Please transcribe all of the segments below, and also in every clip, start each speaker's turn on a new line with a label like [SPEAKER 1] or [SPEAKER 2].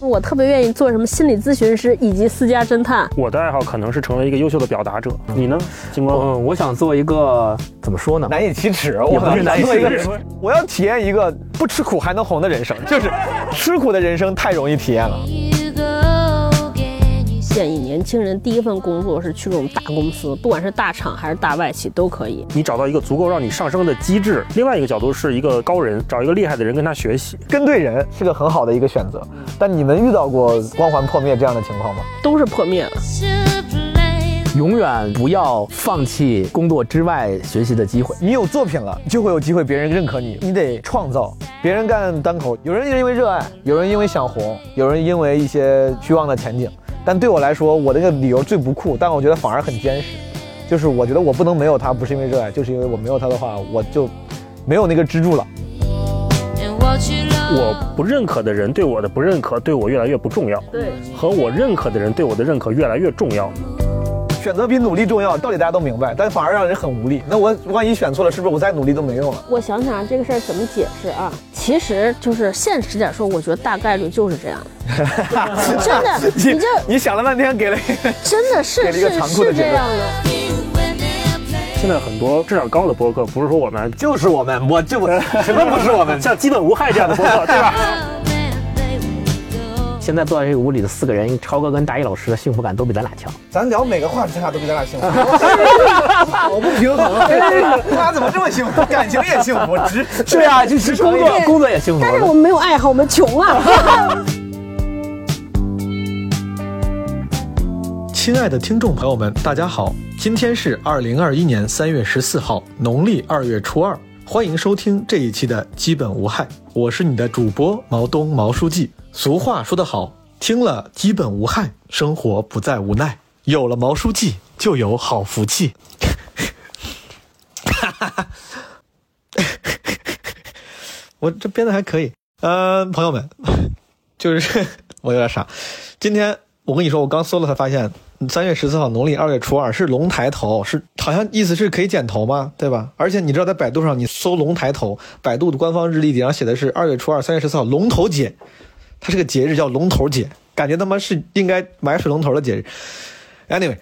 [SPEAKER 1] 我特别愿意做什么心理咨询师以及私家侦探。
[SPEAKER 2] 我的爱好可能是成为一个优秀的表达者，你呢，金光？
[SPEAKER 3] 嗯，我想做一个怎么说呢？
[SPEAKER 4] 难以启齿，我
[SPEAKER 3] 不是难以
[SPEAKER 4] 做一个
[SPEAKER 3] 启齿，
[SPEAKER 4] 我要体验一个不吃苦还能红的人 生，就是吃苦的人生太容易体验了。
[SPEAKER 5] You go, can you
[SPEAKER 1] 建议年轻人第一份工作是去这种大公司，不管是大厂还是大外企都可以。
[SPEAKER 2] 你找到一个足够让你上升的机制。另外一个角度是一个高人，找一个厉害的人跟他学习。
[SPEAKER 4] 跟对人是个很好的一个选择，但你们遇到过光环破灭这样的情况吗？
[SPEAKER 1] 都是破灭了。
[SPEAKER 5] should play
[SPEAKER 3] 永远不要放弃工作之外学习的机会。
[SPEAKER 4] 你有作品了，就会有机会别人认可你，你得创造。别人干单口，有人因为热爱，有人因为想红，有人因为一些虚妄的前景。但对我来说，我这个理由最不酷，但我觉得反而很坚实，就是我觉得我不能没有它，不是因为热爱，就是因为我没有它的话，我就没有那个支柱了。
[SPEAKER 5] and what you
[SPEAKER 2] 我
[SPEAKER 5] love.
[SPEAKER 2] 不认可的人对我的不认可，对我越来越不重要，
[SPEAKER 1] 对，
[SPEAKER 2] 和我认可的人对我的认可越来越重要。
[SPEAKER 4] 选择比努力重要，道理大家都明白，但反而让人很无力。那我万一选错了，是不是我再努力都没用了？
[SPEAKER 1] 我想想这个事儿怎么解释啊？其实就是现实点说，我觉得大概率就是 这样。真的，你这
[SPEAKER 4] 你想了半天，给了一个
[SPEAKER 1] 真的是
[SPEAKER 4] 给了一
[SPEAKER 1] 是
[SPEAKER 4] 个残酷的
[SPEAKER 1] 是这
[SPEAKER 4] 结论
[SPEAKER 1] 样的。
[SPEAKER 5] When they're playing,
[SPEAKER 2] 现在很多质量高的博客，不是说我们
[SPEAKER 4] 就是我们，我就什么不是我们？
[SPEAKER 2] 像基本无害这样的博客，对吧？
[SPEAKER 5] oh man, they would go.
[SPEAKER 3] 现在坐在这个屋里的四个人，超哥跟大一老师的幸福感都比咱俩强。
[SPEAKER 4] 咱聊每个话题，咱俩都比咱俩幸福。我不平衡， 他怎么这么幸福？感情也幸福，只
[SPEAKER 3] 对啊，就是工作工作也幸福。
[SPEAKER 1] 但是我们没有爱好，我们穷啊。
[SPEAKER 6] 亲爱的听众朋友们，大家好，今天是二零二一年三月十四号，农历二月初二，欢迎收听这一期的《基本无害》，我是你的主播毛东毛书记。俗话说得好，听了基本无害，生活不再无奈。有了毛书记，就有好福气。 我这编的还可以，呃，朋友们，就是 我有点傻，今天我跟你说，我刚搜了才发现，三月十四号农历二月初二是龙抬头，是好像意思是可以剪头嘛，对吧？而且你知道，在百度上你搜龙抬头，百度的官方日历底上写的是二月初二、三月十四号龙头节，它是个节日叫龙头节，感觉他妈是应该买水龙头的节日。Anyway，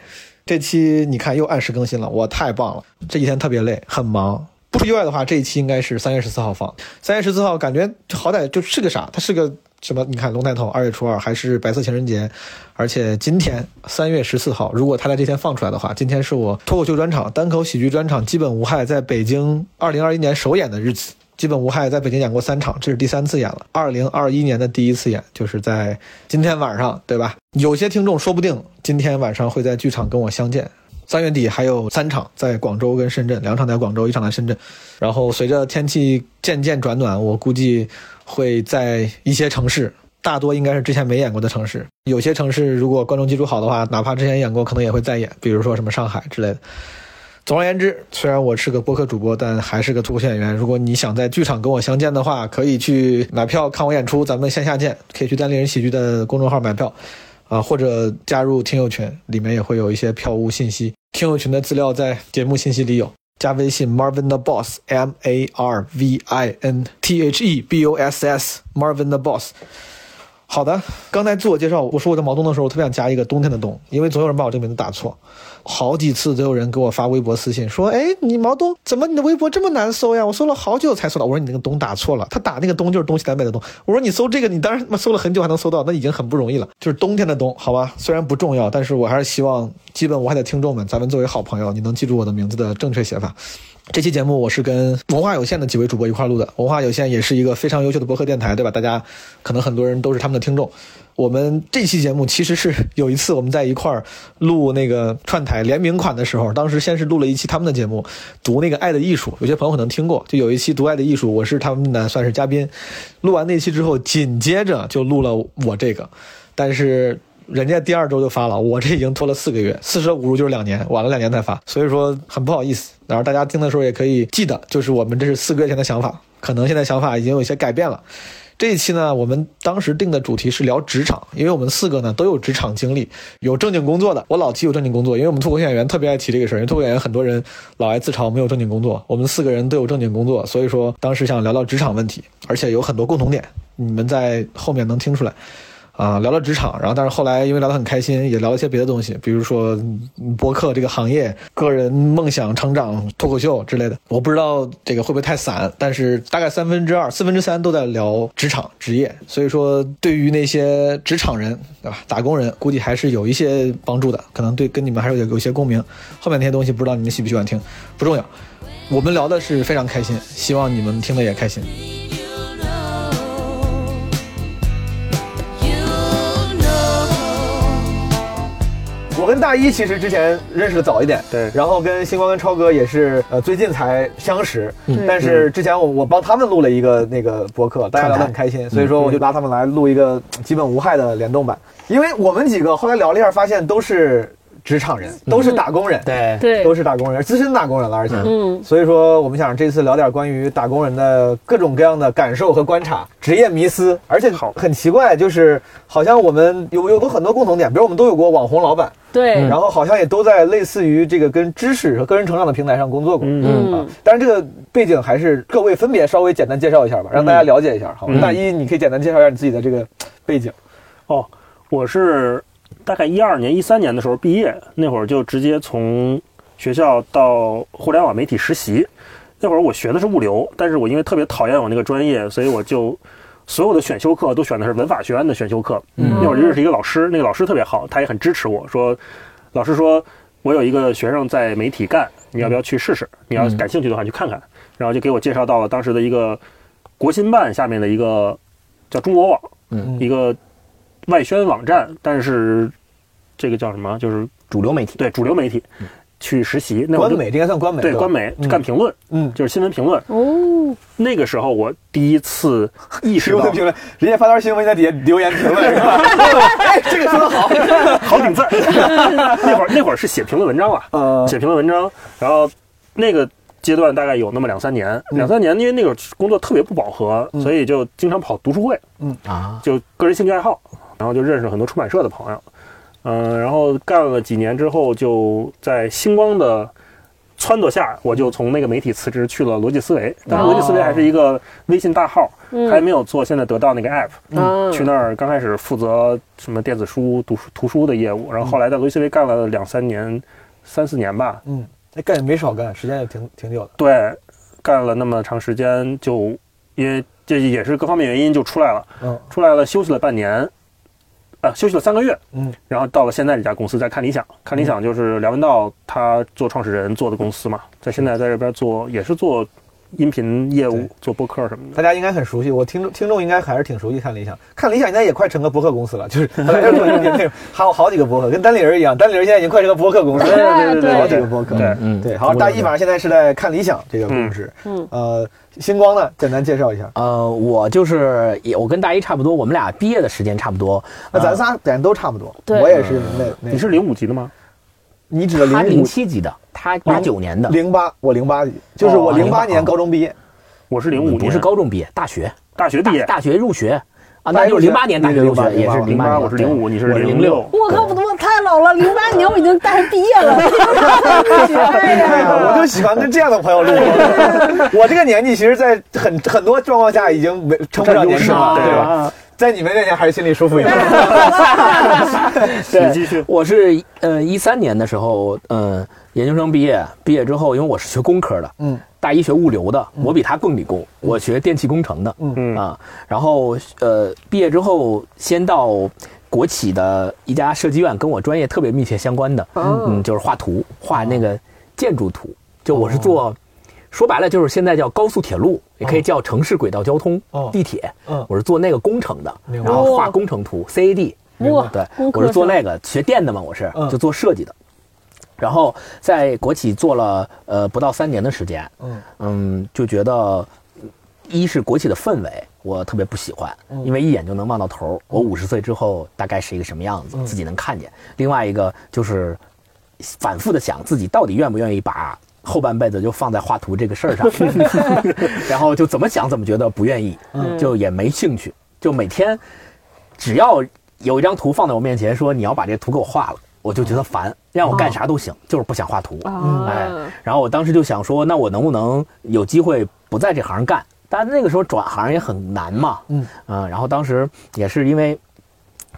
[SPEAKER 6] 这期你看又按时更新了，我太棒了！这几天特别累，很忙。不出意外的话，这一期应该是三月十四号放。三月十四号感觉好歹就是个啥，它是个什么？你看龙抬头，二月初二还是白色情人节，而且今天三月十四号，如果它在这天放出来的话，今天是我脱口秀专场、单口喜剧专场《基本无害》在北京二零二一年首演的日子。基本无害在北京演过三场，这是第三次演了。二零二一年的第一次演就是在今天晚上，对吧？有些听众说不定今天晚上会在剧场跟我相见。三月底还有三场，在广州跟深圳，两场在广州，一场在深圳。然后随着天气渐渐转暖，我估计会在一些城市，大多应该是之前没演过的城市。有些城市如果观众基础好的话，哪怕之前演过，可能也会再演，比如说什么上海之类的。总而言之，虽然我是个播客主播，但还是个脱口秀演员。如果你想在剧场跟我相见的话，可以去买票看我演出，咱们线下见。可以去单立人喜剧的公众号买票，啊、或者加入听友群，里面也会有一些票务信息。听友群的资料在节目信息里有。加微信 Marvin the Boss M A R V I N T H E B O S S Marvin the Boss。好的，刚才自我介绍，我说我叫毛东的时候，我特别想加一个冬天的冬，因为总有人把我这个名字打错。好几次都有人给我发微博私信说：“哎，你毛东怎么你的微博这么难搜呀？我搜了好久才搜到。”我说：“你那个东打错了，他打那个东就是东西南北的东。”我说：“你搜这个，你当然他妈搜了很久还能搜到，那已经很不容易了。就是冬天的冬，好吧，虽然不重要，但是我还是希望基本无害的听众们，咱们作为好朋友，你能记住我的名字的正确写法。” 这期节目我是跟文化有限的几位主播一块儿录的。文化有限也是一个非常优秀的播客电台，对吧？大家可能很多人都是他们的听众。我们这期节目其实是有一次我们在一块儿录那个串台联名款的时候，当时先是录了一期他们的节目，读那个《爱的艺术》，有些朋友可能听过，就有一期《读爱的艺术》，我是他们的算是嘉宾。录完那期之后，紧接着就录了我这个，但是人家第二周就发了，我这已经拖了四个月，四舍五入就是两年，晚了两年才发，所以说很不好意思。然后大家听的时候也可以记得，就是我们这是四个月前的想法，可能现在想法已经有一些改变了。这一期呢，我们当时定的主题是聊职场，因为我们四个呢都有职场经历，有正经工作的。我老提有正经工作，因为我们脱口秀演员特别爱提这个事儿，因为脱口秀演员很多人老爱自嘲没有正经工作。我们四个人都有正经工作，所以说当时想聊聊职场问题，而且有很多共同点，你们在后面能听出来。啊，聊了职场，然后但是后来因为聊得很开心，也聊了一些别的东西，比如说嗯播客这个行业、个人梦想成长、脱口秀之类的。我不知道这个会不会太散，但是大概三分之二、四分之三都在聊职场、职业，所以说对于那些职场人，对吧？打工人估计还是有一些帮助的，可能对跟你们还是有有一些共鸣。后面那些东西不知道你们喜不喜欢听，不重要。我们聊的是非常开心，希望你们听的也开心。
[SPEAKER 5] You know, you know.
[SPEAKER 4] 我跟大一其实之前认识的早一点，
[SPEAKER 2] 对
[SPEAKER 4] 然后跟星光跟超哥也是呃最近才相识，但是之前我我帮他们录了一个那个博客，大家聊得很开心，所以说我就拉他们来录一个基本无害的联动版，因为我们几个后来聊了一下，发现都是职场人，都是打工人，
[SPEAKER 3] 对，
[SPEAKER 1] 对，
[SPEAKER 4] 都是打工人，资深打工人了，而且，
[SPEAKER 1] 嗯
[SPEAKER 4] 所以说我们想这次聊点关于打工人的各种各样的感受和观察，职业迷思，而且
[SPEAKER 2] 好
[SPEAKER 4] 很奇怪，就是好像我们有有过很多共同点，比如我们都有过网红老板，
[SPEAKER 1] 对，
[SPEAKER 4] 然后好像也都在类似于这个跟知识和个人成长的平台上工作过。
[SPEAKER 2] 嗯
[SPEAKER 4] 啊
[SPEAKER 1] 嗯，，
[SPEAKER 4] 但是这个背景还是各位分别稍微简单介绍一下吧，让大家了解一下，好吧？大一，你可以简单介绍一下你自己的这个背景。
[SPEAKER 2] 哦，我是大概一二年、一三年的时候毕业，那会儿就直接从学校到互联网媒体实习。那会儿我学的是物流，但是我因为特别讨厌我那个专业，所以我就所有的选修课都选的是文法学院的选修课。
[SPEAKER 3] 嗯
[SPEAKER 2] 那会儿认识一个老师，那个老师特别好，他也很支持我说，老师说我有一个学生在媒体干，你要不要去试试？你
[SPEAKER 3] 嗯
[SPEAKER 2] 要感兴趣的话你去看看。然后就给我介绍到了当时的一个国新办下面的一个叫中国网，
[SPEAKER 3] 嗯
[SPEAKER 2] 一个外宣网站，但是这个叫什么？就是
[SPEAKER 3] 主流媒体，
[SPEAKER 2] 对主流媒体去实习，那我
[SPEAKER 4] 官
[SPEAKER 2] 就
[SPEAKER 4] 媒，这应该算官媒。
[SPEAKER 2] 嗯对
[SPEAKER 4] 吧
[SPEAKER 2] 官媒
[SPEAKER 4] 嗯
[SPEAKER 2] 干评论，
[SPEAKER 4] 嗯，
[SPEAKER 2] 就是新闻评论。
[SPEAKER 1] 哦，
[SPEAKER 2] 那个时候我第一次意识
[SPEAKER 4] 评
[SPEAKER 2] 到
[SPEAKER 4] 论评论，人家发条新闻在底下留言评论是吧？哎，这个说的好。
[SPEAKER 2] 好顶字儿。 那会儿那会儿是写评论文章啊，
[SPEAKER 4] 呃，
[SPEAKER 2] 写评论文章，然后那个阶段大概有那么两三年，两三年因为那个工作特别不饱和，所以就经常跑读书会，
[SPEAKER 3] 啊，
[SPEAKER 2] 就个人兴趣爱好，然后就认识了很多出版社的朋友，嗯、然后干了几年之后，就在星光的撺掇下，我就从那个媒体辞职去了逻辑思维。当时逻辑思维还是一个微信大号，还没有做现在得到那个 app、
[SPEAKER 1] 嗯
[SPEAKER 2] 去那儿刚开始负责什么电子书、读书、图书的业务，然后后来在逻辑思维干了两三年、三四年吧，
[SPEAKER 4] 嗯，
[SPEAKER 1] 呃
[SPEAKER 4] 哎干也没少干，时间也挺挺久的。
[SPEAKER 2] 对，干了那么长时间就，因为这也是各方面原因就出来了。
[SPEAKER 4] 嗯
[SPEAKER 2] 出来了休息了半年，呃，休息了三个月，
[SPEAKER 4] 嗯，
[SPEAKER 2] 然后到了现在这家公司，在看理想，看理想就是梁文道他做创始人做的公司嘛，在现在在这边做也是做音频业务
[SPEAKER 4] 对，
[SPEAKER 2] 做播客什么的。
[SPEAKER 4] 大家应该很熟悉，我听众听众应该还是挺熟悉看理想，看理想应该也快成个播客公司了，就是 本来就是做音频内容，还有好几个播客，跟单立人一样，单立人现在已经快成个播客公司了，
[SPEAKER 1] 对对对
[SPEAKER 4] 好几个播客，
[SPEAKER 2] 对
[SPEAKER 3] 嗯
[SPEAKER 4] 对，好，大一反正现在是在看理想这个故事，
[SPEAKER 1] 嗯
[SPEAKER 4] 呃，星光呢，简单介绍一下，
[SPEAKER 3] 呃，我就是也我跟大一差不多，我们俩毕业的时间差不多。
[SPEAKER 4] 那咱仨咱都差不多，
[SPEAKER 1] 对
[SPEAKER 4] 我也是那那，
[SPEAKER 2] 啊你是零五级的吗？
[SPEAKER 4] 你指的
[SPEAKER 3] 呃他
[SPEAKER 4] 零
[SPEAKER 3] 零
[SPEAKER 4] 五
[SPEAKER 3] 七级的，他八九年的，
[SPEAKER 4] 零八，我零八级，就是我
[SPEAKER 3] 哦
[SPEAKER 4] 零
[SPEAKER 3] 08
[SPEAKER 4] 八年高中毕业，
[SPEAKER 2] 我是零五年，
[SPEAKER 3] 嗯不是高中毕业，大学
[SPEAKER 2] 大学毕业，
[SPEAKER 3] 大学入学啊，
[SPEAKER 4] 大
[SPEAKER 3] 那
[SPEAKER 4] 学
[SPEAKER 3] 就
[SPEAKER 4] 入
[SPEAKER 3] 是
[SPEAKER 4] 学
[SPEAKER 3] 零八年大学入学，
[SPEAKER 4] 08
[SPEAKER 3] 也是
[SPEAKER 2] 零
[SPEAKER 3] 零八
[SPEAKER 2] 八，
[SPEAKER 3] 年，
[SPEAKER 2] 啊我是零五，
[SPEAKER 3] 对
[SPEAKER 2] 你是
[SPEAKER 3] 我
[SPEAKER 2] 零
[SPEAKER 3] 六，，
[SPEAKER 1] 我靠，我太老了，零八年我已经大学毕业 了，哎
[SPEAKER 4] 哎呀，我
[SPEAKER 1] 呀，
[SPEAKER 4] 就喜欢跟这样的朋友录。我这个年纪，其实，在很很多状况下已经没称不上年轻了，
[SPEAKER 2] 不占优势了
[SPEAKER 4] 对吧
[SPEAKER 2] 啊？
[SPEAKER 4] 在你们面前还是心里舒服一点。
[SPEAKER 2] 你继续
[SPEAKER 3] 我是呃一三年的时候，呃，研究生毕业，毕业之后，因为我是学工科的，
[SPEAKER 4] 嗯，
[SPEAKER 3] 大一学物流的，我比他更理工，我学电气工程的，
[SPEAKER 2] 嗯
[SPEAKER 3] 啊，然后呃，毕业之后先到国企的一家设计院，跟我专业特别密切相关的，嗯，就是画图，画那个建筑图，就我是做。说白了就是现在叫高速铁路，也可以叫城市轨道交通、
[SPEAKER 4] 哦
[SPEAKER 3] 地铁。
[SPEAKER 4] 嗯
[SPEAKER 3] 我是做那个工程的，
[SPEAKER 4] 明白
[SPEAKER 3] 然后画
[SPEAKER 1] 哇
[SPEAKER 3] 工程图 CAD。
[SPEAKER 1] 哇
[SPEAKER 3] 对，
[SPEAKER 1] 工科
[SPEAKER 3] 我是做
[SPEAKER 1] 生
[SPEAKER 3] 那个学电的嘛，我是
[SPEAKER 4] 嗯
[SPEAKER 3] 就做设计的，然后在国企做了呃不到三年的时间，
[SPEAKER 4] 嗯
[SPEAKER 3] 嗯，就觉得一是国企的氛围我特别不喜欢，因为一眼就能望到头儿，我五十岁之后大概是一个什么样子，自己能看见。另外一个就是反复的想自己到底愿不愿意把。后半辈子就放在画图这个事儿上，然后就怎么想怎么觉得不愿意，就也没兴趣，就每天只要有一张图放在我面前，说你要把这图给我画了，我就觉得烦，让我干啥都行，就是不想画图。
[SPEAKER 1] 啊
[SPEAKER 3] 哎，然后我当时就想说，那我能不能有机会不在这行干？但那个时候转行也很难嘛。啊
[SPEAKER 4] 嗯
[SPEAKER 3] 然后当时也是因为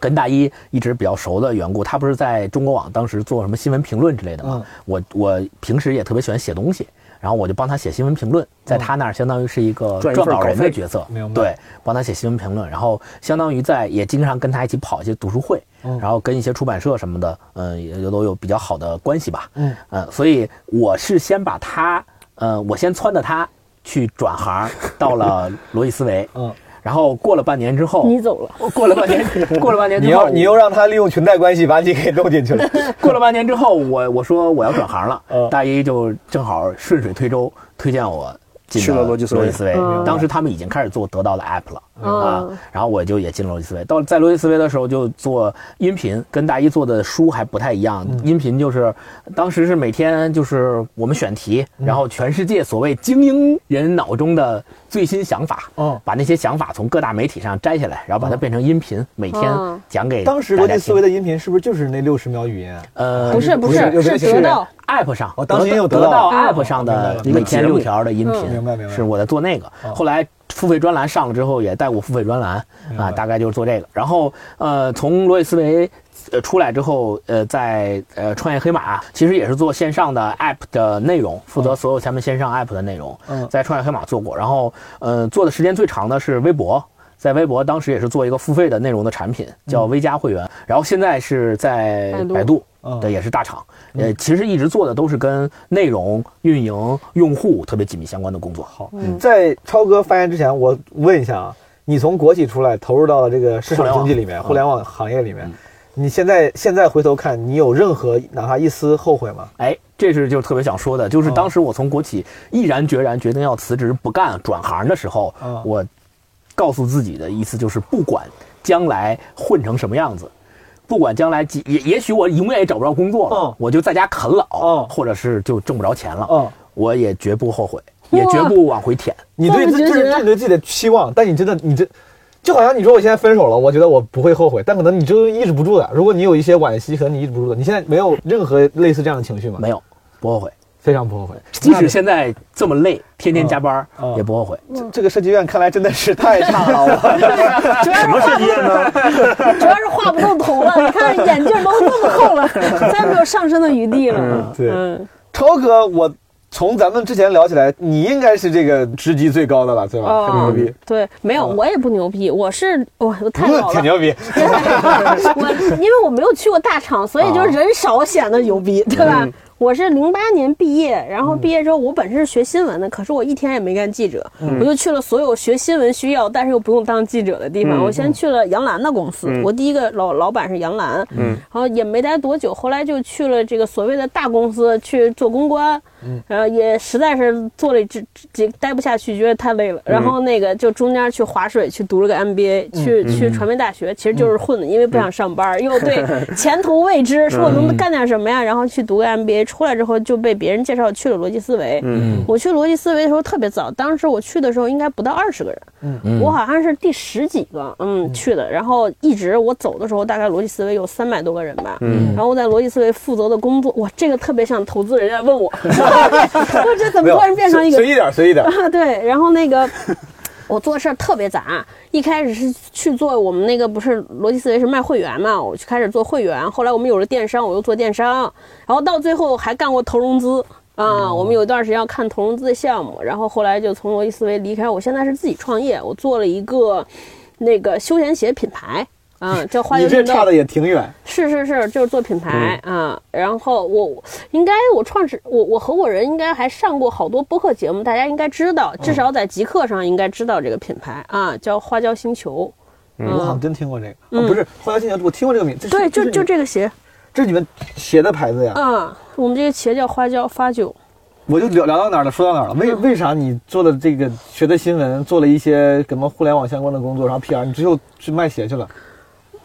[SPEAKER 3] 跟大一一直比较熟的缘故，他不是在中国网当时做什么新闻评论之类的嘛、
[SPEAKER 6] 嗯
[SPEAKER 3] 我我平时也特别喜欢写东西，然后我就帮他写新闻评论，在他那儿相当于是一个
[SPEAKER 2] 赚一份
[SPEAKER 3] 撰稿人
[SPEAKER 2] 稿费
[SPEAKER 3] 的角色
[SPEAKER 6] 明白，
[SPEAKER 3] 对，帮他写新闻评论，然后相当于在也经常跟他一起跑一些读书会，
[SPEAKER 2] 嗯
[SPEAKER 3] 然后跟一些出版社什么的，嗯、也也都有比较好的关系吧，
[SPEAKER 6] 嗯
[SPEAKER 3] 呃，所以我是先把他，呃，我先撺掇他去转行到了罗辑思维，
[SPEAKER 6] 嗯，
[SPEAKER 3] 然后过了半年之后，
[SPEAKER 1] 你走了，
[SPEAKER 3] 过了半年，过了半年
[SPEAKER 4] 你
[SPEAKER 3] 之后，
[SPEAKER 4] 要你又让他利用裙带关系把你给弄进去了，
[SPEAKER 3] 过了半年之后，我我说我要转行了，
[SPEAKER 4] 嗯
[SPEAKER 3] 大一就正好顺水推舟推荐我进
[SPEAKER 2] 去了逻辑思维
[SPEAKER 3] 思维
[SPEAKER 1] 嗯。
[SPEAKER 3] 当时他们已经开始做得到的 app 了、啊
[SPEAKER 1] 嗯，
[SPEAKER 3] 然后我就也进了逻辑思维。到在逻辑思维的时候，就做音频，跟大一做的书还不太一样。
[SPEAKER 4] 嗯
[SPEAKER 3] 音频就是当时是每天就是我们选题，
[SPEAKER 4] 嗯
[SPEAKER 3] 然后全世界所谓精英人脑中的最新想法，
[SPEAKER 4] 嗯
[SPEAKER 6] 哦
[SPEAKER 3] 把那些想法从各大媒体上摘下来，然后把它变成音频，每天
[SPEAKER 1] 嗯
[SPEAKER 3] 讲给
[SPEAKER 4] 当时
[SPEAKER 3] 大
[SPEAKER 4] 逻
[SPEAKER 3] 家听
[SPEAKER 4] 辑思维的音频是不是就是那六十秒语音啊？
[SPEAKER 3] 呃
[SPEAKER 1] 不是不
[SPEAKER 4] 不
[SPEAKER 1] 是
[SPEAKER 4] 是
[SPEAKER 1] 是
[SPEAKER 4] 是
[SPEAKER 1] 得到，
[SPEAKER 3] App 上，
[SPEAKER 4] 哦当时也有
[SPEAKER 3] 得
[SPEAKER 4] 得
[SPEAKER 3] 到
[SPEAKER 4] 到
[SPEAKER 3] App 上的每天六条的音频，
[SPEAKER 1] 嗯
[SPEAKER 4] 明白明白哦
[SPEAKER 3] 是我在做那个。后来付费专栏上了之后，也带过付费专栏
[SPEAKER 4] 明白
[SPEAKER 3] 啊，大概就是做这个。然后呃，从罗辑思维。呃，出来之后，呃，在呃创业黑马，其实也是做线上的 app 的内容，负
[SPEAKER 4] 哦
[SPEAKER 3] 责所有他们线上 app 的内容，
[SPEAKER 6] 嗯
[SPEAKER 3] 在创业黑马做过。然后，呃，做的时间最长的是微博，在微博当时也是做一个付费的内容的产品，叫
[SPEAKER 4] 嗯
[SPEAKER 3] 微加会员。然后现在是在
[SPEAKER 1] 百度
[SPEAKER 3] 百度，
[SPEAKER 6] 嗯
[SPEAKER 3] 对，也是大厂。呃，其实一直做的都是跟内容、运营、用户特别紧密相关的工作。好，
[SPEAKER 4] 在超哥发言之前，我问一下啊，你从国企出来，投入到了这个市场经济里面、互
[SPEAKER 3] 互
[SPEAKER 4] 联
[SPEAKER 3] 联
[SPEAKER 4] 网行业里面，你现在现在回头看，你有任何哪怕一丝后悔吗？
[SPEAKER 3] 哎，这是就特别想说的，
[SPEAKER 6] 嗯
[SPEAKER 3] 就是当时我从国企毅然决然决定要辞职不干转行的时候，
[SPEAKER 6] 嗯
[SPEAKER 3] 我告诉自己的意思就是，不管将来混成什么样子。不管将来几也也许我永远也找不着工作了，
[SPEAKER 6] 嗯
[SPEAKER 3] 我就在家啃老，
[SPEAKER 6] 嗯
[SPEAKER 3] 或者是就挣不着钱了，
[SPEAKER 6] 嗯
[SPEAKER 3] 我也绝不后悔，也绝不往回舔。
[SPEAKER 4] 你对
[SPEAKER 1] 那不
[SPEAKER 4] 自就
[SPEAKER 1] 就是是
[SPEAKER 4] 对你对自己的期望，但你真的你这。就好像你说我现在分手了，我觉得我不会后悔，但可能你就是抑制不住的。如果你有一些惋惜，可能你抑制不住的。你现在没有任何类似这样的情绪吗？
[SPEAKER 3] 没有，不后悔。
[SPEAKER 4] 非常不后悔。
[SPEAKER 3] 即
[SPEAKER 4] 嗯
[SPEAKER 3] 使现在这么累，天天加班儿
[SPEAKER 6] 嗯
[SPEAKER 3] 也不后悔。
[SPEAKER 4] 这这个设计院看来真的是太差了， 我
[SPEAKER 1] 主要是话不够，主要是话不够头 了。你看眼镜都这么厚了，再没有上升的余地了。
[SPEAKER 4] 对
[SPEAKER 1] 嗯，
[SPEAKER 4] 超哥，我从咱们之前聊起来，你应该是这个职级最高的了，对吧？
[SPEAKER 1] 哦
[SPEAKER 4] 很牛逼，嗯
[SPEAKER 1] 对，没有，我也不牛逼，我是我我太老
[SPEAKER 4] 挺
[SPEAKER 1] 了。
[SPEAKER 4] 牛逼。
[SPEAKER 1] 我因为我没有去过大厂，所以
[SPEAKER 2] 啊
[SPEAKER 1] 就是人少显得牛逼，对
[SPEAKER 2] 嗯
[SPEAKER 1] 吧？我是零八年毕业，然后毕业之后我本身是学新闻的，可是我一天也没干记者，
[SPEAKER 2] 嗯
[SPEAKER 1] 我就去了所有学新闻需要但是又不用当记者的地方。
[SPEAKER 2] 嗯
[SPEAKER 1] 我先去了杨澜的公司，
[SPEAKER 2] 嗯
[SPEAKER 1] 我第一个老老板是杨澜，
[SPEAKER 2] 嗯
[SPEAKER 1] 然后也没待多久，后来就去了这个所谓的大公司去做公关，然后也实在是做了这这待不下去，觉得太累了。然后那个就中间去划水，去读了个 MBA，去去传媒大学，其实就是混的，因为不想上班，又对 前途未知，说我能干点什么呀？然后去读个 MBA，出来之后就被别人介绍去了逻辑思维。
[SPEAKER 2] 嗯
[SPEAKER 1] 我去逻辑思维的时候特别早，当时我去的时候应该不到二十个人，
[SPEAKER 2] 嗯
[SPEAKER 1] 我好像是第十几个，嗯，去的。然后一直我走的时候，大概逻辑思维有三百多个人吧。
[SPEAKER 2] 嗯
[SPEAKER 1] 然后我在逻辑思维负责的工作，哇，这个特别像投资人家问 我， 我这怎么 突然变成一个
[SPEAKER 4] 随意点，随意点。
[SPEAKER 1] 啊， 对，然后那个我做事儿特别杂，一开始是去做我们那个不是逻辑思维是卖会员嘛，我去开始做会员，后来我们有了电商，我又做电商，然后到最后还干过投融资。
[SPEAKER 4] 哦
[SPEAKER 1] 啊，我们有一段时间要看投融资的项目，然后后来就从逻辑思维离开。我现在是自己创业，我做了一个那个休闲鞋品牌，啊，叫花
[SPEAKER 4] 你
[SPEAKER 1] 园
[SPEAKER 4] 这
[SPEAKER 1] 运动
[SPEAKER 4] 差。的也挺远，
[SPEAKER 1] 是是是，就是做品牌、
[SPEAKER 4] 嗯
[SPEAKER 1] 啊。然后我应该我创始我我合伙人应该还上过好多播客节目，大家应该知道，至少在极客上应该知道这个品牌啊，叫花椒星球。嗯
[SPEAKER 4] 我好像真听过这个。哦不是花椒新娘，我听过这个名字。
[SPEAKER 1] 对，就就
[SPEAKER 4] 这是你
[SPEAKER 1] 这
[SPEAKER 4] 们，
[SPEAKER 1] 个鞋
[SPEAKER 4] 这是你们鞋的牌子呀。
[SPEAKER 1] 啊，我们这个鞋叫花椒发酒。
[SPEAKER 4] 我就聊聊到哪儿了，说到哪儿了？
[SPEAKER 1] 嗯
[SPEAKER 4] 为为啥你做的这个学的新闻，做了一些什么互联网相关的工作，然后 PR，你只有去卖鞋去了？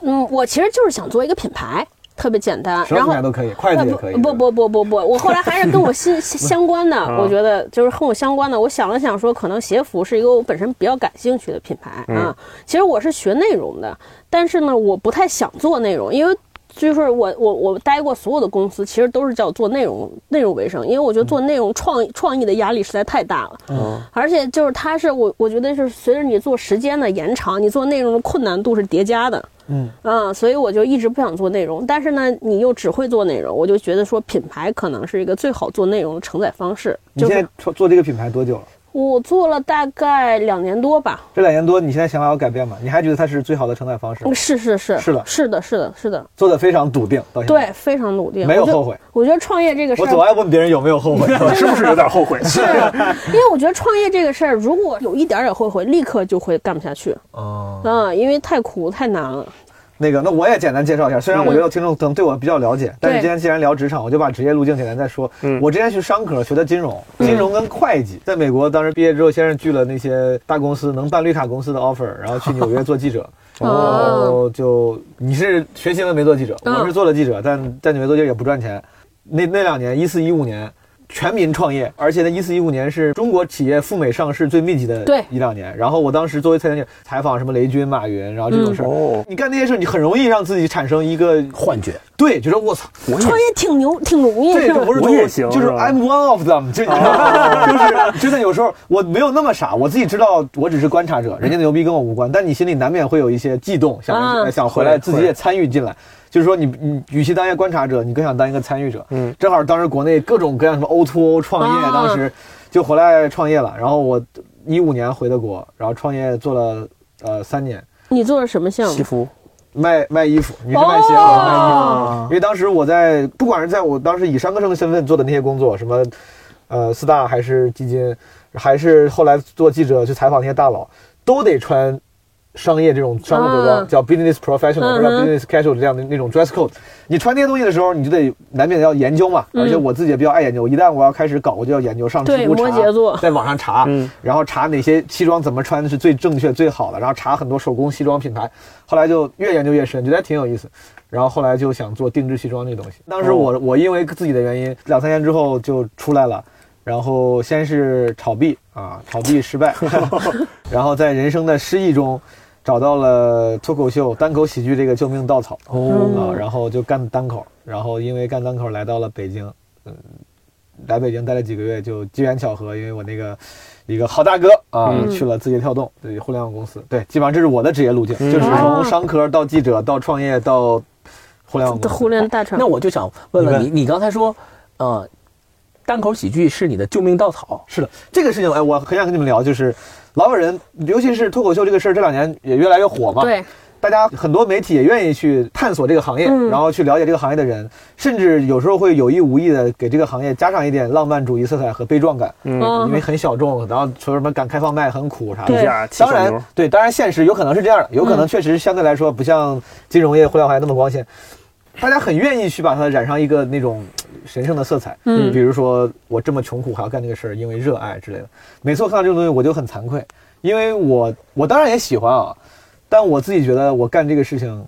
[SPEAKER 1] 嗯，我其实就是想做一个品牌，特别简单。
[SPEAKER 4] 什么
[SPEAKER 1] 然
[SPEAKER 4] 品
[SPEAKER 1] 后
[SPEAKER 4] 牌都可以，筷
[SPEAKER 1] 呃
[SPEAKER 4] 子也可以。
[SPEAKER 1] 不不不不不，我后来还是跟我 心相关的，
[SPEAKER 4] 啊
[SPEAKER 1] 我觉得就是和我相关的。我想了想说，可能鞋服是一个我本身比较感兴趣的
[SPEAKER 4] 嗯
[SPEAKER 1] 品牌啊。其实我是学内容的，但是呢，我不太想做内容，因为。就是我我我待过所有的公司，其实都是叫做内容内容为生，因为我觉得做
[SPEAKER 4] 嗯
[SPEAKER 1] 内容创创意的压力实在太大了。
[SPEAKER 6] 嗯，
[SPEAKER 1] 而且就是它是我我觉得是随着你做时间的延长，你做内容的困难度是叠加的。
[SPEAKER 6] 嗯
[SPEAKER 1] 嗯，所以我就一直不想做内容，但是呢，你又只会做内容，我就觉得说品牌可能是一个最好做内容的承载方式。
[SPEAKER 4] 你
[SPEAKER 1] 就
[SPEAKER 4] 现
[SPEAKER 1] 是
[SPEAKER 4] 在做做这个品牌多久了？
[SPEAKER 1] 我做了大概两年多吧，
[SPEAKER 4] 这两年多，你现在想法要改变吗？你还觉得它是最好的承载方式吗？
[SPEAKER 1] 是是是
[SPEAKER 4] 哦是的
[SPEAKER 1] 是的是的是的，
[SPEAKER 4] 做的非常笃定，到现在
[SPEAKER 1] 对，非常努力，
[SPEAKER 4] 没有
[SPEAKER 1] 我就
[SPEAKER 4] 后悔。
[SPEAKER 1] 我觉得创业这个事
[SPEAKER 4] 我
[SPEAKER 1] 儿，
[SPEAKER 4] 总爱问别人有没有 后悔。
[SPEAKER 2] 我是不是有点后悔？
[SPEAKER 1] 是，因为我觉得创业这个事儿，如果有一点点后悔，立刻就会干不下去。
[SPEAKER 4] 哦，
[SPEAKER 1] 嗯，因为太苦太难了。
[SPEAKER 4] 那个，那我也简单介绍一下。虽然
[SPEAKER 1] 嗯
[SPEAKER 4] 我觉得听众可能对我比较了解，但是今天既然聊职场，我就把职业路径简单再说。
[SPEAKER 2] 嗯
[SPEAKER 4] 我之前去商科学的金融，
[SPEAKER 1] 嗯
[SPEAKER 4] 金融跟会计，在美国当时毕业之后，先是拒了那些大公司能办绿卡公司的 offer，然后去纽约做 记者。然
[SPEAKER 1] 啊
[SPEAKER 4] 后就你是学新闻没做记者，
[SPEAKER 1] 哦嗯
[SPEAKER 4] 我是做了记者，但在纽约做记者也不赚钱。那那两年，一四一五年。全民创业，而且呢，一四一五年是中国企业赴美上市最密集的
[SPEAKER 1] 对
[SPEAKER 4] 一两年。然后我当时作为财经记者采访什么雷军、马云，然后这种
[SPEAKER 1] 嗯
[SPEAKER 4] 事儿，
[SPEAKER 2] 哦
[SPEAKER 4] 你干那些事儿，你很容易让自己产生一个
[SPEAKER 3] 幻觉，
[SPEAKER 4] 对，觉得 我操，
[SPEAKER 1] 创业挺牛，挺容易，
[SPEAKER 4] 这
[SPEAKER 1] 是
[SPEAKER 4] 个
[SPEAKER 1] 吧
[SPEAKER 4] 不是
[SPEAKER 2] 我
[SPEAKER 4] 中
[SPEAKER 2] 也
[SPEAKER 4] 国
[SPEAKER 2] 行
[SPEAKER 4] 就是
[SPEAKER 2] 是吧哦
[SPEAKER 4] I'm one of them，就你知道吗 就是真的有时候我没有那么傻，我自己知道我只是观察者，人家的牛逼跟我无关，但你心里难免会有一些悸动，想、呃
[SPEAKER 1] 啊
[SPEAKER 4] 想回
[SPEAKER 2] 会
[SPEAKER 4] 来自己
[SPEAKER 2] 会
[SPEAKER 4] 也参与进来。就是说你，你与其当一个观察者，你更想当一个参与者。
[SPEAKER 2] 嗯，
[SPEAKER 4] 正好当时国内各种各样什么 O to O 创业，
[SPEAKER 1] 啊
[SPEAKER 4] 当时就回来创业了。然后我一五年回的国，然后创业做了呃三年，
[SPEAKER 1] 你做的什么项目
[SPEAKER 2] 西？服
[SPEAKER 4] 卖卖衣服，女士卖鞋，啊我卖衣服。
[SPEAKER 1] 哦
[SPEAKER 4] 因为当时我在，不管是在我当时以商科生的身份做的那些工作，什么，呃，四大还是基金，还是后来做记者去采访那些大佬，都得穿商业这种商务着
[SPEAKER 1] 啊
[SPEAKER 4] 装，叫 business professional 或者
[SPEAKER 1] 嗯哼
[SPEAKER 4] business casual 这样的那种 dress code。你穿那些东西的时候，你就得难免要研究嘛。
[SPEAKER 1] 嗯
[SPEAKER 4] 而且我自己也比较爱研究，一旦我要开始搞，我就要研究上知
[SPEAKER 1] 对
[SPEAKER 4] 乎
[SPEAKER 1] 摩羯座
[SPEAKER 4] 查， 在网上查
[SPEAKER 2] 嗯，
[SPEAKER 4] 然后查哪些西装怎么穿是最正确最好的，然后查很多手工西装品牌。后来就越研究越深，觉得还挺有意思。然后后来就想做定制西装这个东西。当时我我因为自己的原因，两三年之后就出来了。然后先是炒币啊，炒币失败，然后在人生的失意中，找到了脱口秀、单口喜剧这个救命稻草
[SPEAKER 1] 哦
[SPEAKER 3] 嗯
[SPEAKER 1] 嗯
[SPEAKER 4] 啊，然后就干单口，然后因为干单口来到了北京，嗯，来北京待了几个月，就机缘巧合，因为我那个一个好大哥啊、
[SPEAKER 2] 嗯
[SPEAKER 4] 去了字节跳动，对互联网公司，对，基本上这是我的职业路径，
[SPEAKER 2] 嗯
[SPEAKER 4] 就是
[SPEAKER 1] 哦
[SPEAKER 4] 从商科到记者到创业到互联网公司。
[SPEAKER 1] 嗯互联大厂
[SPEAKER 3] 那。我就想问问
[SPEAKER 4] 你
[SPEAKER 3] 你，你刚才说，呃，单口喜剧是你的救命稻草，
[SPEAKER 4] 是的，这个事情，哎，我很想跟你们聊，就是老有人，尤其是脱口秀这个事儿，这两年也越来越火嘛。，
[SPEAKER 1] 对，
[SPEAKER 4] 大家很多媒体也愿意去探索这个行业，
[SPEAKER 1] 嗯
[SPEAKER 4] 然后去了解这个行业的人，甚至有时候会有意无意的给这个行业加上一点浪漫主义色彩和悲壮感，
[SPEAKER 2] 嗯，
[SPEAKER 1] 嗯
[SPEAKER 4] 因为很小众，然后说什么敢开放麦很苦啥
[SPEAKER 2] 地
[SPEAKER 4] 的。
[SPEAKER 1] 对
[SPEAKER 2] 下七
[SPEAKER 4] 当
[SPEAKER 2] 小牛
[SPEAKER 4] 然，，对，当然现实有可能是这样的，有可能确实相对来说不像金融业、互联网行业那么光鲜，大家很愿意去把它染上一个那种神圣的色彩。
[SPEAKER 1] 嗯
[SPEAKER 4] 比如说我这么穷苦还要干这个事儿，因为热爱之类的。每次我看到这种东西，我就很惭愧，因为我我当然也喜欢啊，但我自己觉得我干这个事情。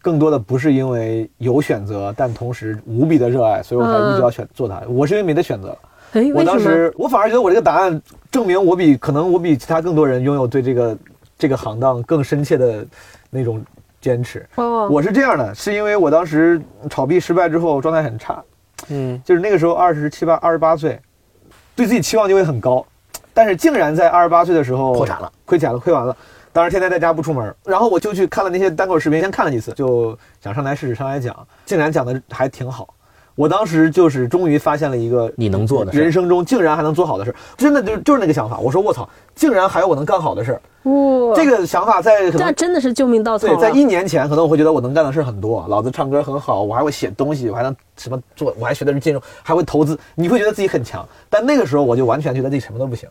[SPEAKER 4] 更多的不是因为有选择，但同时无比的热爱，所以我才一直要选做它。我是因为没得选择，
[SPEAKER 1] 哎，为
[SPEAKER 4] 我
[SPEAKER 1] 什
[SPEAKER 4] 当
[SPEAKER 1] 么？
[SPEAKER 4] 时我反而觉得我这个答案证明我比可能我比其他更多人拥有对这个这个行当更深切的那种坚持。
[SPEAKER 1] 哦，
[SPEAKER 4] 我是这样的，是因为我当时炒币失败之后状态很差，
[SPEAKER 2] 嗯，
[SPEAKER 4] 就是那个时候二十七八、二十八岁，对自己期望就会很高，但是竟然在二十八岁的时候
[SPEAKER 3] 破产了，
[SPEAKER 4] 亏钱了，亏完了。当时天天在家不出门，然后我就去看了那些单口视频，先看了几次，就想上台试试，上台讲，竟然讲的还挺好。我当时就是终于发现了一个
[SPEAKER 3] 你能做的事
[SPEAKER 4] 人生中竟然还能做好的事儿，真的就就是那个想法。我说我操，竟然还有我能干好的事儿，
[SPEAKER 1] 哇，
[SPEAKER 4] 这个想法在可
[SPEAKER 1] 那
[SPEAKER 4] 能
[SPEAKER 1] 真的是救命稻草啊
[SPEAKER 4] 对，
[SPEAKER 1] 了。
[SPEAKER 4] 在一年前，可能我会觉得我能干的事很多，老子唱歌很好，我还会写东西，我还能什么做，我还学的是金融，还会投资，你会觉得自己很强。但那个时候我就完全觉得自己什么都不行。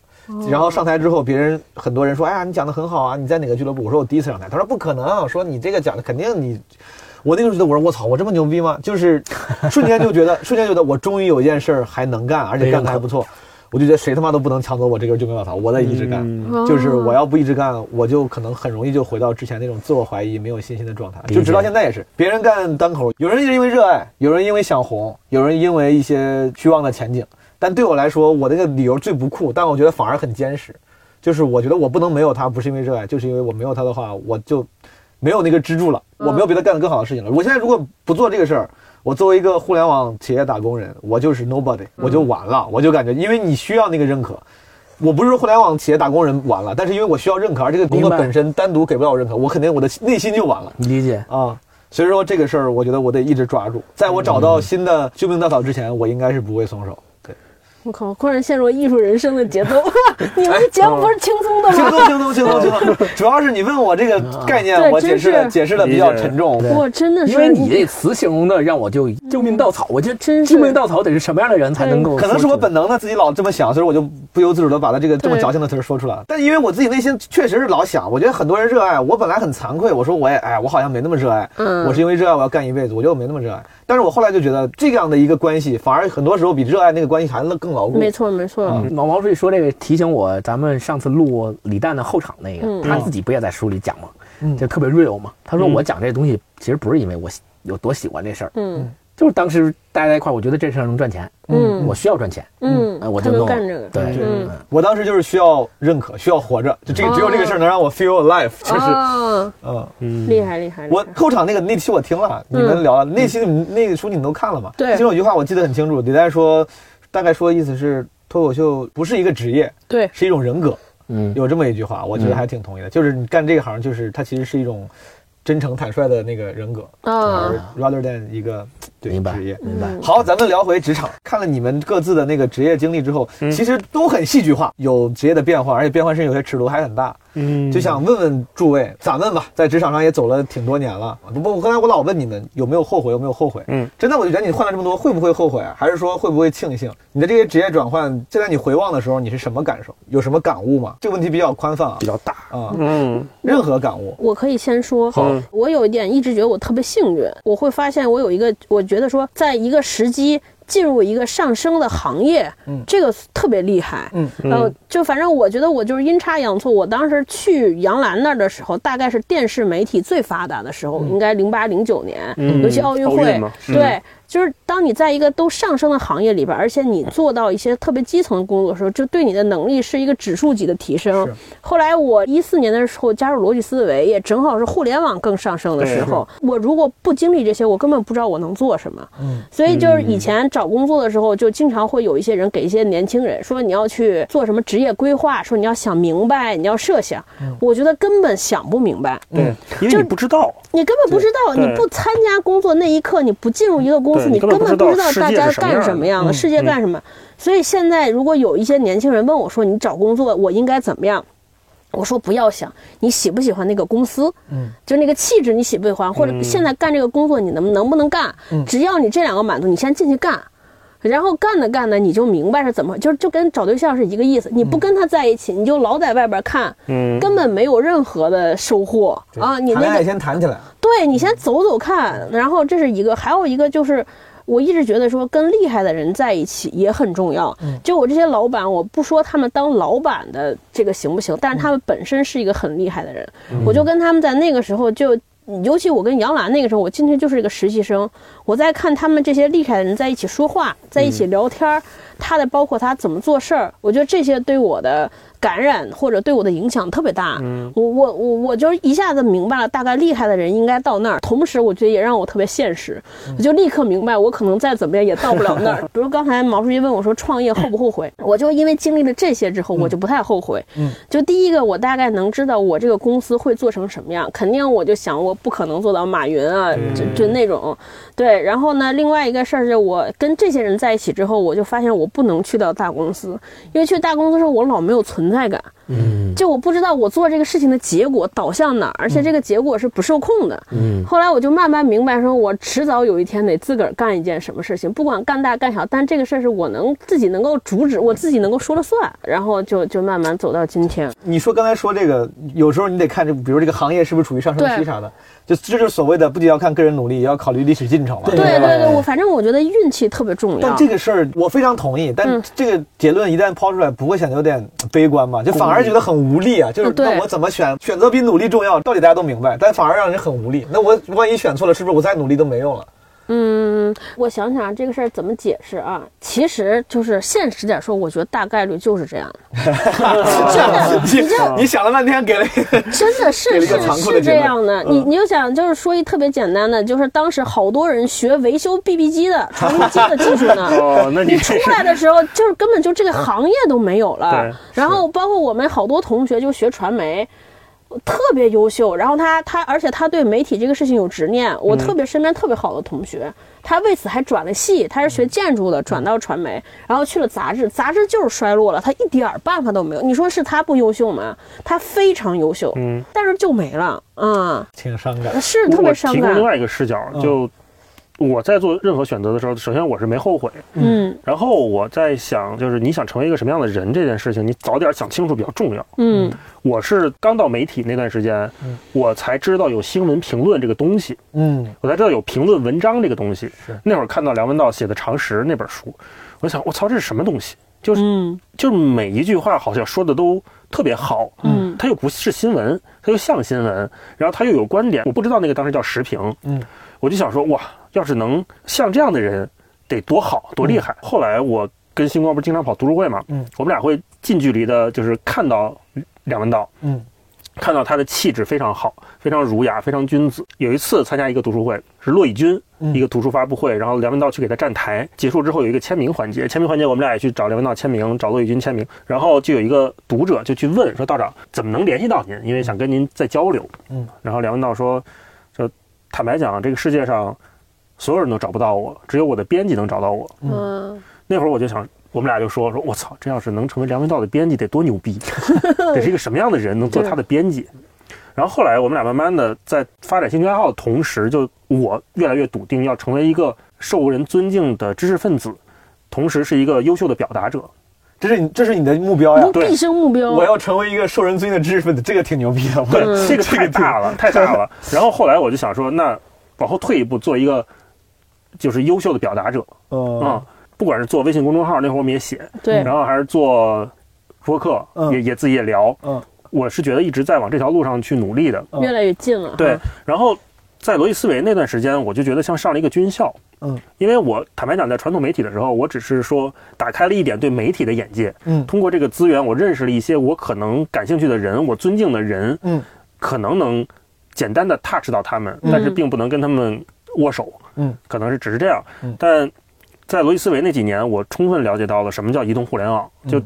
[SPEAKER 4] 然后上台之后，别人很多人说：“哎呀，你讲的很好啊，你在哪个俱乐部？”我说：“我第一次上台。”他说：“不可能，啊说你这个讲的肯定你。”我那个时候觉得，我说我操，我这么牛逼吗？就是瞬间就觉得，瞬间觉得我终于有一件事儿还能干，而且干的还不错，我就觉得谁他妈都不能抢走我这根救命稻草，我得一直干。
[SPEAKER 1] 哦
[SPEAKER 4] 就是我要不一直干，我就可能很容易就回到之前那种自我怀疑、没有信心的状态，
[SPEAKER 3] 解
[SPEAKER 4] 就直到现在也是。别人干单口，有人是因为热爱，有人因为想红，有人因为一些虚妄的前景。但对我来说，我那个理由最不酷，但我觉得反而很坚实。就是我觉得我不能没有它，不是因为热爱，就是因为我没有它的话，我就没有那个支柱了，
[SPEAKER 2] 嗯
[SPEAKER 4] 我没有别的干得更好的事情了。我现在如果不做这个事儿，我作为一个互联网企业打工人，我就是
[SPEAKER 2] 嗯
[SPEAKER 4] nobody，我就完了，我就感觉，因为你需要那个认可。我不是说互联网企业打工人完了，但是因为我需要认可，而这个工作
[SPEAKER 2] 明白
[SPEAKER 4] 本身单独给不了我认可，我肯定我的内心就完了。
[SPEAKER 3] 你理解？
[SPEAKER 4] 啊。所以说这个事儿，我觉得我得一直抓住，在我
[SPEAKER 2] 嗯
[SPEAKER 4] 找到新的救命稻草之前，我应该是不会松手。对，
[SPEAKER 1] 我靠，忽然陷入艺术人生的节奏。你们节目不是轻松 的
[SPEAKER 4] 轻
[SPEAKER 1] 吗？
[SPEAKER 4] 松轻松轻松轻松。主要是你问我这个概念，
[SPEAKER 1] 对
[SPEAKER 4] 我解
[SPEAKER 1] 真
[SPEAKER 4] 释
[SPEAKER 1] 是
[SPEAKER 4] 的解释的比较沉重。
[SPEAKER 1] 我真的是，
[SPEAKER 3] 因为你这词形容的让我就救命稻草，我觉得
[SPEAKER 1] 真是
[SPEAKER 3] 救命稻草得是什么样的人才能够？
[SPEAKER 4] 可能是我本能的自己老这么想，所以我就不由自主的把它这个这么
[SPEAKER 1] 对
[SPEAKER 4] 矫情的词儿说出来了。但因为我自己内心确实是老想，我觉得很多人热爱我，本来很惭愧，我说我也哎，我好像没那么热爱。
[SPEAKER 1] 嗯
[SPEAKER 4] 我是因为热爱我要干一辈子，我觉得我没那么热爱。但是我后来就觉得这样的一个关系，反而很多时候比热爱那个关系还更牢固。
[SPEAKER 1] 没错没错，
[SPEAKER 3] 毛毛书记说这个提醒我，咱们上次录李诞的后场那个，他自己不也在书里讲吗？就特别 real 嘛。他说我讲这东西其实不是因为我喜有多喜欢这事儿，
[SPEAKER 1] 嗯
[SPEAKER 3] 就是当时大家在一块儿，我觉得这事儿能赚钱，
[SPEAKER 1] 嗯
[SPEAKER 3] 我需要赚钱，
[SPEAKER 1] 嗯
[SPEAKER 3] 哎，我
[SPEAKER 1] 他
[SPEAKER 3] 就
[SPEAKER 1] 能
[SPEAKER 3] 弄
[SPEAKER 1] 干这个，
[SPEAKER 3] 对，
[SPEAKER 1] 嗯
[SPEAKER 3] 嗯
[SPEAKER 4] 我当时就是需要认可，需要活着，就
[SPEAKER 1] 哦
[SPEAKER 4] 这个只有这个事儿能让我 feel alive，就是，
[SPEAKER 1] 啊，
[SPEAKER 4] 嗯，
[SPEAKER 2] 嗯，
[SPEAKER 1] 厉害厉害，厉
[SPEAKER 4] 我
[SPEAKER 1] 害
[SPEAKER 4] 后场那个那期我听了，你们聊了那期你们那个书你们都看了吗？
[SPEAKER 1] 对
[SPEAKER 4] 其中有句话我记得很清楚，李诞说，大概说意思是脱口秀不是一个职业，
[SPEAKER 1] 对，
[SPEAKER 4] 是一种人格，
[SPEAKER 3] 嗯，
[SPEAKER 4] 有这么一句话，我觉得还挺同意的，就是你干这行，就是它其实是一种真诚坦率的那个人格，
[SPEAKER 1] 啊，
[SPEAKER 4] r a t h e r than 一个对
[SPEAKER 3] 明白
[SPEAKER 4] 职业。
[SPEAKER 3] 明白。
[SPEAKER 4] 好，咱们聊回职场。看了你们各自的那个职业经历之后，
[SPEAKER 3] 嗯
[SPEAKER 4] 其实都很戏剧化，有职业的变化，而且变化是有些尺度还很大。
[SPEAKER 2] 嗯，
[SPEAKER 4] 就想问问诸位，咱们吧，在职场上也走了挺多年了。不不，刚才我老问你们有没有后悔，有没有后悔？
[SPEAKER 2] 嗯，
[SPEAKER 4] 真的，我就觉得你换了这么多，会不会后悔啊？还是说会不会庆幸？你的这些职业转换，现在你回望的时候，你是什么感受？有什么感悟吗？这个问题比较宽泛啊
[SPEAKER 2] 比，较大，
[SPEAKER 4] 啊、
[SPEAKER 2] 嗯
[SPEAKER 4] 任何感悟。
[SPEAKER 1] 我可以先说，
[SPEAKER 2] 好
[SPEAKER 1] 我有一点一直觉得我特别幸运，我会发现我有一个，我觉得说，在一个时机进入一个上升的行业，
[SPEAKER 4] 嗯
[SPEAKER 1] 这个特别厉害，
[SPEAKER 4] 嗯
[SPEAKER 1] 呃，就反正我觉得我就是阴差阳错，我当时去杨澜那儿的时候，大概是电视媒体最发达的时
[SPEAKER 4] 嗯
[SPEAKER 1] 候，应该零八零九年，
[SPEAKER 2] 嗯
[SPEAKER 1] 尤其奥运
[SPEAKER 2] 奥
[SPEAKER 1] 会，
[SPEAKER 2] 运嘛嗯
[SPEAKER 1] 对。就是当你在一个都上升的行业里边，而且你做到一些特别基层的工作的时候，就对你的能力是一个指数级的提升。后来我一四年的时候加入逻辑思维，也正好是互联网更上升的时候。我如果不经历这些，我根本不知道我能做什么。
[SPEAKER 4] 嗯，
[SPEAKER 1] 所以就是以前找工作的时候，就经常会有一些人给一些年轻人说你要去做什么职业规划，说你要想明白，你要设想。我觉得根本想不明白，
[SPEAKER 2] 对，因为你不知道，
[SPEAKER 1] 你根本不知道，
[SPEAKER 2] 对
[SPEAKER 1] 你不参加工作那一刻，你不进入一个公司，
[SPEAKER 2] 对
[SPEAKER 1] 你
[SPEAKER 2] 你
[SPEAKER 1] 根
[SPEAKER 2] 根
[SPEAKER 1] 本
[SPEAKER 2] 本
[SPEAKER 1] 不
[SPEAKER 2] 不
[SPEAKER 1] 知
[SPEAKER 2] 知道
[SPEAKER 1] 道大家
[SPEAKER 2] 世
[SPEAKER 1] 干
[SPEAKER 2] 界是什么样
[SPEAKER 1] 什么样的，
[SPEAKER 4] 嗯
[SPEAKER 1] 世界干什么。所以现在如果有一些年轻人问我说：“你找工作，我应该怎么样？”我说不要想你喜不喜欢那个公司，
[SPEAKER 4] 嗯，
[SPEAKER 1] 就那个气质你喜不喜欢，或者
[SPEAKER 2] 嗯
[SPEAKER 1] 现在干这个工作你能能不能干？只要你这两个满足，你先进去干，然后干着干着你就明白是怎么，就就跟找对象是一个意思。你不跟他在一起，你就老在外边看，
[SPEAKER 2] 嗯，。
[SPEAKER 1] 根本没有任何的收获啊！你
[SPEAKER 4] 谈恋
[SPEAKER 1] 那
[SPEAKER 4] 爱
[SPEAKER 1] 个
[SPEAKER 4] 先谈起来，啊
[SPEAKER 1] 对你先走走看，然后这是一个，还有一个就是。我一直觉得说跟厉害的人在一起也很重要。就我这些老板，我不说他们当老板的这个行不行，但是他们本身是一个很厉害的人。我就跟他们在那个时候就，尤其我跟杨澜那个时候，我进去就是一个实习生。我在看他们这些厉害的人在一起说话，在一起聊天儿，他的包括他怎么做事儿，我觉得这些对我的感染或者对我的影响特别大。我我我我就一下子明白了，大概厉害的人应该到那儿。同时，我觉得也让我特别现实，我就立刻明白，我可能再怎么样也到不了那儿。比如刚才毛书记问我说创业后不后悔，我就因为经历了这些之后，我就不太后悔。
[SPEAKER 4] 嗯，
[SPEAKER 1] 就第一个，我大概能知道我这个公司会做成什么样，肯定我就想我不可能做到马云啊，就就那种。对，然后呢，另外一个事儿是我跟这些人在一起之后，我就发现我不能去到大公司，因为去大公司的时候我老没有存在感，嗯，就我不知道我做这个事情的结果导向哪儿，而且这个结果是不受控的，嗯。后来我就慢慢明白，说我迟早有一天得自个儿干一件什么事情，不管干大干小，但这个事儿是我能自己能够阻止，我自己能够说了算，然后就就慢慢走到今天。
[SPEAKER 4] 你说刚才说这个，有时候你得看这，比如这个行业是不是处于上升
[SPEAKER 1] 对
[SPEAKER 4] 期啥的，就这就是所谓的不仅要看个人努力，也要考虑历史进程嘛。
[SPEAKER 1] 对对对，我反正我觉得运气特别重要。
[SPEAKER 4] 但这个事儿我非常同意，但
[SPEAKER 1] 嗯
[SPEAKER 4] 这个结论一旦抛出来，不会显得有点悲观吗？就反而觉得很无力啊！就是
[SPEAKER 1] 嗯对
[SPEAKER 4] 那我怎么选？选择比努力重要，道理大家都明白，但反而让人很无力。那我万一选错了，是不是我再努力都没用了？
[SPEAKER 1] 嗯，我想想这个事儿怎么解释啊？其实就是现实点说，我觉得大概率就是这样的。真的，你这
[SPEAKER 4] 你想了半天，给了
[SPEAKER 1] 真的
[SPEAKER 4] 给
[SPEAKER 1] 是
[SPEAKER 4] 了一个
[SPEAKER 1] 是
[SPEAKER 4] 残酷的
[SPEAKER 1] 是
[SPEAKER 4] 结
[SPEAKER 1] 这
[SPEAKER 4] 论
[SPEAKER 1] 样的，你你就想就是说一特别简单的，就是当时好多人学维修 BB 机的传呼机的技术呢
[SPEAKER 2] 哦，那 你
[SPEAKER 1] 你
[SPEAKER 2] 这
[SPEAKER 1] 出
[SPEAKER 2] 是
[SPEAKER 1] 来的时候，就是根本就这个行业都没有了
[SPEAKER 2] 对。
[SPEAKER 1] 然后包括我们好多同学就学传媒，特别优秀。然后他他，而且他对媒体这个事情有执念。
[SPEAKER 2] 嗯
[SPEAKER 1] 我特别身边特别好的同学，他为此还转了系，他是学建筑的，
[SPEAKER 2] 嗯
[SPEAKER 1] 转到传媒，然后去了杂志。杂志就是衰落了，他一点儿办法都没有。你说是他不优秀吗？他非常优秀，
[SPEAKER 2] 嗯，
[SPEAKER 1] 但是就没了啊、
[SPEAKER 6] 挺伤感。
[SPEAKER 1] 是特
[SPEAKER 2] 我
[SPEAKER 1] 别伤
[SPEAKER 2] 提供另
[SPEAKER 1] 感。
[SPEAKER 2] 外一个视角，就我在做任何选择的时候，首先我是没后悔，
[SPEAKER 1] 嗯
[SPEAKER 2] 然后我在想，就是你想成为一个什么样的人这件事情，你早点想清楚比较重要。
[SPEAKER 1] 嗯
[SPEAKER 2] 我是刚到媒体那段时间，我才知道有新闻评论这个东西，
[SPEAKER 4] 嗯，
[SPEAKER 2] 我才知道有评论文章这个东西。是那会儿看到梁文道写的《常识》那本书，我想我操，这是什么东西？就是、
[SPEAKER 1] 嗯
[SPEAKER 2] 就是每一句话好像说的都特别好，
[SPEAKER 1] 嗯
[SPEAKER 2] 它又不是新闻，它又像新闻，然后它又有观点。我不知道那个当时叫时评，
[SPEAKER 4] 嗯，
[SPEAKER 2] 我就想说哇，要是能像这样的人得多好多厉害。后来我跟星光不是经常跑读书会嘛，
[SPEAKER 4] 嗯，
[SPEAKER 2] 我们俩会近距离的，就是看到梁文道，
[SPEAKER 4] 嗯，
[SPEAKER 2] 看到他的气质非常好，非常儒雅，非常君子。有一次参加一个读书会，是骆以军。一个读书发布会，然后梁文道去给他站台，结束之后有一个签名环节，签名环节我们俩也去找梁文道签名，找骆以军签名，然后就有一个读者就去问说道长怎么能联系到您，因为想跟您再交流。
[SPEAKER 4] 嗯，
[SPEAKER 2] 然后梁文道说，就坦白讲，这个世界上所有人都找不到我，只有我的编辑能找到我。
[SPEAKER 1] 嗯，
[SPEAKER 2] 那会儿我就想，我们俩就说说，我操，这要是能成为梁文道的编辑得多牛逼， 得是一个什么样的人能做他的编辑？然后后来我们俩慢慢的在发展兴趣爱好的同时，就我越来越笃定要成为一个受人尊敬的知识分子，同时是一个优秀的表达者。
[SPEAKER 4] 这是你这是你的目标呀
[SPEAKER 1] 目。
[SPEAKER 2] 哎对
[SPEAKER 1] 毕生目标。
[SPEAKER 4] 我要成为一个受人尊敬的知识分子，这个挺牛逼的。我
[SPEAKER 2] 对，
[SPEAKER 1] 嗯
[SPEAKER 2] 这个太大了，太大了。然后后来我就想说，那往后退一步，做一个就是优秀的表达者啊、
[SPEAKER 4] 嗯，
[SPEAKER 2] 不管是做微信公众号，那会儿我们也写，
[SPEAKER 1] 对
[SPEAKER 2] 然后还是做播客，
[SPEAKER 4] 嗯
[SPEAKER 2] 也也自己也聊。
[SPEAKER 4] 嗯，
[SPEAKER 2] 我是觉得一直在往这条路上去努力的。
[SPEAKER 4] 嗯
[SPEAKER 1] 越来越近了。
[SPEAKER 2] 对，然后在罗辑思维那段时间，我就觉得像上了一个军校。
[SPEAKER 4] 嗯，
[SPEAKER 2] 因为我坦白讲，在传统媒体的时候，我只是说打开了一点对媒体的眼界。
[SPEAKER 4] 嗯
[SPEAKER 2] 通过这个资源，我认识了一些我可能感兴趣的人，我尊敬的人。
[SPEAKER 4] 嗯，
[SPEAKER 2] 可能能简单的 touch 到他们，但是并不能跟他们握手。
[SPEAKER 4] 嗯，
[SPEAKER 2] 可能是只是这样。
[SPEAKER 4] 嗯
[SPEAKER 2] 但在罗辑思维那几年，我充分了解到了什么叫移动互联网。
[SPEAKER 4] 嗯
[SPEAKER 2] 就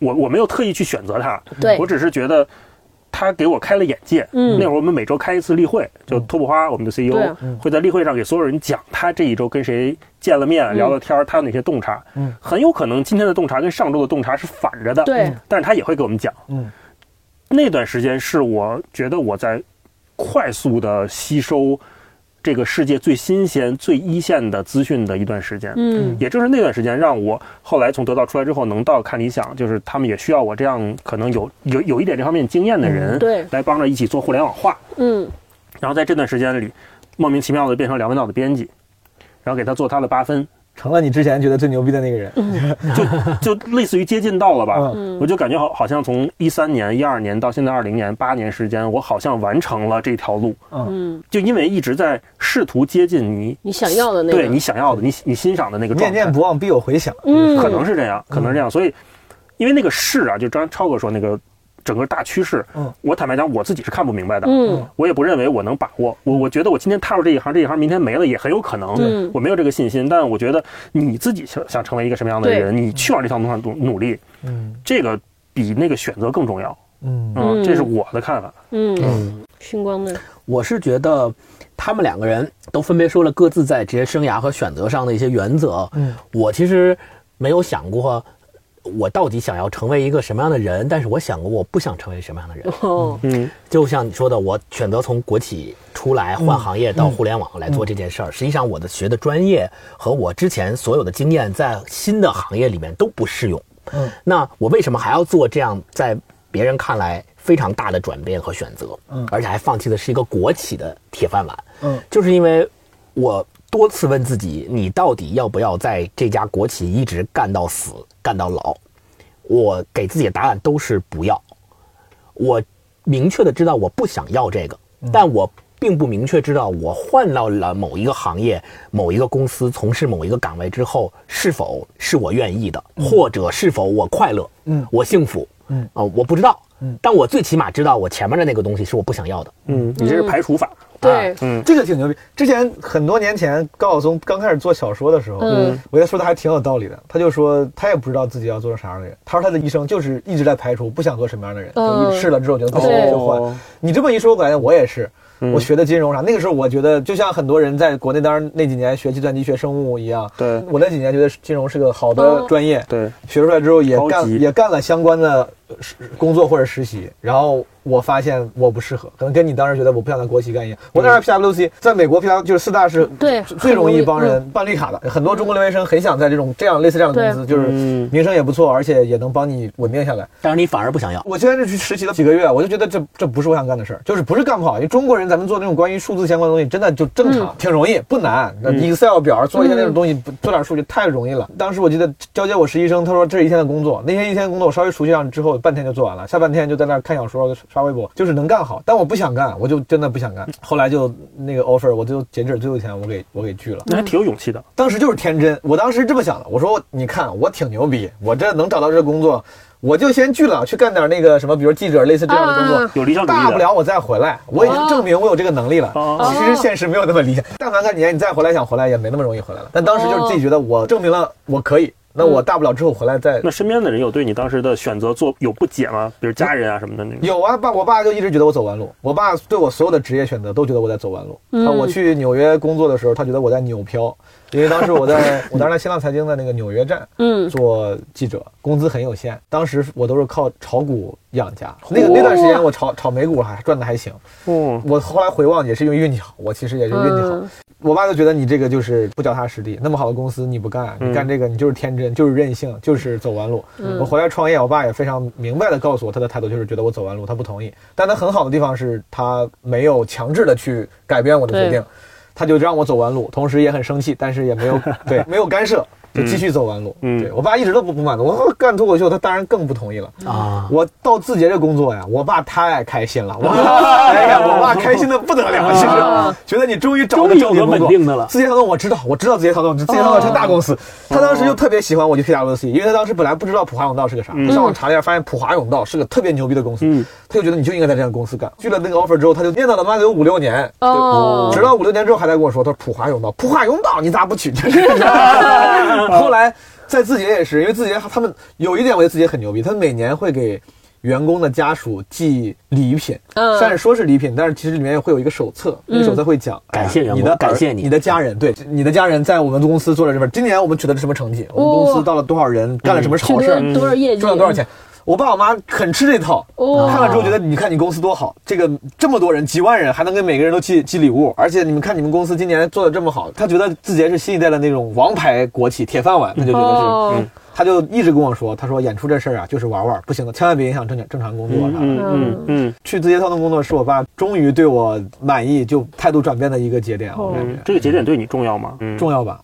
[SPEAKER 2] 我我没有特意去选择它，
[SPEAKER 1] 对
[SPEAKER 2] 我只是觉得他给我开了眼界。
[SPEAKER 1] 嗯
[SPEAKER 2] 那会儿我们每周开一次例会，就托普花我们的 CEO
[SPEAKER 1] 对啊
[SPEAKER 2] 会在例会上给所有人讲他这一周跟谁见了
[SPEAKER 1] 嗯
[SPEAKER 2] 面、聊了天儿，他有哪些洞察。
[SPEAKER 4] 嗯，
[SPEAKER 2] 很有可能今天的洞察跟上周的洞察是反着的。
[SPEAKER 1] 对，
[SPEAKER 2] 但是他也会给我们讲。
[SPEAKER 4] 嗯，
[SPEAKER 2] 那段时间是我觉得我在快速的吸收这个世界最新鲜、最一线的资讯的一段时间。
[SPEAKER 1] 嗯
[SPEAKER 2] 也正是那段时间，让我后来从得到出来之后，能到看理想，就是他们也需要我这样可能有有有一点这方面经验的人，
[SPEAKER 1] 嗯对
[SPEAKER 2] 来帮着一起做互联网化。
[SPEAKER 1] 嗯
[SPEAKER 2] 然后在这段时间里，莫名其妙的变成梁文道的编辑，然后给他做他的八分，
[SPEAKER 4] 成了你之前觉得最牛逼的那个人。
[SPEAKER 2] 就类似于接近到了吧。
[SPEAKER 4] 嗯
[SPEAKER 2] 我就感觉好好像从一三年、一二年到现在二零年八年时间，我好像完成了这条路，
[SPEAKER 1] 嗯，
[SPEAKER 2] 就因为一直在试图接近你
[SPEAKER 1] 你想要的那个。
[SPEAKER 2] 对你想要的、你你欣赏的那个状
[SPEAKER 4] 念
[SPEAKER 2] 态。
[SPEAKER 4] 念不嗯忘必有回响。
[SPEAKER 1] 嗯，
[SPEAKER 2] 可能是这样，可能是这样。所以，因为那个势啊，就刚才超哥说那个整个大趋势，
[SPEAKER 4] 嗯
[SPEAKER 2] 我坦白讲，我自己是看不明白的，
[SPEAKER 1] 嗯
[SPEAKER 2] 我也不认为我能把握。我我觉得我今天踏入这一行，这一行明天没了也很有可能，
[SPEAKER 1] 嗯
[SPEAKER 2] 我没有这个信心。但我觉得你自己想想成为一个什么样的
[SPEAKER 1] 对
[SPEAKER 2] 人，你去往这条路上努努力，
[SPEAKER 4] 嗯
[SPEAKER 2] 这个比那个选择更重要。
[SPEAKER 4] 嗯
[SPEAKER 1] 嗯
[SPEAKER 2] 这是我的看法。
[SPEAKER 1] 嗯，星光的
[SPEAKER 3] 我是觉得他们两个人都分别说了各自在职业生涯和选择上的一些原则。
[SPEAKER 4] 嗯，
[SPEAKER 3] 我其实没有想过我到底想要成为一个什么样的人，但是我想过我不想成为什么样的人。
[SPEAKER 1] 哦，
[SPEAKER 2] 嗯
[SPEAKER 3] 就像你说的，我选择从国企出来换行业到互联网来做这件
[SPEAKER 4] 嗯
[SPEAKER 3] 事儿，实际上我的学的专业和我之前所有的经验在新的行业里面都不适用。
[SPEAKER 4] 嗯，
[SPEAKER 3] 那我为什么还要做这样在别人看来非常大的转变和选择？
[SPEAKER 4] 嗯
[SPEAKER 3] 而且还放弃的是一个国企的铁饭碗。
[SPEAKER 4] 嗯，
[SPEAKER 3] 就是因为我多次问自己，你到底要不要在这家国企一直干到死，干到老？我给自己的答案
[SPEAKER 4] 嗯
[SPEAKER 3] 都是不要。我明确的知道我不想要这个，但我并不明确知道我换到了某一个行业、某一个公司从事某一个岗位之后，是否是我愿意的，或者是否我快乐，
[SPEAKER 4] 嗯
[SPEAKER 3] 我幸福，
[SPEAKER 4] 嗯
[SPEAKER 3] 啊、我不知道，
[SPEAKER 4] 嗯，
[SPEAKER 3] 但我最起码知道我前面的那个东西是我不想要的，
[SPEAKER 2] 嗯，你这是排除法。
[SPEAKER 1] 对，
[SPEAKER 2] 嗯，
[SPEAKER 4] 这个挺牛逼。之前很多年前，高晓松刚开始做小说的时候，
[SPEAKER 1] 嗯
[SPEAKER 4] 我觉得说的还挺有道理的。他就说他也不知道自己要做成啥样的人，他说他的一生就是一直在排除不想做什么样的人，
[SPEAKER 1] 嗯
[SPEAKER 4] 就一试了之后觉得不行
[SPEAKER 1] 对
[SPEAKER 4] 哦就
[SPEAKER 2] 哦
[SPEAKER 4] 换。你这么一说，我感觉我也是。我学的金融啥，那个时候我觉得就像很多人在国内当时那几年学计算机、学生物一样，
[SPEAKER 2] 对
[SPEAKER 4] 我那几年觉得金融是个好的
[SPEAKER 1] 嗯
[SPEAKER 4] 专业，
[SPEAKER 2] 对，
[SPEAKER 4] 学出来之后也
[SPEAKER 2] 高级
[SPEAKER 4] 干也干了相关的呃实工作或者实习，然后我发现我不适合，可能跟你当时觉得我不想在国企干一样。我那时候 PWC 在美国 P W 就是四大是
[SPEAKER 1] 对
[SPEAKER 4] 最最容易嗯帮人办绿卡的，很多中国留学生很想在这种这样类似这样的公司，就是
[SPEAKER 2] 嗯
[SPEAKER 4] 名声也不错，而且也能帮你稳定下来。
[SPEAKER 3] 但是你反而不想要，
[SPEAKER 4] 我现在这去实习了几个月，我就觉得这这不是我想干的事儿，就是不是干不好，因为中国人咱们做那种关于数字相关的东西，真的就正常，挺容易，不难。那 Excel 表做一些那种东西，不做点数据太容易了。当时我记得交接我实习生，他说这是一天的工作，那天一天工作我稍微熟悉上之后，半天就做完了，下半天就在那儿看小说、刷微博，就是能干好。但我不想干，我就真的不想干。后来就那个 offer，我就截止最后一天，我给我给拒了。
[SPEAKER 2] 那还挺有勇气的。
[SPEAKER 4] 当时就是天真，我当时这么想的，我说你看我挺牛逼，我这能找到这工作，我就先拒了，去干点那个什么，比如记者类似这样的工作。
[SPEAKER 1] 啊
[SPEAKER 2] 有理想主义的
[SPEAKER 4] 大不了我再回来，我已经证明我有这个能力了。
[SPEAKER 2] 哦
[SPEAKER 4] 其实现实没有那么理想，但凡干几年，你再回来想回来也没那么容易回来了。但当时就是自己觉得我证明了我可以，那我大不了之后回来再
[SPEAKER 2] 那身边的人有对你当时的选择做有不解吗？比如家人啊什么的那种。
[SPEAKER 4] 有啊，爸，我爸就一直觉得我走弯路。我爸对我所有的职业选择都觉得我在走弯路。
[SPEAKER 1] 嗯
[SPEAKER 4] 啊，我去纽约工作的时候，他觉得我在纽漂，因为当时我在我当时在新浪财经的那个纽约站，
[SPEAKER 1] 嗯
[SPEAKER 4] 做记者，工资很有限。当时我都是靠炒股养家，那个那段时间我炒炒美股还赚的还行。
[SPEAKER 2] 哦，
[SPEAKER 4] 我后来回望也是因为运气好，我其实也是运气好。
[SPEAKER 1] 嗯
[SPEAKER 4] 我爸就觉得你这个就是不脚踏实地，那么好的公司你不干，
[SPEAKER 2] 嗯
[SPEAKER 4] 你干这个你就是天真，就是任性，就是走弯路。我回来创业，我爸也非常明白的告诉我，他的态度就是觉得我走弯路，他不同意。但他很好的地方是他没有强制的去改变我的决定
[SPEAKER 1] 对，
[SPEAKER 4] 他就让我走弯路，同时也很生气，但是也没 有对没有干涉，就继续走弯路。
[SPEAKER 2] 嗯
[SPEAKER 4] 对我爸一直都不不满足，我干脱口秀，他当然更不同意了。
[SPEAKER 3] 啊，
[SPEAKER 4] 我到字节这工作呀，我爸太开心了，我爸哎呀，我爸开心的不得了，其
[SPEAKER 1] 啊
[SPEAKER 4] 实觉得你终于找了
[SPEAKER 3] 终于有
[SPEAKER 4] 正
[SPEAKER 3] 个
[SPEAKER 4] 经工
[SPEAKER 3] 稳
[SPEAKER 4] 作
[SPEAKER 3] 定的了嗯
[SPEAKER 4] 字节跳动我知道，我知道字节跳动，字节跳动是大公司，他当时就特别喜欢我去 PWC，因为他当时本来不知道普华永道是
[SPEAKER 3] 嗯
[SPEAKER 4] 个啥，我上网查了一下，发现普华永道是个特别牛逼的公司
[SPEAKER 2] 嗯，
[SPEAKER 4] 他就觉得你就应该在这样的公司干。拒了那个 offer 之后，他就念叨了妈得有五六年，
[SPEAKER 1] 哦
[SPEAKER 4] 直到五六年之后还在跟我说，他说普华永道，普华永道你咋不去？ 后来 在字节也是，因为字节他们有一点，我觉得字节很牛逼，他们每年会给员工的家属寄礼品，
[SPEAKER 1] 嗯
[SPEAKER 4] 虽然说是礼品，但是其实里面会有一个手册，那个手册会讲哎
[SPEAKER 3] 感谢员工
[SPEAKER 4] 你的儿
[SPEAKER 3] 感谢你
[SPEAKER 4] 你的家人，对，你的家人在我们公司做了什么？今年我们取得了什么成绩？我们公司到了多少人？干了什么
[SPEAKER 1] 取
[SPEAKER 4] 好事儿？
[SPEAKER 1] 得多少业绩，
[SPEAKER 4] 赚了多少钱？我爸我妈很吃这套，
[SPEAKER 1] 哦
[SPEAKER 4] 嗯看了之后觉得，你看你公司多好，这个这么多人，几万人还能给每个人都寄寄礼物，而且你们看你们公司今年做的这么好，他觉得字节是新一代的那种王牌国企铁饭碗，他就觉得是，
[SPEAKER 1] 哦
[SPEAKER 2] 嗯
[SPEAKER 4] 他就一直跟我说，他说演出这事儿啊就是玩玩，不行的，千万别影响正正常工作啥的。
[SPEAKER 2] 嗯嗯嗯
[SPEAKER 4] 去字节跳动工作是我爸终于对我满意就态度转变的一个节点，我感
[SPEAKER 1] 哦
[SPEAKER 2] 嗯
[SPEAKER 4] 觉，
[SPEAKER 2] 这个节点对你重要吗？嗯，
[SPEAKER 4] 重，要吧。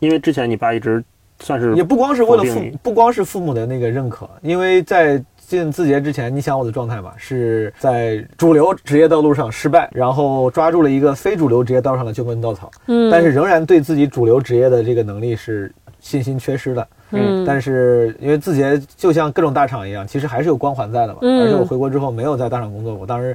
[SPEAKER 2] 因为之前你爸一直算是
[SPEAKER 4] 也不光是为了
[SPEAKER 2] 否
[SPEAKER 4] 父
[SPEAKER 2] 定你，
[SPEAKER 4] 不光是父母的那个认可，因为在进字节之前，你想我的状态嘛，是在主流职业道路上失败，然后抓住了一个非主流职业道路上的救命稻草，
[SPEAKER 1] 嗯，
[SPEAKER 4] 但是仍然对自己主流职业的这个能力是信心缺失的。
[SPEAKER 1] 嗯，
[SPEAKER 4] 但是因为字节就像各种大厂一样，其实还是有光环在的嘛。
[SPEAKER 1] 嗯
[SPEAKER 4] 而且我回国之后没有在大厂工作，我当时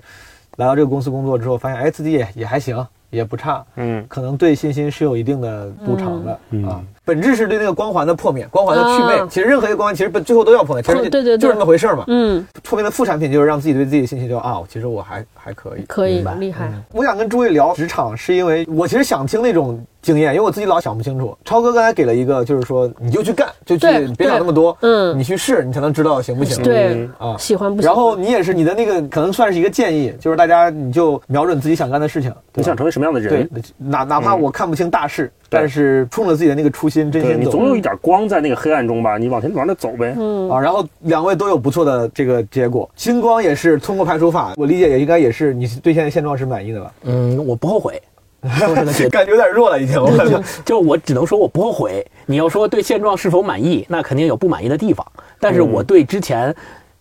[SPEAKER 4] 来到这个公司工作之后，发现哎自己也也还行，也不差。
[SPEAKER 2] 嗯
[SPEAKER 4] 可能对信心是有一定的补偿的、
[SPEAKER 2] 嗯
[SPEAKER 4] 啊。本质是对那个光环的破灭，光环的祛魅。
[SPEAKER 1] 啊哦
[SPEAKER 4] 其实任何一个光环，其实本最后都要破灭，其实
[SPEAKER 1] 对对对
[SPEAKER 4] 就是那么回事儿嘛。
[SPEAKER 1] 嗯，
[SPEAKER 4] 破灭的副产品就是让自己对自己的信心就啊，其实我还还可以。
[SPEAKER 1] 可以
[SPEAKER 3] 明白，
[SPEAKER 1] 厉害，
[SPEAKER 4] 我想跟诸位聊职场，是因为我其实想听那种经验，因为我自己老想不清楚。超哥刚才给了一个，就是说你就去干，就去
[SPEAKER 1] 对
[SPEAKER 4] 别想那么多，
[SPEAKER 1] 嗯
[SPEAKER 4] 你去试，你才能知道行不行。
[SPEAKER 1] 对
[SPEAKER 4] 啊，
[SPEAKER 1] 喜欢不喜欢？
[SPEAKER 4] 然后你也是你的那个可能算是一个建议，就是大家你就瞄准自己想干的事情，对
[SPEAKER 2] 你
[SPEAKER 4] 吧
[SPEAKER 2] 想成为什么样的人
[SPEAKER 4] 对？，嗯哪哪怕我看不清大势，
[SPEAKER 2] 对
[SPEAKER 4] 但是冲着自己的那个初心，真
[SPEAKER 2] 对
[SPEAKER 4] 心
[SPEAKER 2] 你
[SPEAKER 4] 走
[SPEAKER 2] 总有一点光在那个黑暗中吧，你往前往那走呗。
[SPEAKER 1] 嗯
[SPEAKER 4] 啊。然后两位都有不错的这个结果，星光也是通过排除法，我理解也应该也是你对现在现状是满意的吧？
[SPEAKER 3] 嗯，我不后悔，都是个决定。
[SPEAKER 4] 感觉有点弱了已经，我 感觉。
[SPEAKER 3] 就我只能说我不后悔。你要说对现状是否满意，那肯定有不满意的
[SPEAKER 4] 嗯
[SPEAKER 3] 地方。但是我对之前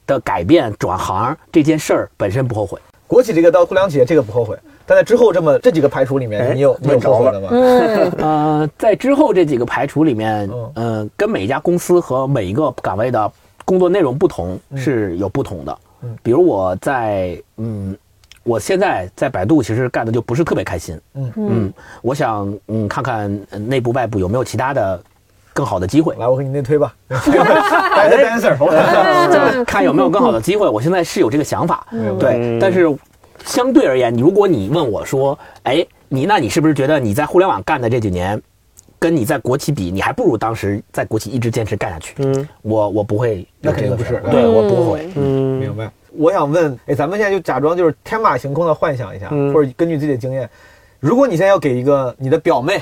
[SPEAKER 3] 的改变、转行这件事儿本身不后悔。
[SPEAKER 4] 国企这个到互联网企业这个不后悔，但在之后这么这几个排除里
[SPEAKER 2] 哎
[SPEAKER 4] 面，你有你有
[SPEAKER 2] 问着
[SPEAKER 4] 后悔
[SPEAKER 2] 了
[SPEAKER 4] 的吗？
[SPEAKER 1] 嗯，
[SPEAKER 3] 呃，在之后这几个排除里面
[SPEAKER 4] 嗯，
[SPEAKER 3] 嗯，跟每一家公司和每一个岗位的工作内容不同是有不同的
[SPEAKER 4] 嗯。
[SPEAKER 3] 比如我在嗯，我现在在百度其实干的就不是特别开心。
[SPEAKER 4] 嗯
[SPEAKER 3] 嗯，我想嗯看看呃内部外部有没有其他的更好的机会。
[SPEAKER 4] 来，我给你内推 吧，来个 dancer，好 吧
[SPEAKER 1] 嗯
[SPEAKER 3] 看有没有更好的机会。我现在是有这个想法，
[SPEAKER 4] 嗯
[SPEAKER 3] 对
[SPEAKER 2] 嗯。
[SPEAKER 3] 但是相对而言，如果你问我说，哎，你那你是不是觉得你在互联网干的这几年，跟你在国企比，你还不如当时在国企一直坚持干下去？
[SPEAKER 2] 嗯
[SPEAKER 3] 我我不会有
[SPEAKER 4] 那肯
[SPEAKER 3] 这
[SPEAKER 4] 定
[SPEAKER 3] 个
[SPEAKER 4] 不
[SPEAKER 3] 想
[SPEAKER 4] 是
[SPEAKER 3] 法，对
[SPEAKER 1] 嗯
[SPEAKER 3] 我不会。
[SPEAKER 2] 嗯
[SPEAKER 4] 明白。我想问，哎，咱们现在就假装就是天马行空的幻想一下，
[SPEAKER 2] 嗯
[SPEAKER 4] 或者根据自己的经验，如果你现在要给一个你的表妹。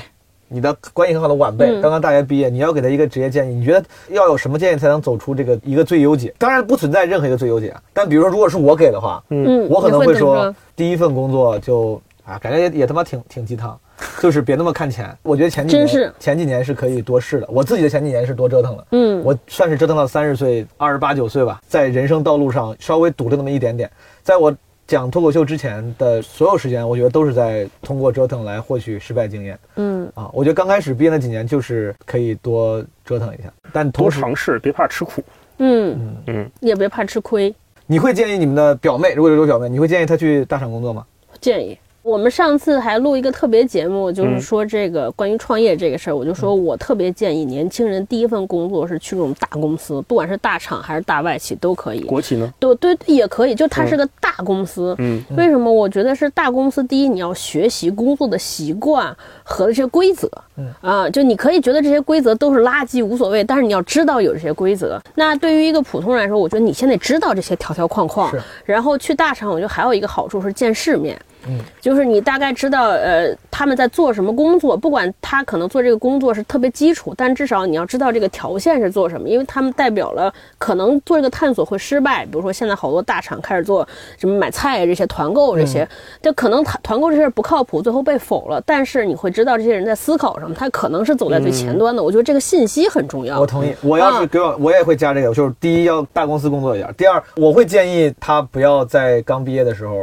[SPEAKER 4] 你的关系很好的晚辈，
[SPEAKER 1] 嗯
[SPEAKER 4] 刚刚大学毕业，你要给她一个职业建议，你觉得要有什么建议才能走出这个一个最优解？当然不存在任何一个最优解啊，但比如说如果是我给的话，
[SPEAKER 1] 嗯，
[SPEAKER 4] 我可能
[SPEAKER 1] 你
[SPEAKER 4] 会
[SPEAKER 1] 怎么
[SPEAKER 4] 说，第一份工作就啊，感觉也也他妈挺挺鸡汤，就是别那么看钱。我觉得前几
[SPEAKER 1] 真
[SPEAKER 4] 年
[SPEAKER 1] 是
[SPEAKER 4] 前几年是可以多试的，我自己的前几年是多折腾了。
[SPEAKER 1] 嗯，
[SPEAKER 4] 我算是折腾到三十岁、二十八九岁吧，在人生道路上稍微堵了那么一点点。在我讲脱口秀之前的所有时间，我觉得都是在通过折腾来获取失败经验
[SPEAKER 1] 嗯
[SPEAKER 4] 啊。我觉得刚开始毕业那几年就是可以多折腾一下，但
[SPEAKER 2] 多
[SPEAKER 4] 同时
[SPEAKER 2] 尝试，别怕吃苦。
[SPEAKER 1] 嗯
[SPEAKER 2] 嗯，
[SPEAKER 1] 也别怕吃亏。
[SPEAKER 4] 你会建议你们的表妹，如果有表妹，你会建议她去大厂工作吗？
[SPEAKER 1] 建议。我们上次还录一个特别节目，
[SPEAKER 2] 嗯
[SPEAKER 1] 就是说这个关于创业这个事儿，我就说我特别建议年轻人第一份工作是去这种大公司，不管是大厂还是大外企都可以，
[SPEAKER 2] 国企呢？
[SPEAKER 1] 对对也可以，就它是个大公司。
[SPEAKER 2] 嗯
[SPEAKER 1] 为什么？我觉得是大公司，第一你要学习工作的习惯和这些规则，
[SPEAKER 4] 嗯
[SPEAKER 1] 啊，就你可以觉得这些规则都是垃圾无所谓，但是你要知道有这些规则。那对于一个普通人来说，我觉得你先得知道这些条条框框
[SPEAKER 4] 是，
[SPEAKER 1] 然后去大厂，我觉得还有一个好处是见世面。
[SPEAKER 4] 嗯，
[SPEAKER 1] 就是你大概知道，呃，他们在做什么工作，不管他可能做这个工作是特别基础，但至少你要知道这个条线是做什么，因为他们代表了可能做这个探索会失败，比如说现在好多大厂开始做什么买菜啊这些团购这些，就可能团团购这事儿不靠谱，最后被否了，但是你会知道这些人在思考上，他可能是走在最前端的，我觉得这个信息很重要。
[SPEAKER 4] 我同意，我要是给我，我也会加这个，就是第一要大公司工作一点，第二我会建议他不要在刚毕业的时候，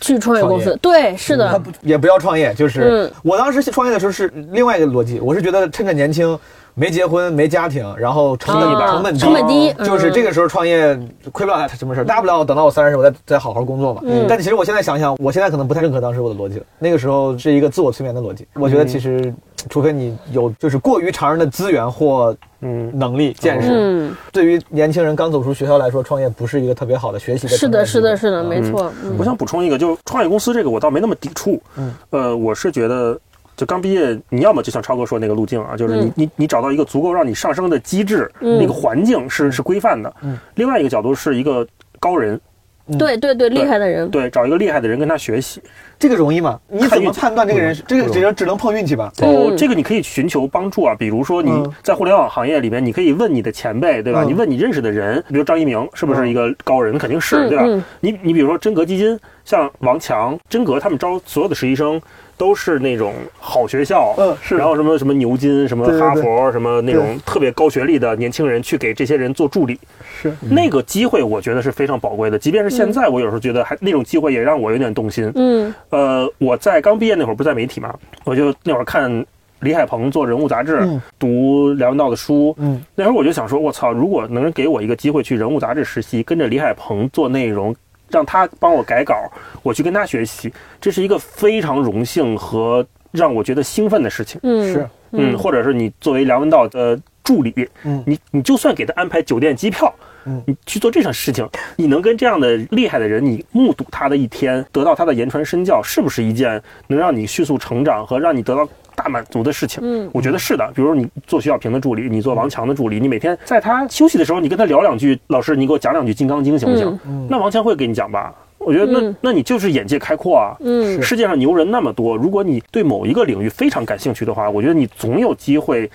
[SPEAKER 1] 去创业公
[SPEAKER 4] 创嗯
[SPEAKER 1] 司，对，是的，
[SPEAKER 4] 他不也不要创业，就是、
[SPEAKER 1] 嗯
[SPEAKER 4] 我当时创业的时候是另外一个逻辑，我是觉得趁着年轻。没结婚，没家庭，然后成本
[SPEAKER 1] 啊
[SPEAKER 4] 成本低，
[SPEAKER 1] 成本低
[SPEAKER 4] 就是
[SPEAKER 1] 嗯
[SPEAKER 4] 这个时候创业亏不了什么事儿，大不了等到我三十，我再再好好工作嘛。
[SPEAKER 1] 嗯
[SPEAKER 4] 但其实我现在想想，我现在可能不太认可当时我的逻辑了。那个时候是一个自我催眠的逻辑，我觉得其实，
[SPEAKER 1] 嗯
[SPEAKER 4] 除非你有就是过于常人的资源或
[SPEAKER 2] 嗯，
[SPEAKER 4] 能力、见识，
[SPEAKER 1] 嗯，
[SPEAKER 4] 对于年轻人刚走出学校来说，创业不是一个特别好的学习的
[SPEAKER 1] 是
[SPEAKER 4] 成本
[SPEAKER 1] 的，
[SPEAKER 4] 的
[SPEAKER 1] 是
[SPEAKER 4] 机会。
[SPEAKER 1] 的，是的，没错，嗯
[SPEAKER 2] 我想补充一个，就是创业公司这个我倒没那么抵触。
[SPEAKER 4] 嗯，
[SPEAKER 2] 呃，我是觉得。就刚毕业，你要么就像超哥说那个路径啊，就是你、
[SPEAKER 1] 嗯
[SPEAKER 2] 你你找到一个足够让你上升的机制，
[SPEAKER 1] 嗯
[SPEAKER 2] 那个环境是是规范的。
[SPEAKER 4] 嗯
[SPEAKER 2] 另外一个角度是一个高人，
[SPEAKER 1] 对对对，厉害的人，
[SPEAKER 2] 对，找一个厉害的人跟他学习。
[SPEAKER 4] 这个容易吗？你怎么判断这个人是？这个只能只能碰运气吧。
[SPEAKER 2] 哦，
[SPEAKER 1] 嗯
[SPEAKER 2] 这个你可以寻求帮助啊，比如说你
[SPEAKER 4] 嗯
[SPEAKER 2] 在互联网行业里面，你可以问你的前辈，对吧？
[SPEAKER 4] 嗯
[SPEAKER 2] 你问你认识的人，比如张一鸣是不是一个高人，肯定是，
[SPEAKER 1] 嗯
[SPEAKER 2] 对吧？
[SPEAKER 1] 嗯
[SPEAKER 2] 你你比如说真格基金，像王强、真格他们招所有的实习生都是那种好学校，
[SPEAKER 4] 嗯是
[SPEAKER 2] 然后什么什么牛津、什么
[SPEAKER 4] 对对对
[SPEAKER 2] 哈佛、什么那种特别高学历的年轻人去给这些人做助理，
[SPEAKER 4] 是嗯
[SPEAKER 2] 那个机会我觉得是非常宝贵的，即便是现在，我有时候觉得还那种机会也让我有点动心，
[SPEAKER 1] 嗯
[SPEAKER 2] 呃，我在刚毕业那会儿不是在媒体嘛，我就那会儿看李海鹏做人物杂志，
[SPEAKER 4] 嗯
[SPEAKER 2] 读梁文道的书。
[SPEAKER 4] 嗯，
[SPEAKER 2] 那会儿我就想说，我操，如果能给我一个机会去人物杂志实习，跟着李海鹏做内容，让他帮我改稿，我去跟他学习，这是一个非常荣幸和让我觉得兴奋的事情。
[SPEAKER 1] 嗯，
[SPEAKER 4] 是，
[SPEAKER 2] 嗯，或者是你作为梁文道的助理，
[SPEAKER 4] 嗯
[SPEAKER 2] 你你就算给他安排酒店、机票，
[SPEAKER 4] 嗯
[SPEAKER 2] 你去做这种事情，你能跟这样的厉害的人，你目睹他的一天，得到他的言传身教，是不是一件能让你迅速成长和让你得到大满足的事情？
[SPEAKER 1] 嗯
[SPEAKER 2] 我觉得是的。比如你做徐小平的助理，你做王强的助理，你每天在他休息的时候，你跟他聊两句，老师，你给我讲两句《金刚经》行不行？
[SPEAKER 1] 嗯
[SPEAKER 2] 那王强会给你讲吧？我觉得那、
[SPEAKER 1] 嗯
[SPEAKER 2] 那你就是眼界开阔啊。
[SPEAKER 1] 嗯
[SPEAKER 2] 世界上牛人那么多，如果你对某一个领域非常感兴趣的话，我觉得你总有机会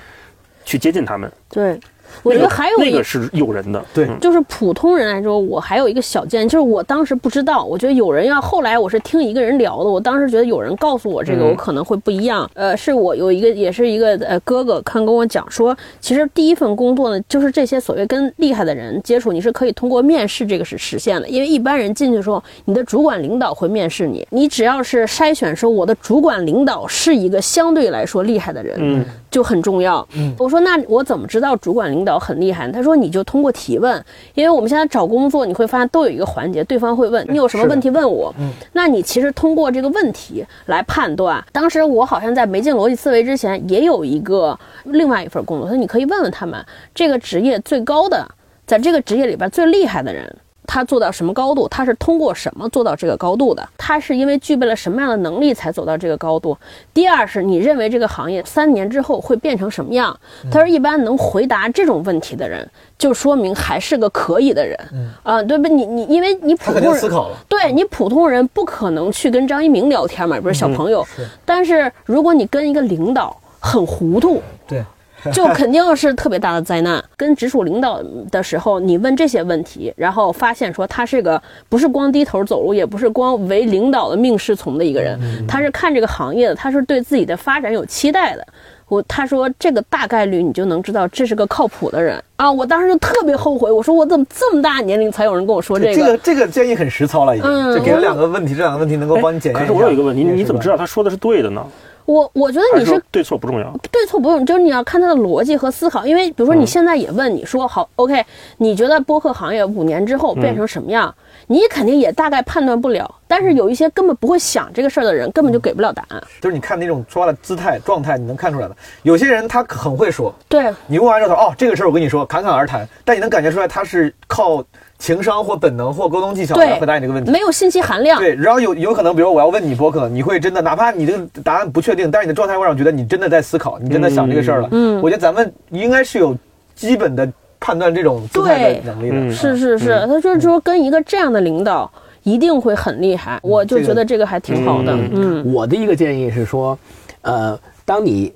[SPEAKER 2] 去接近他们。
[SPEAKER 1] 对，我觉得
[SPEAKER 2] 那个
[SPEAKER 1] 还有一
[SPEAKER 2] 那个是诱人的，
[SPEAKER 4] 对
[SPEAKER 2] 嗯
[SPEAKER 1] 就是普通人来说，我还有一个小建议，就是我当时不知道，我觉得有人要后来我是听一个人聊的，我当时觉得有人告诉我这个，
[SPEAKER 2] 嗯
[SPEAKER 1] 我可能会不一样。呃，是我有一个也是一个呃哥哥，看跟我讲说，其实第一份工作呢，就是这些所谓跟厉害的人接触，你是可以通过面试这个是实现的，因为一般人进去的时候，你的主管领导会面试你，你只要是筛选说我的主管领导是一个相对来说厉害的人，
[SPEAKER 2] 嗯，
[SPEAKER 1] 就很重要。我说那我怎么知道主管领导很厉害呢？他说你就通过提问，因为我们现在找工作，你会发现都有一个环节，对方会问你有什么问题问我。那你其实通过这个问题来判断。当时我好像在没进逻辑思维之前，也有一个另外一份工作，他说你可以问问他们这个职业最高的，在这个职业里边最厉害的人。他做到什么高度？他是通过什么做到这个高度的？他是因为具备了什么样的能力才走到这个高度？第二是你认为这个行业三年之后会变成什么样？
[SPEAKER 3] 嗯
[SPEAKER 1] 他说，一般能回答这种问题的人，就说明还是个可以的人。啊，对不？你你因为你普
[SPEAKER 3] 嗯肯
[SPEAKER 1] 通
[SPEAKER 3] 定
[SPEAKER 1] 人
[SPEAKER 3] 思考了。
[SPEAKER 1] 对你普通人不可能去跟张一鸣聊天嘛，不是小朋友。
[SPEAKER 4] 嗯
[SPEAKER 1] 但是如果你跟一个领导很糊涂，
[SPEAKER 4] 对，
[SPEAKER 1] 就肯定是特别大的灾难。跟直属领导的时候，你问这些问题，然后发现说他是个不是光低头走路，也不是光为领导的命是从的一个人，
[SPEAKER 4] 嗯
[SPEAKER 1] 他是看这个行业的，他是对自己的发展有期待的。我他说这个大概率你就能知道这是个靠谱的人啊！我当时就特别后悔，我说我怎么这么大年龄才有人跟我说这
[SPEAKER 4] 这个这个建议很实操了，已经
[SPEAKER 1] 嗯
[SPEAKER 4] 就给了两个问题，这两个问题能够帮你检验
[SPEAKER 2] 可
[SPEAKER 4] 一
[SPEAKER 2] 是
[SPEAKER 4] 下。
[SPEAKER 2] 我有一个问题，你你怎么知
[SPEAKER 4] 道？
[SPEAKER 2] 道他说的是对的呢？
[SPEAKER 1] 我我觉得你
[SPEAKER 2] 还是
[SPEAKER 1] 是
[SPEAKER 2] 说对错不重要？
[SPEAKER 1] 对错不用，就是你要看他的逻辑和思考。因为比如
[SPEAKER 4] 嗯
[SPEAKER 1] 说你现在也问你说、好，OK，你觉得播客行业五年之后变成什么样？你肯定也大概判断不了。但
[SPEAKER 4] 嗯
[SPEAKER 1] 是有一些根本不会想这个事儿的人，根本就给不了答案。
[SPEAKER 4] 就是你看那种说话的姿态、状态，你能看出来的。有些人他很会说，
[SPEAKER 1] 对，
[SPEAKER 4] 你问完之后，哦，这个事儿我跟你说，侃侃而谈，但你能感觉出来他是靠情商或本能或沟通技巧
[SPEAKER 1] 对
[SPEAKER 4] 来回答你这个问题。
[SPEAKER 1] 没有信息含量。
[SPEAKER 4] 对，然后有有可能，比如我要问你播客，你会真的，哪怕你这个答案不确定，但是你的状态会让我觉得你真的在思考，你真的想这个事儿了。嗯，我觉得咱们应该是有基本的判断这种姿态的
[SPEAKER 1] 对
[SPEAKER 4] 能力
[SPEAKER 2] 嗯
[SPEAKER 4] 的。
[SPEAKER 1] 是是
[SPEAKER 4] 嗯
[SPEAKER 1] 是，他就是说跟一个这样的领导一定会很厉
[SPEAKER 4] 嗯
[SPEAKER 1] 害。我就觉得这个还挺好的。嗯
[SPEAKER 3] 我的一个建议是说，呃，当你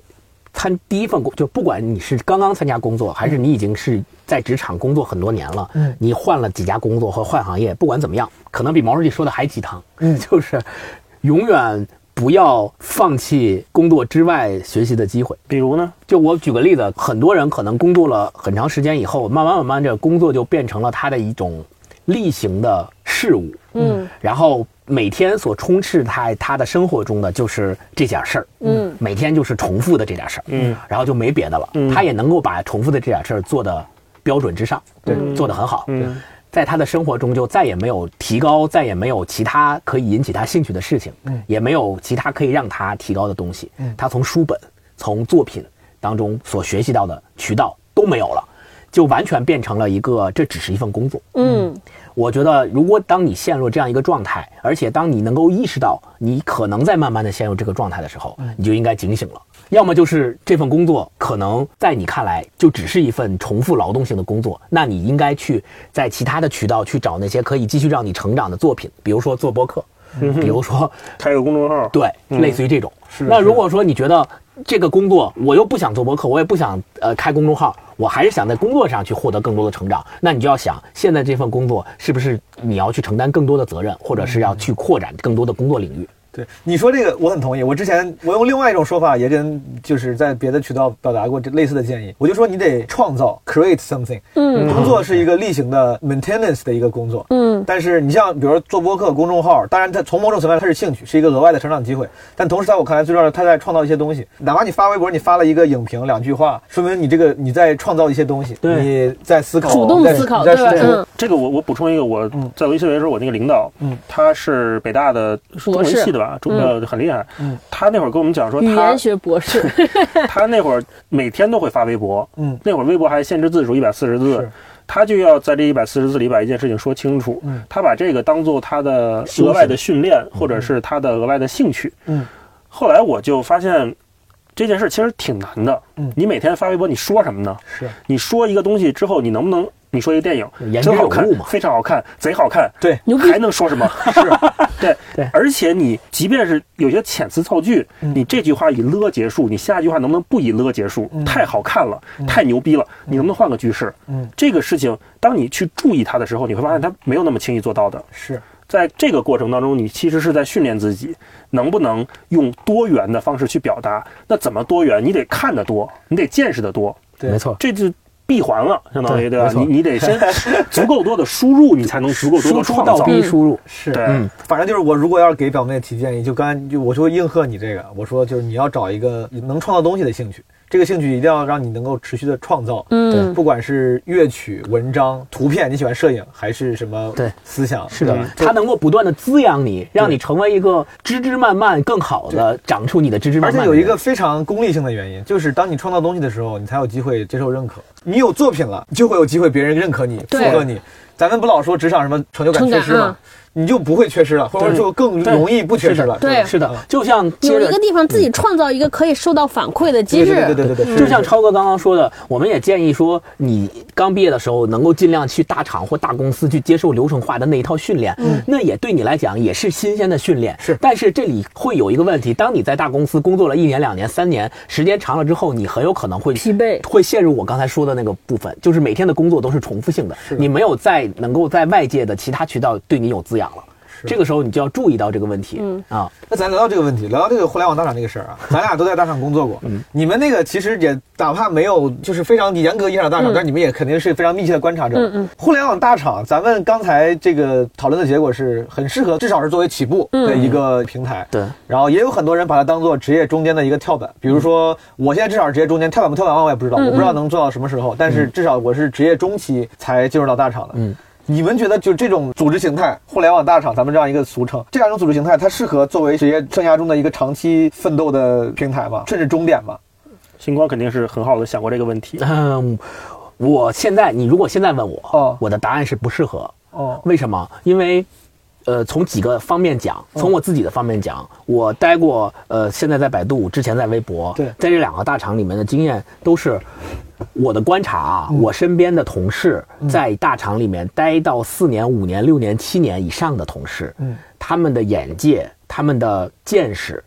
[SPEAKER 3] 参第一份工，就不管你是刚刚参加工作，还是你已经是在职场工作很多年了，
[SPEAKER 4] 嗯
[SPEAKER 3] 你换了几家工作和换行业，不管怎么样，可能比毛书记说的还鸡汤，
[SPEAKER 4] 嗯
[SPEAKER 3] 就是永远不要放弃工作之外学习的机会。
[SPEAKER 2] 比如呢？
[SPEAKER 3] 就我举个例子，很多人可能工作了很长时间以后，慢慢慢慢，这个工作就变成了他的一种例行的事物。
[SPEAKER 1] 嗯
[SPEAKER 3] 然后每天所充斥他他的生活中的就是这点事儿，
[SPEAKER 1] 嗯，
[SPEAKER 3] 每天就是重复的这点事儿，
[SPEAKER 2] 嗯，
[SPEAKER 3] 然后就没别的了，
[SPEAKER 2] 嗯
[SPEAKER 3] 他也能够把重复的这点事儿做的标准之上，对，做得很好，
[SPEAKER 2] 嗯，
[SPEAKER 3] 在他的生活中就再也没有提高，再也没有其他可以引起他兴趣的事情，
[SPEAKER 4] 嗯
[SPEAKER 3] 也没有其他可以让他提高的东西，
[SPEAKER 2] 嗯
[SPEAKER 3] 他从书本、从作品当中所学习到的渠道都没有了，就完全变成了一个这只是一份工作，
[SPEAKER 1] 嗯
[SPEAKER 3] 我觉得，如果当你陷入这样一个状态，而且当你能够意识到你可能在慢慢的陷入这个状态的时候，你就应该警醒了。要么就是这份工作可能在你看来就只是一份重复劳动性的工作，那你应该去在其他的渠道去找那些可以继续让你成长的作品，比如说做播客，比如说
[SPEAKER 2] 开个公众号，
[SPEAKER 3] 对，类似于这种。那如果说你觉得这个工作我又不想做博客，我也不想呃开公众号，我还是想在工作上去获得更多的成长，那你就要想，现在这份工作是不是你要去承担更多的责任，或者是要去扩展更多的工作领域？
[SPEAKER 4] 对，你说这个我很同意。我之前我用另外一种说法也跟就是在别的渠道表达过这类似的建议。我就说你得创造 create something。
[SPEAKER 1] 嗯
[SPEAKER 4] 工作是一个例行的 maintenance 的一个工作。
[SPEAKER 1] 嗯
[SPEAKER 4] 但是你像比如说做播客、公众号，当然它从某种层面它是兴趣，是一个额外的成长机会。但同时在我看来，最重要的它在创造一些东西。哪怕你发微博，你发了一个影评两句话，说明你这个你在创造一些东西，
[SPEAKER 2] 对
[SPEAKER 4] 你在思考，
[SPEAKER 1] 主动
[SPEAKER 4] 哦在
[SPEAKER 1] 思考
[SPEAKER 4] 你在
[SPEAKER 1] 对吧
[SPEAKER 4] 输出
[SPEAKER 1] 嗯
[SPEAKER 2] 这个我我补充一个，我
[SPEAKER 4] 嗯
[SPEAKER 2] 在维思维的时候，我那个领导，
[SPEAKER 4] 嗯
[SPEAKER 2] 他是北大的中文系的吧，中
[SPEAKER 1] 嗯
[SPEAKER 2] 呃很厉害
[SPEAKER 4] 嗯，
[SPEAKER 2] 他那会儿跟我们讲说，
[SPEAKER 1] 语
[SPEAKER 2] 他
[SPEAKER 1] 言学博 士。
[SPEAKER 2] 他那会儿每天都会发微博，
[SPEAKER 4] 嗯
[SPEAKER 2] 那会儿微博还限制字数一百四十字
[SPEAKER 4] 是，
[SPEAKER 2] 他就要在这一百四十字里把一件事情说清楚
[SPEAKER 4] 嗯，
[SPEAKER 2] 他把这个当做他的额外的训练，或者是他的额外的兴趣，
[SPEAKER 4] 嗯
[SPEAKER 2] 后来我就发现这件事其实挺难的。
[SPEAKER 4] 嗯
[SPEAKER 2] 你每天发微博，你说什么呢？
[SPEAKER 4] 是
[SPEAKER 2] 你说一个东西之后，你能不能你说一个电影
[SPEAKER 3] 言之
[SPEAKER 2] 真好
[SPEAKER 3] 有
[SPEAKER 2] 看
[SPEAKER 3] 物嘛，
[SPEAKER 2] 非常好看，贼好看，
[SPEAKER 4] 对
[SPEAKER 1] 牛逼
[SPEAKER 2] 还能说什 么？是，对
[SPEAKER 3] 对嗯
[SPEAKER 2] 而且你即便是有些遣词造句，你这句话以了结束，你下一句话能不能不以了结束？
[SPEAKER 3] 嗯
[SPEAKER 2] 太好看了，太牛逼了，你能不能换个句式？
[SPEAKER 4] 嗯，
[SPEAKER 2] 这个事情，当你去注意它的时候，你会发现它没有那么轻易做到的。
[SPEAKER 4] 是
[SPEAKER 2] 在这个过程当中，你其实是在训练自己，能不能用多元的方式去表达？那怎么多元？你得看得多，你得见识得多，
[SPEAKER 4] 对
[SPEAKER 3] 没错。
[SPEAKER 2] 这就闭环了，相当于对
[SPEAKER 3] 对
[SPEAKER 2] 吧
[SPEAKER 3] 没？错
[SPEAKER 2] 你你得先足够多的输入，你才能足够多
[SPEAKER 3] 输
[SPEAKER 2] 的
[SPEAKER 3] 出
[SPEAKER 2] 创
[SPEAKER 3] 到
[SPEAKER 2] 造。
[SPEAKER 3] 逼输入，
[SPEAKER 4] 是
[SPEAKER 2] 对，
[SPEAKER 3] 嗯
[SPEAKER 4] 反正就是我如果要是给表妹提建议，就刚才就我就会应和你这个，我说就是你要找一个能创造东西的兴趣，这个兴趣一定要让你能够持续的创造。
[SPEAKER 1] 嗯，
[SPEAKER 4] 不管是乐曲、文章、图片，你喜欢摄影还是什么？
[SPEAKER 3] 对
[SPEAKER 4] 思想
[SPEAKER 3] 是的
[SPEAKER 4] 对，
[SPEAKER 3] 它能够不断的滋养你，让你成为一个枝枝蔓蔓更好的长出你的枝枝
[SPEAKER 4] 而
[SPEAKER 3] 蔓
[SPEAKER 4] 且
[SPEAKER 3] 蔓。
[SPEAKER 4] 有一个，非常功利性的原因，就是当你创造东西的时候，你才有机会接受认可。你有作品了，就会有机会别人认可你、附
[SPEAKER 1] 对
[SPEAKER 4] 和你。咱们不老说职场什么成就感
[SPEAKER 1] 成
[SPEAKER 4] 缺
[SPEAKER 1] 感
[SPEAKER 4] 失吗？你就不会缺失了，或者说就更容易不缺失了。
[SPEAKER 1] 对
[SPEAKER 4] 对吧
[SPEAKER 3] 是的，就像接
[SPEAKER 1] 有
[SPEAKER 3] 着
[SPEAKER 1] 一个地方自己创造一个可以受到反馈的机
[SPEAKER 4] 对
[SPEAKER 1] 制，
[SPEAKER 4] 对对对对对，
[SPEAKER 3] 就像超哥刚刚说的，我们也建议说，你刚毕业的时候能够尽量去大厂或大公司去接受流程化的那一套训练，那也对你来讲也是新鲜的训练。
[SPEAKER 4] 是
[SPEAKER 3] 但是这里会有一个问题，当你在大公司工作了一年、两年、三年，时间长了之后，你很有可能会
[SPEAKER 1] 疲惫
[SPEAKER 3] 会陷入我刚才说的那个部分，就是每天的工作都是重复性的，你没有再能够在外界的其他渠道对你有滋养了。这个时候你就要注意到这个问题、啊，
[SPEAKER 4] 那咱聊到这个问题，聊到这个互联网大厂这个事儿啊，咱俩都在大厂工作过。
[SPEAKER 3] 嗯
[SPEAKER 4] 你们那个其实也哪怕没有就是非常严格意义上的大厂，但你们也肯定是非常密切的观察者。
[SPEAKER 1] 嗯嗯
[SPEAKER 4] 互联网大厂，咱们刚才这个讨论的结果是很适合，至少是作为起步
[SPEAKER 1] 嗯
[SPEAKER 4] 的一个平台。
[SPEAKER 3] 嗯对
[SPEAKER 4] 然后也有很多人把它当做职业中间的一个跳板，比如说
[SPEAKER 3] 嗯
[SPEAKER 4] 我现在至少是职业中间跳板不跳板我也不知
[SPEAKER 1] 嗯
[SPEAKER 4] 道，我不知道能做到什么时候，但是至少我是职业中期才进入到大厂的。
[SPEAKER 3] 嗯
[SPEAKER 4] 你们觉得就这种组织形态，互联网大厂咱们这样一个俗称，这两种组织形态，它适合作为职业生涯中的一个长期奋斗的平台吗？嗯甚至终点吗？
[SPEAKER 2] 星光肯定是很好的想过这个问题。
[SPEAKER 3] 嗯，我现在你如果现在问我，
[SPEAKER 4] 哦
[SPEAKER 3] 我的答案是不适合。
[SPEAKER 4] 哦，
[SPEAKER 3] 为什么？因为，呃，从几个方面讲，
[SPEAKER 4] 哦
[SPEAKER 3] 从我自己的方面讲，我待过，呃，现在在百度，之前在微博，
[SPEAKER 4] 对
[SPEAKER 3] 在这两个大厂里面的经验都是我的观察啊，
[SPEAKER 4] 嗯
[SPEAKER 3] 我身边的同事在大厂里面待到四年、五年、六年、七年以上的同事，
[SPEAKER 4] 嗯
[SPEAKER 3] 他们的眼界、他们的见识，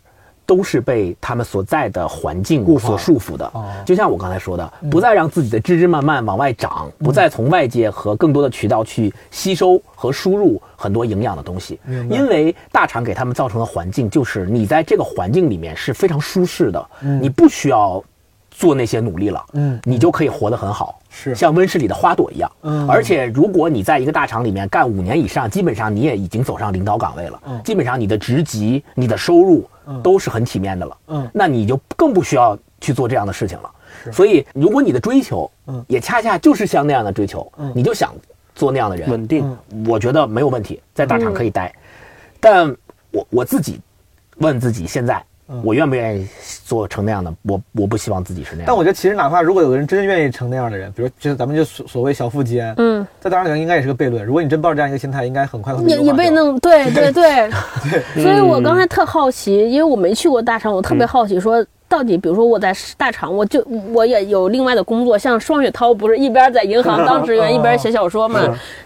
[SPEAKER 3] 都是被他们所在的环境
[SPEAKER 4] 固化
[SPEAKER 3] 所束缚的
[SPEAKER 4] 哦。嗯
[SPEAKER 3] 就像我刚才说的，不再让自己的枝枝蔓蔓往外长，不再从外界和更多的渠道去吸收和输入很多营养的东西，
[SPEAKER 4] 明白
[SPEAKER 3] 因为大厂给他们造成的环境就是你在这个环境里面是非常舒适的，你不需要做那些努力了，
[SPEAKER 4] 嗯
[SPEAKER 3] 你就可以活得很好，
[SPEAKER 4] 是
[SPEAKER 3] 像温室里的花朵一样。
[SPEAKER 4] 嗯
[SPEAKER 3] 而且如果你在一个大厂里面干五年以上，基本上你也已经走上领导岗位了，
[SPEAKER 4] 嗯
[SPEAKER 3] 基本上你的职级、你的收入都是很体面的了，
[SPEAKER 4] 嗯
[SPEAKER 3] 那你就更不需要去做这样的事情了。所以，如果你的追求，
[SPEAKER 4] 嗯
[SPEAKER 3] 也恰恰就是像那样的追求，你就想做那样的人，
[SPEAKER 2] 稳
[SPEAKER 4] 嗯
[SPEAKER 2] 定，
[SPEAKER 3] 我觉得没有问题，在大厂可以待。但我我自己问自己，现在、我愿不愿意做成那样的？我我不希望自己是那样的。
[SPEAKER 4] 但我觉得其实哪怕如果有个人真愿意成那样的人，比如就是咱们就所所谓小富即安，
[SPEAKER 1] 嗯，
[SPEAKER 4] 在当然应该也是个悖论。如果你真抱着这样一个心态，应该很快会
[SPEAKER 1] 也也被
[SPEAKER 4] 弄。
[SPEAKER 1] 弄对对对，所以我刚才特好奇，因为我没去过大厂，我特别好奇说。到底，比如说我在大厂，我就我也有另外的工作，像双雪涛不是一边在银行当职员，一边写小说嘛？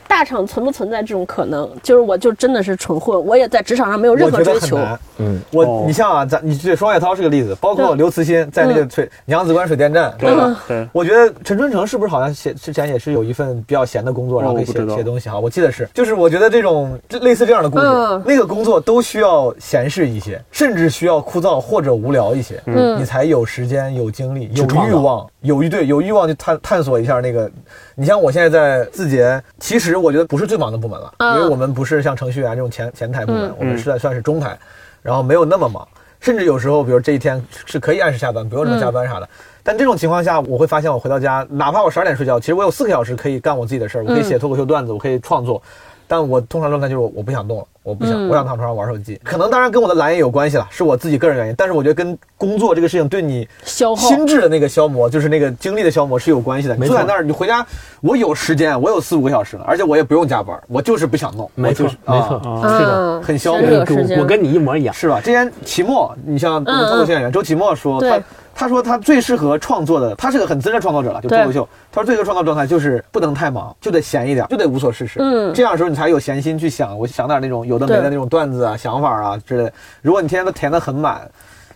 [SPEAKER 1] 大厂存不存在这种可能？就是我就真的是纯混，我也在职场上没有任
[SPEAKER 4] 我
[SPEAKER 1] 何
[SPEAKER 4] 觉
[SPEAKER 1] 追
[SPEAKER 4] 得很
[SPEAKER 1] 求。
[SPEAKER 4] 难。
[SPEAKER 3] 嗯，
[SPEAKER 4] 我、
[SPEAKER 2] 哦
[SPEAKER 4] 你像啊，咱你这双雪涛是个例子，包括
[SPEAKER 1] 嗯
[SPEAKER 4] 刘慈欣在那个
[SPEAKER 1] 嗯
[SPEAKER 4] 水、娘子关水电站，
[SPEAKER 2] 对
[SPEAKER 4] 吧？
[SPEAKER 2] 吧对，
[SPEAKER 4] 我觉得陈春成是不是好像写之前也是有一份比较闲的工作，然后可
[SPEAKER 2] 我
[SPEAKER 4] 以
[SPEAKER 2] 不
[SPEAKER 4] 写、
[SPEAKER 2] 知道
[SPEAKER 4] 写东西哈？啊我记得是，就是我觉得这种这类似这样的故事，
[SPEAKER 1] 嗯
[SPEAKER 4] 那个工作都需要闲适一些，甚至需要枯燥或者无聊一些，
[SPEAKER 1] 嗯
[SPEAKER 4] 你才有时间、有精力、有
[SPEAKER 3] 去创
[SPEAKER 4] 欲
[SPEAKER 3] 造
[SPEAKER 4] 望、有欲对有欲望去探探索一下那个。你像我现在在字节，其实我觉得不是最忙的部门了，
[SPEAKER 1] 嗯
[SPEAKER 4] 因为我们不是像程序员这种前前台部门，
[SPEAKER 1] 嗯
[SPEAKER 4] 我们是在算是中台，然后没有那么忙。甚至有时候，比如这一天是可以按时下班，不
[SPEAKER 1] 嗯
[SPEAKER 4] 用什么加班啥的，但这种情况下，我会发现我回到家，哪怕我十二点睡觉，其实我有四个小时可以干我自己的事儿，
[SPEAKER 1] 嗯
[SPEAKER 4] 我可以写脱口秀段子，我可以创作。但我通常状态就是我我不想动了，我不想，
[SPEAKER 1] 嗯
[SPEAKER 4] 我想躺床上玩手机。可能当然跟我的懒也有关系了，是我自己个人原因。但是我觉得跟工作这个事情对你
[SPEAKER 1] 消耗
[SPEAKER 4] 心智的那个消磨，就是那个精力的消磨是有关系的。你
[SPEAKER 3] 错
[SPEAKER 4] 坐在那儿，你回家，我有时间，我有四五个小时了，而且我也不用加班，我就是不想弄。
[SPEAKER 3] 没错
[SPEAKER 4] 我就是，
[SPEAKER 3] 没错，
[SPEAKER 2] 啊
[SPEAKER 1] 嗯，
[SPEAKER 3] 是的，
[SPEAKER 4] 很消磨
[SPEAKER 1] 真是有时
[SPEAKER 3] 我
[SPEAKER 1] 间
[SPEAKER 3] 我跟你一模一样。
[SPEAKER 4] 是吧？之前齐墨，你像我们脱口秀演员周奇墨说，
[SPEAKER 1] 对
[SPEAKER 4] 他他说他最适合创作的，他是个很资深的创作者了，就脱口秀。他说最适合创作状态就是不能太忙，就得闲一点，就得无所事事。
[SPEAKER 1] 嗯
[SPEAKER 4] 这样的时候你才有闲心去想，我想点那种有的没的
[SPEAKER 1] 对
[SPEAKER 4] 那种段子啊、想法啊之类的。如果你天天都填得很满，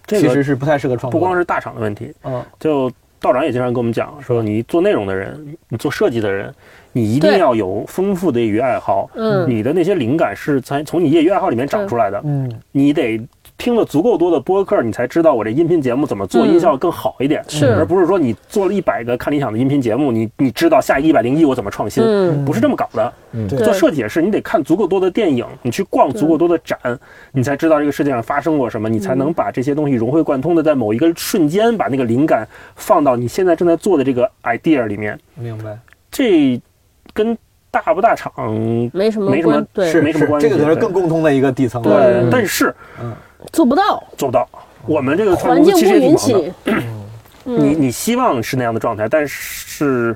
[SPEAKER 2] 这
[SPEAKER 4] 其实
[SPEAKER 2] 个
[SPEAKER 4] 是不太适合创
[SPEAKER 2] 不
[SPEAKER 4] 作的。
[SPEAKER 2] 光是大厂的问题，
[SPEAKER 4] 嗯，
[SPEAKER 2] 就道长也经常跟我们讲说，你做内容的人，你做设计的人，你一定
[SPEAKER 1] 对
[SPEAKER 2] 要有丰富的业余爱好，
[SPEAKER 1] 嗯
[SPEAKER 2] 你的那些灵感是才从你业余爱好里面长出来的，
[SPEAKER 4] 嗯，
[SPEAKER 2] 你得。听了足够多的播客，你才知道我这音频节目怎么做
[SPEAKER 1] 嗯
[SPEAKER 2] 音效更好一点，
[SPEAKER 1] 是
[SPEAKER 2] 而不是说你做了一百个看理想的音频节目，你你知道下一个一百零一我怎么创新，
[SPEAKER 1] 嗯
[SPEAKER 2] 不是这么搞的。
[SPEAKER 4] 对
[SPEAKER 2] 做设计也是，你得看足够多的电影，你去逛足够多的展，你才知道这个世界上发生过什么，你才能把这些东西融会贯通的，在某一个瞬间把那个灵感放到你现在正在做的这个 idea 里面。
[SPEAKER 4] 明白。
[SPEAKER 2] 这跟大不大厂
[SPEAKER 1] 没什么
[SPEAKER 2] 没什
[SPEAKER 1] 关
[SPEAKER 2] 么
[SPEAKER 1] 对
[SPEAKER 4] 是
[SPEAKER 2] 没什么
[SPEAKER 4] 是
[SPEAKER 2] 关
[SPEAKER 4] 这
[SPEAKER 2] 系
[SPEAKER 4] 个可能是
[SPEAKER 2] 对
[SPEAKER 4] 更共通的一个底层
[SPEAKER 1] 对
[SPEAKER 4] 了。嗯
[SPEAKER 2] 对，但是
[SPEAKER 1] 做不到，
[SPEAKER 2] 做不到。我们这个创
[SPEAKER 1] 嗯环
[SPEAKER 2] 业
[SPEAKER 1] 境
[SPEAKER 2] 公司其
[SPEAKER 1] 不
[SPEAKER 2] 实也挺
[SPEAKER 1] 允
[SPEAKER 2] 忙的。
[SPEAKER 1] 许。
[SPEAKER 2] 你你希望是那样的状态，但是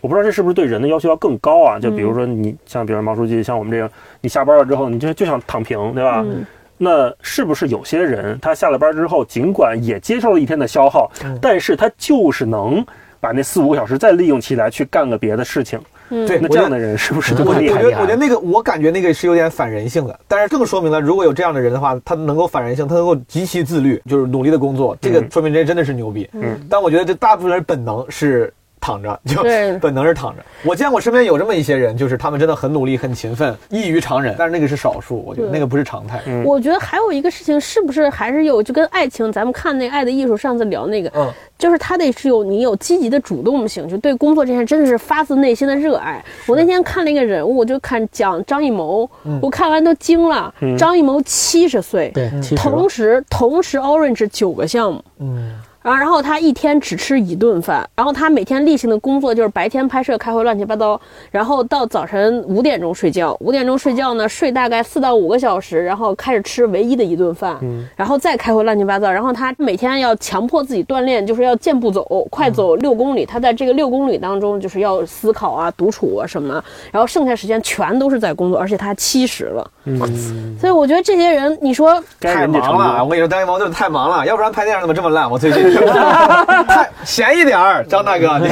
[SPEAKER 2] 我不知道这是不是对人的要求要更高啊？就比如说你像，比如说毛书记，像我们这样，你下班了之后，你就就想躺平，对吧？
[SPEAKER 1] 嗯
[SPEAKER 2] 那是不是有些人他下了班之后，尽管也接受了一天的消耗，但是他就是能把那四五个小时再利用起来去干个别的事情？
[SPEAKER 4] 对，
[SPEAKER 2] 那
[SPEAKER 4] 我
[SPEAKER 2] 这
[SPEAKER 4] 觉
[SPEAKER 2] 样
[SPEAKER 4] 得
[SPEAKER 2] 的人是不是
[SPEAKER 3] 我
[SPEAKER 2] 更
[SPEAKER 4] 我
[SPEAKER 2] 厉
[SPEAKER 4] 觉
[SPEAKER 2] 害
[SPEAKER 4] 得，
[SPEAKER 3] 厉
[SPEAKER 4] 我
[SPEAKER 3] 害
[SPEAKER 4] 觉得那个，我感觉那个是有点反人性的，但是更说明了，如果有这样的人的话，他能够反人性，他能够极其自律，就是努力的工作，这个
[SPEAKER 2] 嗯
[SPEAKER 4] 说明人真的是牛逼。
[SPEAKER 2] 嗯，
[SPEAKER 4] 但我觉得这大部分人本能是躺着，就
[SPEAKER 1] 对
[SPEAKER 4] 本能是躺着。我见过身边有这么一些人，就是他们真的很努力、很勤奋，异于常人，但是那个是少数，我觉得
[SPEAKER 1] 对
[SPEAKER 4] 那个不是常态。
[SPEAKER 2] 嗯
[SPEAKER 1] 我觉得还有一个事情，是不是还是有就跟爱情，咱们看那《爱的艺术》，上次聊那个，
[SPEAKER 4] 嗯，
[SPEAKER 1] 就是他得是有你有积极的主动性，就对工作这件事真的是发自内心的热爱。我那天看了一个人物，我就看讲张艺谋，我看完都惊了。
[SPEAKER 2] 嗯
[SPEAKER 1] 张艺谋七十岁，
[SPEAKER 3] 对，其实
[SPEAKER 1] 同时同时 Orange 九个项目，
[SPEAKER 4] 嗯，
[SPEAKER 1] 啊然后然后他一天只吃一顿饭，然后他每天例行的工作就是白天拍摄、开会、乱七八糟，然后到早晨五点钟睡觉，五点钟睡觉呢，睡大概四到五个小时，然后开始吃唯一的一顿饭，然后再开会乱七八糟，然后他每天要强迫自己锻炼，就是要健步走，快走六公里，他在这个六公里当中就是要思考啊、独处啊什么的，然后剩下时间全都是在工作，而且他七十了，所以我觉得这些人，你说
[SPEAKER 2] 该
[SPEAKER 4] 太
[SPEAKER 2] 人家成
[SPEAKER 4] 忙了，啊我
[SPEAKER 2] 功。
[SPEAKER 4] 跟你说，张艺谋就是太忙了，要不然拍电影怎么这么烂？我最近太闲一点儿，张大哥，你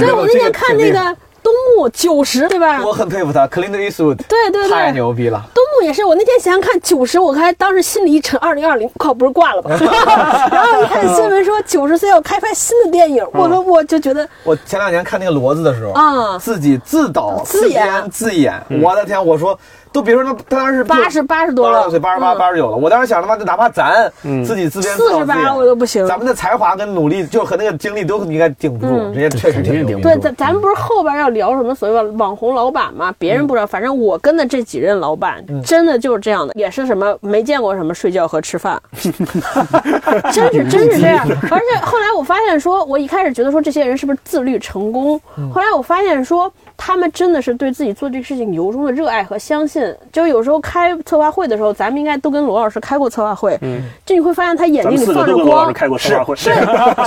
[SPEAKER 1] 对我那天看那个东木九十，对吧？
[SPEAKER 4] 我很佩服他，Clint Eastwood，
[SPEAKER 1] 对对
[SPEAKER 4] 太
[SPEAKER 1] 对，
[SPEAKER 4] 牛逼了。
[SPEAKER 1] 东木也是。我那天想想看九十，我还当时心里一沉，二零二零，我靠，不是挂 了吧？ 然后一看新闻说九十岁要开拍新的电影，我
[SPEAKER 4] 嗯
[SPEAKER 1] 说我就觉得
[SPEAKER 4] 我前两年看那个骡子的时候，
[SPEAKER 1] 啊
[SPEAKER 4] 自己自导
[SPEAKER 1] 自演
[SPEAKER 4] 编自演，我的天！我说，都别说他，他当时
[SPEAKER 1] 八十八十多
[SPEAKER 4] 八
[SPEAKER 1] 了，
[SPEAKER 4] 十岁，八十八、
[SPEAKER 1] 嗯
[SPEAKER 4] 八十九了。我当时想他妈的，哪怕咱自己自编自导自演，
[SPEAKER 1] 48我都不行
[SPEAKER 4] 咱们的才华跟努力，就和那个精力都应该顶不住，
[SPEAKER 1] 嗯
[SPEAKER 4] 人家确实
[SPEAKER 3] 肯定
[SPEAKER 4] 挺
[SPEAKER 3] 顶
[SPEAKER 4] 不
[SPEAKER 3] 不
[SPEAKER 4] 住。
[SPEAKER 1] 对，
[SPEAKER 2] 嗯
[SPEAKER 1] 咱咱们不是后边要聊什么所谓的网红老板嘛？别
[SPEAKER 2] 嗯
[SPEAKER 1] 人不知道，反正我跟的这几任老板，真的就是这样的，也是什么没见过什么睡觉和吃 饭，真是真是这样。而且后来我发现说，我一开始觉得说这些人是不是自律成功，
[SPEAKER 2] 嗯
[SPEAKER 1] 后来我发现说。他们真的是对自己做这个事情由衷的热爱和相信。就有时候开策划会的时候，咱们应该都跟罗老师开过策划会，就你会发现他眼
[SPEAKER 2] 嗯咱
[SPEAKER 1] 睛里
[SPEAKER 2] 们四个
[SPEAKER 1] 放着
[SPEAKER 2] 都跟罗老
[SPEAKER 1] 光
[SPEAKER 2] 师，开过策划会，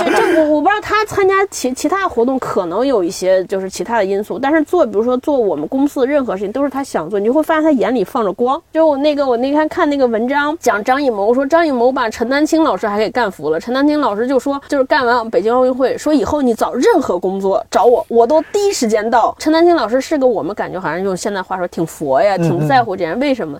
[SPEAKER 1] 这这我我不知道他参加其其他活动可能有一些就是其他的因素，但是做比如说做我们公司的任何事情都是他想做，你就会发现他眼里放着光。就我那个我那天看那个文章讲张艺谋，说张艺谋把陈丹青老师还给干服了，陈丹青老师就说就是干完北京奥运会，说以后你找任何工作找我，我都第一时间到。陈丹青老师是个我们感觉好像用现在话说挺佛呀，挺在乎这人，为什么？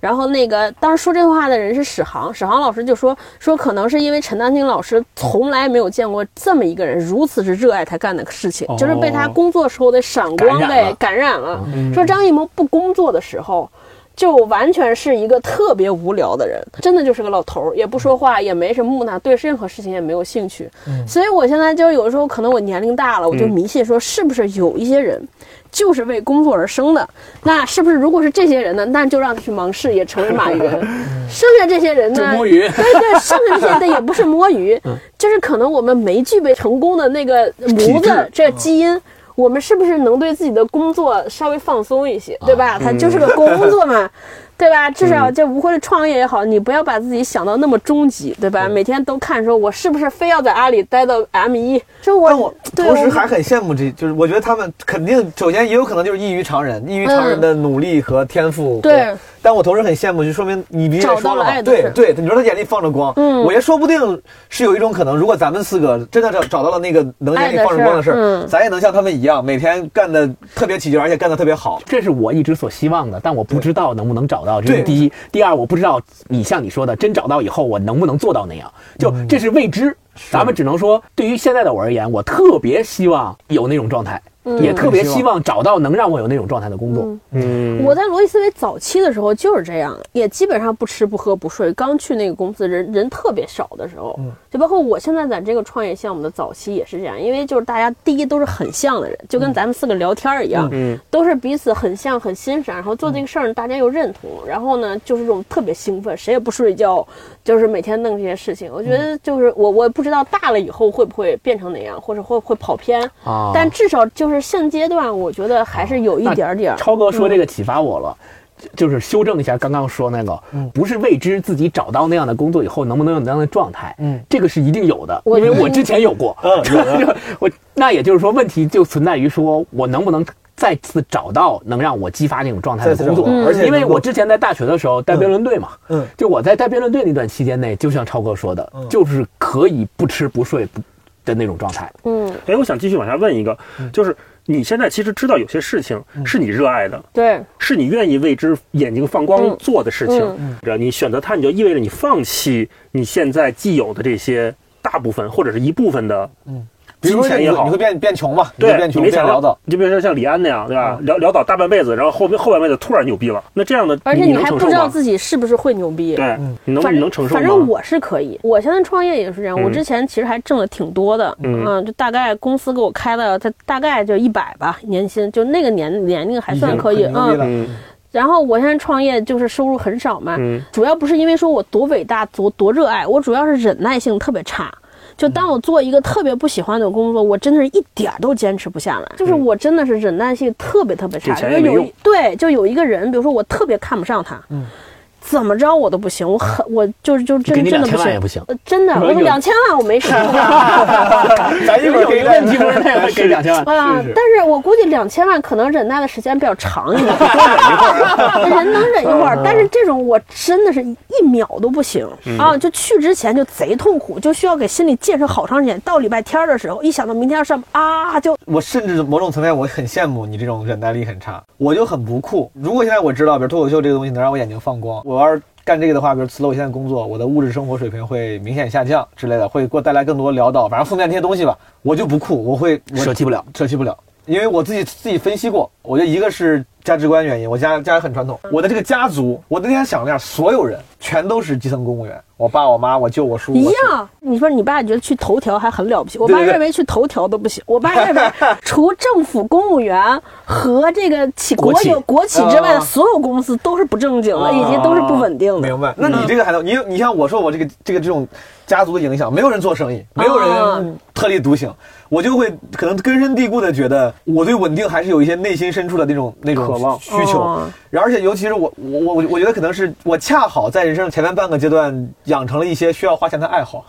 [SPEAKER 1] 然后那个当时说这话的人是史航，史航老师就说说可能是因为陈丹青老师从来没有见过这么一个人如此是热爱他干的事情，
[SPEAKER 2] 哦
[SPEAKER 1] 就是被他工作时候的闪光
[SPEAKER 3] 感染
[SPEAKER 1] 给
[SPEAKER 3] 了
[SPEAKER 1] 感染了。嗯说张艺谋不工作的时候。就完全是一个特别无聊的人，真的就是个老头儿，也不说话，也没什么木讷，对任何事情也没有兴趣。所以我现在就有时候可能我年龄大了，我就迷信说是不是有一些人就是为工作而生的，那是不是如果是这些人呢，那就让他去忙事业，成为马云。剩下这些人
[SPEAKER 3] 就
[SPEAKER 1] 呢，
[SPEAKER 3] 摸鱼
[SPEAKER 1] 对对，剩下这些的也不是摸鱼，就是可能我们没具备成功的那个模子这基因。我们是不是能对自己的工作稍微放松一些，对吧？它就是个工作嘛，对吧？至少
[SPEAKER 4] 嗯
[SPEAKER 1] 这无论是创业也好，你不要把自己想到那么终极，对吧？每天都看说，我是不是非要在阿里待到 M 一？这
[SPEAKER 4] 但
[SPEAKER 1] 我
[SPEAKER 4] 我
[SPEAKER 1] 对
[SPEAKER 4] 同时
[SPEAKER 1] 我
[SPEAKER 4] 还很羡慕这，就是我觉得他们肯定首先也有可能就是异于常人，异于常人的努力和天
[SPEAKER 1] 嗯
[SPEAKER 4] 赋，
[SPEAKER 1] 对，
[SPEAKER 4] 但我同时很羡慕，就说明你你也
[SPEAKER 1] 找
[SPEAKER 4] 说
[SPEAKER 1] 到
[SPEAKER 4] 了
[SPEAKER 1] 了
[SPEAKER 4] 嘛，
[SPEAKER 1] 爱的
[SPEAKER 4] 对
[SPEAKER 1] 事
[SPEAKER 4] 对，你说他眼里放着光，
[SPEAKER 1] 嗯
[SPEAKER 4] 我也说不定是有一种可能，如果咱们四个真的找找到了那个能眼里放着光的事
[SPEAKER 1] 爱的事
[SPEAKER 4] 儿，
[SPEAKER 1] 嗯
[SPEAKER 4] 咱也能像他们一样，每天干的特别起劲，而且干的特别好。
[SPEAKER 3] 这是我一直所希望的，但我不知道能不能找到。这
[SPEAKER 4] 对
[SPEAKER 3] 是第一，第二，我不知道你像你说的，真找到以后我能不能做到那样，就这是未知。咱们只能说，对于现在的我而言，我特别希望有那种状态，也特别希望找到能让我有那种状态的工作。
[SPEAKER 2] 嗯，
[SPEAKER 1] 我在逻辑思维早期的时候就是这样，也基本上不吃不喝不睡。刚去那个公司，人人特别少的时候，就包括我现在在这个创业项目的早期也是这样，因为就是大家第一都是很像的人，就跟咱们四个聊天儿一样，
[SPEAKER 2] 嗯
[SPEAKER 1] 都是彼此很像、很欣赏，然后做这个事儿大家又认同，然后呢就是这种特别兴奋，谁也不睡觉，就是每天弄这些事情。我觉得就是我我不知道大了以后会不会变成那样，或者会不会跑偏，
[SPEAKER 3] 啊
[SPEAKER 1] 但至少就是现阶段，我觉得还是有一
[SPEAKER 3] 那
[SPEAKER 1] 点儿点儿。
[SPEAKER 3] 超哥说这个启发我了。就就是修正一下刚刚说那个，不是未知自己找到那样的工作以后能不能有那样的状态，嗯，这个是一定有的，因
[SPEAKER 1] 我
[SPEAKER 3] 为我之前有过，
[SPEAKER 2] 嗯有
[SPEAKER 3] 就我那也就是说问题就存在于说我能不能再次找到能让我激发那种状态的工作
[SPEAKER 4] 再次找到，而且
[SPEAKER 3] 因为
[SPEAKER 4] 能够
[SPEAKER 3] 我之前在大学的时候带辩论队嘛，
[SPEAKER 4] 嗯，
[SPEAKER 3] 就我在带辩论队那段期间内，就像超哥说的，就是可以不吃不睡不的那种状态，
[SPEAKER 1] 嗯，
[SPEAKER 2] 哎，我想继续往下问一个，
[SPEAKER 4] 嗯
[SPEAKER 2] 就是你现在其实知道有些事情是你热爱的，
[SPEAKER 1] 对。
[SPEAKER 2] 是你愿意为之眼睛放光
[SPEAKER 1] 嗯
[SPEAKER 2] 做的事情。
[SPEAKER 1] 嗯
[SPEAKER 2] 这你选择它，你就意味着你放弃你现在既有的这些大部分或者是一部分的
[SPEAKER 4] 嗯比如
[SPEAKER 2] 金
[SPEAKER 4] 说
[SPEAKER 2] 钱
[SPEAKER 4] 你
[SPEAKER 2] 也
[SPEAKER 4] 会
[SPEAKER 2] 好
[SPEAKER 4] 你会，变变穷嘛？你会
[SPEAKER 2] 对
[SPEAKER 4] 变
[SPEAKER 2] 你
[SPEAKER 4] 穷
[SPEAKER 2] 没想
[SPEAKER 4] 变潦
[SPEAKER 2] 到
[SPEAKER 4] 倒，，嗯
[SPEAKER 2] 你就比如说像李安那样，对吧？潦潦倒大半辈子，然后后面后半辈子突然牛逼了，那这样的
[SPEAKER 1] 而且
[SPEAKER 2] 你
[SPEAKER 1] 你
[SPEAKER 2] 能
[SPEAKER 1] 还
[SPEAKER 2] 承
[SPEAKER 1] 不
[SPEAKER 2] 受
[SPEAKER 1] 知道
[SPEAKER 2] 吗？
[SPEAKER 1] 自己是不是会牛逼。
[SPEAKER 2] 对，
[SPEAKER 4] 嗯
[SPEAKER 2] 你能
[SPEAKER 1] 反
[SPEAKER 2] 你
[SPEAKER 1] 正
[SPEAKER 2] 能承受吗？
[SPEAKER 1] 反正我是可以，我现在创业也是这样。
[SPEAKER 2] 嗯
[SPEAKER 1] 我之前其实还挣的挺多的，
[SPEAKER 2] 嗯
[SPEAKER 1] 就大概公司给我开的，它大概就一百吧，年薪就那个年年龄还算可以，
[SPEAKER 4] 很牛逼
[SPEAKER 1] 嗯。
[SPEAKER 4] 了。
[SPEAKER 2] 嗯
[SPEAKER 1] 然后我现在创业就是收入很少嘛，
[SPEAKER 2] 嗯
[SPEAKER 1] 主要不是因为说我多伟大、多多热爱，我主要是忍耐性特别差。就当我做一个特别不喜欢的工作，我真的是一点儿都坚持不下
[SPEAKER 3] 嗯
[SPEAKER 1] 来。就是我真的是忍耐性特别特别差。
[SPEAKER 2] 给钱
[SPEAKER 1] 因为
[SPEAKER 2] 也没
[SPEAKER 1] 有
[SPEAKER 2] 用
[SPEAKER 1] 一对，就有一个人，比如说我特别看不上他，怎么着我都不行，我很我就就真
[SPEAKER 3] 嗯给你
[SPEAKER 1] 真的
[SPEAKER 3] 2000万
[SPEAKER 1] 行，
[SPEAKER 3] 也不行
[SPEAKER 1] 呃真的， 我两千万我没说。
[SPEAKER 4] 咱一会儿
[SPEAKER 3] 有
[SPEAKER 4] 可以
[SPEAKER 3] 一个问题不是那个 给两千万，
[SPEAKER 1] 啊！但是我估计两千万可能忍耐的时间比较长一 点，
[SPEAKER 4] 啊
[SPEAKER 1] 人能忍一
[SPEAKER 4] 嗯
[SPEAKER 1] 会儿，但是这种我真的是一秒都不行啊！就去之前就贼痛苦，就需要给心里建设好长时间。到礼拜天儿的时候，一想到明天要上班啊，就
[SPEAKER 4] 我甚至某种层面，我很羡慕你这种忍耐力很差，我就很不酷。如果现在我知道，比如脱口秀这个东西能让我眼睛放光，我要是干这个的话，比如辞了我现在工作，我的物质生活水平会明显下降之类的，会给我带来更多潦倒，反正负面那些东西吧，我就不酷，我会我
[SPEAKER 3] 舍弃不了。
[SPEAKER 4] 舍弃不了，因为我自己自己分析过，我觉得一个是价值观原因，我家家很传统，我的这个家族，我那天想了一下，所有人全都是基层公务员，我爸、我妈、我舅、我叔，
[SPEAKER 1] 一
[SPEAKER 4] 我叔
[SPEAKER 1] 样。啊你说你爸觉得去头条还很了不起，我
[SPEAKER 4] 对
[SPEAKER 1] 爸
[SPEAKER 4] 对对
[SPEAKER 1] 认为去头条都不行。我爸认 为除政府公务员和这个企国有国企之外
[SPEAKER 4] 啊
[SPEAKER 1] 的所有公司都是不正经
[SPEAKER 4] 哦
[SPEAKER 1] 的，以及都是不稳定的。
[SPEAKER 4] 明白？那你这个还能，你你像我受我这个这个这种家族的影响，没有人做生意，没有人特立独行，我就会可能根深蒂固的觉得我对稳定还是有一些内心深处的那种那种
[SPEAKER 2] 渴望
[SPEAKER 4] 需求。
[SPEAKER 1] 哦
[SPEAKER 4] 然后而且尤其是我我我我我觉得可能是我恰好在人生前面半个阶段养成了一些需要花钱的爱好，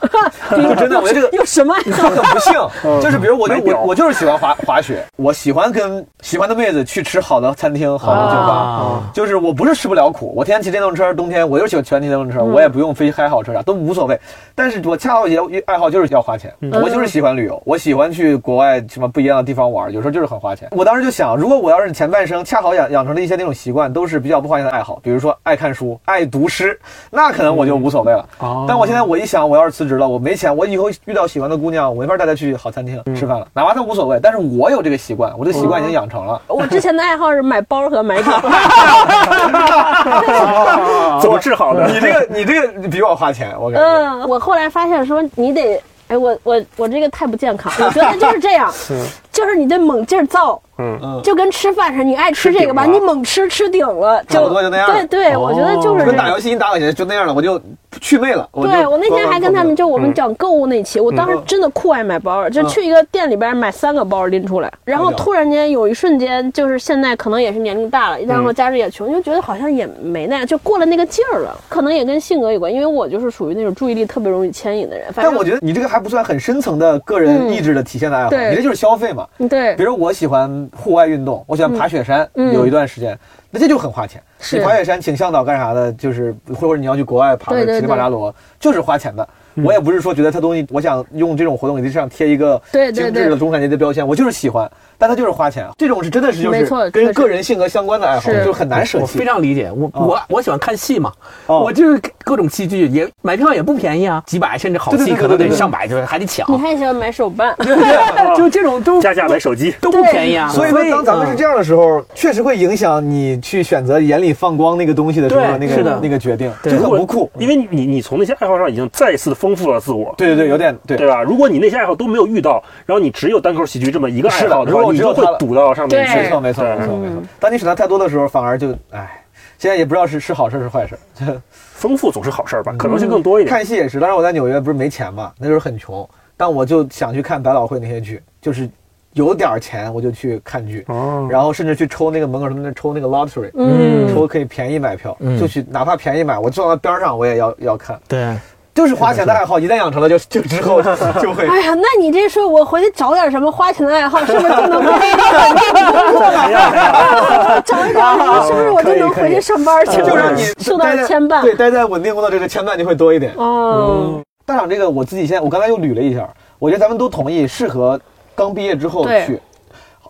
[SPEAKER 4] 就真的我觉得这个
[SPEAKER 1] 有什么爱好
[SPEAKER 4] 很不幸，就是比如我就
[SPEAKER 2] 买表
[SPEAKER 4] 我我就是喜欢滑滑雪，我喜欢跟喜欢的妹子去吃好的餐厅、好的酒吧，
[SPEAKER 3] 啊
[SPEAKER 4] 就是我不是吃不了苦，我天天骑电动车，冬天我又喜欢骑电动车，我也不用非开好车啥都无所谓。但是我恰好也也爱好就是要花钱，我就是喜欢旅游，我喜欢去国外什么不一样的地方玩，有时候就是很花钱。我当时就想，如果我要是前半生恰好养养成了一些那种习惯，都是比较不花钱的爱好，比如说爱看书、爱读诗，那可能我就无所谓了。但我现在我一想，我要是辞职了，我没钱，我以后遇到喜欢的姑娘，我没法带她去好餐厅吃饭了，哪怕她无所谓，但是我有这个习惯，我这习惯已经养成了。
[SPEAKER 1] 我之前的爱好是买包和 买表。
[SPEAKER 2] 啊
[SPEAKER 4] 啊
[SPEAKER 2] 怎么治好的？
[SPEAKER 4] 你这个你这个比我花钱，我感觉。
[SPEAKER 1] 嗯，我后来发现说你得，哎，我我我这个太不健康，我觉得就是这 样， 就是你得猛劲儿造，
[SPEAKER 2] 嗯，
[SPEAKER 1] 就跟吃饭似的，你爱吃这个吧，
[SPEAKER 2] 吃顶
[SPEAKER 1] 你
[SPEAKER 2] 了
[SPEAKER 1] 猛吃吃顶了，
[SPEAKER 4] 差不多就那样
[SPEAKER 1] 对对，我觉得就是
[SPEAKER 4] 就跟
[SPEAKER 1] 这
[SPEAKER 4] 打
[SPEAKER 1] 样
[SPEAKER 4] 游。戏你打我就就那样了，我就去魅了。就
[SPEAKER 1] 对我那天还跟他们，就我们
[SPEAKER 2] 嗯
[SPEAKER 1] 讲购物那期，我当时
[SPEAKER 4] 嗯
[SPEAKER 1] 真的酷爱买包，就去一个店里边买三个包拎出来，然
[SPEAKER 4] 哎
[SPEAKER 1] 后突然间有一瞬间，就是现在可能也是年龄大了，然
[SPEAKER 4] 嗯
[SPEAKER 1] 后家里也穷，就觉得好像也没那样，就过了那个劲儿了，可能也跟性格有关，因为我就是属于那种注意力特别容易牵引的人，反
[SPEAKER 4] 但
[SPEAKER 1] 正
[SPEAKER 4] 我觉得你这个还不算很深层的个人意志的体现的爱好，
[SPEAKER 1] 嗯对
[SPEAKER 4] 你这就是消费嘛。
[SPEAKER 1] 嗯对
[SPEAKER 4] 比。如我喜欢户外运动，我喜欢爬雪山，
[SPEAKER 1] 嗯
[SPEAKER 4] 有一段时间，那这就很花钱。
[SPEAKER 1] 是
[SPEAKER 4] 你爬雪山请向导干啥的，就是或者你要去国外爬
[SPEAKER 1] 对
[SPEAKER 4] 个
[SPEAKER 1] 对
[SPEAKER 4] 乞力马扎罗，就是花钱的。
[SPEAKER 3] 嗯
[SPEAKER 4] 我也不是说觉得它东西，我想用这种活动给这上贴一个
[SPEAKER 1] 对对
[SPEAKER 4] 精
[SPEAKER 1] 对
[SPEAKER 4] 致的中产阶级标签，我就是喜欢，但它就是花钱。啊这种是真的是就
[SPEAKER 1] 没错
[SPEAKER 4] 是
[SPEAKER 1] 确
[SPEAKER 4] 跟
[SPEAKER 1] 实
[SPEAKER 4] 个人性格相关的爱好，
[SPEAKER 1] 是
[SPEAKER 4] 就很难舍
[SPEAKER 3] 我
[SPEAKER 4] 弃
[SPEAKER 3] 非。常理解，我、我我喜欢看戏嘛，
[SPEAKER 4] 哦
[SPEAKER 3] 我就是各种戏剧也买票也不便宜啊，几百甚至好
[SPEAKER 4] 对对
[SPEAKER 3] 戏
[SPEAKER 4] 对
[SPEAKER 3] 可能
[SPEAKER 4] 对对
[SPEAKER 3] 得
[SPEAKER 4] 对
[SPEAKER 3] 上百，就是还得抢，
[SPEAKER 1] 你还喜欢买手办，
[SPEAKER 3] 就这种都
[SPEAKER 2] 加价买手机，
[SPEAKER 3] 都不便宜啊。
[SPEAKER 4] 所以说，当咱们是这样的时候，确实会影响你去选择眼里放光那个东西的时候，
[SPEAKER 3] 对
[SPEAKER 4] 那
[SPEAKER 3] 是
[SPEAKER 4] 个
[SPEAKER 3] 的
[SPEAKER 4] 那个决定，
[SPEAKER 3] 对
[SPEAKER 4] 就
[SPEAKER 2] 如
[SPEAKER 4] 很
[SPEAKER 2] 果
[SPEAKER 4] 不酷。
[SPEAKER 2] 因为你你从那些爱好上已经再次丰富了自我。
[SPEAKER 4] 对对对，有点对
[SPEAKER 2] 对。吧？如果你那些爱好都没有遇到，然后你只有单口喜剧这么一个爱好
[SPEAKER 4] 是的
[SPEAKER 2] 的
[SPEAKER 4] 如
[SPEAKER 2] 话，
[SPEAKER 4] 果
[SPEAKER 2] 你
[SPEAKER 4] 只有
[SPEAKER 2] 就会
[SPEAKER 4] 它了
[SPEAKER 2] 堵到上面去。
[SPEAKER 1] 对
[SPEAKER 4] 没错，没错，
[SPEAKER 2] 对
[SPEAKER 4] 没错，没错。哎嗯当你选择太多的时候，反而就唉，现在也不知道是是好事是坏事。
[SPEAKER 2] 丰富总是好事儿吧？可能性更多一点。
[SPEAKER 4] 嗯看戏也是，当时我在纽约不是没钱嘛，那时候很穷，但我就想去看百老汇那些剧，就是有点儿钱我就去看剧，
[SPEAKER 2] 哦
[SPEAKER 4] 然后甚至去抽那个门口他们那抽那个 lottery，
[SPEAKER 1] 嗯，
[SPEAKER 4] 抽可以便宜买票，就去哪怕便宜买，我坐到边儿上我也要要看，
[SPEAKER 6] 对，
[SPEAKER 4] 就是花钱的爱好，一旦养成了就 就之后就会。
[SPEAKER 1] 哎呀，那你这说我回去找点什么花钱的爱好，是不是就 能回去上班了？找一找什么，是不是我就能回去上班去了？
[SPEAKER 4] 就让你
[SPEAKER 1] 受到
[SPEAKER 4] 待在
[SPEAKER 1] 牵
[SPEAKER 4] 对，
[SPEAKER 1] 绊。
[SPEAKER 4] 待在稳定工作这个牵绊就会多一点。
[SPEAKER 1] 哦，
[SPEAKER 4] 大厂这个我自己现在我刚才又捋了一下，我觉得咱们都同意适合刚毕业之后
[SPEAKER 1] 对
[SPEAKER 4] 去，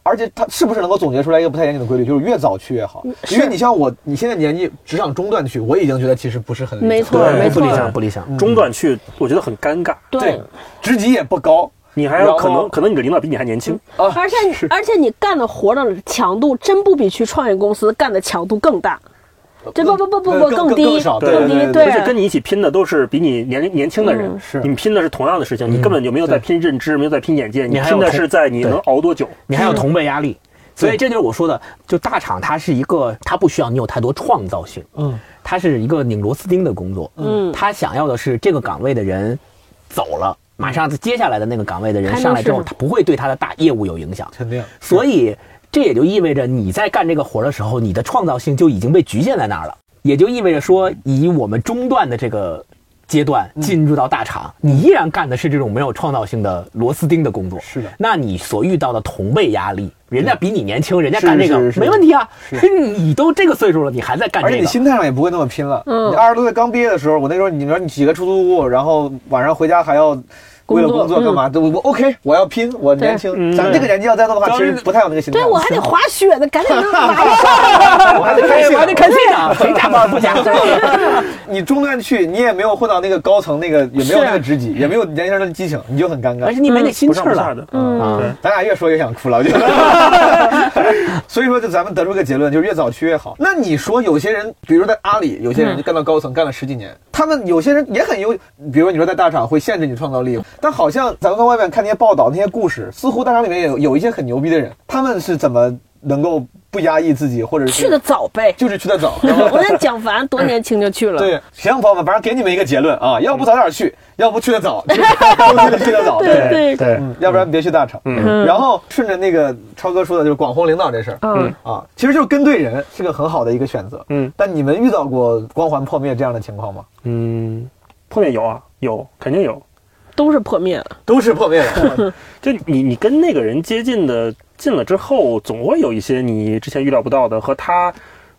[SPEAKER 4] 而且它是不是能够总结出来一个不太严谨的规律，就是越早去越
[SPEAKER 1] 嗯
[SPEAKER 4] 好，因为你像我，你现在年纪职场中段去，我已经觉得其实不是很理想
[SPEAKER 1] 没错
[SPEAKER 2] 对
[SPEAKER 1] 没
[SPEAKER 3] 不理想
[SPEAKER 1] 错，
[SPEAKER 3] 不理
[SPEAKER 4] 嗯
[SPEAKER 3] 想，
[SPEAKER 2] 中段去，我觉得很尴尬。
[SPEAKER 1] 对啊
[SPEAKER 4] 对。，职级也不高，
[SPEAKER 2] 你还要可
[SPEAKER 4] 然后
[SPEAKER 2] 能可能你的领导比你还年轻，
[SPEAKER 4] 啊，
[SPEAKER 1] 而且你嗯而且你干的活的强度真不比去创业公司干的强度更大，这不不不不
[SPEAKER 4] 呃
[SPEAKER 1] 不
[SPEAKER 4] 更
[SPEAKER 1] 低
[SPEAKER 4] 更少
[SPEAKER 1] 更低
[SPEAKER 4] 对对对啊
[SPEAKER 2] 而且跟你一起拼的都是比你年龄年轻的人，
[SPEAKER 4] 嗯是嗯
[SPEAKER 2] 你们拼的是同样的事情，你根本就没有在拼认知，没有在拼眼界，你
[SPEAKER 3] 还
[SPEAKER 2] 拼
[SPEAKER 3] 有
[SPEAKER 2] 的
[SPEAKER 3] 同
[SPEAKER 2] 是在你能熬多久。
[SPEAKER 3] 你还有同辈压力，
[SPEAKER 4] 嗯
[SPEAKER 3] 所以这就是我说的，就大厂它是一个，它不需要你有太多创造性，
[SPEAKER 4] 嗯，
[SPEAKER 3] 它是一个拧螺丝钉的工作，
[SPEAKER 1] 嗯
[SPEAKER 3] 他想要的是这个岗位的人走了，马上接下来的那个岗位的人
[SPEAKER 1] 还能
[SPEAKER 3] 上来之后，
[SPEAKER 1] 是
[SPEAKER 3] 他不会对他的大业务有影响，
[SPEAKER 4] 肯定。
[SPEAKER 3] 所以这也就意味着你在干这个活儿的时候，你的创造性就已经被局限在那儿了。也就意味着说，以我们中段的这个阶段
[SPEAKER 4] 嗯
[SPEAKER 3] 进入到大厂，你依然干的是这种没有创造性的螺丝钉的工作。
[SPEAKER 4] 是的
[SPEAKER 3] 那你所遇到的同辈压力，人家比你年轻，人家
[SPEAKER 4] 是
[SPEAKER 3] 干这个
[SPEAKER 4] 是是
[SPEAKER 3] 没问题啊。 你都这个岁数了，你还在干
[SPEAKER 4] 而且
[SPEAKER 3] 这
[SPEAKER 4] 你
[SPEAKER 3] 个？
[SPEAKER 4] 心态上也不会那么拼了。
[SPEAKER 1] 嗯
[SPEAKER 4] 你二十多岁刚毕业的时候，我那时候你说你挤个出租屋，然后晚上回家还要为了工作干
[SPEAKER 1] 嗯
[SPEAKER 4] 嘛？我我 OK，我要拼，我年轻。
[SPEAKER 2] 嗯
[SPEAKER 4] 咱们这个年纪要再弄的话，
[SPEAKER 3] 对
[SPEAKER 4] 其实不太有那个心态
[SPEAKER 1] 对
[SPEAKER 4] 了。
[SPEAKER 1] 我还得滑雪 呢，赶紧弄来吧。
[SPEAKER 4] 我还得开
[SPEAKER 3] 哎
[SPEAKER 4] 心
[SPEAKER 3] 我还得看现 场，谁加班不加？
[SPEAKER 4] 你中段去，你也没有混到那个高层，那个也没有
[SPEAKER 3] 是啊
[SPEAKER 4] 那个职级，也没有年轻人的激情，你就很尴
[SPEAKER 3] 而
[SPEAKER 4] 尬。
[SPEAKER 3] 且你没那心
[SPEAKER 2] 不
[SPEAKER 3] 气
[SPEAKER 2] 上
[SPEAKER 3] 儿
[SPEAKER 2] 不下
[SPEAKER 3] 了
[SPEAKER 2] 的，嗯，
[SPEAKER 3] 啊！
[SPEAKER 2] 对
[SPEAKER 4] 咱俩越说越想哭 了，我觉得。所以说，就咱们得出个结论，就是越早去越好。那你说有些人，比如在阿里，有些人就干到高层，干了十几
[SPEAKER 3] 嗯
[SPEAKER 4] 年，他们有些人也很优，比如你说在大厂会限制你创造力，但好像咱们从外面看那些报道、那些故事，似乎大厂里面有有一些很牛逼的人，他们是怎么能够不压抑自己，或者是
[SPEAKER 1] 去的早 呗，
[SPEAKER 4] 就是去 的早，然后
[SPEAKER 1] 我那蒋凡多年轻就去了。
[SPEAKER 4] 对，行，朋友们，反正给你们一个结论啊，
[SPEAKER 1] 嗯
[SPEAKER 4] 要不早点去，要不去 得早，都去得去得早，
[SPEAKER 1] 对对
[SPEAKER 2] 对，
[SPEAKER 4] 嗯，要不然别去大厂。
[SPEAKER 1] 嗯
[SPEAKER 4] 然后顺着那个超哥说的，就是广弘领导这事儿
[SPEAKER 1] 嗯，
[SPEAKER 4] 啊，其实就是跟对人是个很好的一个选择。
[SPEAKER 2] 嗯
[SPEAKER 4] 但你们遇到过光环破灭这样的情况吗？
[SPEAKER 2] 嗯，破灭有啊，有肯定有。
[SPEAKER 1] 都是破灭了。
[SPEAKER 4] 都是破灭 的，
[SPEAKER 2] 就你你跟那个人接近的近了之后，总会有一些你之前预料不到的和他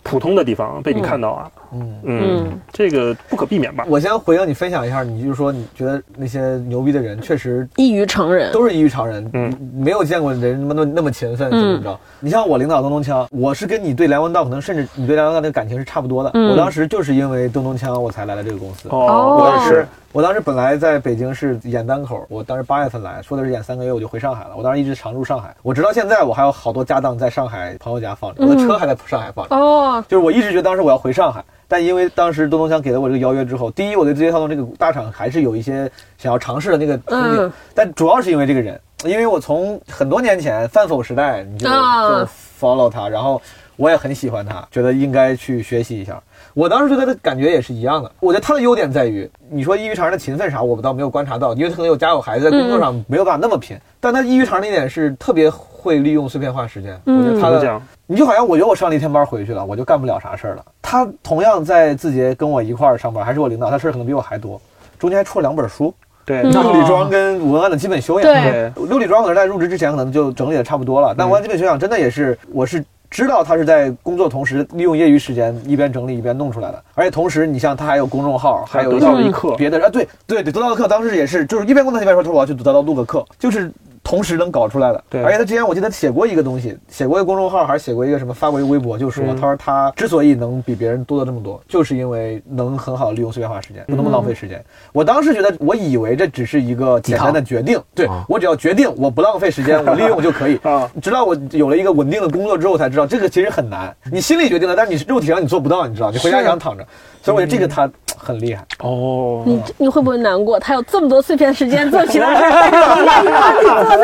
[SPEAKER 2] 普通的地方被你看到啊。
[SPEAKER 4] 嗯。
[SPEAKER 1] 嗯
[SPEAKER 2] 这个不可避免吧？
[SPEAKER 4] 我先回应你，分享一下，你就是说你觉得那些牛逼的人确实
[SPEAKER 1] 异于常人，
[SPEAKER 4] 都是异于常人，
[SPEAKER 2] 嗯
[SPEAKER 4] 没有见过人那么那么那么勤奋，
[SPEAKER 1] 嗯
[SPEAKER 4] 怎么着？你像我领导东东锵，我是跟你对梁文道，可能甚至你对梁文道那个感情是差不多的。
[SPEAKER 1] 嗯
[SPEAKER 4] 我当时就是因为东东锵，我才来了这个公司。
[SPEAKER 1] 哦
[SPEAKER 4] 我
[SPEAKER 2] 我
[SPEAKER 4] 当
[SPEAKER 2] 也
[SPEAKER 4] 时
[SPEAKER 2] 是，，
[SPEAKER 4] 我当时本来在北京是演单口，我当时八月份来说的是演三个月，我就回上海了。我当时一直常驻上海，我直到现在我还有好多家当在上海朋友家放着，我的
[SPEAKER 1] 嗯
[SPEAKER 4] 车还在上海放着。
[SPEAKER 1] 哦，
[SPEAKER 4] 就是我一直觉得当时我要回上海，但因为当时东东锵给了我这个邀约之后，第一，我对字节跳动这个大厂还是有一些想要尝试的那个憧憬，
[SPEAKER 1] 嗯
[SPEAKER 4] 但主要是因为这个人，因为我从很多年前饭否时代你就、
[SPEAKER 1] 啊
[SPEAKER 4] 就 follow 他，然后我也很喜欢他，觉得应该去学习一下。我当时对他的感觉也是一样的，我觉得他的优点在于，你说异于常人的勤奋啥，我倒没有观察到，因为他可能有家有孩子，在工作上没有办法那么拼。但他异于常人的一点是特别会利用碎片化时间，我觉得他
[SPEAKER 2] 怎么
[SPEAKER 4] 的
[SPEAKER 1] 嗯
[SPEAKER 2] 讲？
[SPEAKER 4] 你就好像我觉得我上了一天班回去了，我就干不了啥事儿了。他同样在字节跟我一块儿上班，还是我领导，他事儿可能比我还多。中间还出了两本书，
[SPEAKER 2] 对，
[SPEAKER 1] 嗯
[SPEAKER 4] 就是李庄跟文案的基本修养。
[SPEAKER 1] 对
[SPEAKER 2] 对
[SPEAKER 4] 六里庄可能在入职之前可能就整理的差不多了，但文案基本修养真的也是我是。知道他是在工作同时利用业余时间一边整理一边弄出来的，而且同时你像他还有公众号，还有
[SPEAKER 2] 得
[SPEAKER 4] 一
[SPEAKER 2] 到
[SPEAKER 4] 些
[SPEAKER 2] 了一课，
[SPEAKER 4] 别的啊，对对对，得到的课当时也是，就是一边工作一边说，他说我要去得到录个课，就是同时能搞出来的。
[SPEAKER 2] 对
[SPEAKER 4] 而且他之前我记得写过一个东西，写过一个公众号，还是写过一个什么，发过一个微博，就说、
[SPEAKER 2] 嗯
[SPEAKER 4] 他说他之所以能比别人多的这么多，就是因为能很好地利用碎片化时间，不那么
[SPEAKER 2] 嗯
[SPEAKER 4] 浪费时间。我当时觉得，我以为这只是一个简单的决定，对、
[SPEAKER 3] 啊
[SPEAKER 4] 我只要决定我不浪费时间，我利用就可以。
[SPEAKER 2] 啊
[SPEAKER 4] 直到我有了一个稳定的工作之后，才知道这个其实很难。你心里决定了，但是你肉体上你做不到，你知道，你回家
[SPEAKER 2] 啊
[SPEAKER 4] 想躺着。所以我觉得这个他很厉害。
[SPEAKER 2] 哦，
[SPEAKER 1] 你你会不会难过？他有这么多碎片时间做其 他事儿，哎你让他去做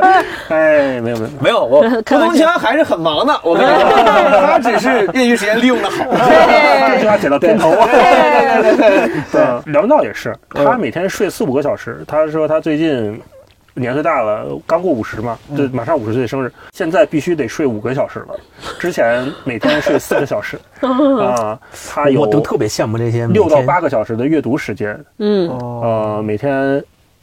[SPEAKER 1] 那
[SPEAKER 2] 哎，没有没有，
[SPEAKER 4] 没有，我
[SPEAKER 1] 开玩
[SPEAKER 4] 郭
[SPEAKER 1] 笑
[SPEAKER 4] 东强还是很忙的。我跟 你说，他只是业余时间利用的好。
[SPEAKER 2] 这句
[SPEAKER 1] 个。
[SPEAKER 2] 话写到片头啊。
[SPEAKER 1] 对，
[SPEAKER 2] 对，梁文道也是，他每天睡四五个小时。他说他最近年岁大了，刚过五十嘛，就马上五十岁生日，现在必须得睡五个小时了。之前每天睡四个小时啊，他有
[SPEAKER 3] 我都特别哦羡慕这些每
[SPEAKER 2] 六到
[SPEAKER 3] 天
[SPEAKER 2] 八个小时的阅读时间，
[SPEAKER 1] 嗯，
[SPEAKER 2] 呃，每天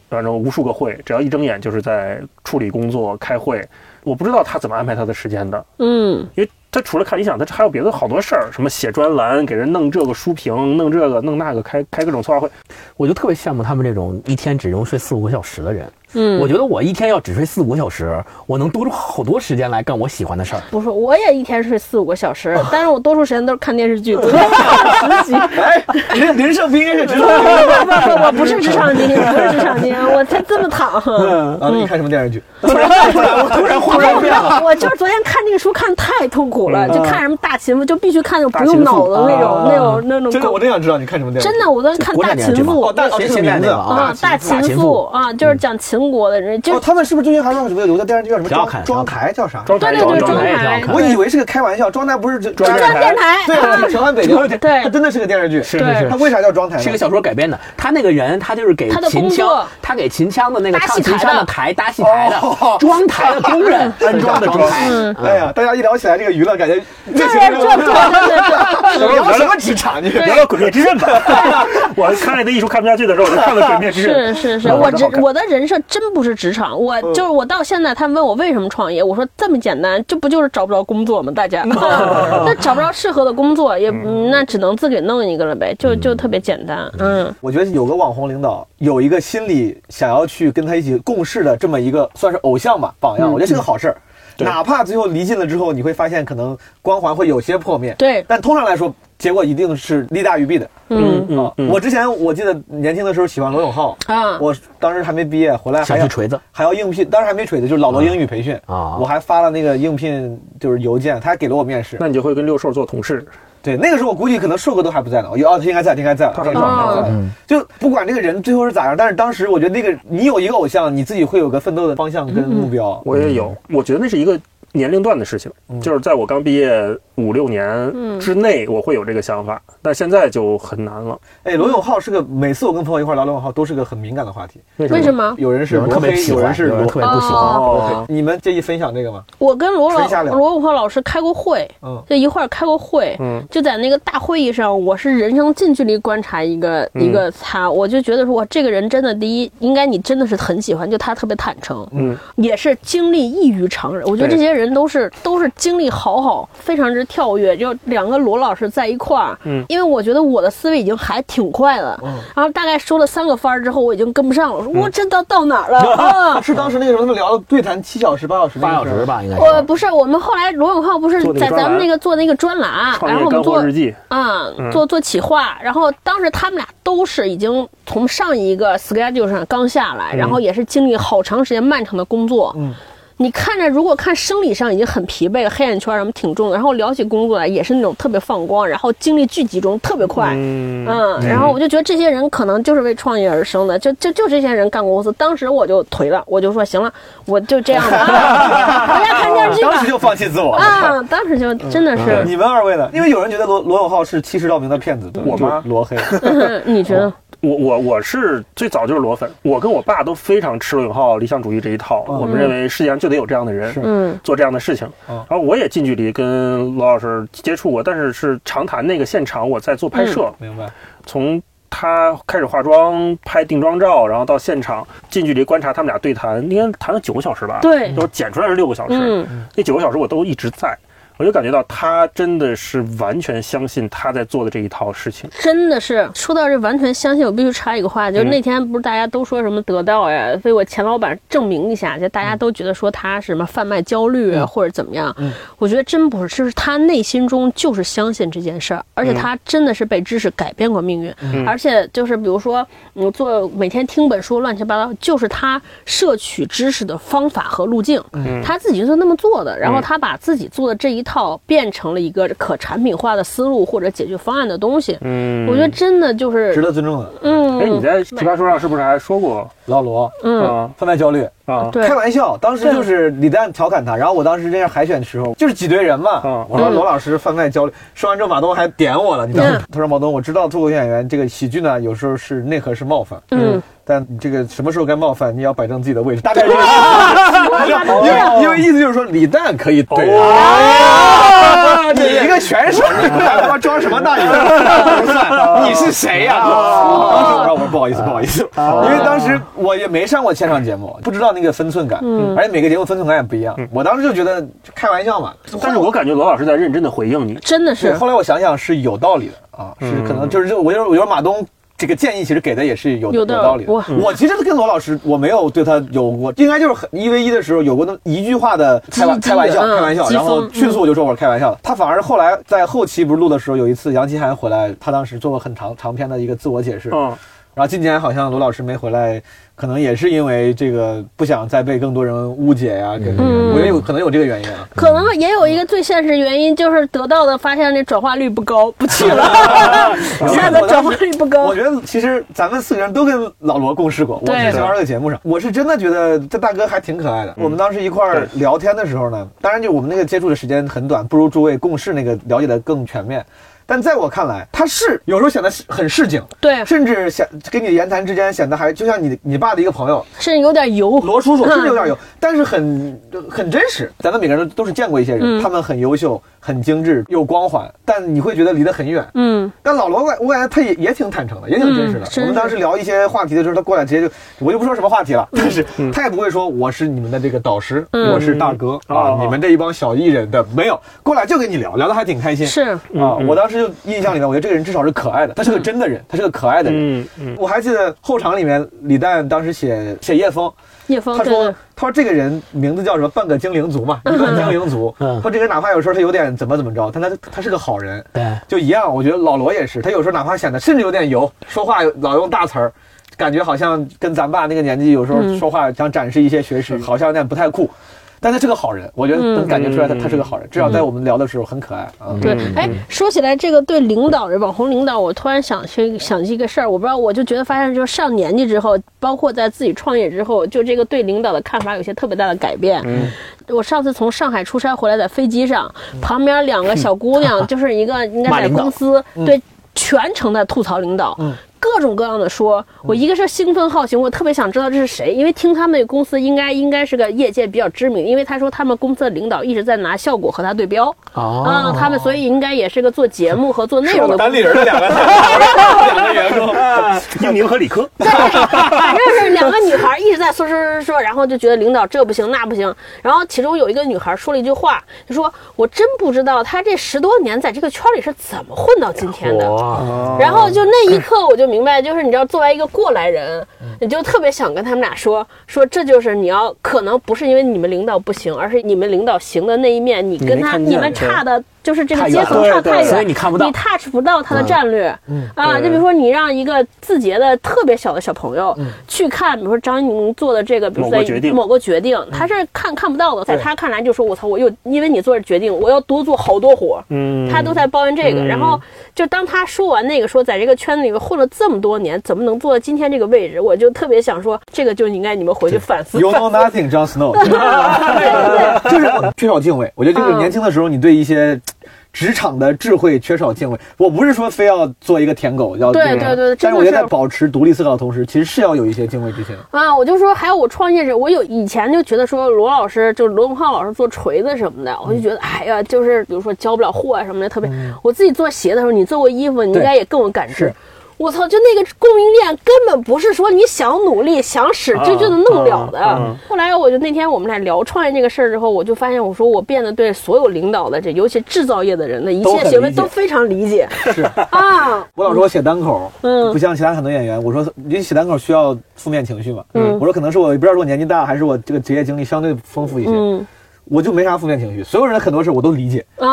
[SPEAKER 2] 反正无数个会，只要一睁眼就是在处理工作、开会。我不知道他怎么安排他的时间的，
[SPEAKER 1] 嗯，
[SPEAKER 2] 因为他除了看理想，他还有别的好多事儿，什么写专栏、给人弄这个书评、弄这个弄那个、开开各种策划会。
[SPEAKER 3] 我就特别羡慕他们这种一天只能睡四五个小时的人。
[SPEAKER 1] 嗯
[SPEAKER 3] 我觉得我一天要只睡四五个小时，我能多出好多时间来干我喜欢的事儿。
[SPEAKER 1] 不是，我也一天睡四五个小时，但是我多数时间都是看电视剧，昨天看了十集。
[SPEAKER 4] 哎，林林胜斌是知
[SPEAKER 1] 不不
[SPEAKER 4] 道
[SPEAKER 1] 不不不，我不是职场精英，不是职场精英，我才这么躺。嗯
[SPEAKER 4] 啊？你看什么电视剧？
[SPEAKER 3] 我突然忽然变了，
[SPEAKER 1] 我就是昨天看那个书看得太痛苦了，就看什么大秦赋，就必须看那种不用脑子那种、那种那种
[SPEAKER 4] 真的，
[SPEAKER 1] 狗
[SPEAKER 4] 我真想知道你看什么电视剧。
[SPEAKER 1] 真的，我当时看
[SPEAKER 3] 国
[SPEAKER 1] 大
[SPEAKER 3] 产电
[SPEAKER 1] 秦
[SPEAKER 3] 视剧
[SPEAKER 1] 赋，
[SPEAKER 3] 吗
[SPEAKER 4] 哦，大哦
[SPEAKER 3] 现
[SPEAKER 4] 这个
[SPEAKER 3] 现在
[SPEAKER 4] 名字
[SPEAKER 3] 那个
[SPEAKER 1] 啊，大
[SPEAKER 3] 秦
[SPEAKER 1] 秦
[SPEAKER 3] 赋
[SPEAKER 1] 赋啊，就是讲秦国的人，就
[SPEAKER 4] 哦，他们是不是最近还说什么有个电视剧叫什么
[SPEAKER 3] 挺好看
[SPEAKER 4] 庄庄台叫啥？
[SPEAKER 2] 装台
[SPEAKER 1] 对对对，
[SPEAKER 2] 装
[SPEAKER 1] 庄
[SPEAKER 3] 台也挺
[SPEAKER 1] 台
[SPEAKER 3] 好看，
[SPEAKER 4] 我以为是个开玩笑，庄台不是
[SPEAKER 2] 庄
[SPEAKER 4] 台
[SPEAKER 2] 台
[SPEAKER 1] 中央电台，
[SPEAKER 4] 对
[SPEAKER 1] 啊
[SPEAKER 4] 啊，乔安北京
[SPEAKER 1] 对
[SPEAKER 4] 它真的是个电视剧。
[SPEAKER 3] 是
[SPEAKER 1] 对
[SPEAKER 3] 是是
[SPEAKER 4] 它。为啥叫庄台呢？
[SPEAKER 3] 是个小说改编的，他那个人，他就是给
[SPEAKER 1] 他的
[SPEAKER 3] 秦
[SPEAKER 1] 工作
[SPEAKER 3] 腔，他给秦腔的那个
[SPEAKER 1] 搭
[SPEAKER 3] 唱
[SPEAKER 1] 戏
[SPEAKER 3] 秦
[SPEAKER 1] 台
[SPEAKER 3] 腔
[SPEAKER 1] 的
[SPEAKER 3] 的台搭戏台的，装台的 工人，
[SPEAKER 2] 安装的
[SPEAKER 3] 装台，
[SPEAKER 1] 嗯
[SPEAKER 2] 装
[SPEAKER 4] 哎呀，大家一聊起来这个娱乐，感觉
[SPEAKER 1] 对
[SPEAKER 4] 这
[SPEAKER 1] 对对对对
[SPEAKER 4] 聊 什么职场？你
[SPEAKER 2] 聊聊《鬼灭之刃》吧。我看了那一出看不下去的时候，我就看了《鬼灭之刃
[SPEAKER 1] 是》。是是，
[SPEAKER 2] 嗯
[SPEAKER 1] 我
[SPEAKER 2] 真
[SPEAKER 1] 这
[SPEAKER 2] 好看
[SPEAKER 1] 我的人设真不是职场，我就是我到现在，他们问我为什么创业，我说这么简单，这不就是找不着工作吗？大家， 那找不着适合的工作，也那只能自己弄一个了呗，就就特别简单，嗯，
[SPEAKER 4] 我觉得有个网红领导有一个心里想要去跟他一起共事的这么一个算是偶像吧榜样，我觉得是个好事儿。
[SPEAKER 2] 对
[SPEAKER 4] 哪怕最后离近了之后，你会发现可能光环会有些破灭，
[SPEAKER 1] 对，
[SPEAKER 4] 但通常来说，结果一定是利大于弊的。啊
[SPEAKER 1] 嗯
[SPEAKER 2] 嗯嗯，
[SPEAKER 4] 我之前我记得年轻的时候喜欢罗永浩，
[SPEAKER 1] 啊，
[SPEAKER 4] 我当时还没毕业，回来还
[SPEAKER 3] 想去
[SPEAKER 4] 要
[SPEAKER 3] 锤子，
[SPEAKER 4] 还要应聘，当时还没锤子，就是老罗英语培训
[SPEAKER 3] 啊
[SPEAKER 4] 我还发了那个应聘就是邮件，他还给了我面试。
[SPEAKER 2] 那你就会跟六兽做同事。
[SPEAKER 4] 对，那个时候我估计可能硕哥都还不在呢，有哦，他应该在，他应该在，
[SPEAKER 2] 他很
[SPEAKER 4] 那个时候
[SPEAKER 1] 早
[SPEAKER 4] 应该在。
[SPEAKER 3] 嗯
[SPEAKER 4] 就不管这个人最后是咋样，但是当时我觉得那个你有一个偶像，你自己会有个奋斗的方向
[SPEAKER 1] 嗯
[SPEAKER 4] 跟目标。
[SPEAKER 2] 我也有，我觉得那是一个年龄段的事情，就是在我刚毕业五六
[SPEAKER 1] 嗯
[SPEAKER 2] 年之内，我会有这个想法，但现在就很难了。
[SPEAKER 4] 哎，罗永浩是个每次我跟朋友一块聊罗永浩都是个很敏感的话题，
[SPEAKER 1] 为什？么？
[SPEAKER 4] 有人是
[SPEAKER 3] 有人
[SPEAKER 4] 罗
[SPEAKER 3] 特别
[SPEAKER 4] 非，
[SPEAKER 3] 喜
[SPEAKER 4] 有人
[SPEAKER 3] 欢，
[SPEAKER 4] 是
[SPEAKER 3] 有人
[SPEAKER 4] 罗
[SPEAKER 3] 特别不喜欢。
[SPEAKER 1] 哦
[SPEAKER 2] 哦，
[SPEAKER 4] 你们介意分享这个吗？
[SPEAKER 1] 我跟罗
[SPEAKER 4] 垂下
[SPEAKER 1] 老
[SPEAKER 4] 了
[SPEAKER 1] 罗永浩老师开过会，
[SPEAKER 4] 嗯
[SPEAKER 1] 就一块儿开过会，
[SPEAKER 2] 嗯
[SPEAKER 1] 就在那个大会议上，我是人生近距离观察一个、
[SPEAKER 2] 嗯
[SPEAKER 1] 一个他，我就觉得说，哇，这个人真的，第一，应该你真的是很喜欢，就他特别坦诚，
[SPEAKER 2] 嗯，
[SPEAKER 1] 也是经历异于常人。我觉得
[SPEAKER 2] 对
[SPEAKER 1] 这些人都是都是经历好好，非常之跳跃。就两个罗老师在一块儿，
[SPEAKER 2] 嗯
[SPEAKER 1] 因为我觉得我的思维已经还挺快了，然后大概说了三个番儿之后，我已经跟不上了，我说
[SPEAKER 2] 嗯
[SPEAKER 1] 我这到到哪儿 了、啊？
[SPEAKER 4] 是当时那个时候他们聊了对谈七小时八小时那
[SPEAKER 3] 八
[SPEAKER 4] 个
[SPEAKER 3] 小
[SPEAKER 4] 事儿，
[SPEAKER 3] 时吧，应该
[SPEAKER 1] 我
[SPEAKER 3] 是。
[SPEAKER 1] 不是，我们后来罗永浩不是
[SPEAKER 2] 哎做那个
[SPEAKER 1] 在
[SPEAKER 2] 专
[SPEAKER 1] 咱们
[SPEAKER 2] 栏
[SPEAKER 1] 那个做那个专栏，
[SPEAKER 2] 创
[SPEAKER 1] 然后
[SPEAKER 2] 业
[SPEAKER 1] 我们
[SPEAKER 2] 干
[SPEAKER 1] 做
[SPEAKER 2] 货日记。
[SPEAKER 1] 啊、
[SPEAKER 2] 嗯
[SPEAKER 1] 做做企划，然后当时他们俩都是已经从上一个 schedule 上刚下
[SPEAKER 2] 嗯
[SPEAKER 1] 来，然后也是经历好长时间漫长的工作。
[SPEAKER 4] 嗯，
[SPEAKER 1] 你看着如果看生理上已经很疲惫了，黑眼圈什么挺重的，然后聊起工作来也是那种特别放光，然后精力巨集中，特别快。
[SPEAKER 2] 嗯
[SPEAKER 1] 嗯，然后我就觉得这些人可能就是为创业而生的，就就就这些人干公司。当时我就颓了，我就说行了，我就这样吧， 啊回家看电视剧
[SPEAKER 4] 当时
[SPEAKER 1] 吧。
[SPEAKER 4] 就放弃自我了。
[SPEAKER 1] 啊，当时就真的是，
[SPEAKER 4] 你们二位呢？因为有人觉得罗罗永浩是欺世盗名的骗子，
[SPEAKER 2] 我吗
[SPEAKER 4] 就是罗 黑。
[SPEAKER 1] 嗯你觉
[SPEAKER 4] 哦
[SPEAKER 1] 得？
[SPEAKER 2] 我我我是最早就是裸粉，我跟我爸都非常吃罗永浩理想主义这一套，我们认为世界上就得有这样的人，
[SPEAKER 1] 嗯
[SPEAKER 2] 做这样的事情。
[SPEAKER 4] 嗯
[SPEAKER 2] 然后我也近距离跟罗老师接触过，但是是长谈那个现场，我在做拍摄，
[SPEAKER 4] 明白。
[SPEAKER 2] 从他开始化妆、拍定妆照，然后到现场近距离观察他们俩对谈，应该谈了九个小时吧？，
[SPEAKER 1] 对，
[SPEAKER 2] 都剪出来是六个小时，
[SPEAKER 1] 嗯
[SPEAKER 2] 那九个小时我都一直在。我就感觉到他真的是完全相信他在做的这一套事情。
[SPEAKER 1] 真的是说到这完全相信，我必须插一个话，就是那天不是大家都说什么得到呀，为我前老板证明一下，就大家都觉得说他是什么贩卖焦虑啊、或者怎么样，我觉得真不是，就是他内心中就是相信这件事儿，而且他真的是被知识改变过命运，而且就是比如说你做每天听本书乱七八糟，就是他摄取知识的方法和路径，他自己就是那么做的，然后他把自己做的这一套变成了一个可产品化的思路或者解决方案的东西，
[SPEAKER 2] 嗯
[SPEAKER 1] 我觉得真的就是，
[SPEAKER 4] 值得尊重的。
[SPEAKER 1] 嗯，
[SPEAKER 2] 哎，你在奇葩说上是不是还说过？
[SPEAKER 4] 老罗
[SPEAKER 1] 嗯，
[SPEAKER 2] 啊
[SPEAKER 4] 贩卖焦虑，
[SPEAKER 2] 啊，
[SPEAKER 1] 对
[SPEAKER 4] 开，玩笑，当时就是李诞调侃他，然后我当时在那海选的时候就是挤兑人嘛，
[SPEAKER 2] 嗯
[SPEAKER 4] 我说罗老师贩卖焦虑，说完之后马东还点我了，你知道吗
[SPEAKER 1] 嗯？
[SPEAKER 4] 他说毛东，我知道脱口秀演员这个喜剧呢，有时候是内核是冒犯，
[SPEAKER 1] 嗯，
[SPEAKER 4] 但你这个什么时候该冒犯，你要摆正自己的 位置，大概这个意思因为因为意思就是说李诞可以对啊，你一个选手，你他妈装什么大爷？不算，你是谁呀？当时我说我说不好意思，不好意思，因为当时我也没上过现场节目，不知道那个分寸感，而且每个节目分寸感也不一样。我当时就觉得就开玩笑嘛，
[SPEAKER 2] 但是我感觉罗老师在认真的回应你。
[SPEAKER 1] 真的
[SPEAKER 4] 对，
[SPEAKER 1] 是嗯
[SPEAKER 4] 后来我想想是有道理的啊，是可能就是这，我觉得我觉得马东这个建议其实给的也是有
[SPEAKER 1] 有道理
[SPEAKER 4] 道理的。
[SPEAKER 1] 哇
[SPEAKER 4] 我其实跟罗老师我没有对他有过，应该就是很一 v 一的时候有过那么一句话的开玩
[SPEAKER 1] 激
[SPEAKER 4] 开玩笑
[SPEAKER 1] 激的
[SPEAKER 4] 开玩笑，
[SPEAKER 1] 嗯
[SPEAKER 4] 然后
[SPEAKER 1] 激风
[SPEAKER 4] 迅速我就说我是开玩笑的。他反而后来在后期不是录的时候，有一次杨奇涵回来，他当时做过很长长篇的一个自我解释，
[SPEAKER 2] 嗯，
[SPEAKER 4] 然后今年好像罗老师没回来，可能也是因为这个不想再被更多人误解呀、跟
[SPEAKER 1] 嗯
[SPEAKER 4] 我觉得有可能有这个原因啊。
[SPEAKER 1] 可能也有一个最现实原因，就是得到的发现那转化率不 高，不去了， 现在的转化率不高
[SPEAKER 4] 我，觉得其实咱们四个人都跟老罗共事过，我
[SPEAKER 1] 对
[SPEAKER 4] 是在二个节目上，我是真的觉得这大哥还挺可爱的。
[SPEAKER 1] 嗯
[SPEAKER 4] 我们当时一块儿聊天的时候呢，当然就我们那个接触的时间很短，不如诸位共事那个了解的更全面。但在我看来，他是有时候显得很市井，
[SPEAKER 1] 对
[SPEAKER 4] 甚至显跟你言谈之间显得还就像你你爸的一个朋友
[SPEAKER 1] 甚至有点油，
[SPEAKER 4] 罗叔叔，甚至有
[SPEAKER 1] 嗯
[SPEAKER 4] 点油，但是很很真实。咱们每个人都是见过一些人，
[SPEAKER 1] 嗯
[SPEAKER 4] 他们很优秀、很精致、有光环，但你会觉得离得很远。
[SPEAKER 1] 嗯，
[SPEAKER 4] 但老罗，我我感觉他也也挺坦诚的，也挺真实的
[SPEAKER 1] 嗯。真是
[SPEAKER 4] 我们当时聊一些话题的时候，他过来直接就，我就不说什么话题了，但是他也不会说我是你们的这个导师，
[SPEAKER 1] 嗯
[SPEAKER 4] 我是大哥
[SPEAKER 2] 嗯
[SPEAKER 4] 啊
[SPEAKER 2] 哦，
[SPEAKER 4] 你们这一帮小艺人的没有，过来就跟你聊，聊得还挺开心。
[SPEAKER 1] 是，
[SPEAKER 4] 啊，
[SPEAKER 2] 嗯
[SPEAKER 4] 我当时就印象里面，我觉得这个人至少是可爱的，他
[SPEAKER 1] 嗯
[SPEAKER 4] 是个真的人，他是个可爱的人。
[SPEAKER 2] 嗯嗯
[SPEAKER 4] 我还记得后场里面，李诞当时写写叶枫，
[SPEAKER 1] 叶枫
[SPEAKER 4] 他
[SPEAKER 1] 对
[SPEAKER 4] 说
[SPEAKER 1] 对，：“
[SPEAKER 4] 他说这个人名字叫什么？半个精灵族嘛，一个精灵族。
[SPEAKER 3] 嗯
[SPEAKER 4] 说这个人哪怕有时候他有点怎么怎么着，但他他是个好
[SPEAKER 1] 嗯
[SPEAKER 4] 人。
[SPEAKER 3] 对，
[SPEAKER 4] 就一样，我觉得老罗也是，他有时候哪怕显得甚至有点油，说话有老用大词儿，感觉好像跟咱爸那个年纪有时候
[SPEAKER 1] 嗯
[SPEAKER 4] 说话想展示一些学识，好像有点不太酷。但他是个好人，我觉得能感觉出来他、他是
[SPEAKER 1] 嗯
[SPEAKER 4] 个好人，至少在我们聊的时候很可爱啊。
[SPEAKER 1] 对
[SPEAKER 2] 嗯，
[SPEAKER 1] 哎，说起来这个对领导人、网红领导，我突然想起想起一个事儿，我不知道，我就觉得发现，就是上年纪之后，包括在自己创业之后，就这个对领导的看法有些特别大的改变。
[SPEAKER 2] 嗯
[SPEAKER 1] 我上次从上海出差回来，在飞机上，旁边两个小姑
[SPEAKER 2] 嗯
[SPEAKER 1] 娘，就是一个应该
[SPEAKER 3] 骂
[SPEAKER 1] 在
[SPEAKER 3] 领导
[SPEAKER 1] 公司对全程在吐槽领
[SPEAKER 2] 嗯
[SPEAKER 1] 导。各种各样的说，我一个是兴奋好奇，我特别想知道这是谁，因为听他们那个公司应该应该是个业界比较知名，因为他说他们公司的领导一直在拿效果和他对标，啊，
[SPEAKER 3] 哦，
[SPEAKER 1] 他们所以应该也是个做节目和做内容 的。
[SPEAKER 4] 单立人的两个两个员工，
[SPEAKER 2] 英宁和理科，
[SPEAKER 1] 反正是两个女孩一直在说说说说，然后就觉得领导这不行那不行。然后其中有一个女孩说了一句话，就说：“我真不知道她这十多年在这个圈里是怎么混到今天的。”
[SPEAKER 3] 哇，
[SPEAKER 2] 哦
[SPEAKER 1] 然后就那一刻我就明白，就是你知道，作为一个过来人，
[SPEAKER 2] 嗯
[SPEAKER 1] 你就特别想跟他们俩说说，这就是你要可能不是因为你们领导不行，而是你们领导行的那一面，你跟
[SPEAKER 2] 没
[SPEAKER 1] 他
[SPEAKER 2] 看见
[SPEAKER 1] 你们差的。就是这个
[SPEAKER 3] 太
[SPEAKER 1] 阶
[SPEAKER 3] 远
[SPEAKER 1] 层
[SPEAKER 2] 了
[SPEAKER 1] 差
[SPEAKER 2] 对
[SPEAKER 1] 太
[SPEAKER 2] 对
[SPEAKER 1] 远，
[SPEAKER 3] 所以你看不到
[SPEAKER 1] 你 touch 不到他的战略。啊，
[SPEAKER 2] 嗯对
[SPEAKER 1] 就比如说你让一个字节的特别小的小朋友去看，比如说张一宁做的这个，比如
[SPEAKER 2] 嗯某
[SPEAKER 1] 在
[SPEAKER 2] 个决定嗯
[SPEAKER 1] 某个决定，他是看看不到的，在
[SPEAKER 4] 对
[SPEAKER 1] 他看来就说我操，我又因为你做这决定，我要多做好多活儿。
[SPEAKER 2] 嗯，
[SPEAKER 1] 他都在抱怨这个。
[SPEAKER 2] 嗯
[SPEAKER 1] 然后就当他说完那个说，在这个圈子里面混了这么多年，怎么能做到今天这个位置？我就特别想说，这个就应该你们回去反思。
[SPEAKER 4] You know nothing, Jon Snow。就是我缺少敬畏。我觉得就是年轻的时候，你对一些职场的智慧缺少敬畏。我不是说非要做一个舔狗，要
[SPEAKER 1] 对
[SPEAKER 4] 那个
[SPEAKER 1] 对对
[SPEAKER 4] 但
[SPEAKER 1] 真的
[SPEAKER 4] 是我觉得
[SPEAKER 1] 是
[SPEAKER 4] 在保持独立思考的同时，其实是要有一些敬畏之心。
[SPEAKER 1] 啊，我就说，还有我创业者，我有以前就觉得说罗老师，就罗永浩老师做锤子什么的，
[SPEAKER 2] 嗯
[SPEAKER 1] 我就觉得，哎呀，就是比如说交不了货啊什么的，特别。我自己做鞋的时候，你做过衣服，你应该也更有感知
[SPEAKER 4] 是。
[SPEAKER 1] 我操，就那个供应链根本不是说你想努力、想使
[SPEAKER 2] 啊
[SPEAKER 1] 劲就能弄了的。
[SPEAKER 2] 嗯嗯
[SPEAKER 1] 后来我就那天我们俩聊创业这个事儿之后，我就发现我说我变得对所有领导的这，尤其制造业的人的一
[SPEAKER 2] 都
[SPEAKER 1] 切
[SPEAKER 2] 很
[SPEAKER 1] 行为
[SPEAKER 2] 理解
[SPEAKER 1] 都非常理解。是 啊，
[SPEAKER 4] 我老说我写单口，
[SPEAKER 1] 嗯
[SPEAKER 4] 不像其他很多演员，我说因为写单口需要负面情绪嘛，
[SPEAKER 1] 嗯
[SPEAKER 4] 我说可能是我也不知道是我年纪大，还是我这个职业经历相对丰富一些，
[SPEAKER 1] 嗯
[SPEAKER 4] 我就没啥负面情绪，所有人的很多事我都理解。
[SPEAKER 1] 啊，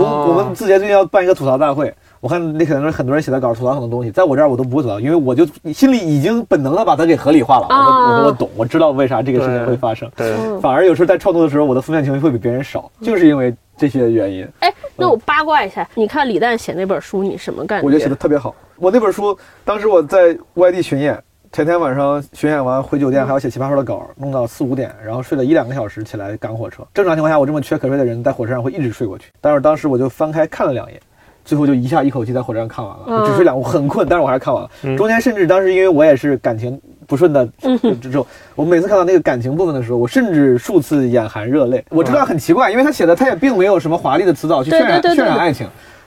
[SPEAKER 4] 我我们字节最近要办一个吐槽大会，我看那可能是很多人写的稿吐槽很多东西，在我这儿我都不会吐槽，因为我就心里已经本能的把它给合理化了。我
[SPEAKER 1] 啊
[SPEAKER 4] 我我懂，我知道为啥这个事情会发生。
[SPEAKER 2] 对，
[SPEAKER 1] 嗯
[SPEAKER 4] 反而有时候在创作的时候，我的负面情绪会比别人少，就是因为这些原因。
[SPEAKER 1] 哎，那我八卦一下，你看李诞写那本书，你什么感觉？
[SPEAKER 4] 我觉得写的特别好。我那本书，当时我在外地巡演，前天晚上巡演完回酒店，还要写奇葩说的稿，弄到四五点，然后睡了一两个小时，起来赶火车。正常情况下，我这么缺瞌睡的人，在火车上会一直睡过去。但是当时我就翻开看了两眼，最后就一下一口气在火车上看完了。我只睡两，我很困，但是我还是看完了。中间甚至当时因为我也是感情不顺的 这种，我每次看到那个感情部分的时候，我甚至数次眼含热泪。我知道很奇怪，因为他写的他也并没有什么华丽的词藻去渲染
[SPEAKER 1] 对对对对
[SPEAKER 4] 渲染爱情。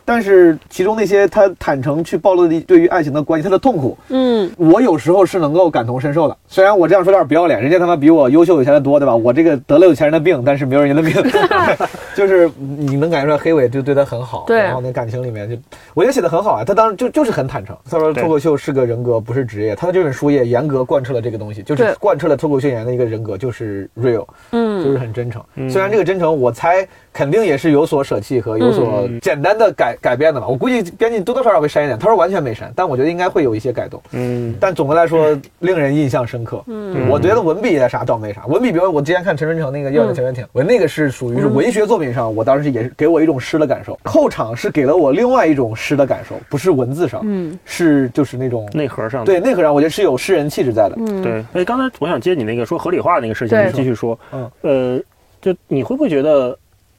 [SPEAKER 4] 但是其中那些他坦诚去暴露的对于爱情的关系，他的痛苦，
[SPEAKER 1] 嗯，
[SPEAKER 4] 我有时候是能够感同身受的。虽然我这样说有点不要脸，人家他妈比我优秀有钱的多，对吧？我这个得了有钱人的病，但是没有人家的病， 就是你能感觉出来黑尾就对他很好，
[SPEAKER 1] 对
[SPEAKER 4] 然后那感情里面就我觉得写的很好啊，他当时就就是很坦诚。他说
[SPEAKER 2] 对
[SPEAKER 4] 脱口秀是个人格，不是职业。他的这本书也严格贯彻了这个东西，就
[SPEAKER 1] 对
[SPEAKER 4] 是贯彻了脱口秀演员的一个人格，就是 real。
[SPEAKER 1] 嗯
[SPEAKER 4] 就是很真诚。虽然这个真诚，我猜肯定也是有所舍弃和有所
[SPEAKER 1] 嗯
[SPEAKER 4] 简单的改改变的吧。我估计编辑多多少少会删一点，他说完全没删，但我觉得应该会有一些改动。
[SPEAKER 2] 嗯，
[SPEAKER 4] 但总的来说，令人印象深刻。嗯，我觉得文笔也啥倒没啥，文笔，比如我之前看陈春成那个《要的前面艇》，我那个是属于是文学作品上，我当时也是给我一种诗的感受。后场是给了我另外一种诗的感受，不是文字上，
[SPEAKER 1] 嗯，
[SPEAKER 4] 是就是那种
[SPEAKER 2] 内核上的
[SPEAKER 4] 对内核上，我觉得是有诗人气质在的。
[SPEAKER 1] 嗯，
[SPEAKER 2] 对，哎，刚才我想接你那个说合理化那个事情，
[SPEAKER 1] 对
[SPEAKER 2] 你继续说。
[SPEAKER 4] 嗯，
[SPEAKER 2] 呃，就你会不会觉得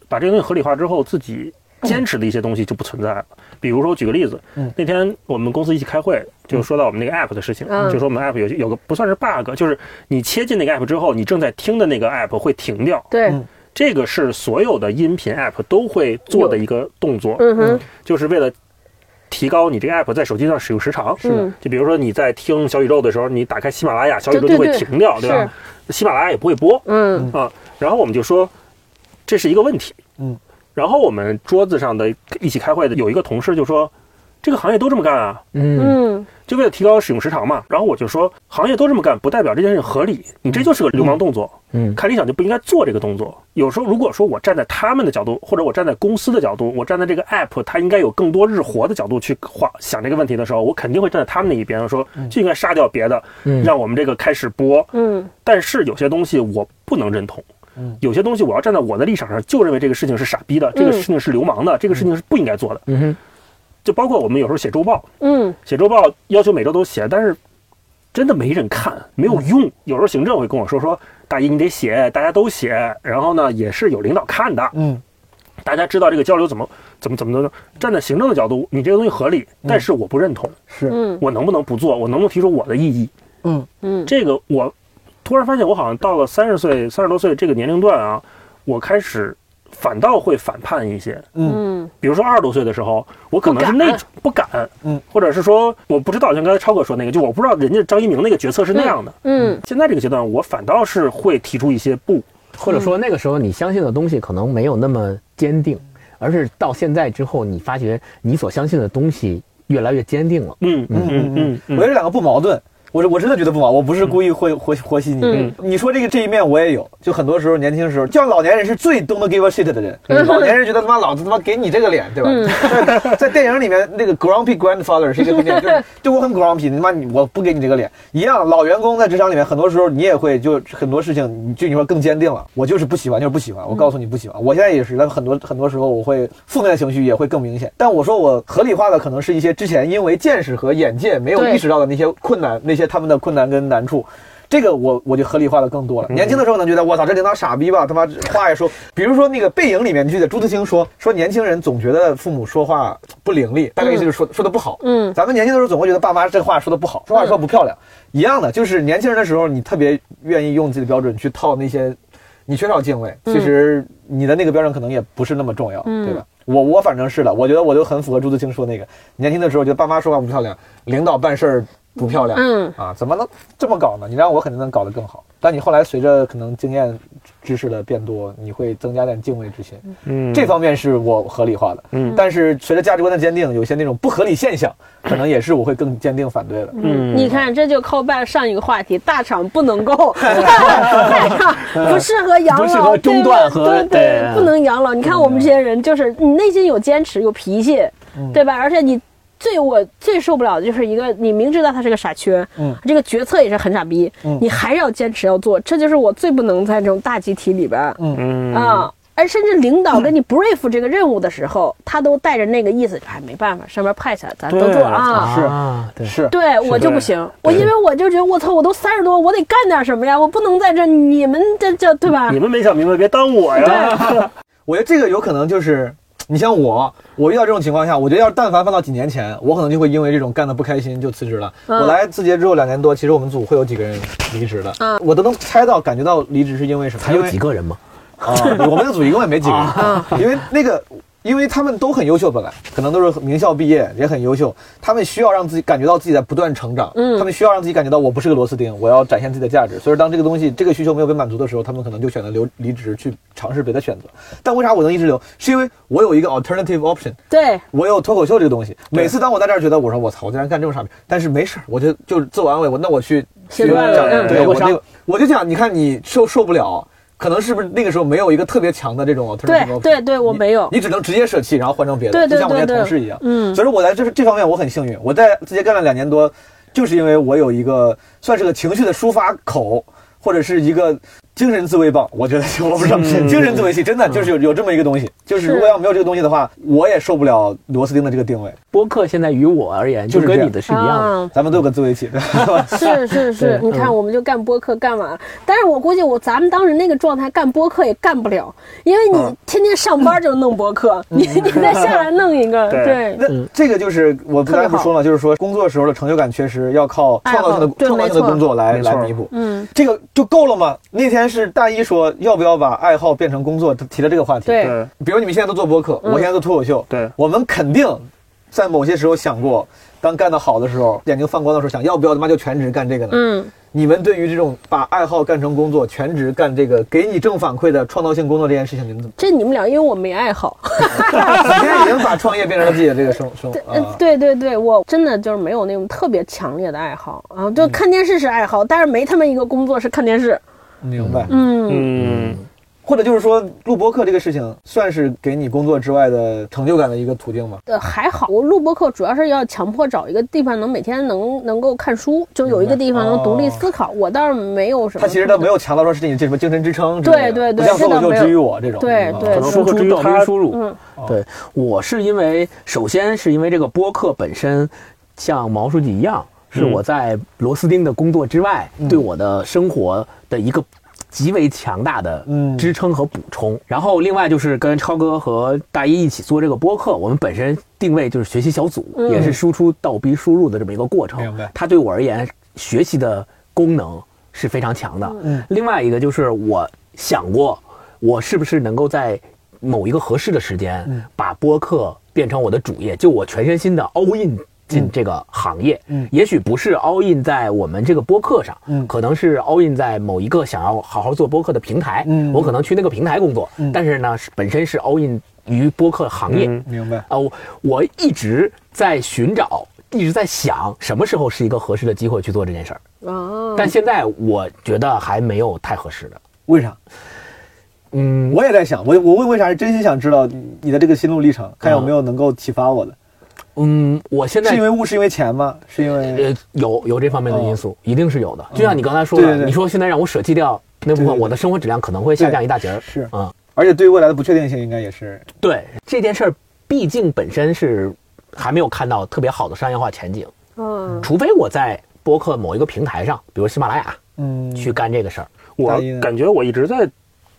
[SPEAKER 2] 把这个东西合理化之后，自己坚持的一些东西就不存在了？比如说，我举个例子，
[SPEAKER 4] 嗯
[SPEAKER 2] 那天我们公司一起开会，就说到我们那个 app 的事情，
[SPEAKER 1] 嗯
[SPEAKER 2] 就说我们 app 有有个不算是 bug，就是你切进那个 app 之后，你正在听的那个 app 会停掉。
[SPEAKER 1] 对，
[SPEAKER 4] 嗯
[SPEAKER 2] 这个是所有的音频 app 都会做的一个动作，
[SPEAKER 1] 嗯哼，
[SPEAKER 2] 就是为了提高你这个 app 在手机上使用时长。
[SPEAKER 1] 是的嗯
[SPEAKER 2] 就比如说你在听小宇宙的时候，你打开喜马拉雅，小宇宙
[SPEAKER 1] 对对
[SPEAKER 2] 就会
[SPEAKER 1] 对
[SPEAKER 2] 停掉，对吧？喜马拉雅也不会播
[SPEAKER 1] 嗯
[SPEAKER 2] 啊。然后我们就说这是一个问题，
[SPEAKER 4] 嗯。
[SPEAKER 2] 然后我们桌子上的一起开会的有一个同事就说，这个行业都这么干啊，
[SPEAKER 3] 嗯，
[SPEAKER 1] 嗯
[SPEAKER 2] 就为了提高使用时长嘛。然后我就说，行业都这么干，不代表这件事情合理，你这就是个流氓动作。
[SPEAKER 3] 嗯
[SPEAKER 2] 看理想就不应该做这个动作。有时候，如果说我站在他们的角度，或者我站在公司的角度，我站在这个 app 它应该有更多日活的角度去话想这个问题的时候，我肯定会站在他们那一边，说
[SPEAKER 3] 嗯
[SPEAKER 2] 就应该杀掉别的，让我们这个开始播。
[SPEAKER 1] 嗯
[SPEAKER 2] 但是有些东西我不能认同
[SPEAKER 4] 嗯。
[SPEAKER 2] 有些东西我要站在我的立场上，就认为这个事情是傻逼的，这个事情是流氓的，这个事情是不应该做的。
[SPEAKER 3] 嗯嗯哼，
[SPEAKER 2] 就包括我们有时候写周报，
[SPEAKER 1] 嗯
[SPEAKER 2] 写周报要求每周都写，但是真的没人看，没有
[SPEAKER 4] 嗯
[SPEAKER 2] 用。有时候行政会跟我说说，大姨你得写，大家都写，然后呢也是有领导看的，
[SPEAKER 4] 嗯，
[SPEAKER 2] 大家知道这个交流怎么怎么怎么怎么。站在行政的角度，你这个东西合理，
[SPEAKER 4] 嗯
[SPEAKER 2] 但是我不认同，
[SPEAKER 4] 是
[SPEAKER 1] 嗯
[SPEAKER 2] 我能不能不做？我能不能提出我的异议？
[SPEAKER 4] 嗯
[SPEAKER 1] 嗯
[SPEAKER 2] 这个我突然发现，我好像到了三十岁、三十多岁这个年龄段啊，我开始反倒会反叛一些。
[SPEAKER 1] 嗯
[SPEAKER 2] 比如说二十多岁的时候，我可能是那种不敢，
[SPEAKER 4] 嗯，
[SPEAKER 2] 或者是说我不知道，像刚才超哥说那个，就我不知道人家张一鸣那个决策是那样的。
[SPEAKER 1] 嗯
[SPEAKER 2] 现在这个阶段，我反倒是会提出一些不，
[SPEAKER 3] 或者说
[SPEAKER 1] 嗯
[SPEAKER 3] 那个时候你相信的东西可能没有那么坚定，而是到现在之后，你发觉你所相信的东西越来越坚定了。
[SPEAKER 2] 嗯嗯嗯
[SPEAKER 4] 我觉得
[SPEAKER 2] 嗯
[SPEAKER 4] 这两个不矛盾。我是我真的觉得不矛，我不是故意和和和稀泥
[SPEAKER 1] 嗯。
[SPEAKER 4] 你说这个这一面我也有，就很多时候年轻时候，就像老年人是最 don't give a shit 的人，老年人觉得他妈老子他妈给你这个脸，对吧？在 在电影里面那个 grumpy grandfather 是一个概念，就是就我很 grumpy，你妈你我不给你这个脸一样。老员工在职场里面，很多时候你也会就很多事情，你就你说更坚定了，我就是不喜欢，就是不喜欢，我告诉你不喜欢。我现在也是，但很多 很多时候我会负面的情绪也会更明显。但我说我合理化的可能是一些之前因为见识和眼界没有
[SPEAKER 1] 对
[SPEAKER 4] 意识。知道的那些困难，那些他们的困难跟难处。这个我我就合理化的更多
[SPEAKER 1] 嗯
[SPEAKER 4] 了。年轻的时候能觉得我操这领导傻逼吧，他妈话也说，比如说那个《背影》里面就记得朱自清说说年轻人总觉得父母说话不伶俐，大概意思就是说、说的不好。
[SPEAKER 1] 嗯
[SPEAKER 4] 咱们年轻的时候总会觉得爸妈这话说的不好，说话说得不漂亮，一样的，就是年轻人的时候你特别愿意用自己的标准去套那些，你缺少敬畏，其实你的那个标准可能也不是那么重要，
[SPEAKER 1] 嗯
[SPEAKER 4] 对吧？我我反正是的，我觉得我就很符合朱自清说那个，年轻的时候觉得爸妈说话不漂亮，领导办事儿不漂亮，
[SPEAKER 1] 嗯
[SPEAKER 4] 啊，怎么能这么搞呢？你让我肯定能搞得更好。但你后来随着可能经验、知识的变多，你会增加点敬畏之心，
[SPEAKER 2] 嗯，
[SPEAKER 4] 这方面是我合理化的。
[SPEAKER 2] 嗯
[SPEAKER 4] 但是随着价值观的坚定，有些那种不合理现象，可能也是我会更坚定反对的。
[SPEAKER 2] 嗯
[SPEAKER 1] 你看，这就 call back 上一个话题，大厂不能 够， 大厂不适合养老，
[SPEAKER 3] 不适合中断和
[SPEAKER 1] 对对
[SPEAKER 3] 对嗯
[SPEAKER 1] 不能养老。你看我们这些人，就是你内心有坚持，有脾气，对吧？而且你最我最受不了的就是一个，你明知道他是个傻缺，
[SPEAKER 4] 嗯
[SPEAKER 1] 这个决策也是很傻逼，
[SPEAKER 3] 嗯
[SPEAKER 1] 你还是要坚持要做，这就是我最不能在这种大集体里边儿，
[SPEAKER 2] 嗯
[SPEAKER 1] 啊。而甚至领导跟你 brief 这个任务的时候，他都带着那个意思，哎，没办法，上面派下来，咱都
[SPEAKER 2] 对
[SPEAKER 1] 做啊。
[SPEAKER 4] 是
[SPEAKER 3] 啊，对，
[SPEAKER 4] 是，
[SPEAKER 1] 对我就不行，我因为我就觉得我操，我都三十多，我得干点什么呀，我不能在这你们这这对吧
[SPEAKER 2] 你？们没想明白，别耽误我呀！
[SPEAKER 4] 我觉得这个有可能就是，你像我，我遇到这种情况下，我觉得要是但凡放到几年前，我可能就会因为这种干的不开心就辞职了。
[SPEAKER 1] 嗯
[SPEAKER 4] 我来字节之后两年多，其实我们组会有几个人离职的，
[SPEAKER 1] 嗯
[SPEAKER 4] 我都能猜到，感觉到离职是因为什么？
[SPEAKER 3] 还有
[SPEAKER 4] 因为
[SPEAKER 3] 几个人吗？
[SPEAKER 4] 啊，我们那组一共也没几个人，因为那个，因为他们都很优秀，本来可能都是名校毕业，也很优秀，他们需要让自己感觉到自己在不断成长，
[SPEAKER 1] 嗯
[SPEAKER 4] 他们需要让自己感觉到我不是个螺丝钉，我要展现自己的价值。所以说当这个东西这个需求没有被满足的时候，他们可能就选择留离职去尝试别的选择。但为啥我能一直留？是因为我有一个 alternative option，
[SPEAKER 1] 对，
[SPEAKER 4] 我有脱口秀这个东西。每次当我在这儿觉得我说我操，我竟然干这种傻逼，但是没事儿，我就就是自我安慰，我那我去
[SPEAKER 1] 写段
[SPEAKER 2] 子嗯
[SPEAKER 4] 对
[SPEAKER 3] 疗
[SPEAKER 4] 我
[SPEAKER 3] 过
[SPEAKER 4] 那
[SPEAKER 3] 伤
[SPEAKER 4] 个我就讲，你看你受受不了，可能是不是那个时候没有一个特别强的这种 alternative
[SPEAKER 1] 对
[SPEAKER 4] option，
[SPEAKER 1] 对对我没有
[SPEAKER 4] 你，你只能直接舍弃，然后换成别的，
[SPEAKER 1] 对对
[SPEAKER 4] 就像我那些
[SPEAKER 1] 对对
[SPEAKER 4] 同事一样。
[SPEAKER 1] 嗯
[SPEAKER 4] 所以说我在这这方面我很幸运，我在字节干了两年多，就是因为我有一个算是个情绪的抒发口，或者是一个精神自慰棒，我觉得我不知道，精神自慰器真的就是有有这么一个东西，就是如果要没有这个东西的话，我也受不了螺丝钉的这个定位，
[SPEAKER 3] 播客现在于我而言，
[SPEAKER 4] 就
[SPEAKER 3] 就是
[SPEAKER 4] 这
[SPEAKER 3] 跟
[SPEAKER 4] 样嗯
[SPEAKER 3] 你的是一样的。
[SPEAKER 1] 啊
[SPEAKER 4] 咱们都有个自慰器，对 吧？
[SPEAKER 1] 是是是，你看我们就干播客干完了，但是我估计我咱们当时那个状态干播客也干不了，因为
[SPEAKER 4] 嗯
[SPEAKER 1] 你天天上班就弄播客，你 你再下来弄一个，
[SPEAKER 2] 对
[SPEAKER 1] 对，
[SPEAKER 4] 那这个就是我不
[SPEAKER 1] 特别
[SPEAKER 4] 得不
[SPEAKER 1] 好
[SPEAKER 4] 说了，就是说工作时候的成就感缺失，要靠创造性
[SPEAKER 1] 爱好对
[SPEAKER 4] 的创造性的
[SPEAKER 1] 没错
[SPEAKER 4] 工作来
[SPEAKER 2] 没错
[SPEAKER 4] 来弥补。
[SPEAKER 1] 嗯，
[SPEAKER 4] 这个就够了吗？那天是大一说要不要把爱好变成工作，他提了这个话题。
[SPEAKER 1] 对
[SPEAKER 2] 对
[SPEAKER 4] 比如你们现在都做播客，
[SPEAKER 1] 嗯
[SPEAKER 4] 我现在做脱口秀，
[SPEAKER 2] 对
[SPEAKER 4] 我们肯定在某些时候想过，当干得好的时候，眼睛放光的时候，想要不要他妈就全职干这个呢？
[SPEAKER 1] 嗯，
[SPEAKER 4] 你们对于这种把爱好干成工作、全职干这个给你正反馈的创造性工作这件事情，你 们怎么？
[SPEAKER 1] 这你们俩，因为我没爱好，
[SPEAKER 4] 啊你现在已经把创业变成了自己的这个生生活
[SPEAKER 1] 呃
[SPEAKER 4] 啊，
[SPEAKER 1] 对对对，我真的就是没有那种特别强烈的爱好啊，
[SPEAKER 4] 嗯
[SPEAKER 1] 就看电视是爱好，但是没他们一个工作是看电视，
[SPEAKER 4] 明白？
[SPEAKER 1] 嗯，
[SPEAKER 2] 嗯，
[SPEAKER 4] 或者就是说，录播客这个事情算是给你工作之外的成就感的一个途径吗？
[SPEAKER 1] 呃还好，我录播课主要是要强迫找一个地方能每天能能够看书，就有一个地方能独立思考，我倒是没有什么。
[SPEAKER 4] 他其实倒没有强调说是你这什么精神支撑之类的，
[SPEAKER 1] 对对对
[SPEAKER 4] 不像脱口秀
[SPEAKER 1] 这倒没有
[SPEAKER 4] 之于我这种，
[SPEAKER 1] 对
[SPEAKER 4] 嗯
[SPEAKER 1] 对
[SPEAKER 2] 可
[SPEAKER 1] 对
[SPEAKER 2] 能
[SPEAKER 3] 输
[SPEAKER 2] 播客至
[SPEAKER 3] 出
[SPEAKER 2] 于
[SPEAKER 3] 等
[SPEAKER 2] 他
[SPEAKER 3] 于输入，
[SPEAKER 1] 嗯
[SPEAKER 4] 哦
[SPEAKER 3] 对我是因为首先是因为这个播客本身，像毛书记一样，是
[SPEAKER 2] 嗯
[SPEAKER 3] 我在螺丝钉的工作之外，
[SPEAKER 4] 嗯
[SPEAKER 3] 对我的生活的一个极为强大的
[SPEAKER 4] 嗯
[SPEAKER 3] 支撑和补充。然后另外就是跟超哥和大一一起做这个播客，我们本身定位就是学习小组，
[SPEAKER 1] 嗯
[SPEAKER 3] 也是输出倒逼输入的这么一个过程
[SPEAKER 4] 明白。
[SPEAKER 3] 它对我而言，学习的功能是非常强的。
[SPEAKER 4] 嗯
[SPEAKER 3] 另外一个就是我想过，我是不是能够在某一个合适的时间
[SPEAKER 4] 嗯，
[SPEAKER 3] 把播客变成我的主业，就我全身心的 all in 进这个行业。
[SPEAKER 4] 嗯
[SPEAKER 3] 也许不是 all in 在我们这个播客上，
[SPEAKER 4] 嗯
[SPEAKER 3] 可能是 all in 在某一个想要好好做播客的平台。
[SPEAKER 4] 嗯
[SPEAKER 3] 我可能去那个平台工作，但是呢，是本身是 all in 于播客行业。
[SPEAKER 2] 嗯
[SPEAKER 4] 明白。
[SPEAKER 3] 啊，我我一直在寻找，一直在想什么时候是一个合适的机会去做这件事儿。
[SPEAKER 1] 啊，
[SPEAKER 3] 哦但现在我觉得还没有太合适的。
[SPEAKER 4] 为啥？
[SPEAKER 3] 嗯，
[SPEAKER 4] 我也在想，我我问为啥是真心想知道你的这个心路历程，看有没有能够启发我的。
[SPEAKER 3] 嗯，我现在
[SPEAKER 4] 是因为物是因为钱吗？是因为
[SPEAKER 3] 呃有有这方面的因素，一定是有的。就像你刚才说
[SPEAKER 4] 哦嗯对对
[SPEAKER 3] 的，
[SPEAKER 4] 对
[SPEAKER 3] 你说现在让我舍弃掉那部
[SPEAKER 4] 对对
[SPEAKER 3] 分，
[SPEAKER 4] 对
[SPEAKER 3] 我的生活质量可能会下降一大截儿。
[SPEAKER 4] 是，
[SPEAKER 3] 啊，
[SPEAKER 4] 而且对于未来的不确定性应该也是
[SPEAKER 3] 对这件事儿，毕竟本身是还没有看到特别好的商业化前景，
[SPEAKER 1] 嗯
[SPEAKER 3] 除非我在播客某一个平台上，比如喜马拉雅
[SPEAKER 4] 嗯
[SPEAKER 3] 去干这个事儿。
[SPEAKER 2] 我
[SPEAKER 4] 大一呢
[SPEAKER 2] 感觉我一直在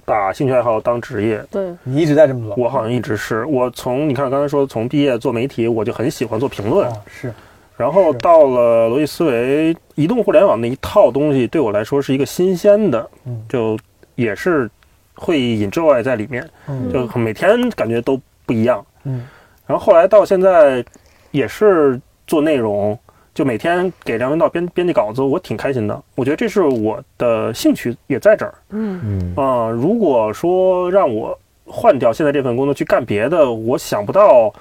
[SPEAKER 2] 把兴趣爱好当职业，
[SPEAKER 1] 对，
[SPEAKER 4] 你一直在这么做。嗯
[SPEAKER 2] 我好像一直是我从你看刚才说从毕业做媒体，我就很喜欢做评论，
[SPEAKER 4] 啊，是，
[SPEAKER 2] 然后
[SPEAKER 4] 是
[SPEAKER 2] 到了逻辑思维、移动互联网那一套东西，对我来说是一个新鲜的
[SPEAKER 4] 嗯，
[SPEAKER 2] 就也是会引 n j o y 在里面，
[SPEAKER 4] 嗯
[SPEAKER 2] 就每天感觉都不一样。
[SPEAKER 4] 嗯，
[SPEAKER 2] 然后后来到现在也是做内容，就每天给梁文道编编辑稿子，我挺开心的。我觉得这是我的兴趣也在这儿
[SPEAKER 1] 嗯
[SPEAKER 3] 嗯
[SPEAKER 4] 哦
[SPEAKER 2] 啊、如果说让我换掉现在这份工作去干别的，我想不到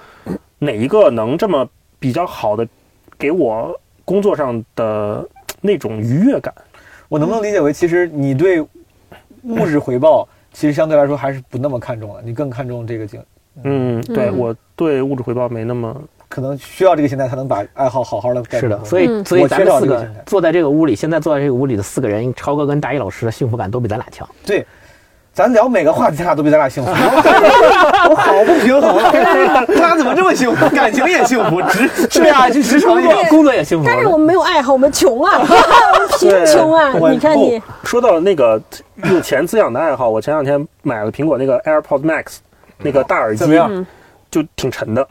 [SPEAKER 2] 哪一个能这么比较好的给我工作上的那种愉悦感。
[SPEAKER 4] 我能不能理解为，其实你对物质回报其实相对来说还是不那么看重了，你更看重这个经，
[SPEAKER 2] 嗯，对
[SPEAKER 1] 嗯
[SPEAKER 2] 我对物质回报没那么
[SPEAKER 4] 可能需要这个心态才能把爱好好好的。
[SPEAKER 3] 是的，所以
[SPEAKER 1] 嗯
[SPEAKER 3] 所以
[SPEAKER 4] 我
[SPEAKER 3] 咱
[SPEAKER 4] 缺
[SPEAKER 3] 们
[SPEAKER 4] 少
[SPEAKER 3] 四
[SPEAKER 4] 这个
[SPEAKER 3] 个
[SPEAKER 4] 现在
[SPEAKER 3] 坐在这个屋里，现在坐在这个屋里的四个人，超哥跟大一老师的幸福感都比咱俩强。
[SPEAKER 4] 对，咱聊每个话题，咱俩都比咱 俩幸福。我好不平衡啊！他怎么这么幸福？感情也幸福，职
[SPEAKER 3] 对啊， 就职场也工作也幸福。
[SPEAKER 1] 但是我们没有爱好，我们穷啊，我们贫穷啊！
[SPEAKER 2] 对我
[SPEAKER 1] 你看你
[SPEAKER 2] 哦，说到那个用钱滋养的爱好，我前两天买了苹果那个 AirPods Max，那个大耳机
[SPEAKER 4] 怎么样？
[SPEAKER 2] 就挺沉的，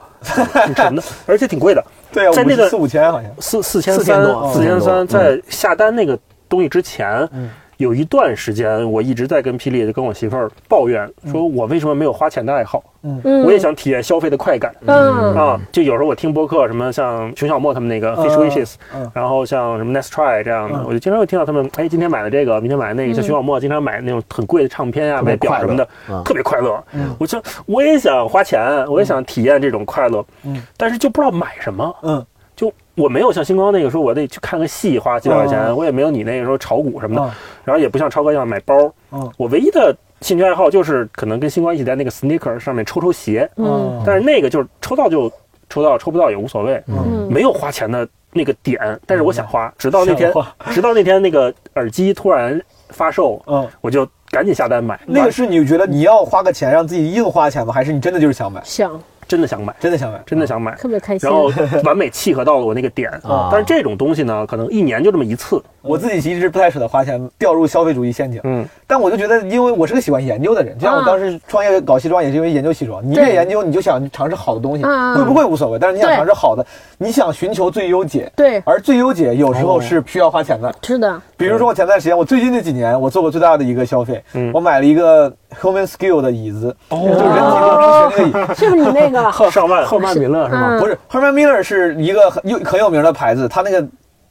[SPEAKER 2] 挺沉的， 而且挺贵的，
[SPEAKER 4] 对啊，
[SPEAKER 2] 在那个
[SPEAKER 4] 四五千好像。
[SPEAKER 2] 四四千
[SPEAKER 3] 千多
[SPEAKER 2] 四千三。
[SPEAKER 3] 嗯
[SPEAKER 2] 在下单那个东西之前
[SPEAKER 4] 嗯，
[SPEAKER 2] 有一段时间我一直在跟霹雳跟我媳妇儿抱怨，说我为什么没有花钱的爱好？
[SPEAKER 1] 嗯，
[SPEAKER 2] 我也想体验消费的快感。
[SPEAKER 1] 嗯，
[SPEAKER 2] 啊，就有时候我听播客，什么像熊小莫他们那个 Fish
[SPEAKER 4] 嗯
[SPEAKER 2] Wishes，、
[SPEAKER 4] 嗯
[SPEAKER 2] 然后像什么 Next Try 这样的，
[SPEAKER 4] 嗯
[SPEAKER 2] 我就经常会听到他们，哎，今天买了这个，明天买了那个，像熊小莫经常买那种很贵的唱片啊，
[SPEAKER 3] 特别
[SPEAKER 2] 买表
[SPEAKER 3] 快乐
[SPEAKER 2] 什么的，
[SPEAKER 3] 嗯
[SPEAKER 2] 特别快乐。我就我也想花钱，我也想体验这种快乐，
[SPEAKER 4] 嗯
[SPEAKER 2] 但是就不知道买什么。
[SPEAKER 4] 嗯
[SPEAKER 2] 就我没有像星光那个说我得去看个戏花几百块钱，
[SPEAKER 4] 嗯
[SPEAKER 2] 我也没有你那个时候炒股什么的，
[SPEAKER 4] 嗯
[SPEAKER 2] 然后也不像超哥一样买包。
[SPEAKER 4] 嗯
[SPEAKER 2] 我唯一的兴趣爱好就是可能跟星光一起在那个 sneaker 上面抽抽鞋，
[SPEAKER 4] 哦
[SPEAKER 1] 嗯，
[SPEAKER 2] 但是那个就是抽到就抽到，抽不到也无所谓，
[SPEAKER 1] 嗯
[SPEAKER 2] 没有花钱的那个点，但是我想花，直到那天
[SPEAKER 4] 嗯想花，
[SPEAKER 2] 直到那天那个耳机突然发售，
[SPEAKER 4] 嗯，
[SPEAKER 2] 我就赶紧下单买，
[SPEAKER 4] 那个是你觉得你要花个钱让自己硬花钱吗？还是你真的就是想买？
[SPEAKER 1] 想
[SPEAKER 2] 真的想买，
[SPEAKER 4] 真的想买？嗯
[SPEAKER 2] 真的想买，
[SPEAKER 1] 特别开心
[SPEAKER 2] 然。后完美契合到了我那个点。
[SPEAKER 4] 嗯
[SPEAKER 3] 啊
[SPEAKER 2] 但是这种东西呢，可能一年就这么一次，
[SPEAKER 4] 我自己其实不太舍得花钱，掉入消费主义陷阱。
[SPEAKER 2] 嗯，
[SPEAKER 4] 但我就觉得，因为我是个喜欢研究的人，就像我当时创业搞西装也是因为研究西装。你越
[SPEAKER 1] 对
[SPEAKER 4] 研究，你就想尝试好的东西，
[SPEAKER 1] 嗯
[SPEAKER 4] 贵不贵无所谓，但是你想
[SPEAKER 1] 对
[SPEAKER 4] 尝试好的，你想寻求最优解。
[SPEAKER 1] 对，
[SPEAKER 4] 而最优解有时
[SPEAKER 2] 哎
[SPEAKER 4] 候是需要花钱的，
[SPEAKER 1] 是的，
[SPEAKER 4] 比如说我前段时间，我最近这几年我做过最大的一个消费，
[SPEAKER 2] 嗯
[SPEAKER 4] 我买了一个 Human Skill 的椅子，哦就是
[SPEAKER 2] 哦
[SPEAKER 4] 人体工程学那个椅，
[SPEAKER 1] 哦就是你那 个，
[SPEAKER 2] 上万
[SPEAKER 3] 后曼比勒是吗？
[SPEAKER 1] 嗯
[SPEAKER 4] 不是 Herman Miller 是一个很有很有名的牌子，它那个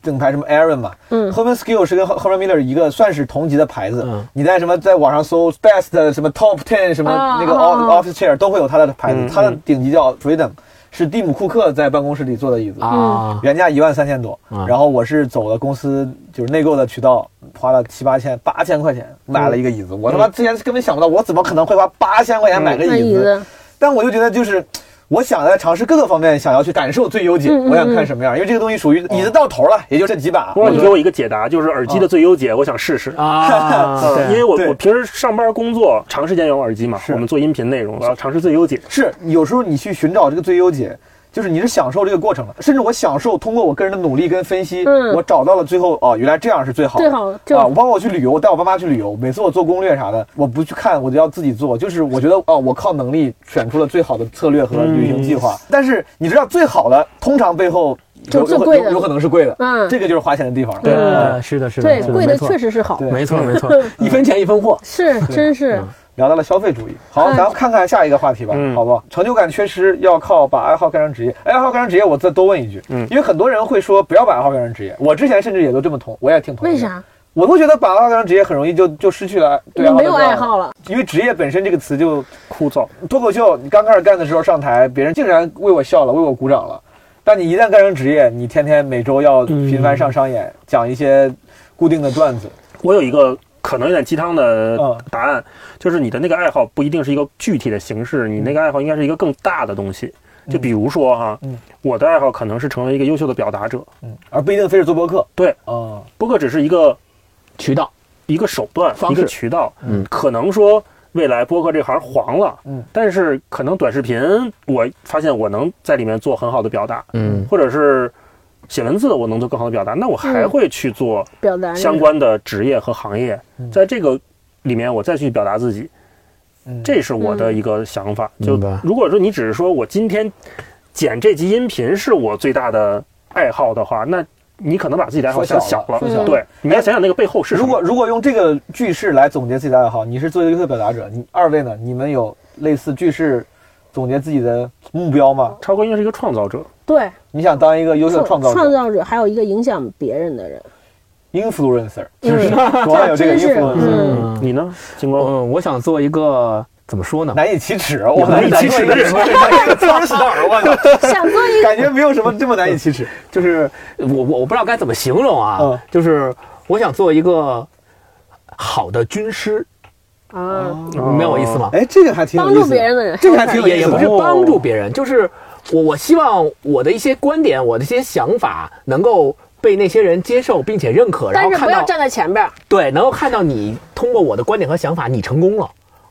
[SPEAKER 4] 品牌什么 Aaron 嘛，
[SPEAKER 1] 嗯
[SPEAKER 4] h e r m a n Skill 是跟 Herman Miller 一个算是同级的牌子，
[SPEAKER 3] 嗯
[SPEAKER 4] 你在什么在网上搜 best 什么 top ten 什么
[SPEAKER 1] 啊
[SPEAKER 4] 那个
[SPEAKER 1] 啊
[SPEAKER 4] off- office chair 都会有它的牌子，
[SPEAKER 2] 嗯
[SPEAKER 4] 它的顶级叫 Freedom，是蒂姆库克在办公室里做的椅子。
[SPEAKER 3] 啊，
[SPEAKER 4] 原价一万三千多，
[SPEAKER 3] 嗯
[SPEAKER 4] 然后我是走了公司就是内购的渠道，花了七八千、八千块钱买了一个椅子。我他妈之前根本想不到，我怎么可能会花八千块钱买个
[SPEAKER 1] 那
[SPEAKER 4] 椅
[SPEAKER 1] 嗯椅
[SPEAKER 4] 子？
[SPEAKER 1] 子，
[SPEAKER 4] 但我就觉得就是。我想在尝试各个方面，想要去感受最优解。
[SPEAKER 1] 嗯嗯
[SPEAKER 4] 我想看什么样，因为这个东西属于椅子到头了，也就这几把。
[SPEAKER 2] 不过你给我一个解答，就是耳机的最优解，我想试试。
[SPEAKER 3] 啊，
[SPEAKER 2] 嗯因为我
[SPEAKER 4] 对
[SPEAKER 2] 我平时上班工作长时间用耳机嘛，
[SPEAKER 4] 是
[SPEAKER 2] 我们做音频内容，我要尝试最优解。
[SPEAKER 4] 是有时候你去寻找这个最优解，就是你是享受这个过程了，甚至我享受通过我个人的努力跟分析，
[SPEAKER 1] 嗯
[SPEAKER 4] 我找到了最后哦，原来这样是最好的。
[SPEAKER 1] 最好就
[SPEAKER 4] 啊，我包括我去旅游，我带我爸妈去旅游，每次我做攻略啥的，我不去看，我就要自己做，就是我觉得哦，我靠能力选出了最好的策略和
[SPEAKER 1] 嗯
[SPEAKER 4] 旅行计划。但是你知道，最好的通常背后
[SPEAKER 1] 就
[SPEAKER 4] 有
[SPEAKER 1] 最
[SPEAKER 4] 有
[SPEAKER 1] 贵
[SPEAKER 4] 有
[SPEAKER 1] 的
[SPEAKER 4] 有可能是贵的，
[SPEAKER 1] 嗯
[SPEAKER 4] 这个就是花钱的地方了。
[SPEAKER 3] 对，是的，是的，
[SPEAKER 1] 对
[SPEAKER 3] 是
[SPEAKER 1] 贵
[SPEAKER 3] 没
[SPEAKER 1] 的
[SPEAKER 3] 错
[SPEAKER 1] 确实是好，
[SPEAKER 4] 对嗯
[SPEAKER 3] 没错没错， 一分钱一分货。
[SPEAKER 1] 是真是
[SPEAKER 4] 聊到了消费主义，好，
[SPEAKER 1] 嗯
[SPEAKER 4] 咱们看看下一个话题吧，
[SPEAKER 2] 嗯
[SPEAKER 4] 好不好？成就感缺失要靠把爱好干成职业，爱好干成职业，我再多问一句，
[SPEAKER 2] 嗯
[SPEAKER 4] 因为很多人会说不要把爱好干成职业，我之前甚至也都这么同，我也挺同意。
[SPEAKER 1] 为？啥？
[SPEAKER 4] 我都觉得把爱好干成职业很容易就就失去了
[SPEAKER 1] 你
[SPEAKER 4] 对
[SPEAKER 1] 没有
[SPEAKER 4] 的热
[SPEAKER 1] 爱好了，
[SPEAKER 4] 因为职业本身这个词就
[SPEAKER 2] 枯燥，
[SPEAKER 4] 脱口秀，你刚开始干的时候上台，别人竟然为我笑了，为我鼓掌了。但你一旦干成职业，你天天每周要频繁上商演，讲一些固定的段子，
[SPEAKER 2] 我有一个可能有点鸡汤的
[SPEAKER 4] 嗯
[SPEAKER 2] 答案，就是你的那个爱好不一定是一个具体的形式，你那个爱好应该是一个更大的东西。就比如说哈
[SPEAKER 4] 嗯，
[SPEAKER 2] 我的爱好可能是成为一个优秀的表达者，
[SPEAKER 4] 嗯，而不一定非是做播客。
[SPEAKER 2] 对
[SPEAKER 4] 啊、
[SPEAKER 2] 播客只是一个
[SPEAKER 3] 渠道
[SPEAKER 2] 一个手段，
[SPEAKER 3] 方
[SPEAKER 2] 一
[SPEAKER 3] 式
[SPEAKER 2] 个渠道。
[SPEAKER 3] 嗯
[SPEAKER 2] 可能说未来播客这行黄了，
[SPEAKER 4] 嗯
[SPEAKER 2] 但是可能短视频，我发现我能在里面做很好的表达，
[SPEAKER 3] 嗯
[SPEAKER 2] 或者是写文字，我能做更好的表达，那我还
[SPEAKER 1] 嗯
[SPEAKER 2] 会去做
[SPEAKER 1] 表达
[SPEAKER 2] 相关的职业和行业，在这个里面我再去表达自己，
[SPEAKER 4] 嗯
[SPEAKER 2] 这是我的一个想法。
[SPEAKER 3] 嗯
[SPEAKER 2] 就
[SPEAKER 3] 明白
[SPEAKER 2] 如果说你只是说我今天剪这集音频是我最大的爱好的话，那你可能把自己的爱好想
[SPEAKER 4] 缩小
[SPEAKER 2] 小了。
[SPEAKER 4] 了缩
[SPEAKER 1] 小了
[SPEAKER 2] 对，你要想想那个背后是什
[SPEAKER 4] 如
[SPEAKER 2] 么。
[SPEAKER 4] 果如果用这个句式来总结自己的爱好，你是做一个优秀表达者，你二位呢？你们有类似句式总结自己的目标嘛？
[SPEAKER 2] 超哥应该是一个创造者，
[SPEAKER 1] 对，
[SPEAKER 4] 你想当一个优秀的创造
[SPEAKER 1] 创
[SPEAKER 4] 者
[SPEAKER 1] 造者，还有一个影响别人的人，
[SPEAKER 4] （influencer），
[SPEAKER 1] 嗯，
[SPEAKER 4] 主要哦有这个
[SPEAKER 1] 真是
[SPEAKER 4] influencer，
[SPEAKER 1] 嗯
[SPEAKER 3] 嗯，
[SPEAKER 2] 你呢，金光？
[SPEAKER 3] 嗯，我想做一个怎么说呢？
[SPEAKER 4] 难以启齿。我
[SPEAKER 2] 难以启齿
[SPEAKER 4] 这个词儿是哪儿？我操，
[SPEAKER 1] 嗯想做一个
[SPEAKER 4] 感觉没有什么这么难以启齿。
[SPEAKER 3] 就是我我我不知道该怎么形容啊，
[SPEAKER 4] 嗯
[SPEAKER 3] 就是我想做一个好的军师，
[SPEAKER 1] 啊，
[SPEAKER 3] 你明白我意思吗？
[SPEAKER 4] 哎，这个还挺有
[SPEAKER 1] 帮
[SPEAKER 4] 意思
[SPEAKER 1] 助
[SPEAKER 4] 的
[SPEAKER 1] 别人的人，
[SPEAKER 4] 这个还挺有意
[SPEAKER 3] 也也不是
[SPEAKER 4] 哦
[SPEAKER 3] 帮助别人，就是我我希望我的一些观点，我的一些想法能够被那些人接受并且认可，然
[SPEAKER 1] 但
[SPEAKER 3] 后
[SPEAKER 1] 是
[SPEAKER 3] 看
[SPEAKER 1] 不要
[SPEAKER 3] 到
[SPEAKER 1] 站在前边儿，
[SPEAKER 3] 对，能够看到你通过我的观点和想法，你成功了，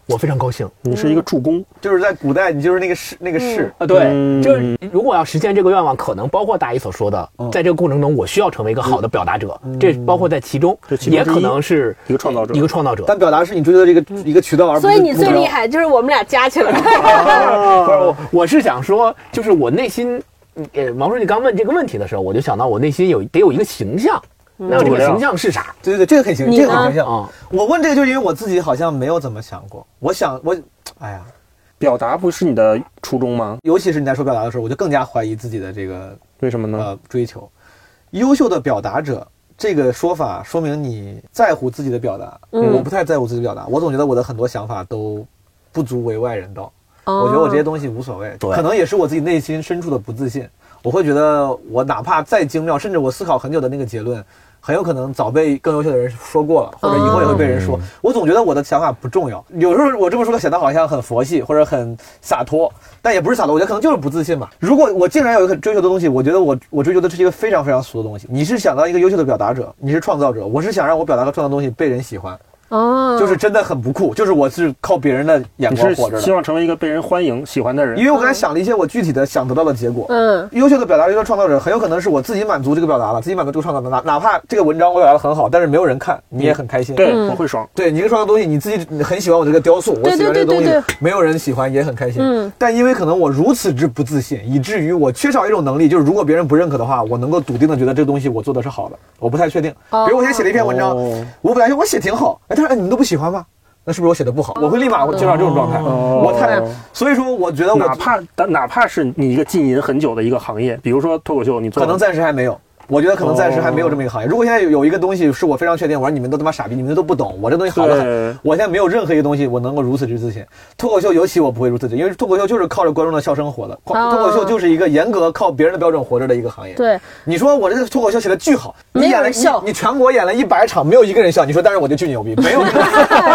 [SPEAKER 3] 我非常高兴。
[SPEAKER 2] 你是一个助攻，
[SPEAKER 4] 就是在古代，你就是那个士，那个士。
[SPEAKER 3] 啊，对，
[SPEAKER 2] 嗯
[SPEAKER 3] 就是如果要实现这个愿望，可能包括大姨所说的，在这个过程中，我需要成为一个好的表达者，这包括在其中，
[SPEAKER 2] 这其中
[SPEAKER 3] 也
[SPEAKER 2] 之一
[SPEAKER 3] 可能是
[SPEAKER 2] 一个创造者
[SPEAKER 3] 一个创造者。
[SPEAKER 4] 但表达是你追求的这个一个渠道，而不
[SPEAKER 1] 嗯所
[SPEAKER 4] 是
[SPEAKER 1] 以你
[SPEAKER 4] 目标
[SPEAKER 1] 最厉。害就是我们俩加起来，
[SPEAKER 2] 呃
[SPEAKER 3] 不是我，呃我是想说，就是我内心，嗯呃，王书记刚问这个问题的时候，我就想到我内心有得有一个形象，那这
[SPEAKER 2] 诸葛
[SPEAKER 3] 个
[SPEAKER 2] 亮
[SPEAKER 3] 形象是啥？
[SPEAKER 4] 对对对，这个很形，
[SPEAKER 1] 你
[SPEAKER 4] 这
[SPEAKER 1] 呢
[SPEAKER 4] 个很形象。
[SPEAKER 3] 嗯
[SPEAKER 4] 我问这个就是因为我自己好像没有怎么想过。我想我，哎呀，
[SPEAKER 2] 表达不是你的初衷吗？
[SPEAKER 4] 尤其是你在说表达的时候，我就更加怀疑自己的这个
[SPEAKER 2] 为什么呢？
[SPEAKER 4] 呃追求。优秀的表达者这个说法说明你在乎自己的表达，
[SPEAKER 1] 嗯
[SPEAKER 4] 我不太在乎自己的表达，我总觉得我的很多想法都不足为外人道。
[SPEAKER 1] 我
[SPEAKER 4] 我觉得我
[SPEAKER 1] 哦
[SPEAKER 4] 这些东西无所谓，
[SPEAKER 3] 对
[SPEAKER 4] 可能也是我自己内心深处的不自信。我会觉得我哪怕再精妙，甚至我思考很久的那个结论，很有可能早被更优秀的人说过了，或者以后也会被
[SPEAKER 2] 哦
[SPEAKER 4] 人说。我总觉得我的想法不重要。有时候我这么说的显得好像很佛系或者很洒脱，但也不是洒脱，我觉得可能就是不自信吧。如果我竟然有一个追求的东西，我觉得我我追求的是一个非常非常俗的东西。你是想当一个优秀的表达者，你是创造者，我是想让我表达和创造的东西被人喜欢，
[SPEAKER 1] 哦，
[SPEAKER 4] 就是真的很不酷，就是我是靠别人的眼
[SPEAKER 2] 你
[SPEAKER 4] 光
[SPEAKER 2] 是
[SPEAKER 4] 活着的
[SPEAKER 2] 希。望成为一个被人欢迎、喜欢的人
[SPEAKER 4] 因？为我刚才想了一些我具体的想得到的结果。
[SPEAKER 1] 嗯
[SPEAKER 4] 优秀的表达、优秀的创造者，很有可能是我自己满足这个表达了，自己满足这个创造的。哪哪怕这个文章我表达的很好，但是没有人看，你也很开心。
[SPEAKER 2] 嗯对，
[SPEAKER 3] 嗯
[SPEAKER 2] 我会爽。
[SPEAKER 4] 对，你这个创造东西，你自己你很喜欢我这个雕塑，我
[SPEAKER 1] 对
[SPEAKER 4] 喜欢这
[SPEAKER 1] 对
[SPEAKER 4] 个东
[SPEAKER 1] 对
[SPEAKER 4] 西
[SPEAKER 1] 对，
[SPEAKER 4] 没有人喜欢也很开心。
[SPEAKER 1] 嗯，
[SPEAKER 4] 但因为可能我如此之不自信，以至于我缺少一种能力，就是如果别人不认可的话，我能够笃定的觉得这个东西我做的是好的。我不太确定，比如我现在写了一篇文章，
[SPEAKER 2] 哦
[SPEAKER 4] 我本来说我写挺好，哎，但是哎你们都不喜欢吗？那是不是我写的不好？我会立马进入到这种状态。
[SPEAKER 2] 哦
[SPEAKER 4] 我太，所以说我觉得我
[SPEAKER 2] 哪怕但哪怕是你一个浸淫很久的一个行业，比如说脱口秀，你做哦
[SPEAKER 4] 可能暂时还没有。我觉得可能暂时还没有这么一个行业。如果现在有有一个东西是我非常确定，我说你们都他妈傻逼，你们都不懂，我这东西好的
[SPEAKER 2] 对
[SPEAKER 4] 很。我现在没有任何一个东西我能够如此之自信。脱口秀尤其我不会如此之，因为脱口秀就是靠着观众的笑声活的，脱
[SPEAKER 1] 啊
[SPEAKER 4] 脱口秀就是一个严格靠别人的标准活着的一个行业。，
[SPEAKER 1] 对，
[SPEAKER 4] 你说我这个脱口秀写的巨好，你
[SPEAKER 1] 没有
[SPEAKER 4] 演了
[SPEAKER 1] 人笑
[SPEAKER 4] 你，你全国演了一百场，没有一个人笑，你说但是我就巨牛逼，没有这个
[SPEAKER 1] 啊哎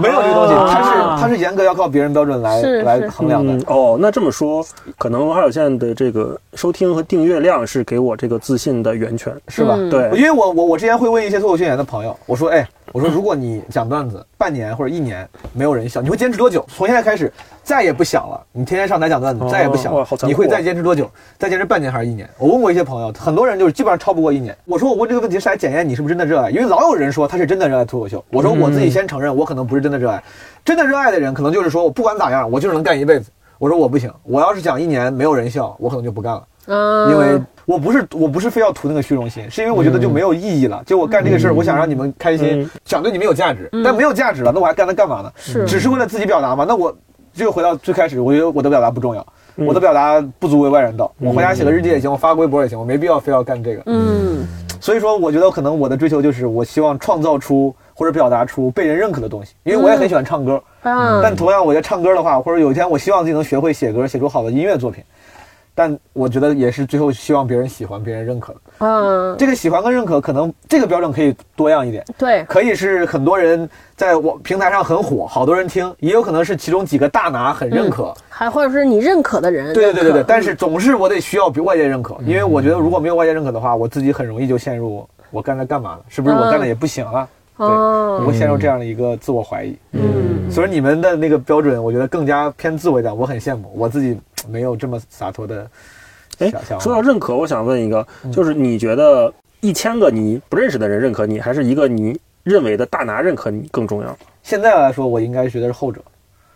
[SPEAKER 4] 没有这个东西，它是它是严格要靠别人标准来
[SPEAKER 1] 是
[SPEAKER 4] 来
[SPEAKER 1] 是
[SPEAKER 4] 衡量的。
[SPEAKER 2] 嗯。哦，那这么说，可能文化有限的这个收听和订阅量是给我这个自信的源泉。
[SPEAKER 4] 是吧？
[SPEAKER 1] 嗯
[SPEAKER 2] 对
[SPEAKER 4] 因为我我我之前会问一些脱口秀演员的朋友，我说，哎，我说如果你讲段子半年或者一年没有人笑，你会坚持多久？从现在开始再也不想了，你天天上台讲段子
[SPEAKER 2] 哦
[SPEAKER 4] 再也不想了
[SPEAKER 2] 哇好残酷啊
[SPEAKER 4] 你会再坚持多久？再坚持半年还是一年？我问过一些朋友，很多人就是基本上超不过一年。我说我问这个问题是来检验你是不是真的热爱，因为老有人说他是真的热爱脱口秀，我说我自己先承认我可能不是真的热爱，真的热爱的人可能就是说我不管咋样，我就是能干一辈子。我说我不行，我要是讲一年没有人笑，我可能就不干了。
[SPEAKER 1] 嗯，
[SPEAKER 4] 因为我不是我不是非要图那个虚荣心，是因为我觉得就没有意义了。就我干这个事儿，我想让你们开心
[SPEAKER 2] 嗯，
[SPEAKER 4] 想对你们有价值，但没有价值了，那我还干它干嘛呢？
[SPEAKER 1] 嗯是
[SPEAKER 4] 只是为了自己表达嘛？那我就回到最开始，我觉得我的表达不重要，
[SPEAKER 1] 嗯
[SPEAKER 4] 我的表达不足为外人道。我回家写个日记也行，我发个微博也行，我没必要非要干这个。
[SPEAKER 1] 嗯
[SPEAKER 4] 所以说，我觉得可能我的追求就是，我希望创造出或者表达出被人认可的东西，因为我
[SPEAKER 1] 嗯
[SPEAKER 4] 也很喜欢唱歌。
[SPEAKER 1] 啊，
[SPEAKER 4] 但同样，我觉得唱歌的话，或者有一天我希望自己能学会写歌，写出好的音乐作品。但我觉得也是最后希望别人喜欢、别人认可的。
[SPEAKER 1] 嗯，
[SPEAKER 4] 这个喜欢跟认可，可能这个标准可以多样一点，
[SPEAKER 1] 对，
[SPEAKER 4] 可以是很多人在我平台上很火，好多人听，也有可能是其中几个大拿很认可。
[SPEAKER 1] 还或者是你认可的人，
[SPEAKER 4] 对对对对对，
[SPEAKER 1] 嗯认可嗯
[SPEAKER 4] 但是总是我得需要比外界认可，因为我觉得如果没有外界认可的话，我自己很容易就陷入我干它干嘛呢？是不是我干
[SPEAKER 1] 嗯
[SPEAKER 4] 了也不行了？对，
[SPEAKER 1] 哦，
[SPEAKER 4] 我陷入这样的一个自我怀疑。
[SPEAKER 1] 嗯，
[SPEAKER 4] 所以你们的那个标准，我觉得更加偏自我一点，我很羡慕，我自己没有这么洒脱的
[SPEAKER 2] 哎
[SPEAKER 4] 想，象。
[SPEAKER 2] 说到认可，我想问一个，
[SPEAKER 4] 嗯
[SPEAKER 2] 就是你觉得一千个你不认识的人认可你，还是一个你认为的大拿认可你更重
[SPEAKER 3] 嗯
[SPEAKER 2] 要？
[SPEAKER 4] 现在来说，我应该觉得是后者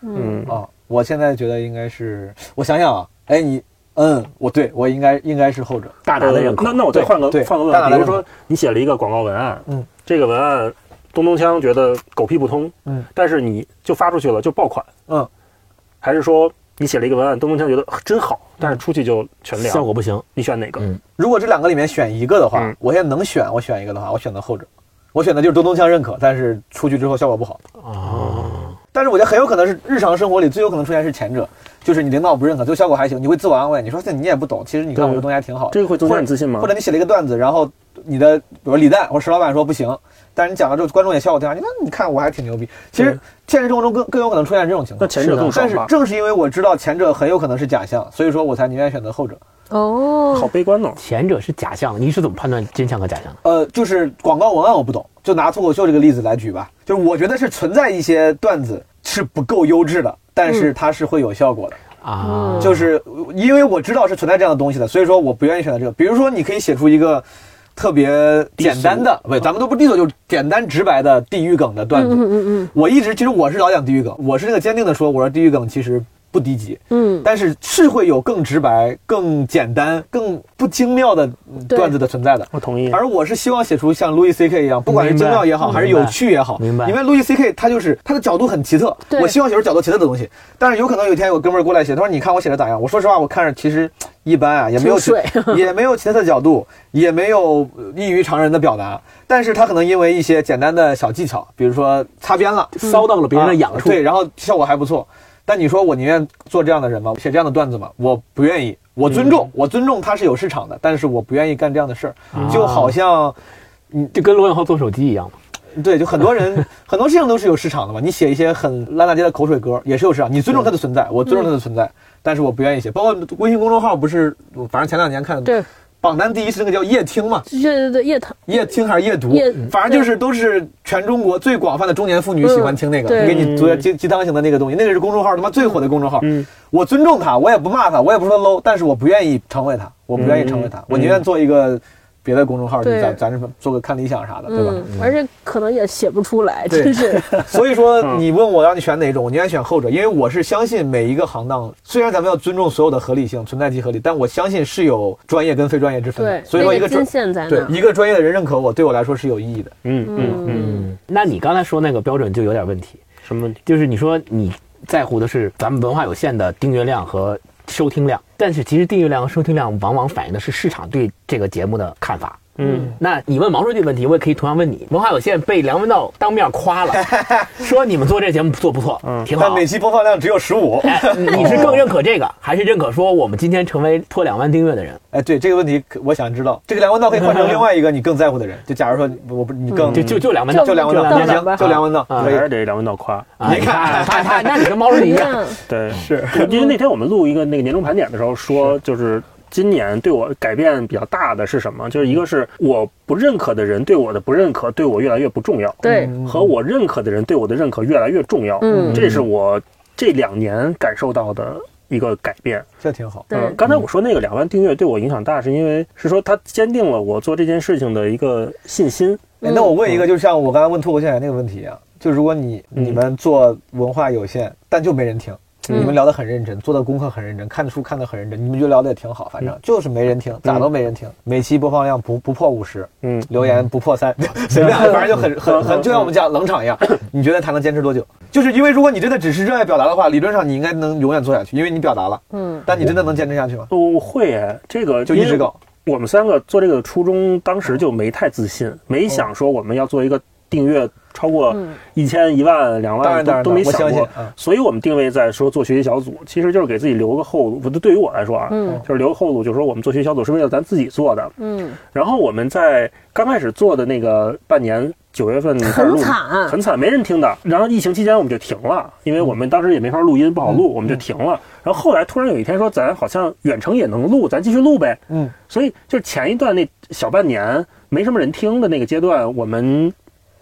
[SPEAKER 2] 嗯，
[SPEAKER 4] 啊，我现在觉得应该是，我想想啊，哎你。嗯，我对我应该应该是后者，
[SPEAKER 2] 大
[SPEAKER 3] 拿的认可
[SPEAKER 2] 那那我再换个
[SPEAKER 4] 对
[SPEAKER 2] 换个问
[SPEAKER 4] 大拿
[SPEAKER 2] 题，
[SPEAKER 4] 的
[SPEAKER 2] 比如
[SPEAKER 4] 认可
[SPEAKER 2] 说你写了一个广告文案，
[SPEAKER 4] 嗯，
[SPEAKER 2] 这个文案东东锵觉得狗屁不通，
[SPEAKER 4] 嗯，
[SPEAKER 2] 但是你就发出去了就爆款，
[SPEAKER 4] 嗯，
[SPEAKER 2] 还是说你写了一个文案，东东锵觉得呃真好，但是出去就全
[SPEAKER 3] 效
[SPEAKER 2] 凉。
[SPEAKER 3] 果不行。
[SPEAKER 2] 你选哪个？
[SPEAKER 3] 嗯
[SPEAKER 4] 如果这两个里面选一个的话，
[SPEAKER 2] 嗯
[SPEAKER 4] 我现在能选，我选一个的话，我选择后者。我选的就是东东锵认可，但是出去之后效果不好。
[SPEAKER 2] 哦
[SPEAKER 4] 但是我觉得很有可能是日常生活里最有可能出现是前者，就是你领导不认可，最后效果还行，你会自我安慰，你说这你也不懂，其实你看我这东西还挺好的。
[SPEAKER 2] 这个会增加你自信吗
[SPEAKER 4] 或者？你写了一个段子，然后你的比如李诞或者石老板说不行，但是你讲了之后观众也笑我挺好，你看你看我还挺牛逼。其实现实生活中更更有可能出现这种情
[SPEAKER 2] 那
[SPEAKER 4] 况。
[SPEAKER 2] 前者更
[SPEAKER 4] 但
[SPEAKER 2] 爽
[SPEAKER 4] 是
[SPEAKER 2] 吧？
[SPEAKER 4] 正是因为我知道前者很有可能是假象，所以说我才宁愿选择后者。
[SPEAKER 2] 好
[SPEAKER 1] 哦，
[SPEAKER 2] 悲观哦。
[SPEAKER 3] 前者是假象，你是怎么判断真相和假象的？
[SPEAKER 4] 呃，就是广告文案我不懂，就拿脱口秀这个例子来举吧。就是我觉得是存在一些段子是不够优质的，但
[SPEAKER 1] 嗯
[SPEAKER 4] 是它是会有效果的。
[SPEAKER 1] 哦
[SPEAKER 3] 啊，
[SPEAKER 4] 嗯就是呃因为我知道是存在这样的东西的，所以说我不愿意选择这个。比如说，你可以写出一个特别简单的，不，咱们都不低俗，就是简单直白的地狱梗的段子。
[SPEAKER 1] 嗯嗯
[SPEAKER 4] 我一直其实我是老讲地狱梗，我是那个坚定的说，我说地狱梗其实不低级，
[SPEAKER 1] 嗯
[SPEAKER 4] 但是是会有更直白、更简单、更不精妙的嗯
[SPEAKER 1] 对
[SPEAKER 4] 段子的存在的。
[SPEAKER 2] 我同意。
[SPEAKER 4] 而我是希望写出像 Louis C K 一样，不管是精妙也好，
[SPEAKER 3] 明白
[SPEAKER 4] 还是有趣也好，
[SPEAKER 3] 明白
[SPEAKER 4] 因为 Louis C K 他就是他的角度很奇特，
[SPEAKER 1] 对
[SPEAKER 4] 我希望写出角度奇特的东西。但是有可能有一天有哥们儿过来写，他说：“你看我写的咋样？”我说实话，我看着其实嘖一般啊，也没有
[SPEAKER 1] 挺水
[SPEAKER 4] 也没 有奇特的角度，也没有呃异于常人的表达。但是他可能因为一些简单的小技巧，比如说擦边了，
[SPEAKER 3] 骚到了别人的痒
[SPEAKER 4] 啊
[SPEAKER 3] 处。
[SPEAKER 4] 对，然后效果还不错。但你说我宁愿做这样的人吗？写这样的段子吗？我不愿意。我尊
[SPEAKER 3] 嗯
[SPEAKER 4] 重，我尊重他是有市场的，但是我不愿意干这样的事儿，
[SPEAKER 3] 啊
[SPEAKER 4] 就好像。
[SPEAKER 3] 就跟罗永浩做手机一样嘛。
[SPEAKER 4] 对，就很多人很多事情都是有市场的嘛。你写一些很烂大街的口水歌也是有市场，你尊重它的存在，我尊重它的存
[SPEAKER 3] 嗯
[SPEAKER 4] 在，嗯但是我不愿意写。包括微信公众号不是，反正前两年看
[SPEAKER 1] 对，
[SPEAKER 4] 榜单第一是那个叫夜听嘛，
[SPEAKER 1] 对对对，夜疼，
[SPEAKER 4] 夜听还是夜读
[SPEAKER 1] 夜，
[SPEAKER 4] 反正就是都是全中国最广泛的中年妇女喜欢听那个，
[SPEAKER 1] 嗯
[SPEAKER 4] 给你做鸡鸡汤型的那个东西，那个是公众号他妈最火的公众号。
[SPEAKER 2] 嗯
[SPEAKER 4] 我尊重他，我也不骂他，我也不说 low，但是我不愿意成为他，我不愿意成为他，
[SPEAKER 2] 嗯
[SPEAKER 4] 我宁愿做一个别的公众号，就
[SPEAKER 1] 对
[SPEAKER 4] 咱咱这做个看理想啥的，对吧？
[SPEAKER 1] 嗯，而且可能也写不出来，
[SPEAKER 4] 对
[SPEAKER 1] 真是，
[SPEAKER 4] 所以说，
[SPEAKER 2] 嗯
[SPEAKER 4] 你问我让你选哪种，我宁愿选后者，因为我是相信每一个行当，虽然咱们要尊重所有的合理性、存在即合理，但我相信是有专业跟非专业之分的。
[SPEAKER 1] 对，
[SPEAKER 4] 所以说一
[SPEAKER 1] 那
[SPEAKER 4] 个
[SPEAKER 1] 金
[SPEAKER 4] 专
[SPEAKER 1] 线在
[SPEAKER 4] 对
[SPEAKER 1] 那，
[SPEAKER 4] 一个专业的人认可我，对我来说是有意义的。
[SPEAKER 2] 嗯嗯嗯，
[SPEAKER 3] 嗯，那你刚才说那个标准就有点问题，
[SPEAKER 2] 什么问
[SPEAKER 4] 嗯
[SPEAKER 2] 题？
[SPEAKER 3] 就是你说你在乎的是咱们文化有限的订阅量和收听量，但是其实订阅量和收听量往往反映的是市场对这个节目的看法。
[SPEAKER 2] 嗯，
[SPEAKER 3] 那你问毛书记问题，我也可以同样问你。文化有限被梁文道当面 夸了，说你们做这节目做不错，
[SPEAKER 2] 嗯
[SPEAKER 3] 挺
[SPEAKER 4] 但
[SPEAKER 3] 好
[SPEAKER 4] 每。期播放量只有十五，
[SPEAKER 3] 哎，你是更认可这个，还是认可说我们今天成为破两万订阅的人？
[SPEAKER 4] 哎，对这个问题可，我想知道，这个梁文道可以换成另外一个你更在乎的人，就假如说我不你更
[SPEAKER 2] 嗯
[SPEAKER 3] 就就就梁文道，
[SPEAKER 4] 就梁文
[SPEAKER 1] 就
[SPEAKER 4] 道也
[SPEAKER 1] 梁文道
[SPEAKER 4] 行，就梁文道
[SPEAKER 3] 啊
[SPEAKER 4] 可以
[SPEAKER 2] 还是得梁文道夸。
[SPEAKER 3] 啊你看 他他，那你跟毛书记一样，
[SPEAKER 1] 嗯
[SPEAKER 2] 对，是因为那天我们录一个那个年终盘点的时候说，就是今年对我改变比较大的是什么？就是一
[SPEAKER 1] 嗯
[SPEAKER 2] 个是我不认可的人对我的不认可对我越来越不重要，
[SPEAKER 1] 对，
[SPEAKER 2] 和我认可的人对我的认可越来越重要。
[SPEAKER 1] 嗯
[SPEAKER 2] 这是我这两年感受到的一个改变。
[SPEAKER 4] 这挺好。
[SPEAKER 1] 对
[SPEAKER 2] 呃，刚才我说那个两万订阅对我影响大，是因为是说它坚定了我做这件事情的一个信心。
[SPEAKER 4] 哎那我问一个，就像我刚才问脱口秀演员那个问题一样，就如果你
[SPEAKER 2] 嗯
[SPEAKER 4] 你们做文化有限，但就没人听，
[SPEAKER 1] 嗯
[SPEAKER 4] 你们聊得很认真，做的功课很认真，看书看得很认真，你们就聊得也挺好，
[SPEAKER 2] 嗯
[SPEAKER 4] 反正就是没人听，咋都没人听，每期播放量不不破五十，
[SPEAKER 2] 嗯，
[SPEAKER 4] 留言不破三， 随便，反正就很很很，
[SPEAKER 2] 嗯
[SPEAKER 4] 就像我们讲冷 场一样，你觉得他能坚持多久？就是因为如果你真的只是热爱表达的话，理论上你应该能永远做下去，因为你表达了，
[SPEAKER 1] 嗯
[SPEAKER 4] 但你真的能坚持下去吗？
[SPEAKER 2] 我会哎，这个
[SPEAKER 4] 就一直搞。
[SPEAKER 2] 我们三个做这个的初衷，当时就没太自
[SPEAKER 4] 嗯
[SPEAKER 2] 信，没想说我们要做一个订阅超过
[SPEAKER 1] 嗯
[SPEAKER 2] 一千、一万、两
[SPEAKER 4] 当然
[SPEAKER 2] 万，
[SPEAKER 4] 当
[SPEAKER 2] 都
[SPEAKER 4] 然
[SPEAKER 2] 都没
[SPEAKER 4] 我
[SPEAKER 2] 想
[SPEAKER 4] 相信
[SPEAKER 2] 过
[SPEAKER 4] 嗯。
[SPEAKER 2] 所以我们定位在说做学习小组，其实就是给自己留个后路。对于我来说啊，
[SPEAKER 1] 嗯
[SPEAKER 2] 就是留个后路，就是说我们做学习小组是为了咱自己做的。
[SPEAKER 1] 嗯，
[SPEAKER 2] 然后我们在刚开始做的那个半年，九月份开始录
[SPEAKER 1] 很
[SPEAKER 4] 嗯
[SPEAKER 1] 惨
[SPEAKER 2] 很惨，没人听的。然后疫情期间我们就停了，因为我们当时也没法录音，不好
[SPEAKER 4] 嗯
[SPEAKER 2] 录，我们就停了。然后后来突然有一天说，咱好像远程也能录，咱继续录呗。
[SPEAKER 4] 嗯，
[SPEAKER 2] 所以就是前一段那小半年没什么人听的那个阶段，我们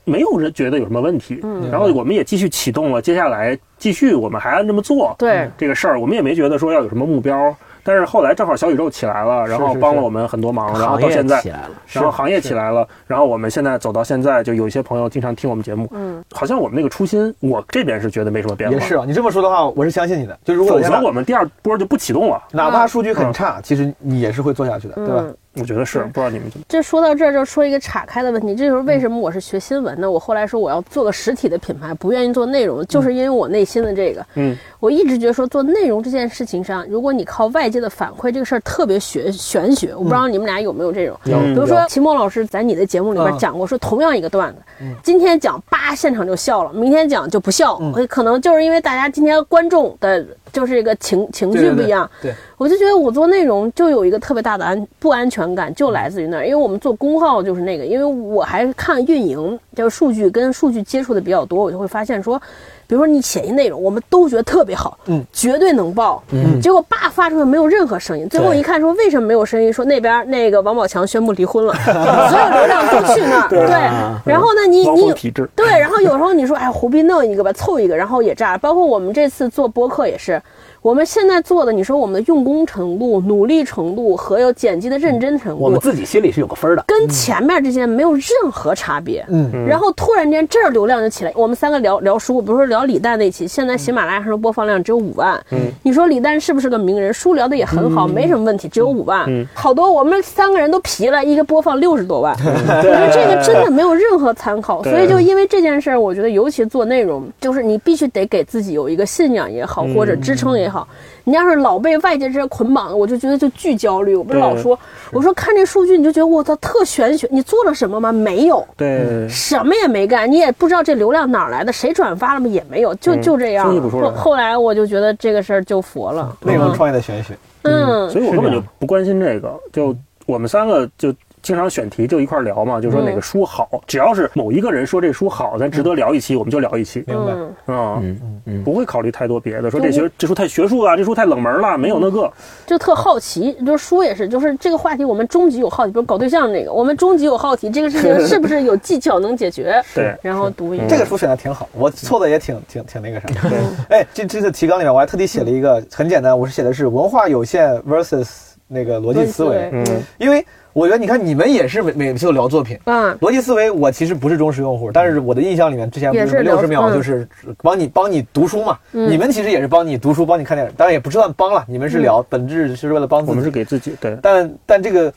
[SPEAKER 2] 没有人觉得有什么问题。
[SPEAKER 1] 嗯
[SPEAKER 2] 然后我们也继续启动了，接下来继续我们还按这么做。
[SPEAKER 1] 对，
[SPEAKER 2] 这个事儿，我们也没觉得说要有什么目标。但是后来正好小宇宙起来了，然后
[SPEAKER 4] 是
[SPEAKER 2] 帮了
[SPEAKER 4] 是
[SPEAKER 2] 我们很多忙，然后
[SPEAKER 3] 行
[SPEAKER 2] 到
[SPEAKER 3] 业
[SPEAKER 2] 现在
[SPEAKER 3] 起来了，
[SPEAKER 2] 然后行业起来了，然后我们现在走到现在，就有一些朋友经常听我们节目，
[SPEAKER 1] 嗯，
[SPEAKER 2] 好像我们那个初心，我这边是觉得没什么变化，
[SPEAKER 4] 也是，啊，你这么说的话，我是相信你的。就如果
[SPEAKER 2] 否
[SPEAKER 4] 我现在
[SPEAKER 2] 则我们第二波就不启动了。
[SPEAKER 4] 哪怕数据很差，其实你也是会做下去的，对吧？
[SPEAKER 1] 嗯
[SPEAKER 2] 我觉得是，不知道你们怎么
[SPEAKER 1] 这说到这儿，就说一个岔开的问题，这就是
[SPEAKER 4] 嗯
[SPEAKER 1] 为什么我是学新闻的。我后来说我要做个实体的品牌，不愿意做内容，
[SPEAKER 4] 嗯
[SPEAKER 1] 就是因为我内心的这个。
[SPEAKER 2] 嗯，
[SPEAKER 1] 我一直觉得说做内容这件事情上，如果你靠外界的反馈，这个事儿特别玄玄学。我不知道你们俩有没有这种，比如说
[SPEAKER 4] 嗯有
[SPEAKER 1] 秦墨老师在你的节目里边
[SPEAKER 4] 嗯
[SPEAKER 1] 讲过，说同样一个段子，今天讲叭现场就笑了，明天讲就不笑，
[SPEAKER 4] 嗯
[SPEAKER 1] 可能就是因为大家今天观众的就是一个情情绪不一样。
[SPEAKER 4] 对对对对
[SPEAKER 1] 我就觉得我做内容就有一个特别大的安不安全感，就来自于那儿，因为我们做公号就是那个，因为我还是看运营，就是数据跟数据接触的比较多，我就会发现说，比如说你写一内容，我们都觉得特别好，
[SPEAKER 4] 嗯，
[SPEAKER 1] 绝对能爆，嗯，结果爸发出来没有任何声音，最后一看说为什么没有声音？说那边那个王宝强宣布离婚了， 所有流量都去那儿， 对，啊然后呢， 你
[SPEAKER 2] 汪
[SPEAKER 1] 你
[SPEAKER 2] 峰体制
[SPEAKER 1] 对，然后有时候你说，哎，胡逼弄一个吧，凑一个，然后也炸了。包括我们这次做播客也是，我们现在做的，你说我们的用功程度、努力程度和有剪辑的认真程
[SPEAKER 3] 嗯我们
[SPEAKER 1] 度，
[SPEAKER 3] 自己心里是有个分儿的。
[SPEAKER 1] 跟前面这些没有任何差别。
[SPEAKER 4] 嗯
[SPEAKER 1] 然后突然间这儿流量就起来，我们三个聊聊书，比如说聊李诞那期，现在喜马拉雅上的播放量只有五万。嗯，你说李诞是不是个名人？书聊的也很好，没什么问题，只有五万。
[SPEAKER 2] 嗯
[SPEAKER 1] 好多我们三个人都皮了，一个播放六十多万，我觉得这个真的没有任何参考。
[SPEAKER 2] 对
[SPEAKER 1] 所以就因为这件事儿，我觉得尤其做内容，就是你必须得给自己有一个信仰也好，或者支撑也好。你要是老被外界这些捆绑了，我就觉得就巨焦虑。我不是
[SPEAKER 2] 对
[SPEAKER 1] 老说，我说看这数据你就觉得我操特玄学，你做了什么吗？没有。
[SPEAKER 4] 嗯
[SPEAKER 2] 对，
[SPEAKER 1] 什么也没干，你也不知道这流量哪儿来的，谁转发了吗？也没有，就
[SPEAKER 2] 嗯
[SPEAKER 1] 就这样
[SPEAKER 2] 分析不出
[SPEAKER 1] 后
[SPEAKER 2] 来
[SPEAKER 1] 后来我就觉得这个事儿就佛了。
[SPEAKER 4] 内容创业的玄学，
[SPEAKER 1] 嗯，
[SPEAKER 2] 所以我根本就不关心这个。就
[SPEAKER 4] 嗯
[SPEAKER 2] 我们三个就经常选题就一块儿聊嘛，就说哪个书好，只要是某一个人说这书好，咱值得聊一期，我们就聊一期
[SPEAKER 4] 明白？
[SPEAKER 1] 嗯，
[SPEAKER 2] 啊。
[SPEAKER 3] 嗯嗯，
[SPEAKER 2] 不会考虑太多别的，说
[SPEAKER 1] 就
[SPEAKER 2] 这学这书太学术啊了，这书太冷门了，没有那
[SPEAKER 4] 嗯
[SPEAKER 2] 个。
[SPEAKER 1] 就特好奇，就是书也是，就是这个话题我们终极有好奇，比如搞对象那个，我们终极有好奇，这个事情是不是有技巧能解 决？
[SPEAKER 2] 对
[SPEAKER 1] 然后读一
[SPEAKER 4] 嗯这
[SPEAKER 1] 个，
[SPEAKER 4] 个书选的挺好，我错的也挺挺挺那个啥。
[SPEAKER 1] 嗯
[SPEAKER 4] 哎，这这次提纲里面我还特地写了一个很简单，我是写的是文化有限 versus 那个逻辑思维，
[SPEAKER 1] 嗯
[SPEAKER 4] 因为我觉得你看你们也是每每次都聊作品。
[SPEAKER 1] 啊，
[SPEAKER 4] 逻辑思维，我其实不是忠实用户，但是我的印象里面，之前不
[SPEAKER 1] 也是
[SPEAKER 4] 是
[SPEAKER 1] 聊
[SPEAKER 4] 六十秒
[SPEAKER 1] 嗯
[SPEAKER 4] 就是帮你帮你读书嘛，
[SPEAKER 1] 嗯
[SPEAKER 4] 你们其实也是帮你读书，帮你看电影，当然也不算帮了，你们是
[SPEAKER 1] 嗯
[SPEAKER 4] 聊，本质是为了帮自己。
[SPEAKER 2] 我们是给自己对，
[SPEAKER 4] 但但这个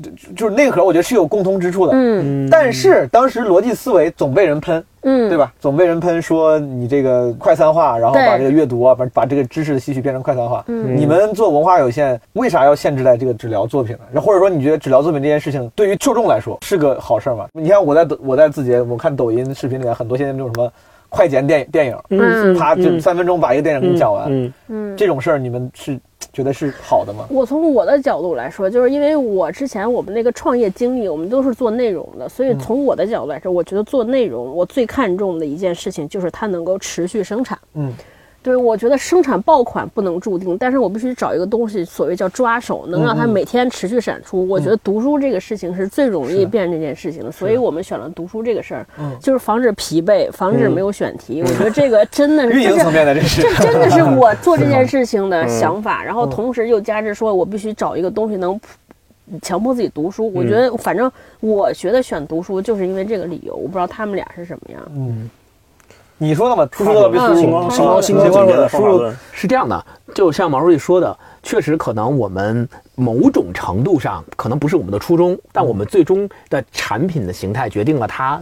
[SPEAKER 4] 就就是内核，我觉得是有共通之处的。
[SPEAKER 1] 嗯
[SPEAKER 2] 嗯
[SPEAKER 4] 但是当时逻辑思维总被人喷，
[SPEAKER 1] 嗯，
[SPEAKER 4] 对？吧？总被人喷说你这个快餐化，然后把
[SPEAKER 1] 对
[SPEAKER 4] 这个阅读啊，把把这个知识的吸取变成快餐化。
[SPEAKER 1] 嗯
[SPEAKER 4] 你们做文化有限，为啥要限制在这个只聊作品呢？然后或者说你觉得只聊作品这件事情对于受众来说是个好事儿吗？你看我在抖我在自己我看抖音视频里面很多现在那种什么快剪电电影，
[SPEAKER 1] 嗯
[SPEAKER 4] 啪就三分钟把一个电影给你讲完，
[SPEAKER 2] 嗯，
[SPEAKER 1] 嗯，
[SPEAKER 4] 这种事儿你们是觉得是好的吗？
[SPEAKER 1] 我从我的角度来说，就是因为我之前我们那个创业经历，我们都是做内容的，所
[SPEAKER 4] 嗯
[SPEAKER 1] 以从我的角度来说，我觉得做内容我最看重的一件事情就是它能够持续生产。
[SPEAKER 4] 嗯，
[SPEAKER 1] 对，我觉得生产爆款不能注定，但是我必须找一个东西，所谓叫抓手，能让它
[SPEAKER 4] 嗯
[SPEAKER 1] 每天持续产出。我觉得读书这个事情是最容易变成这件事情的，所以我们选了读书这个事儿，
[SPEAKER 4] 嗯
[SPEAKER 1] 就是防止疲惫，防止没有选题。我觉得这个真的是
[SPEAKER 4] 运营
[SPEAKER 1] 这是
[SPEAKER 4] 层面的这是
[SPEAKER 1] 这真的是我做这件事情的想法，然后同时又加之说我必须找一个东西能强迫自己读书。我觉得，反正我觉得选读书就是因为这个理由。我不知道他们俩是什么样。
[SPEAKER 4] 嗯，你说的嘛，出书都要被
[SPEAKER 1] 嗯
[SPEAKER 4] 诉
[SPEAKER 2] 星
[SPEAKER 4] 讼
[SPEAKER 2] 光
[SPEAKER 1] 嗯
[SPEAKER 2] 星光
[SPEAKER 1] 嗯
[SPEAKER 2] 星光总结的方法论，
[SPEAKER 3] 是这样的，就像毛书记说的，确实可能我们某种程度上可能不是我们的初衷，但我们最终的产品的形态决定了它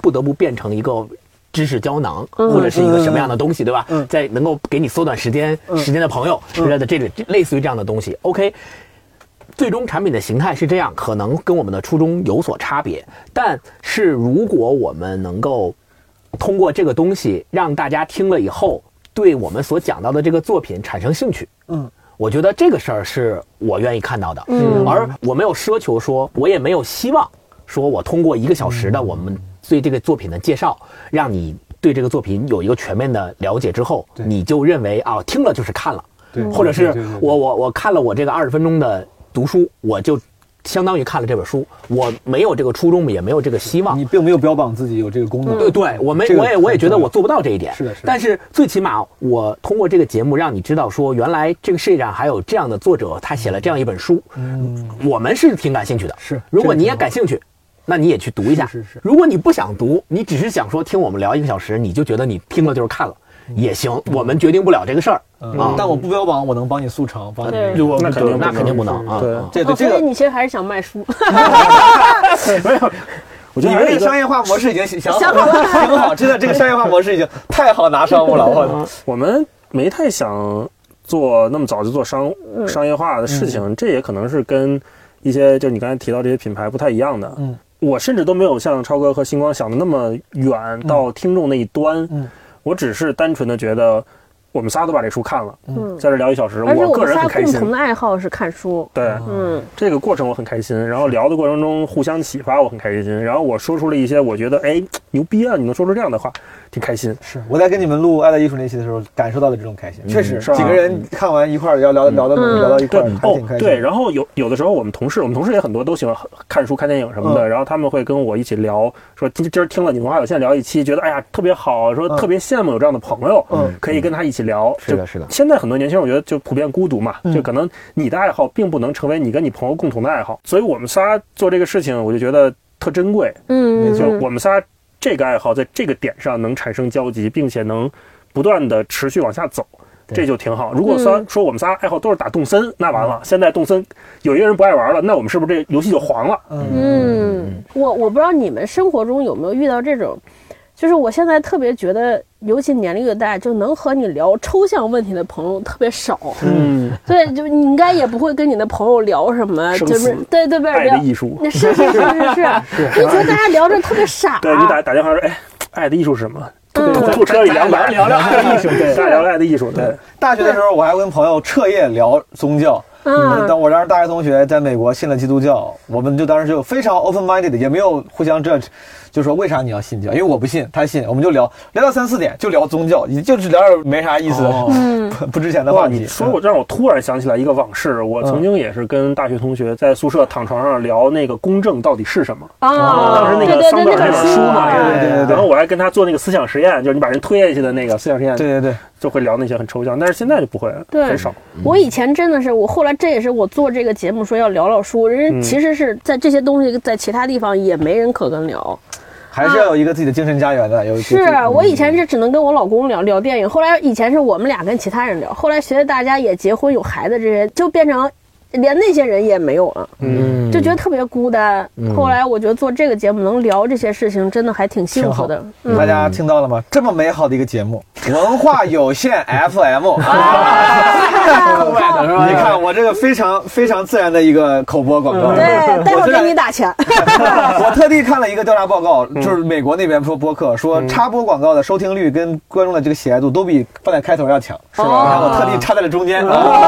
[SPEAKER 3] 不得不变成一个。知识胶囊，或者是一个什么样的东西，对吧？在能够给你缩短时间、时间的朋友之类的，这种类似于这样的东西。OK，最终产品的形态是这样，可能跟我们的初衷有所差别，但是如果我们能够通过这个东西让大家听了以后，对我们所讲到的这个作品产生兴趣，
[SPEAKER 4] 嗯，
[SPEAKER 3] 我觉得这个事儿是我愿意看到的，
[SPEAKER 1] 嗯
[SPEAKER 3] 而我没有奢求说，我也没有希望说我通过一个小
[SPEAKER 4] 嗯
[SPEAKER 3] 时的我们对这个作品的介绍，让你对这个作品有一个全面的了解之后，
[SPEAKER 4] 对
[SPEAKER 3] 你就认为啊听了就是看了。
[SPEAKER 4] 对，
[SPEAKER 3] 或者是
[SPEAKER 4] 对对对
[SPEAKER 3] 我我我看了我这个二十分钟的读书，我就相当于看了这本书，我没有这个初衷，也没有这个希望
[SPEAKER 4] 你。并没有标榜自己有这个功能，
[SPEAKER 3] 对对，我没，
[SPEAKER 4] 这个
[SPEAKER 3] 我也我也觉得
[SPEAKER 4] 很重要
[SPEAKER 3] 我做不到这一点。
[SPEAKER 4] 是的是的
[SPEAKER 3] 但是最起码我通过这个节目让你知道，说原来这个世界上还有这样的作者，他写了这样一本书，
[SPEAKER 4] 嗯，
[SPEAKER 3] 我们是挺感兴趣的。
[SPEAKER 4] 是
[SPEAKER 3] 如果你也
[SPEAKER 4] 这个挺好
[SPEAKER 3] 感兴趣，那你也去读一下。
[SPEAKER 4] 是是是
[SPEAKER 3] 如果你不想读，你只是想说听我们聊一个小时，你就觉得你听了就是看了，也行。我们决定不了这个事儿，
[SPEAKER 4] 啊，嗯但我不标榜我能帮你速成，帮
[SPEAKER 1] 对
[SPEAKER 4] 你
[SPEAKER 2] 如果
[SPEAKER 4] 那
[SPEAKER 2] 肯定
[SPEAKER 3] 那肯定不能啊。
[SPEAKER 4] 对
[SPEAKER 3] 啊
[SPEAKER 4] 这对
[SPEAKER 1] 哦所
[SPEAKER 4] 这
[SPEAKER 1] 以
[SPEAKER 4] 个。
[SPEAKER 1] 你其实还是想卖书，
[SPEAKER 2] 没有，我觉
[SPEAKER 4] 你
[SPEAKER 2] 得
[SPEAKER 4] 们
[SPEAKER 2] 还
[SPEAKER 4] 这
[SPEAKER 2] 有一
[SPEAKER 4] 个商
[SPEAKER 2] 个，
[SPEAKER 4] 业化模式已经想好了，挺好，真的，这个商业化模式已经太好拿商务了，我
[SPEAKER 2] 我们没太想做那么早就做商商业化的事
[SPEAKER 4] 嗯
[SPEAKER 2] 情，这也可能是跟一些就你刚才提到这些品牌不太一样的。
[SPEAKER 4] 嗯，
[SPEAKER 2] 我甚至都没有像超哥和星光想的那么远到听众那一端。
[SPEAKER 4] 嗯，
[SPEAKER 2] 我只是单纯的觉得我们仨都把这书看了，
[SPEAKER 1] 嗯，
[SPEAKER 2] 在这聊一小时，
[SPEAKER 1] 而且我
[SPEAKER 2] 个
[SPEAKER 1] 们
[SPEAKER 2] 人
[SPEAKER 1] 仨
[SPEAKER 2] 很开
[SPEAKER 1] 共
[SPEAKER 2] 心
[SPEAKER 1] 同。的爱好是看书，
[SPEAKER 2] 对，
[SPEAKER 1] 嗯，
[SPEAKER 2] 这个过程我很开心，然后聊的过程中互相启发，我很开心。然后我说出了一些我觉得哎牛逼啊，你能说出这样的话，挺开心。
[SPEAKER 4] 是我在跟你们录《爱的艺术》那期的时候，感受到了这种开心，确实，
[SPEAKER 2] 是吧
[SPEAKER 4] 几个人看完一块儿要聊聊的
[SPEAKER 1] 嗯
[SPEAKER 4] 聊到一块
[SPEAKER 2] 对
[SPEAKER 4] 儿，还
[SPEAKER 2] 哦
[SPEAKER 4] 挺开心。
[SPEAKER 2] 对，然后有有的时候我们同事，我们同事也很多都喜欢看书、看电影什么的，然后他们会跟我一起聊，说今今儿听了你文化有限聊一期，觉得哎呀特别好，说
[SPEAKER 4] 嗯
[SPEAKER 2] 特别羡慕有这样的朋友，
[SPEAKER 4] 嗯
[SPEAKER 2] 可以跟他一起聊。
[SPEAKER 3] 是的
[SPEAKER 2] 就是
[SPEAKER 3] 的
[SPEAKER 2] 现在很多年轻人我觉得就普遍孤独嘛，
[SPEAKER 4] 嗯
[SPEAKER 2] 就可能你的爱好并不能成为你跟你朋友共同的爱好，所以我们仨做这个事情，我就觉得特珍贵。
[SPEAKER 1] 嗯，
[SPEAKER 2] 就
[SPEAKER 1] 嗯
[SPEAKER 2] 我们仨这个爱好在这个点上能产生交集，并且能不断的持续往下走，
[SPEAKER 3] 对
[SPEAKER 2] 这就挺好。如果说
[SPEAKER 1] 嗯
[SPEAKER 2] 说我们仨爱好都是打动森，那完了，现在动森有一个人不爱玩了，那我们是不是这游戏就黄了？
[SPEAKER 4] 嗯，
[SPEAKER 1] 嗯，我我不知道你们生活中有没有遇到这种，就是我现在特别觉得，尤其年龄越大，就能和你聊抽象问题的朋友特别少。
[SPEAKER 2] 嗯，
[SPEAKER 1] 对，就你应该也不会跟你的朋友聊什么，
[SPEAKER 2] 生
[SPEAKER 1] 就是
[SPEAKER 2] 死
[SPEAKER 1] 对对对，
[SPEAKER 2] 爱的
[SPEAKER 1] 聊
[SPEAKER 2] 艺术。
[SPEAKER 1] 那是是 是是是，就觉得大家聊着特别傻。
[SPEAKER 2] 对你打打电话说，哎，爱的艺术是什么？
[SPEAKER 1] 嗯
[SPEAKER 2] 吐吐车里两百，
[SPEAKER 4] 聊聊聊
[SPEAKER 2] 爱的艺术，对，大家聊聊爱的艺术，对，
[SPEAKER 4] 大学的时候我还跟朋友彻夜聊宗教。
[SPEAKER 1] 嗯
[SPEAKER 4] 嗯，但我当时大学同学在美国信了基督教，我们就当时就非常 open minded，也没有互相 judge，就说为啥你要信教？因为我不信，他信，我们就聊聊到三四点，就聊宗教，也就是聊点没啥意思的、
[SPEAKER 1] 嗯
[SPEAKER 4] 不 不值钱的
[SPEAKER 2] 哦哇，
[SPEAKER 4] 话题。嗯
[SPEAKER 2] 你说我让我突然想起来一个往事，我曾经也是跟大学同学在宿舍躺床上聊那个公正到底是什么。
[SPEAKER 1] 啊，
[SPEAKER 2] 当时哦那个
[SPEAKER 1] 对
[SPEAKER 2] 桑
[SPEAKER 1] 对
[SPEAKER 2] 德
[SPEAKER 1] 对，
[SPEAKER 2] 尔那
[SPEAKER 1] 那
[SPEAKER 2] 本
[SPEAKER 1] 本
[SPEAKER 2] 书嘛，
[SPEAKER 1] 啊
[SPEAKER 4] 对对对对
[SPEAKER 2] 然后我还跟他做那个思想实验，就是你把人推下去的那个思想实验，
[SPEAKER 4] 对，对对，
[SPEAKER 2] 就会聊那些很抽象，但是现在就不会了，
[SPEAKER 1] 对
[SPEAKER 2] 很少。
[SPEAKER 1] 我以前真的是，我后来这也是我做这个节目说要聊聊书，人
[SPEAKER 2] 嗯
[SPEAKER 1] 家其实是在这些东西在其他地方也没人可跟聊。
[SPEAKER 4] 还是要有一个自己的精神家园的。有一个
[SPEAKER 1] 是啊我以前是只能跟我老公聊聊电影，后来以前是我们俩跟其他人聊，后来随着大家也结婚有孩子这些，就变成连那些人也没有了，
[SPEAKER 2] 嗯，
[SPEAKER 1] 就觉得特别孤单。后来我觉得做这个节目能聊这些事情，真的还挺幸福的。
[SPEAKER 4] 嗯大
[SPEAKER 2] 嗯
[SPEAKER 4] 家听到了吗？这么美好的一个节目，文化 有限 FM
[SPEAKER 1] 啊我靠
[SPEAKER 4] 你看我这个非常非常自然的一个口播广告。
[SPEAKER 1] 对，待会
[SPEAKER 4] 我
[SPEAKER 1] 儿
[SPEAKER 4] 这
[SPEAKER 1] 给你打钱。
[SPEAKER 4] 我特地看了一个调查报告，就是美国那边说播客说插播广告的收听率跟观众的这个喜爱度都比放在开头要强，是吧？
[SPEAKER 1] 哦
[SPEAKER 4] 然后我特地插在了中间，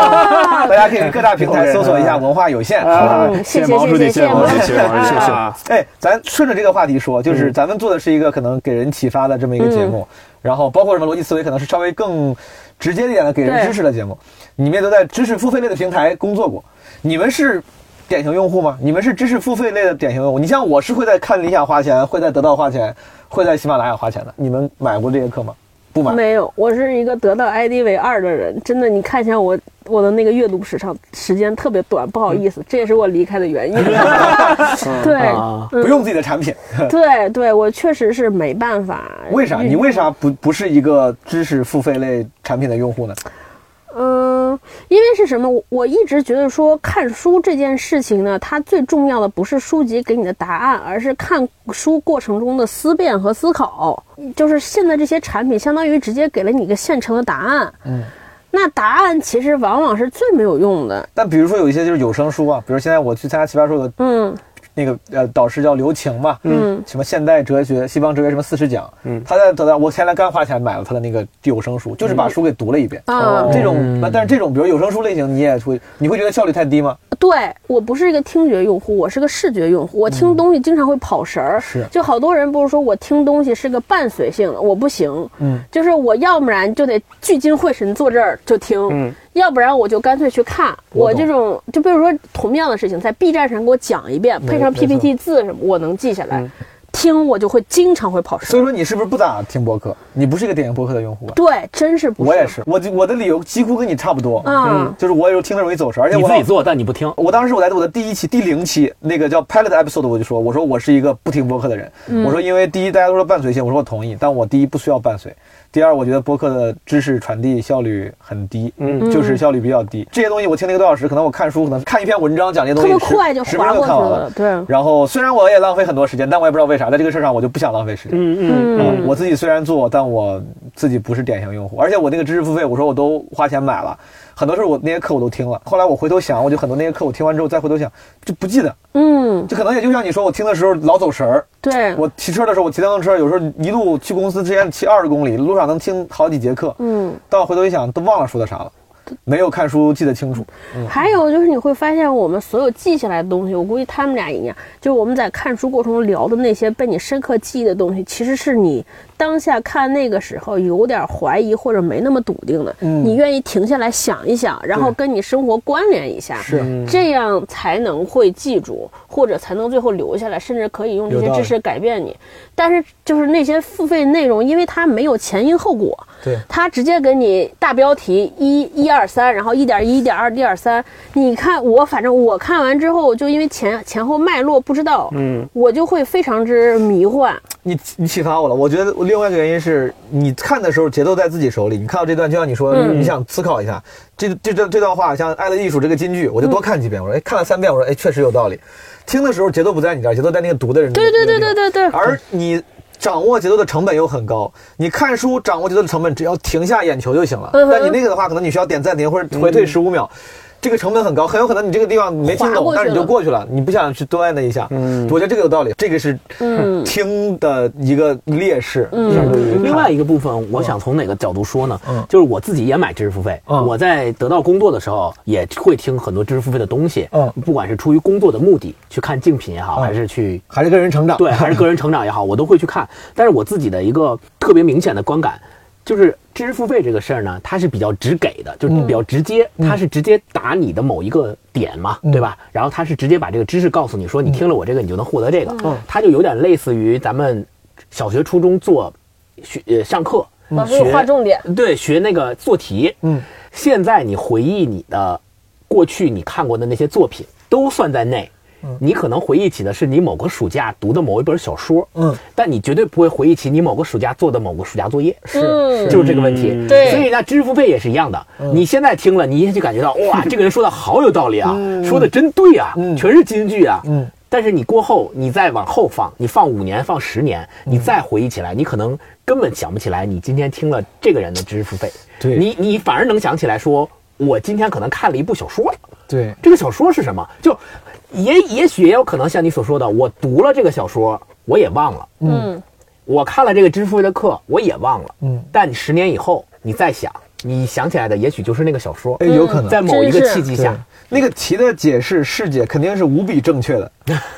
[SPEAKER 4] 大家可以各大平台搜索一下“文化有限”。
[SPEAKER 2] 啊
[SPEAKER 1] 嗯谢谢
[SPEAKER 2] 谢毛书记，
[SPEAKER 1] 谢谢
[SPEAKER 2] 毛书记，哦
[SPEAKER 1] 谢
[SPEAKER 2] 谢啊谢
[SPEAKER 1] 谢
[SPEAKER 2] 毛书记，谢谢。嗯
[SPEAKER 4] 哎，咱顺着这个话题说，就是咱们做的是一个可能给人启发的这么一个节目，然后包括什么逻辑思维，可能是稍微更直接一点的给人
[SPEAKER 1] 对
[SPEAKER 4] 知识的节目。你们也都在知识付费类的平台工作过，你们是典型用户吗？你们是知识付费类的典型用户？你像我是会在看理想花钱，会在得到花钱，会在喜马拉雅花钱的。你们买过这些课吗？不买。
[SPEAKER 1] 没有，我是一个得到 ID 为二的人，真的，你看一下我我的那个阅读时长时间特别短，不好意思，这也是我离开的原因。对、
[SPEAKER 3] 啊
[SPEAKER 4] 不用自己的产品，
[SPEAKER 1] 对对，我确实是没办法。嗯
[SPEAKER 4] 为啥？你为啥不不是一个知识付费类产品的用户呢？
[SPEAKER 1] 嗯，因为是什么？我我一直觉得说看书这件事情呢，它最重要的不是书籍给你的答案，而是看书过程中的思辨和思考。就是现在这些产品，相当于直接给了你一个现成的答案。嗯，那答案其实往往是最没有用的。
[SPEAKER 4] 但比如说有一些就是有声书啊，比如现在我去参加奇葩说有个
[SPEAKER 1] 嗯
[SPEAKER 4] 那个呃导师叫刘擎嘛，
[SPEAKER 1] 嗯，
[SPEAKER 4] 什么现代哲学、西方哲学什么四十讲，
[SPEAKER 2] 嗯
[SPEAKER 4] 他在得到我前来刚花钱买了他的那个有声书，就是把
[SPEAKER 1] 嗯
[SPEAKER 4] 书给读了一遍。
[SPEAKER 1] 啊
[SPEAKER 4] 这种，但是这种比如有声书类型，你也会你会觉得效率太低吗？
[SPEAKER 1] 对我不是一个听觉用户，我是个视觉用户。我听东西经常会跑神儿、
[SPEAKER 4] 嗯是
[SPEAKER 1] 就好多人不是说我听东西是个伴随性的，我不行。
[SPEAKER 4] 嗯，
[SPEAKER 1] 就是我要不然就得聚精会神坐这儿就听，
[SPEAKER 2] 嗯
[SPEAKER 1] 要不然我就干脆去看。我
[SPEAKER 4] 我懂
[SPEAKER 1] 这种就比如说同样的事情，在 B 站上给我讲一遍，配上
[SPEAKER 4] 没错嗯
[SPEAKER 1] PPT 字什么，我能记下来。听，我就会经常会跑
[SPEAKER 4] 所以
[SPEAKER 1] 神。
[SPEAKER 4] 说你是不是不咋听播客？你不是一个典型播客的用户啊？
[SPEAKER 1] 对，真是不
[SPEAKER 4] 我也是，我就我的理由几乎跟你差不多，
[SPEAKER 1] 嗯
[SPEAKER 4] 就是我也有听的容易走神，而且
[SPEAKER 3] 你
[SPEAKER 4] 我
[SPEAKER 3] 自己做，但你不听。
[SPEAKER 4] 我当时我在我的第一期第零期那个叫 pilot episode，我就说，我说我是一个不听播客的人，
[SPEAKER 1] 嗯
[SPEAKER 4] 我说因为第一大家都说伴随性，我说我同意，但我第一不需要伴随，第二我觉得播客的知识传递效率很低，
[SPEAKER 2] 嗯
[SPEAKER 4] 就是效率比较低。这些东西我听了一个多小时，可能我看书，可能看一篇文章讲这些东西
[SPEAKER 1] 特
[SPEAKER 4] 十，
[SPEAKER 1] 别快就
[SPEAKER 4] 十分
[SPEAKER 1] 划
[SPEAKER 4] 钟
[SPEAKER 1] 过
[SPEAKER 4] 就
[SPEAKER 1] 去
[SPEAKER 4] 看完
[SPEAKER 1] 了
[SPEAKER 4] 了，。
[SPEAKER 1] 对，
[SPEAKER 4] 然后虽然我也浪费很多时间，但我也不知道为啥，在这个事儿上我就不想浪费时间。
[SPEAKER 2] 嗯嗯，
[SPEAKER 4] 嗯，
[SPEAKER 1] 嗯
[SPEAKER 4] 我自己虽然做，但我自己不是典型用户，而且我那个知识付费，我说我都花钱买了，很多事儿我那些课我都听了。后来我回头想，我就很多那些课我听完之后再回头想，就不记得，
[SPEAKER 1] 嗯，
[SPEAKER 4] 就可能也就像你说，我听的时候老走神儿。
[SPEAKER 1] 对，
[SPEAKER 4] 我骑车的时候，我骑电动车，有时候一路去公司之前骑二十公里，路上能听好几节课，
[SPEAKER 1] 嗯。
[SPEAKER 4] 但我回头一想，都忘了说的啥了，没有看书记得清楚。
[SPEAKER 1] 还有就是你会发现，我们所有记下来的东西，我估计他们俩一样，就是我们在看书过程中聊的那些被你深刻记忆的东西，其实是你当下看那个时候有点怀疑或者没那么笃定的，
[SPEAKER 4] 嗯
[SPEAKER 1] 你愿意停下来想一想，然后
[SPEAKER 4] 对
[SPEAKER 1] 跟你生活关联一下，
[SPEAKER 4] 是
[SPEAKER 1] 这样才能会记住，或者才能最后留下来，甚至可以用这
[SPEAKER 4] 有
[SPEAKER 1] 些
[SPEAKER 4] 道理
[SPEAKER 1] 知识改变你。但是就是那些付费内容，因为它没有前因后果，
[SPEAKER 4] 对
[SPEAKER 1] 他直接给你大标题一一二三，然后一点一、一点二、一点三。你看我，反正我看完之后，就因为前前后脉络不知道，
[SPEAKER 2] 嗯，
[SPEAKER 1] 我就会非常之迷幻。
[SPEAKER 4] 你你启发我了，我觉得另外一个原因是你看的时候节奏在自己手里，你看到这段就像你说，
[SPEAKER 1] 嗯
[SPEAKER 4] 你想思考一下，这这这这段话像《爱的艺术》这个金句，我就
[SPEAKER 1] 嗯
[SPEAKER 4] 多看几遍，我说哎看了三遍，我说哎确实有道理。听的时候节奏不在你这儿，节奏在那个读的人那
[SPEAKER 1] 对
[SPEAKER 4] 个
[SPEAKER 1] 对对对
[SPEAKER 4] 那个地
[SPEAKER 1] 对对，
[SPEAKER 4] 方 而你掌握节奏的成本又很高，你看书掌握节奏的成本只要停下眼球就行了，
[SPEAKER 1] 嗯哼
[SPEAKER 4] 但你那个的话，可能你需要点暂停或者回退十五秒。这个成本很高，很有可能你这个地方没听
[SPEAKER 1] 划
[SPEAKER 4] 懂
[SPEAKER 1] 过，去
[SPEAKER 4] 但是你就
[SPEAKER 1] 了
[SPEAKER 4] 过去了，你不想去多按那一下。嗯，我觉得这个有道理，这个是
[SPEAKER 1] 嗯
[SPEAKER 4] 听的一个劣势，相对于
[SPEAKER 3] 另外一个部分，我想从哪个角度说呢？
[SPEAKER 4] 嗯
[SPEAKER 3] 就是我自己也买知识付费，
[SPEAKER 4] 嗯
[SPEAKER 3] 我在得到工作的时候也会听很多知识付费的东西，
[SPEAKER 4] 嗯
[SPEAKER 3] 不管是出于工作的目的去看竞品也好，
[SPEAKER 4] 嗯
[SPEAKER 3] 还是去
[SPEAKER 4] 还是个人成长。
[SPEAKER 3] 对，还是个人成长也好，我都会去看。但是我自己的一个特别明显的观感，就是知识付费这个事儿呢，它是比较直给的，就是比较直接，它是直接打你的某一个点嘛，对吧？然后它是直接把这个知识告诉你说，你听了我这个，你就能获得这个，它就有点类似于咱们小学、初中做学呃上课。
[SPEAKER 1] 老师
[SPEAKER 3] 学
[SPEAKER 1] 划重点，
[SPEAKER 3] 对，学那个做题。
[SPEAKER 4] 嗯，
[SPEAKER 3] 现在你回忆你的过去你看过的那些作品都算在内。
[SPEAKER 4] 嗯
[SPEAKER 3] 你可能回忆起的是你某个暑假读的某一本小说，
[SPEAKER 4] 嗯，
[SPEAKER 3] 但你绝对不会回忆起你某个暑假做的某个暑假作业，
[SPEAKER 1] 嗯
[SPEAKER 3] 就是这个问题。
[SPEAKER 2] 嗯
[SPEAKER 1] 对
[SPEAKER 3] 所以那知识付费也是一样的。
[SPEAKER 4] 嗯
[SPEAKER 3] 你现在听了，你也就感觉到 哇，这个人说的好有道理啊，说的真对啊，全是金句啊。
[SPEAKER 4] 嗯
[SPEAKER 3] 但是你过后，你再往后放，你放五年，放十年，你
[SPEAKER 4] 嗯
[SPEAKER 3] 再回忆起来，你可能根本想不起来你今天听了这个人的知识付费。
[SPEAKER 4] 对
[SPEAKER 3] 你你反而能想起来说，我今天可能看了一部小说了。
[SPEAKER 4] 对，哎
[SPEAKER 3] 这个小说是什么？就也也许也有可能像你所说的，我读了这个小说，我也忘了。
[SPEAKER 1] 嗯，
[SPEAKER 3] 我看了这个知识付费的课，我也忘了。
[SPEAKER 4] 嗯，
[SPEAKER 3] 但你十年以后你再想，你想起来的也许就是那个小说
[SPEAKER 4] 哎，，有可能
[SPEAKER 3] 在某嗯一个
[SPEAKER 1] 真是
[SPEAKER 3] 契机
[SPEAKER 4] 对
[SPEAKER 3] 下，
[SPEAKER 4] 那个题的解释释解肯定是无比正确的，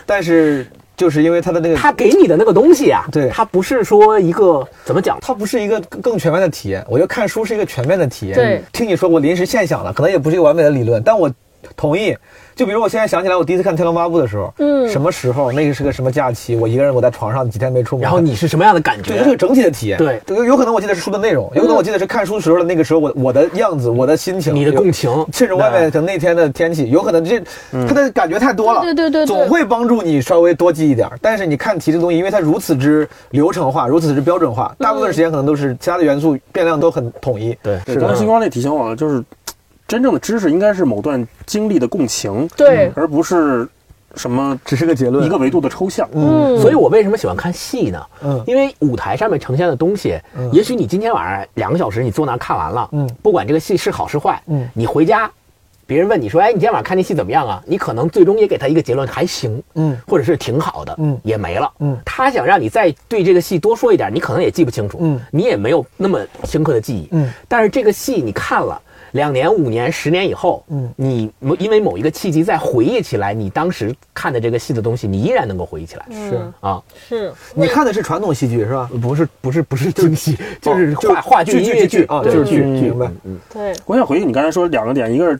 [SPEAKER 4] 但是就是因为它的那个，
[SPEAKER 3] 他给你的那个东西啊，
[SPEAKER 4] 对
[SPEAKER 3] 它不是说一个怎么讲，
[SPEAKER 4] 它不是一个更更全面的体验。我觉得看书是一个全面的体验。
[SPEAKER 1] 对
[SPEAKER 4] 听你说我临时现想了，可能也不是一个完美的理论，但我同意。就比如我现在想起来，我第一次看《天龙八部》的时候，
[SPEAKER 1] 嗯
[SPEAKER 4] 什么时候？那个是个什么假期？我一个人我在床上几天没出门，
[SPEAKER 3] 然后你是什么样的感觉？
[SPEAKER 4] 对，它是个整体的体验。
[SPEAKER 3] 对
[SPEAKER 4] 有有可能我记得是书的内容，有可能我记
[SPEAKER 1] 嗯
[SPEAKER 4] 得是看书时候的那个时候我我的样子、我的心情、
[SPEAKER 3] 你的共情
[SPEAKER 4] 有甚至外面可能那天的天气，有可能这它的感觉太多了，
[SPEAKER 1] 对对对对对
[SPEAKER 4] 总会帮助你稍微多记一点儿。但是你看题这东西，因为它如此之流程化、如此之标准化，大部分时间可能都是其他的元素变量都很统一。
[SPEAKER 3] 对
[SPEAKER 2] 是刚才星光那提醒我了，就是真正的知识应该是某段经历的共情，
[SPEAKER 1] 对
[SPEAKER 2] 而不是什么
[SPEAKER 4] 只是个结论
[SPEAKER 2] 一个维度的抽象。
[SPEAKER 1] 嗯，
[SPEAKER 3] 所以我为什么喜欢看戏呢？
[SPEAKER 4] 嗯
[SPEAKER 3] 因为舞台上面呈现的东西，也许你今天晚上两个小时你坐那儿看完了，
[SPEAKER 4] 嗯
[SPEAKER 3] 不管这个戏是好是坏，
[SPEAKER 4] 嗯
[SPEAKER 3] 你回家，别人问你说，哎，你今天晚上看那戏怎么样啊？你可能最终也给他一个结论，还行，
[SPEAKER 4] 嗯
[SPEAKER 3] 或者是挺好的，
[SPEAKER 4] 嗯
[SPEAKER 3] 也没了，
[SPEAKER 4] 嗯
[SPEAKER 3] 他想让你再对这个戏多说一点，你可能也记不清楚，
[SPEAKER 4] 嗯
[SPEAKER 3] 你也没有那么深刻的记忆，
[SPEAKER 4] 嗯
[SPEAKER 3] 但是这个戏你看了。两年、五年、十年以后，
[SPEAKER 4] 嗯
[SPEAKER 3] 你某因为某一个契机再回忆起来，你当时看的这个戏的东西，你依然能够回忆起来。
[SPEAKER 4] 是
[SPEAKER 3] 啊，
[SPEAKER 1] 是
[SPEAKER 4] 你看的是传统戏剧是吧？
[SPEAKER 3] 不是不是不是京戏，就
[SPEAKER 4] 哦
[SPEAKER 3] 是
[SPEAKER 4] 就是
[SPEAKER 3] 话话剧、
[SPEAKER 4] 剧
[SPEAKER 3] 音
[SPEAKER 4] 剧
[SPEAKER 3] 乐
[SPEAKER 4] 剧
[SPEAKER 3] 剧
[SPEAKER 4] 啊，
[SPEAKER 3] 对
[SPEAKER 4] 就是剧，
[SPEAKER 2] 嗯
[SPEAKER 4] 明白？
[SPEAKER 1] 对，
[SPEAKER 2] 我想回应你刚才说两个点，一个是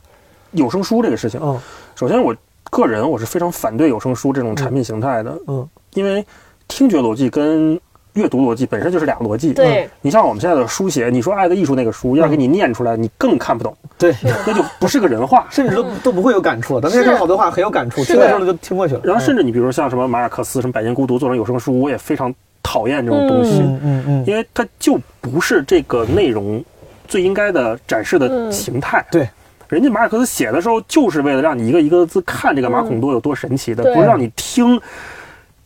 [SPEAKER 2] 有声书这个事情。
[SPEAKER 4] 嗯
[SPEAKER 2] 首先，我个人我是非常反对有声书这种产品形态的，
[SPEAKER 4] 嗯，
[SPEAKER 2] 因为听觉逻辑跟阅读逻辑本身就是俩逻辑。
[SPEAKER 1] 对
[SPEAKER 2] 嗯你像我们现在的书写，你说《爱的艺术》那个书，要给你念出来，你更看不懂，
[SPEAKER 4] 对，
[SPEAKER 2] 那就不是个人 话。
[SPEAKER 4] 甚至都都不会有感触。咱那时候好多话很有感触，
[SPEAKER 2] 是
[SPEAKER 4] 听的时候就听过去了。
[SPEAKER 2] 然后甚至你比如说像什么马尔克斯什么《百年孤独》做成有声书，我也非常讨厌这种东西，
[SPEAKER 4] 嗯嗯嗯，
[SPEAKER 2] 因为它就不是这个内容最应该的展示的
[SPEAKER 1] 嗯
[SPEAKER 2] 形态。
[SPEAKER 4] 对，
[SPEAKER 2] 人家马尔克斯写的时候，就是为了让你一个一个字看这个马孔多有多神奇
[SPEAKER 1] 嗯
[SPEAKER 2] 的，
[SPEAKER 1] 对
[SPEAKER 2] 不是让你听，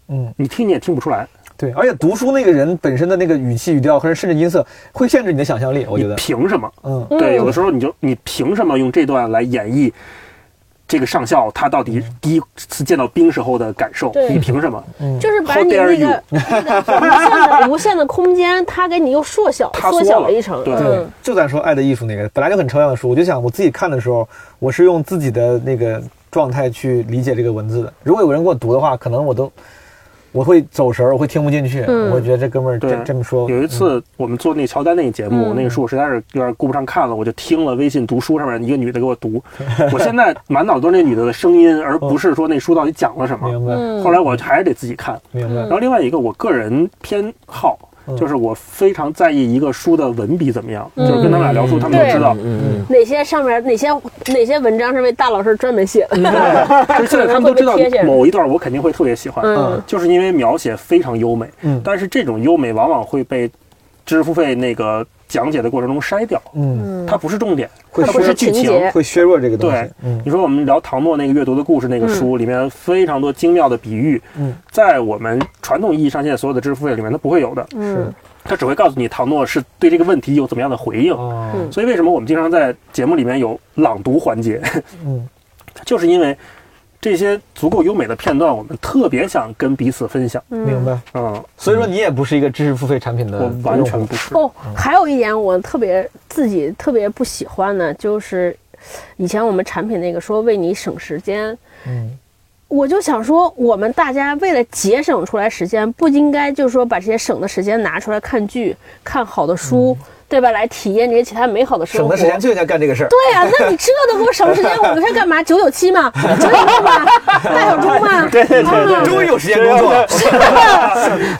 [SPEAKER 4] 嗯，
[SPEAKER 2] 你听你也听不出来，
[SPEAKER 4] 对，而且读书那个人本身的那个语气、语调，和甚至音色，会限制你的想象力。我觉
[SPEAKER 2] 你
[SPEAKER 4] 得，
[SPEAKER 2] 凭什么？
[SPEAKER 4] 嗯，
[SPEAKER 1] 嗯
[SPEAKER 2] 对，有的时候你就你凭什么用这段来演绎这个上校他到底
[SPEAKER 4] 嗯
[SPEAKER 2] 第一次见到兵时候的感受？
[SPEAKER 1] 对
[SPEAKER 2] 你凭什么？
[SPEAKER 1] 就是把你
[SPEAKER 2] How
[SPEAKER 1] 那个
[SPEAKER 2] dare you
[SPEAKER 1] 那个无限的无限的空间，它给你又缩小
[SPEAKER 2] 塌缩
[SPEAKER 1] 缩
[SPEAKER 2] 了
[SPEAKER 1] 小了一层，
[SPEAKER 2] 对
[SPEAKER 4] 对
[SPEAKER 1] 嗯，
[SPEAKER 4] 就咱说《爱的艺术》那个，本来就很抽象的书，我就想我自己看的时候，我是用自己的那个状态去理解这个文字的。如果有人给我读的话，可能我都我会走神儿，我会听不进去，
[SPEAKER 1] 嗯
[SPEAKER 4] 我会觉得这哥们儿这
[SPEAKER 2] 对，
[SPEAKER 4] 这么说，嗯
[SPEAKER 2] 有一次我们做那个乔丹那个节目，
[SPEAKER 1] 嗯
[SPEAKER 2] 那个书我实在是有点顾不上看了，我就听了微信读书上面一个女的给我 读，我现在满脑子都是那女的的声音，而不是说那书到底讲了什么。
[SPEAKER 4] 哦明白、
[SPEAKER 1] 嗯
[SPEAKER 2] 后来我还是得自己看。
[SPEAKER 4] 明白
[SPEAKER 2] 然。后另外一个，我个人偏好。就是我非常在意一个书的文笔怎么样，就是跟他们俩聊书，他们都知道。
[SPEAKER 1] 哪些上面哪些哪些文章是为大老师专门写的，
[SPEAKER 2] 就是现在他们都知道某一段我肯定会特别喜欢，
[SPEAKER 1] 嗯
[SPEAKER 2] 就是因为描写非常优美。
[SPEAKER 4] 嗯
[SPEAKER 2] 但是这种优美往往会被知识付费那个讲解的过程中筛掉，
[SPEAKER 4] 嗯，
[SPEAKER 2] 它不是重点，
[SPEAKER 4] 会
[SPEAKER 2] 它不
[SPEAKER 4] 削
[SPEAKER 2] 是剧
[SPEAKER 1] 情
[SPEAKER 2] 情。
[SPEAKER 1] 节
[SPEAKER 4] 会削弱这个东
[SPEAKER 2] 对
[SPEAKER 4] 西。，嗯
[SPEAKER 2] 你说我们聊唐诺那个阅读的故事那个书里面非常多精妙的比喻，
[SPEAKER 4] 嗯
[SPEAKER 2] 在我们传统意义上现在所有的知识付费里面它不会有的，
[SPEAKER 1] 嗯，
[SPEAKER 2] 它只会告诉你唐诺是对这个问题有怎么样的回应。
[SPEAKER 4] 哦
[SPEAKER 1] 嗯
[SPEAKER 2] 所以为什么我们经常在节目里面有朗读环节？
[SPEAKER 4] 嗯，
[SPEAKER 2] 就是因为这些足够优美的片段，我们特别想跟彼此分享。
[SPEAKER 4] 明白。
[SPEAKER 2] 嗯，
[SPEAKER 4] 所以说你也不是一个知识付费产品的
[SPEAKER 2] 我
[SPEAKER 4] 用户，
[SPEAKER 2] 完全不是。
[SPEAKER 1] 哦，还有一点我特别自己特别不喜欢的，就是以前我们产品那个说为你省时间，
[SPEAKER 4] 嗯
[SPEAKER 1] 我就想说，我们大家为了节省出来时间，不应该就是说把这些省的时间拿出来看剧、看好的书，对吧？来体验这些其他美好的生
[SPEAKER 4] 省
[SPEAKER 1] 活。
[SPEAKER 4] 的时间就应该干这个事儿。
[SPEAKER 1] 对呀、啊那 你这都给我省时间，我们是干嘛？九九七嘛，九九六 嘛，大小周嘛，对对对
[SPEAKER 4] 终于有时间工作了，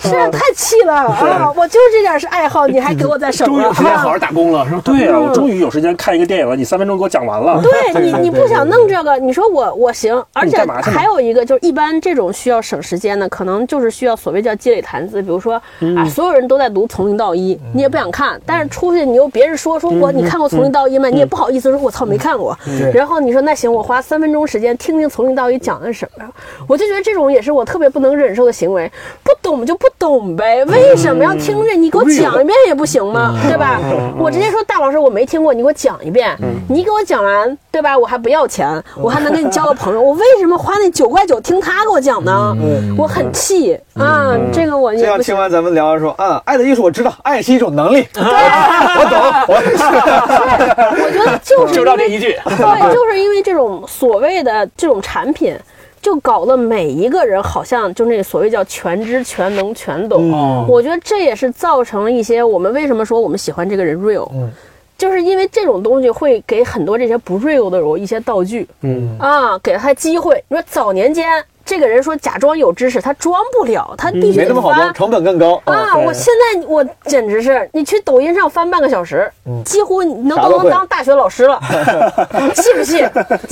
[SPEAKER 1] 是啊太气了啊！我就这点是爱好，你还给我再省
[SPEAKER 3] 终于
[SPEAKER 1] 了
[SPEAKER 3] 有时间好
[SPEAKER 1] 啊！
[SPEAKER 3] 好打工了，是吧？
[SPEAKER 2] 对啊，我终于有时间看一个电影了。你三分钟给我讲完了，
[SPEAKER 1] 对你，你不想弄这个，你说我我行，而且
[SPEAKER 2] 干嘛去呢
[SPEAKER 1] 还有一个就是，一般这种需要省时间的，可能就是需要所谓叫积累谈资，比如说啊，所有人都在读《从零到一》，你也不想看，但是出去你又别人说说我你看过《从零到一》吗？你也不好意思说我操没看过，然后你说那行，我花三分钟时间听听《从零到一》讲的是什么，我就觉得这种也是我特别不能忍受的行为，不懂就不懂呗，为什么要听着你给我讲一遍也不行吗？对吧？我直接说大老师我没听过，你给我讲一遍，你给我讲完，对吧？我还不要钱，我还能跟你交个朋友，我为什么花那九块九听他给我讲呢？我很气啊，这个我
[SPEAKER 4] 这
[SPEAKER 1] 也
[SPEAKER 4] 样
[SPEAKER 1] 不
[SPEAKER 4] 听
[SPEAKER 1] 行。
[SPEAKER 4] 完咱们聊完说，啊，爱的艺术我知道，爱是一种 能力，
[SPEAKER 1] 啊
[SPEAKER 4] 我懂，我
[SPEAKER 1] 我觉得 就是
[SPEAKER 3] 就
[SPEAKER 1] 因
[SPEAKER 3] 绕
[SPEAKER 1] 为
[SPEAKER 3] 这一句，
[SPEAKER 1] 对，就是因为这种所谓的这种产品，就搞得每一个人好像就那所谓叫全知、全能、全
[SPEAKER 4] 嗯
[SPEAKER 1] 懂。我觉得这也是造成了一些我们为什么说我们喜欢这个人 real，、
[SPEAKER 4] 嗯
[SPEAKER 1] 就是因为这种东西会给很多这些不 real 的人一些道具。
[SPEAKER 2] 嗯，
[SPEAKER 1] 啊，给他机会。你说早年间这个人说假装有知识，他装不了，他必须
[SPEAKER 4] 嗯没
[SPEAKER 1] 得
[SPEAKER 4] 那么好
[SPEAKER 1] 翻
[SPEAKER 4] 装，成本更高。
[SPEAKER 1] 啊！我现在我简直是，你去抖音上翻半个小时，几乎你能
[SPEAKER 4] 啥
[SPEAKER 1] 都
[SPEAKER 4] 都
[SPEAKER 1] 能
[SPEAKER 4] 会
[SPEAKER 1] 当大学老师了，气不气？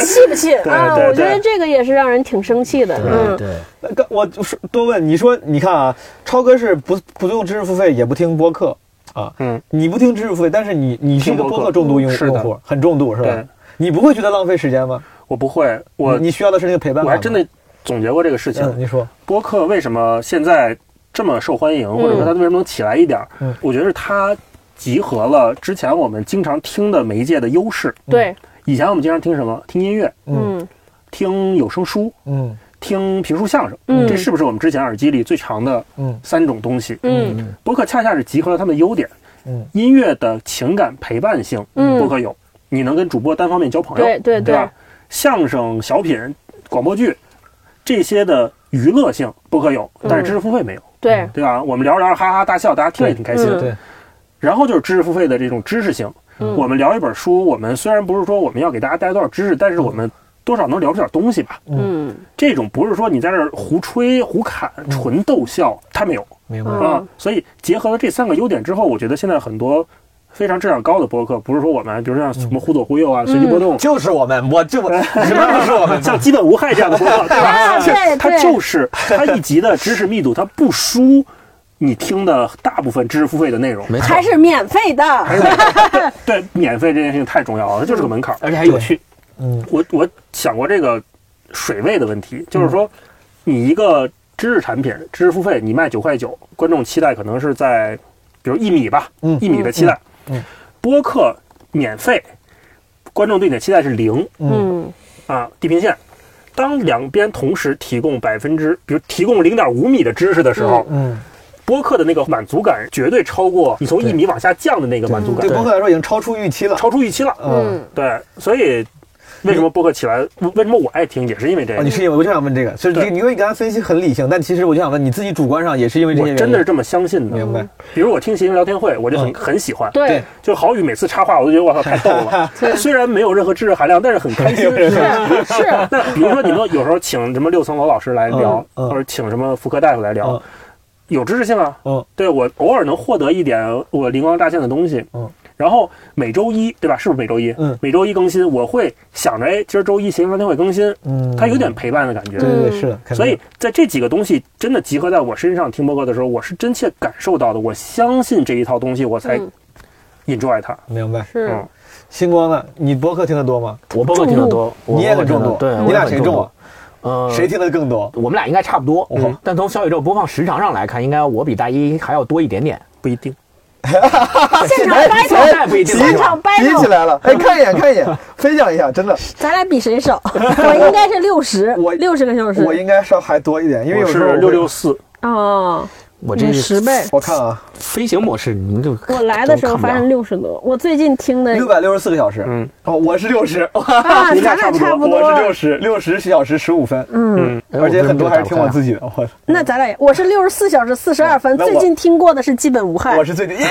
[SPEAKER 1] 气不气啊？
[SPEAKER 2] 对
[SPEAKER 1] 我觉得
[SPEAKER 2] 对
[SPEAKER 1] 这个也是让人挺生气的。嗯，
[SPEAKER 3] 对，
[SPEAKER 4] 那个我就是多问，你说，你看啊，超哥是不不用知识付费，也不听播客啊，
[SPEAKER 2] 嗯，
[SPEAKER 4] 你不听知识付费，但是你你是一个
[SPEAKER 2] 听播客嗯
[SPEAKER 4] 播客重度用
[SPEAKER 2] 是
[SPEAKER 4] 用
[SPEAKER 2] 的
[SPEAKER 4] 户，很重度是吧
[SPEAKER 2] 对？
[SPEAKER 4] 你不会觉得浪费时间吗？
[SPEAKER 2] 我不会，我
[SPEAKER 4] 你你需要的是那个陪伴
[SPEAKER 2] 我
[SPEAKER 4] 感吗。
[SPEAKER 2] 还真的总结过这个事
[SPEAKER 4] 嗯，
[SPEAKER 2] 情。
[SPEAKER 4] 你说，
[SPEAKER 2] 播客为什么现在这么受欢
[SPEAKER 1] 嗯
[SPEAKER 2] 迎，或者说它为什么能起来一点儿
[SPEAKER 4] 嗯？
[SPEAKER 2] 我觉得是它集合了之前我们经常听的媒介的优势。
[SPEAKER 1] 对，
[SPEAKER 2] 以前我们经常听什么？听音乐，
[SPEAKER 1] 嗯
[SPEAKER 2] 听有声书，
[SPEAKER 4] 嗯
[SPEAKER 2] 听评书相声。
[SPEAKER 1] 嗯
[SPEAKER 2] 这是不是我们之前耳机里最长的
[SPEAKER 4] 嗯
[SPEAKER 2] 三种东西？
[SPEAKER 1] 嗯
[SPEAKER 2] 播客恰恰是集合了他们的优点。
[SPEAKER 4] 嗯，
[SPEAKER 2] 音乐的情感陪伴性，
[SPEAKER 1] 嗯
[SPEAKER 2] 播客有，你能跟主播单方面交朋友，
[SPEAKER 1] 对对
[SPEAKER 2] 对
[SPEAKER 1] 对
[SPEAKER 2] 吧，？相声、小品、广播剧这些的娱乐性，播客有，但是知识付费没有，
[SPEAKER 1] 对，
[SPEAKER 2] 对吧？我们聊着聊着哈哈大笑，大家听着也挺开心。
[SPEAKER 1] 嗯
[SPEAKER 4] 对，
[SPEAKER 2] 然后就是知识付费的这种知识性，我们聊一本书，我们虽然不是说我们要给大家带多少知识，但是我们多少能聊出点东西吧。
[SPEAKER 1] 嗯，
[SPEAKER 2] 这种不是说你在这儿胡吹胡侃、纯逗笑，他没有
[SPEAKER 1] 嗯
[SPEAKER 6] 明白。
[SPEAKER 2] 啊。所以结合了这三个优点之后，我觉得现在很多非常质量高的播客，不是说我们，比如像什么忽左忽右啊、随机波动，
[SPEAKER 4] 就是我们，我就什 么都是我们
[SPEAKER 2] 像基本无害这样的播客，对吧
[SPEAKER 1] 啊？对
[SPEAKER 2] 它
[SPEAKER 1] 对
[SPEAKER 2] 就是它一集的知识密度，它不输你听的大部分知识付费的内容。
[SPEAKER 3] 没错
[SPEAKER 1] 还，是免费的，
[SPEAKER 2] 对，免费这件事情太重要了，它就是个门槛儿。
[SPEAKER 3] 而且还有趣。
[SPEAKER 4] 嗯
[SPEAKER 2] 我我想过这个水位的问题，就是说，你一个知识产品、知识付费，你卖九块九，观众期待可能是在比如一米吧，
[SPEAKER 4] 嗯
[SPEAKER 2] 一米的期待，
[SPEAKER 4] 嗯嗯
[SPEAKER 2] 播客免费，观众对你的期待是零
[SPEAKER 1] 嗯
[SPEAKER 2] 啊，地平线。当两边同时提供百分之，比如提供零点五米的知识的时候，
[SPEAKER 4] 嗯，
[SPEAKER 2] 播客的那个满足感绝对超过你从一米往下降的那个满足感
[SPEAKER 4] 对，播客来说已经超出预期了。
[SPEAKER 2] 超出预期了。
[SPEAKER 4] 嗯，
[SPEAKER 1] 嗯
[SPEAKER 2] 对，所以为什么播客起来？为什么我爱听，也是因为这
[SPEAKER 4] 啊，你
[SPEAKER 2] 个。
[SPEAKER 4] 是因为我就想问这个，就是
[SPEAKER 2] 对
[SPEAKER 4] 你因为你刚才分析很理性，但其实我就想问，你自己主观上也是因为这些
[SPEAKER 2] 我
[SPEAKER 4] 原因，
[SPEAKER 2] 真的是这么相信的。
[SPEAKER 4] 明白？
[SPEAKER 2] 比如我听谐音聊天会，我就很
[SPEAKER 4] 嗯
[SPEAKER 2] 很喜欢。
[SPEAKER 1] 对
[SPEAKER 4] 对，
[SPEAKER 2] 就郝宇每次插话，我都觉得我操太逗了。 虽然没有任何知识含量，但是很开心。
[SPEAKER 1] 是是，
[SPEAKER 2] 那比如说你们有时候请什么六层楼老师来聊，
[SPEAKER 4] 嗯嗯
[SPEAKER 2] 或者请什么妇科大夫来聊
[SPEAKER 4] 嗯，
[SPEAKER 2] 有知识性啊。
[SPEAKER 4] 嗯
[SPEAKER 2] 对我偶尔能获得一点我灵光乍现的东西。
[SPEAKER 4] 嗯。
[SPEAKER 2] 然后每周一，对吧？是不是每周一？
[SPEAKER 4] 嗯
[SPEAKER 2] 每周一更新，我会想着，哎，今儿周一谐音聊天会更新，
[SPEAKER 4] 嗯，
[SPEAKER 2] 它有点陪伴的感觉。
[SPEAKER 4] 对对对
[SPEAKER 1] 嗯
[SPEAKER 4] 是的，肯定
[SPEAKER 2] 所以在这几个东西真的集合在我身上听播客的时候，我是真切感受到的，我相信这一套东西，我才
[SPEAKER 1] 嗯
[SPEAKER 2] enjoy 它。
[SPEAKER 4] 明白。
[SPEAKER 1] 是
[SPEAKER 2] 嗯
[SPEAKER 4] 星光呢？你播客听得多吗？
[SPEAKER 3] 我包括听得多，我
[SPEAKER 4] 你也很
[SPEAKER 3] 包括
[SPEAKER 4] 重
[SPEAKER 3] 听得
[SPEAKER 4] 度，
[SPEAKER 3] 对，
[SPEAKER 4] 你
[SPEAKER 3] 我也
[SPEAKER 4] 俩
[SPEAKER 3] 很
[SPEAKER 4] 谁
[SPEAKER 3] 重
[SPEAKER 4] 重
[SPEAKER 3] 度
[SPEAKER 4] 啊？？
[SPEAKER 3] 嗯，
[SPEAKER 4] 谁听得更多？
[SPEAKER 3] 我们俩应该差不多，
[SPEAKER 4] 嗯
[SPEAKER 3] 但从小宇宙播放时长上来看，应该我比大一还要多一点点。
[SPEAKER 2] 不一定。
[SPEAKER 1] 现场
[SPEAKER 3] 哎，现
[SPEAKER 1] battle，
[SPEAKER 3] 在不一定了。
[SPEAKER 1] 现场
[SPEAKER 4] 比起
[SPEAKER 1] battle，
[SPEAKER 4] 来了，哎，看一眼，看一眼，分享一下，真的，
[SPEAKER 1] 咱俩比谁少？我应该是六十，
[SPEAKER 4] 我
[SPEAKER 1] 六十个小时，
[SPEAKER 4] 我应该稍还多一点，因为
[SPEAKER 2] 我
[SPEAKER 4] 有时候
[SPEAKER 2] 是
[SPEAKER 4] 我
[SPEAKER 2] 六六，四，
[SPEAKER 1] 哦，
[SPEAKER 3] 我
[SPEAKER 1] 你
[SPEAKER 3] 这
[SPEAKER 1] 十倍。
[SPEAKER 4] 我看啊，
[SPEAKER 3] 飞行模式，你们就
[SPEAKER 1] 我来的时候发现
[SPEAKER 3] 现
[SPEAKER 1] 六十多，我最近听的
[SPEAKER 4] 六百六十四个小时，
[SPEAKER 2] 嗯，
[SPEAKER 4] 哦，我是六十，
[SPEAKER 1] 啊，
[SPEAKER 2] 你
[SPEAKER 1] 咱
[SPEAKER 2] 俩
[SPEAKER 1] 俩
[SPEAKER 2] 差不
[SPEAKER 1] 差
[SPEAKER 2] 多
[SPEAKER 1] 不
[SPEAKER 4] 我是
[SPEAKER 1] 多
[SPEAKER 4] 六，十，六十小时十五分，
[SPEAKER 1] 嗯，
[SPEAKER 4] 而且很多还是听我自己的，我
[SPEAKER 1] 那咱俩也我是六十四小时四十二分，
[SPEAKER 4] 那我
[SPEAKER 1] 最近听过的是基本无害
[SPEAKER 4] 我。是最近，耶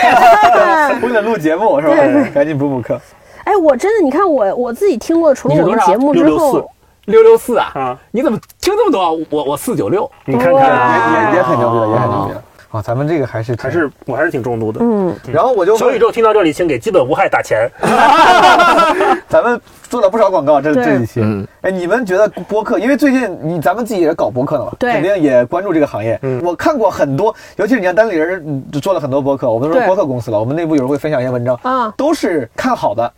[SPEAKER 4] 我得录节目是吧？
[SPEAKER 1] 对
[SPEAKER 4] 哎 赶紧补补课。
[SPEAKER 1] 哎，我真的，你看我我自己听过，除了
[SPEAKER 3] 你是
[SPEAKER 1] 我们
[SPEAKER 3] 多少
[SPEAKER 1] 节目之后，
[SPEAKER 3] 六六四啊
[SPEAKER 2] 啊！
[SPEAKER 3] 你怎么听这么多？我我四九六，
[SPEAKER 2] 你看
[SPEAKER 1] 哇
[SPEAKER 2] 看，
[SPEAKER 4] 也也很牛逼了，也很牛逼了。啊，咱们这个还是
[SPEAKER 2] 还是我还是挺重度的。
[SPEAKER 1] 嗯，
[SPEAKER 4] 挺，然后我就
[SPEAKER 2] 小宇
[SPEAKER 4] 问，
[SPEAKER 2] 宙听到这里，请给基本无害打钱。
[SPEAKER 4] 咱们做了不少广告，这
[SPEAKER 1] 对
[SPEAKER 4] 这一期
[SPEAKER 3] 嗯，
[SPEAKER 4] 哎，你们觉得播客，因为最近你咱们自己也搞播客了嘛，
[SPEAKER 1] 对
[SPEAKER 4] 肯定也关注这个行业
[SPEAKER 2] 嗯。
[SPEAKER 4] 我看过很多，尤其是你看单立人嗯就做了很多播客，我们说
[SPEAKER 1] 对
[SPEAKER 4] 播客公司了，我们内部有人会分享一些文章，
[SPEAKER 1] 啊
[SPEAKER 4] 都是看好的，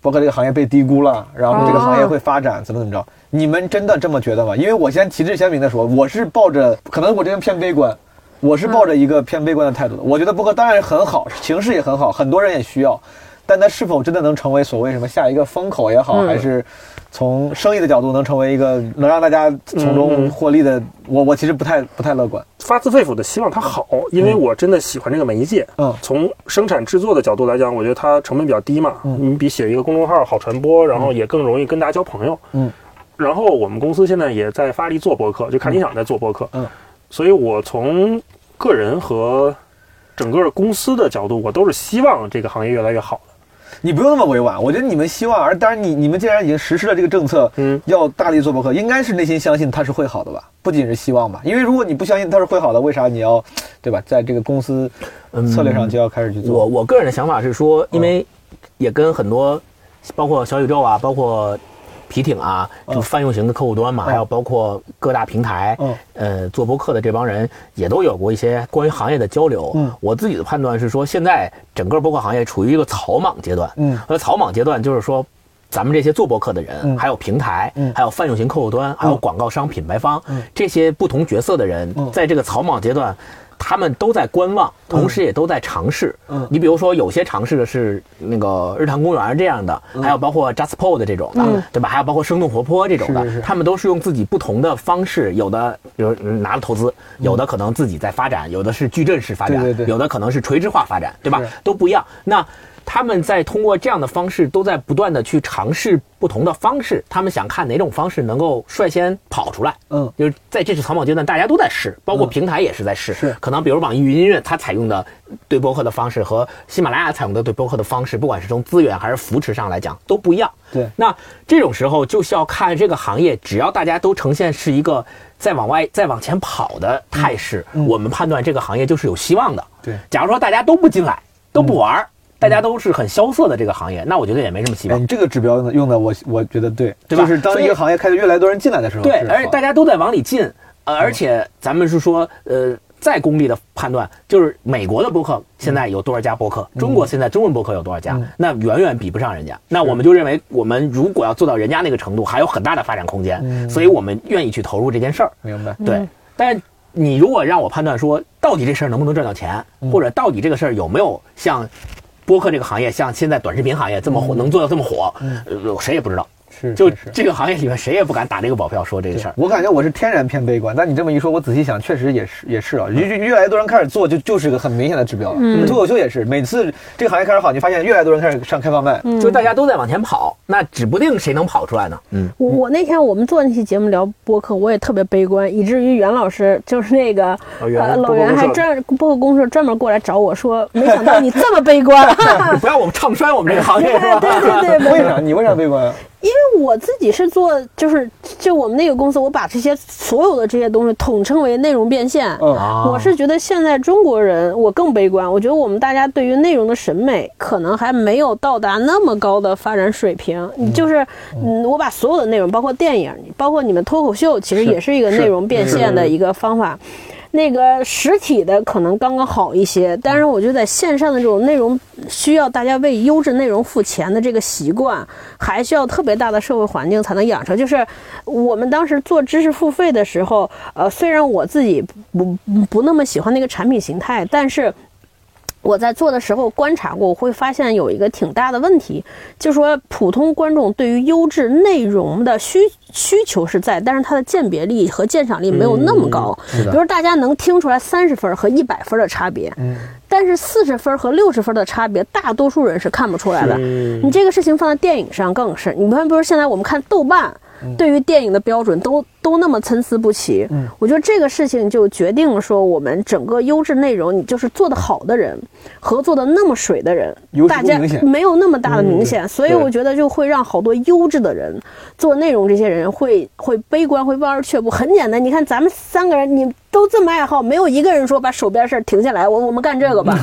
[SPEAKER 4] 播客这个行业被低估了，然后这个行业会发展，怎么怎么着？你们真的这么觉得吗？因为我先旗帜鲜明的说，我是抱着可能我这人偏悲观，我是抱着一个偏悲观的态度的。我觉得播客当然很好，形势也很好，很多人也需要，但它是否真的能成为所谓什么下一个风口也好，还是从生意的角度能成为一个能让大家从中获利的？我我其实不太不太乐观。
[SPEAKER 2] 发自肺腑的希望它好，因为我真的喜欢这个媒介。
[SPEAKER 4] 嗯
[SPEAKER 2] 从生产制作的角度来讲，我觉得它成本比较低嘛，
[SPEAKER 4] 嗯
[SPEAKER 2] 你比写一个公众号好传播，然后也更容易跟大家交朋友。
[SPEAKER 4] 嗯，
[SPEAKER 2] 然后我们公司现在也在发力做播客，就看理想在做播客。
[SPEAKER 4] 嗯，
[SPEAKER 2] 所以我从个人和整个公司的角度，我都是希望这个行业越来越好的。
[SPEAKER 4] 你不用那么委婉，我觉得你们希望，而当然你你们既然已经实施了这个政策，
[SPEAKER 2] 嗯，
[SPEAKER 4] 要大力做博客，应该是内心相信它是会好的吧，不仅是希望吧，因为如果你不相信它是会好的，为啥你要，对吧，在这个公司呃策略上就要开始去
[SPEAKER 3] 我
[SPEAKER 4] 做？嗯
[SPEAKER 3] 我个人的想法是说，因为也跟很多，包括小宇宙啊，包括皮艇啊，就泛用型的客户端嘛，还有包括各大平台
[SPEAKER 4] 嗯，
[SPEAKER 3] 呃，做播客的这帮人也都有过一些关于行业的交流
[SPEAKER 4] 嗯。
[SPEAKER 3] 我自己的判断是说，现在整个播客行业处于一个草莽阶段。
[SPEAKER 4] 嗯
[SPEAKER 3] 而草莽阶段就是说。咱们这些做播客的人，
[SPEAKER 4] 嗯
[SPEAKER 3] 还有平台
[SPEAKER 4] 嗯，
[SPEAKER 3] 还有泛用型客户端，还有广告商、品牌方
[SPEAKER 4] 嗯，
[SPEAKER 3] 这些不同角色的人
[SPEAKER 4] 嗯，
[SPEAKER 3] 在这个草莽阶段，他们都在观望，同时也都在尝试。
[SPEAKER 4] 嗯
[SPEAKER 3] 你比如说，有些尝试的是那个日坛公园这样的，
[SPEAKER 4] 嗯
[SPEAKER 3] 还有包括 JustPod 这种的，对吧？还有包括生动活泼这种的，
[SPEAKER 4] 是是是
[SPEAKER 3] 他们都是用自己不同的方式，有的比如拿了投资，有的可能自己在发展，有的是矩阵式发展，
[SPEAKER 4] 嗯对对对
[SPEAKER 3] 有的可能是垂直化发展，对吧
[SPEAKER 4] 是？
[SPEAKER 3] 都不一样。那他们在通过这样的方式，都在不断的去尝试不同的方式，他们想看哪种方式能够率先跑出来。
[SPEAKER 4] 嗯
[SPEAKER 3] 就是在这次草稿阶段，大家都在试，包括平台也是在试。
[SPEAKER 4] 是
[SPEAKER 3] 可能比如网易云音乐它采用的对播客的方式和喜马拉雅采用的对播客的方式，不管是从资源还是扶持上来讲，都不一样。
[SPEAKER 4] 对
[SPEAKER 3] 那这种时候就是要看这个行业，只要大家都呈现是一个在往外、在往前跑的态势，我们判断这个行业就是有希望的。
[SPEAKER 4] 嗯对嗯
[SPEAKER 3] 假如说大家都不进来，都不玩儿，大家都是很萧瑟的这个行业，那我觉得也没什么希
[SPEAKER 4] 哎，
[SPEAKER 3] 望。
[SPEAKER 4] 你这个指标用的用的我我觉得对，
[SPEAKER 3] 对吧
[SPEAKER 4] 就是当一
[SPEAKER 3] 所以
[SPEAKER 4] 个行业开始越来越多人进来的时候，
[SPEAKER 3] 对，
[SPEAKER 4] 是嗯
[SPEAKER 3] 而且
[SPEAKER 4] 好
[SPEAKER 3] 大家都在往里进，呃，而且咱们是说，呃，再功利的判断，就是美国的播客现在有多少家播
[SPEAKER 4] 嗯
[SPEAKER 3] 客，中国现在中文播客有多少家，那远远比不上人家。那我们就认为，我们如果要做到人家那个程度，还有很大的发展空间，
[SPEAKER 4] 嗯
[SPEAKER 3] 所以我们愿意去投入这件事儿。
[SPEAKER 4] 明白。
[SPEAKER 3] 对，但是你如果让我判断说，到底这事儿能不能赚到钱，
[SPEAKER 4] 嗯
[SPEAKER 3] 或者到底这个事儿有没有像播客这个行业，像现在短视频行业这么
[SPEAKER 4] 嗯
[SPEAKER 3] 火，能做到这么火，呃，谁也不知道。
[SPEAKER 4] 是
[SPEAKER 3] 就是
[SPEAKER 4] 是
[SPEAKER 3] 这个行业里面，谁也不敢打这个保票说这个事儿。
[SPEAKER 4] 我感觉我是天然偏悲观，但你这么一说，我仔细想，确实也是也是啊，越越越来越多人开始做，就就是一个很明显的指标了。嗯，脱口秀也是，每次这个行业开始好，你发现越来越多人开始上开放麦，
[SPEAKER 3] 就大家都在往前跑，那指不定谁能跑出来呢。嗯，
[SPEAKER 1] 我我那天我们做那期节目聊播客，我也特别悲观，以至于袁老师就是那个、
[SPEAKER 2] 哦袁
[SPEAKER 1] 呃
[SPEAKER 2] 播
[SPEAKER 1] 老
[SPEAKER 2] 客
[SPEAKER 1] 袁
[SPEAKER 2] 公
[SPEAKER 1] 还
[SPEAKER 2] 社
[SPEAKER 1] 专播客公社专门过来找我说，没想到你这么悲观， 哈哈
[SPEAKER 3] 不要我们唱衰我们这个行业
[SPEAKER 4] 嗯
[SPEAKER 1] 对
[SPEAKER 3] 是吧？
[SPEAKER 1] 对对对，
[SPEAKER 4] 为啥？你为啥悲观啊？
[SPEAKER 1] 因为我自己是做，就是就我们那个公司，我把这些所有的这些东西统称为内容变现。
[SPEAKER 4] 嗯，
[SPEAKER 1] 我是觉得现在中国人，我更悲观。我觉得我们大家对于内容的审美，可能还没有到达那么高的发展水平。你就是，嗯，我把所有的内容，包括电影，包括你们脱口秀，其实也是一个内容变现的一个方法。那个实体的可能刚刚好一些，但是我觉得在线上的这种内容，需要大家为优质内容付钱的这个习惯，还需要特别大的社会环境才能养成。就是我们当时做知识付费的时候，呃，虽然我自己不不不那么喜欢那个产品形态，但是我在做的时候观察过，我会发现有一个挺大的问题，就是说普通观众对于优质内容的需需求是在，但是它的鉴别力和鉴赏力没有那么高。比如大家能听出来三十分和一百分的差别，但是四十分和六十分的差别，大多数人是看不出来的。你这个事情放在电影上更是，你看，比如现在我们看豆瓣。对于电影的标准都都那么参差不齐，我觉得这个事情就决定了说我们整个优质内容，你就是做得好的人和做得那么水的人
[SPEAKER 4] 优，势
[SPEAKER 1] 大
[SPEAKER 4] 不
[SPEAKER 1] 家
[SPEAKER 4] 明显
[SPEAKER 1] 没有那么大的明显，所以我觉得就会让好多优质的人做内容，这些人会会悲观，会望而却步。很简单，你看咱们三个人，你都这么爱好，没有一个人说把手边事儿停下来，我我们干这个吧，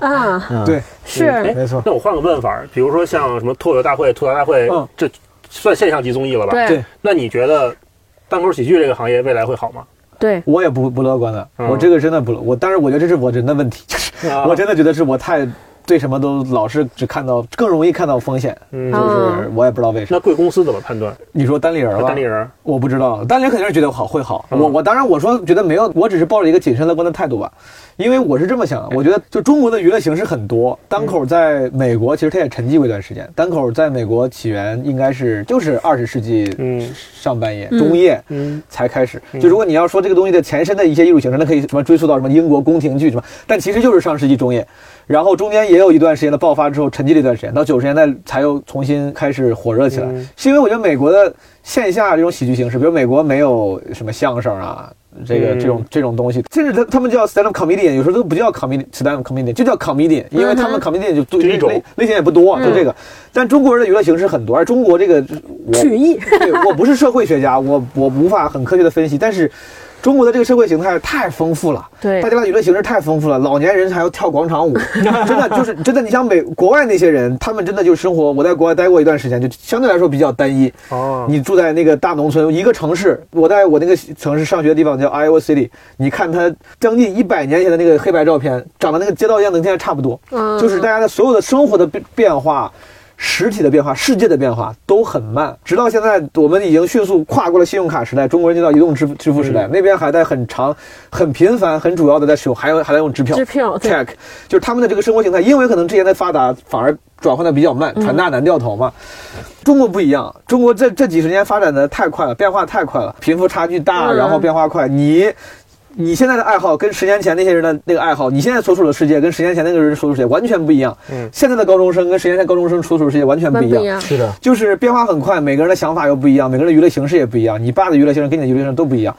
[SPEAKER 1] 啊，
[SPEAKER 4] 对，
[SPEAKER 1] 是。
[SPEAKER 2] 哎
[SPEAKER 4] 没错
[SPEAKER 2] 那我换个问法儿，比如说像什么脱口秀大会、吐槽大会，
[SPEAKER 4] 嗯
[SPEAKER 2] 这算现象级综艺了吧？
[SPEAKER 1] 对
[SPEAKER 4] 对
[SPEAKER 2] 那你觉得单口喜剧这个行业未来会好吗？
[SPEAKER 1] 对，
[SPEAKER 4] 我也不不乐观了，
[SPEAKER 2] 嗯
[SPEAKER 4] 我这个真的不乐，我当然我觉得这是我人的问题，就是
[SPEAKER 2] 啊
[SPEAKER 4] 我真的觉得是我太对什么都老是只看到，更容易看到风险，
[SPEAKER 2] 嗯
[SPEAKER 4] 就，
[SPEAKER 1] 啊
[SPEAKER 4] 是我也不知道为啥
[SPEAKER 2] 那。贵公司怎么判断？
[SPEAKER 4] 你说单立人吧，
[SPEAKER 2] 单立人
[SPEAKER 4] 我不知道，单立人肯定是觉得好会好。
[SPEAKER 2] 嗯
[SPEAKER 4] 我我当然我说觉得没有，我只是抱着一个谨慎乐观的态度吧，因为我是这么想，
[SPEAKER 2] 嗯
[SPEAKER 4] 我觉得就中国的娱乐形式很多，单口在美国其实它也沉寂过一段时间，单口在美国起源应该是就是二十世纪
[SPEAKER 2] 嗯
[SPEAKER 4] 上半叶、中叶。
[SPEAKER 2] 嗯，
[SPEAKER 4] 才开始，就如果你要说这个东西的前身的一些艺术形式，那可以什么追溯到什么英国宫廷剧什么，但其实就是上世纪中叶，然后中间也有一段时间的爆发之后沉寂了一段时间，到九十年代才又重新开始火热起来。
[SPEAKER 2] 嗯
[SPEAKER 4] 是因为我觉得美国的线下这种喜剧形式，比如美国没有什么相声啊，这个
[SPEAKER 2] 嗯
[SPEAKER 4] 这种这种东西，甚至他他们叫 stand up comedian，有时候都不叫 comedian stand up comedian，就叫 comedian，因为他
[SPEAKER 2] 嗯
[SPEAKER 4] 们 comedian 就多
[SPEAKER 2] 就一种
[SPEAKER 4] 类类型也不多，就
[SPEAKER 2] 嗯
[SPEAKER 4] 这个。但中国人的娱乐形式很多，而中国这个我
[SPEAKER 1] 曲艺
[SPEAKER 4] 对我不是社会学家，我我无法很科学的分析，但是。中国的这个社会形态太丰富了，
[SPEAKER 1] 对
[SPEAKER 4] 大家的娱乐形式太丰富了。老年人还要跳广场舞，真的就是真的。你像美国外那些人，他们真的就生活。我在国外待过一段时间，就相对来说比较单一。
[SPEAKER 2] 哦，
[SPEAKER 4] 你住在那个大农村一个城市，我在我那个城市上学的地方叫 Iowa City，你看它将近一百年前的那个黑白照片，长得那个街道样子跟现在差不多，
[SPEAKER 1] 嗯
[SPEAKER 4] 就是大家的所有的生活的变变化。实体的变化、世界的变化都很慢，直到现在，我们已经迅速跨过了信用卡时代，中国人进到移动支付支付
[SPEAKER 1] 嗯
[SPEAKER 4] 时代，那边还在很长、很频繁、很主要的在使用，还有还在用支票。
[SPEAKER 1] 支票对
[SPEAKER 4] check，就是他们的这个生活形态，因为可能之前的发达反而转换的比较慢，船大难掉头嘛。中国不一样，中国这这几十年发展的太快了，变化太快了，贫富差距大，
[SPEAKER 1] 嗯
[SPEAKER 4] 然后变化快，你。你现在的爱好跟十年前那些人的那个爱好，你现在所处的世界跟十年前那个人所处的世界完全不一样。
[SPEAKER 2] 嗯
[SPEAKER 4] 现在的高中生跟十年前高中生所处的世界完全不
[SPEAKER 1] 蛮
[SPEAKER 4] 一
[SPEAKER 1] 不
[SPEAKER 4] 样
[SPEAKER 1] 一。样。
[SPEAKER 3] 是的，
[SPEAKER 4] 就是变化很快，每个人的想法又不一样，每个人的娱乐形式也不一样。你爸的娱乐形式跟你的娱乐形式都不一样。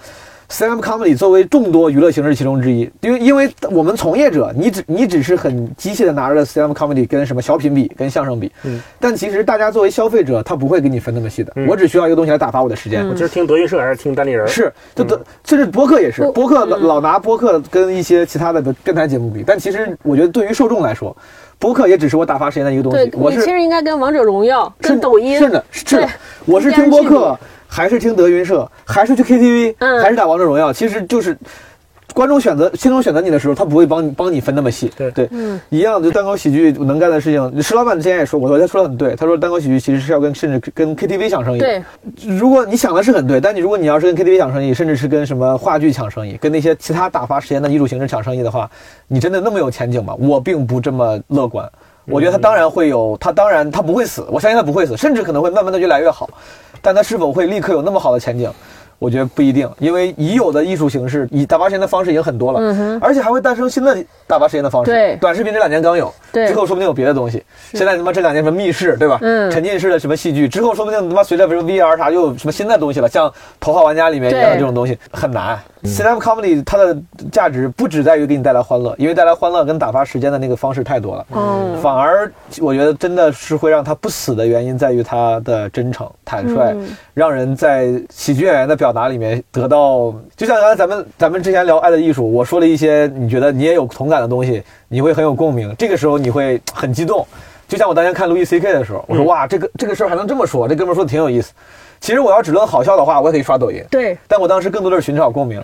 [SPEAKER 4] Stand Up Comedy 作为众多娱乐形式其中之一，因为因为我们从业者，你只你只是很机械的拿着 Stand Up Comedy 跟什么小品比、跟相声比，
[SPEAKER 2] 嗯
[SPEAKER 4] 但其实大家作为消费者，他不会给你分那么细的。
[SPEAKER 2] 嗯
[SPEAKER 4] 我只需要一个东西来打发我的时间。
[SPEAKER 2] 其实听德云社还是听单立人，
[SPEAKER 4] 是，就得、甚至播客也是，
[SPEAKER 1] 我
[SPEAKER 4] 播客老老拿播客跟一些其他的电台节目比，但其实我觉得对于受众来说，播客也只是我打发时间的一个东
[SPEAKER 1] 对
[SPEAKER 4] 西。我
[SPEAKER 1] 你
[SPEAKER 4] 是
[SPEAKER 1] 其实应该跟王者荣耀、
[SPEAKER 4] 是
[SPEAKER 1] 跟抖音哎
[SPEAKER 4] 是的，是的
[SPEAKER 1] 对，
[SPEAKER 4] 我是听播
[SPEAKER 1] 应该是
[SPEAKER 4] 客，还是听德云社，还是去 KTV，、
[SPEAKER 1] 嗯
[SPEAKER 4] 还是打王者荣耀，其实就是。观众选择听众选择你的时候，他不会帮你帮你分那么细，
[SPEAKER 2] 对
[SPEAKER 1] 嗯
[SPEAKER 4] 一样就蛋糕喜剧能干的事情。石老板之前也说过，我觉得他说的很对，他说蛋糕喜剧其实是要跟甚至跟 KTV 抢生意。
[SPEAKER 1] 对，
[SPEAKER 4] 如果你想的是很对，但你如果你要是跟 KTV 抢生意，甚至是跟什么话剧抢生意，跟那些其他打发时间的艺术形式抢生意的话，你真的那么有前景吗？我并不这么乐观。我觉得他当然会有，他当然他不会死，我相信他不会死，甚至可能会慢慢的越来越好，但他是否会立刻有那么好的前景？我觉得不一定，因为已有的艺术形式以打发时间的方式已经很多了，
[SPEAKER 1] 嗯哼
[SPEAKER 4] 而且还会诞生新的打发时间的方式。
[SPEAKER 1] 对
[SPEAKER 4] 短视频这两年刚有，
[SPEAKER 1] 对
[SPEAKER 4] 之后说不定有别的东西。现在他妈这两年什么密室，对吧？
[SPEAKER 1] 嗯
[SPEAKER 4] 沉浸式的什么戏剧，之后说不定他妈随着比如 VR 啥又有什么新的东西了，像《头号玩家》里面一样的
[SPEAKER 1] 对
[SPEAKER 4] 这种东西很难。Stand Up Comedy 它的价值不只在于给你带来欢乐，因为带来欢乐跟打发时间的那个方式太多了。
[SPEAKER 1] 哦，
[SPEAKER 4] 反而我觉得真的是会让他不死的原因在于他的真诚、坦率，
[SPEAKER 1] 嗯
[SPEAKER 4] 让人在喜剧演员的表达里面得到，就像刚才咱们咱们之前聊《爱的艺术》，我说了一些你觉得你也有同感的东西，你会很有共鸣，这个时候你会很激动。就像我当年看路易 C K 的时候，我说
[SPEAKER 2] 嗯
[SPEAKER 4] 哇，这个这个事儿还能这么说，这哥们儿说的挺有意思。其实我要只论好笑的话，我也可以刷抖音。
[SPEAKER 1] 对，
[SPEAKER 4] 但我当时更多的是寻找共鸣。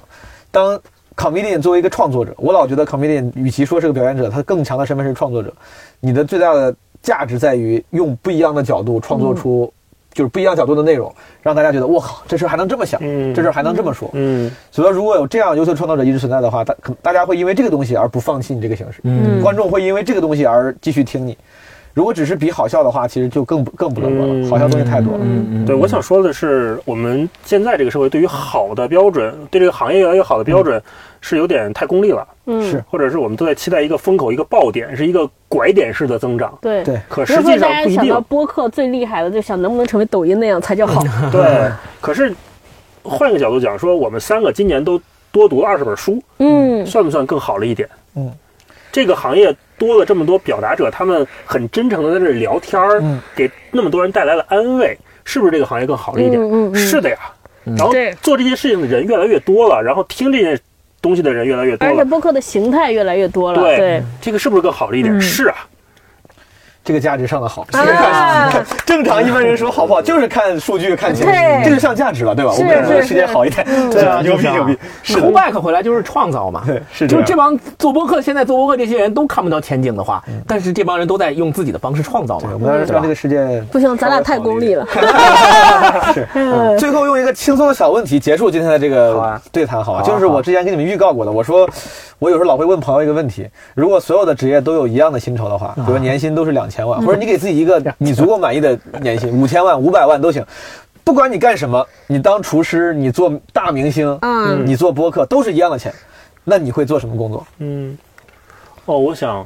[SPEAKER 4] 当 comedian 作为一个创作者，我老觉得 comedian 与其说是个表演者，他更强的身份是创作者。你的最大的价值在于用不一样的角度创作
[SPEAKER 2] 嗯
[SPEAKER 4] 出，就是不一样角度的内容，让大家觉得我靠，这事儿还能这么想，
[SPEAKER 2] 嗯
[SPEAKER 4] 这事儿还能这么说。
[SPEAKER 2] 嗯，
[SPEAKER 4] 所以说，如果有这样优秀的创作者一直存在的话，大可大家会因为这个东西而不放弃你这个形式，
[SPEAKER 1] 嗯
[SPEAKER 4] 观众会因为这个东西而继续听你。如果只是比好笑的话，其实就更不更不乐观了，
[SPEAKER 2] 嗯
[SPEAKER 4] 好笑东西太多了。
[SPEAKER 3] 嗯
[SPEAKER 2] 对，我想说的是，我们现在这个社会对于好的标准，对这个行业越来越好的标准，是有点太功利了，
[SPEAKER 1] 嗯
[SPEAKER 4] 是
[SPEAKER 2] 或者是我们都在期待一个风口、一个爆点，是一个拐点式的增长。
[SPEAKER 1] 对
[SPEAKER 4] 对
[SPEAKER 2] 可
[SPEAKER 1] 比如
[SPEAKER 2] 实
[SPEAKER 1] 说
[SPEAKER 2] 际
[SPEAKER 1] 大
[SPEAKER 2] 上
[SPEAKER 1] 家
[SPEAKER 2] 不一
[SPEAKER 1] 想到
[SPEAKER 2] 定，
[SPEAKER 1] 播客最厉害的，就想能不能成为抖音那样才叫好。
[SPEAKER 2] 对。可是换个角度讲，说我们三个今年都多读了二十本书，
[SPEAKER 1] 嗯，
[SPEAKER 2] 算不算更好了一点？
[SPEAKER 4] 嗯，
[SPEAKER 2] 这个行业多了这么多表达者，他们很真诚的在这里聊天儿，
[SPEAKER 4] 嗯
[SPEAKER 2] 给那么多人带来了安慰，是不是这个行业更好了一点？
[SPEAKER 1] 嗯嗯嗯
[SPEAKER 2] 是的呀。然后
[SPEAKER 1] 对
[SPEAKER 2] 做这些事情的人越来越多了，然后听这件东西的人越来越多
[SPEAKER 1] 而且
[SPEAKER 2] 了，
[SPEAKER 1] 播客的形态越来越多了。嗯
[SPEAKER 2] 对
[SPEAKER 1] 对，
[SPEAKER 2] 这个是不是更好了一点？是啊，
[SPEAKER 4] 这个价值上的好，
[SPEAKER 1] 啊
[SPEAKER 4] 正常一般人说好不好，就是看数据看钱
[SPEAKER 1] 对，
[SPEAKER 4] 这就上价值了，对吧？
[SPEAKER 1] 是
[SPEAKER 4] 我们说
[SPEAKER 1] 是
[SPEAKER 4] 世界好一点，对啊，牛逼牛逼，是
[SPEAKER 3] 抠
[SPEAKER 4] 的，
[SPEAKER 3] back 回来就是创造嘛，
[SPEAKER 4] 对是这
[SPEAKER 3] 就
[SPEAKER 4] 样
[SPEAKER 3] 这帮做播客，现在做播客这些人都看不到前景的话，但是这帮人都在用自己的方式创造
[SPEAKER 4] 嗯我
[SPEAKER 3] 嘛，
[SPEAKER 4] 们要
[SPEAKER 3] 对吧
[SPEAKER 4] 让这个世界
[SPEAKER 1] 不行，咱俩太功利了。
[SPEAKER 2] 嗯
[SPEAKER 1] 嗯
[SPEAKER 4] 最后用一个轻松的小问题结束今天的这
[SPEAKER 3] 好
[SPEAKER 4] 个
[SPEAKER 3] 啊
[SPEAKER 4] 对谈，好吧？
[SPEAKER 3] 好啊
[SPEAKER 4] 就是我之前跟你们预告过的，我说我有时候老会问朋友一个问题：如果所有的职业都有一样的薪酬的话，比如年薪都是两千万，或者你给自己一个你足够满意的年薪，五千万、五百万都行。不管你干什么，你当厨师，你做大明星，
[SPEAKER 1] 嗯
[SPEAKER 4] 你做播客，都是一样的钱，那你会做什么工作？
[SPEAKER 2] 嗯，哦，我想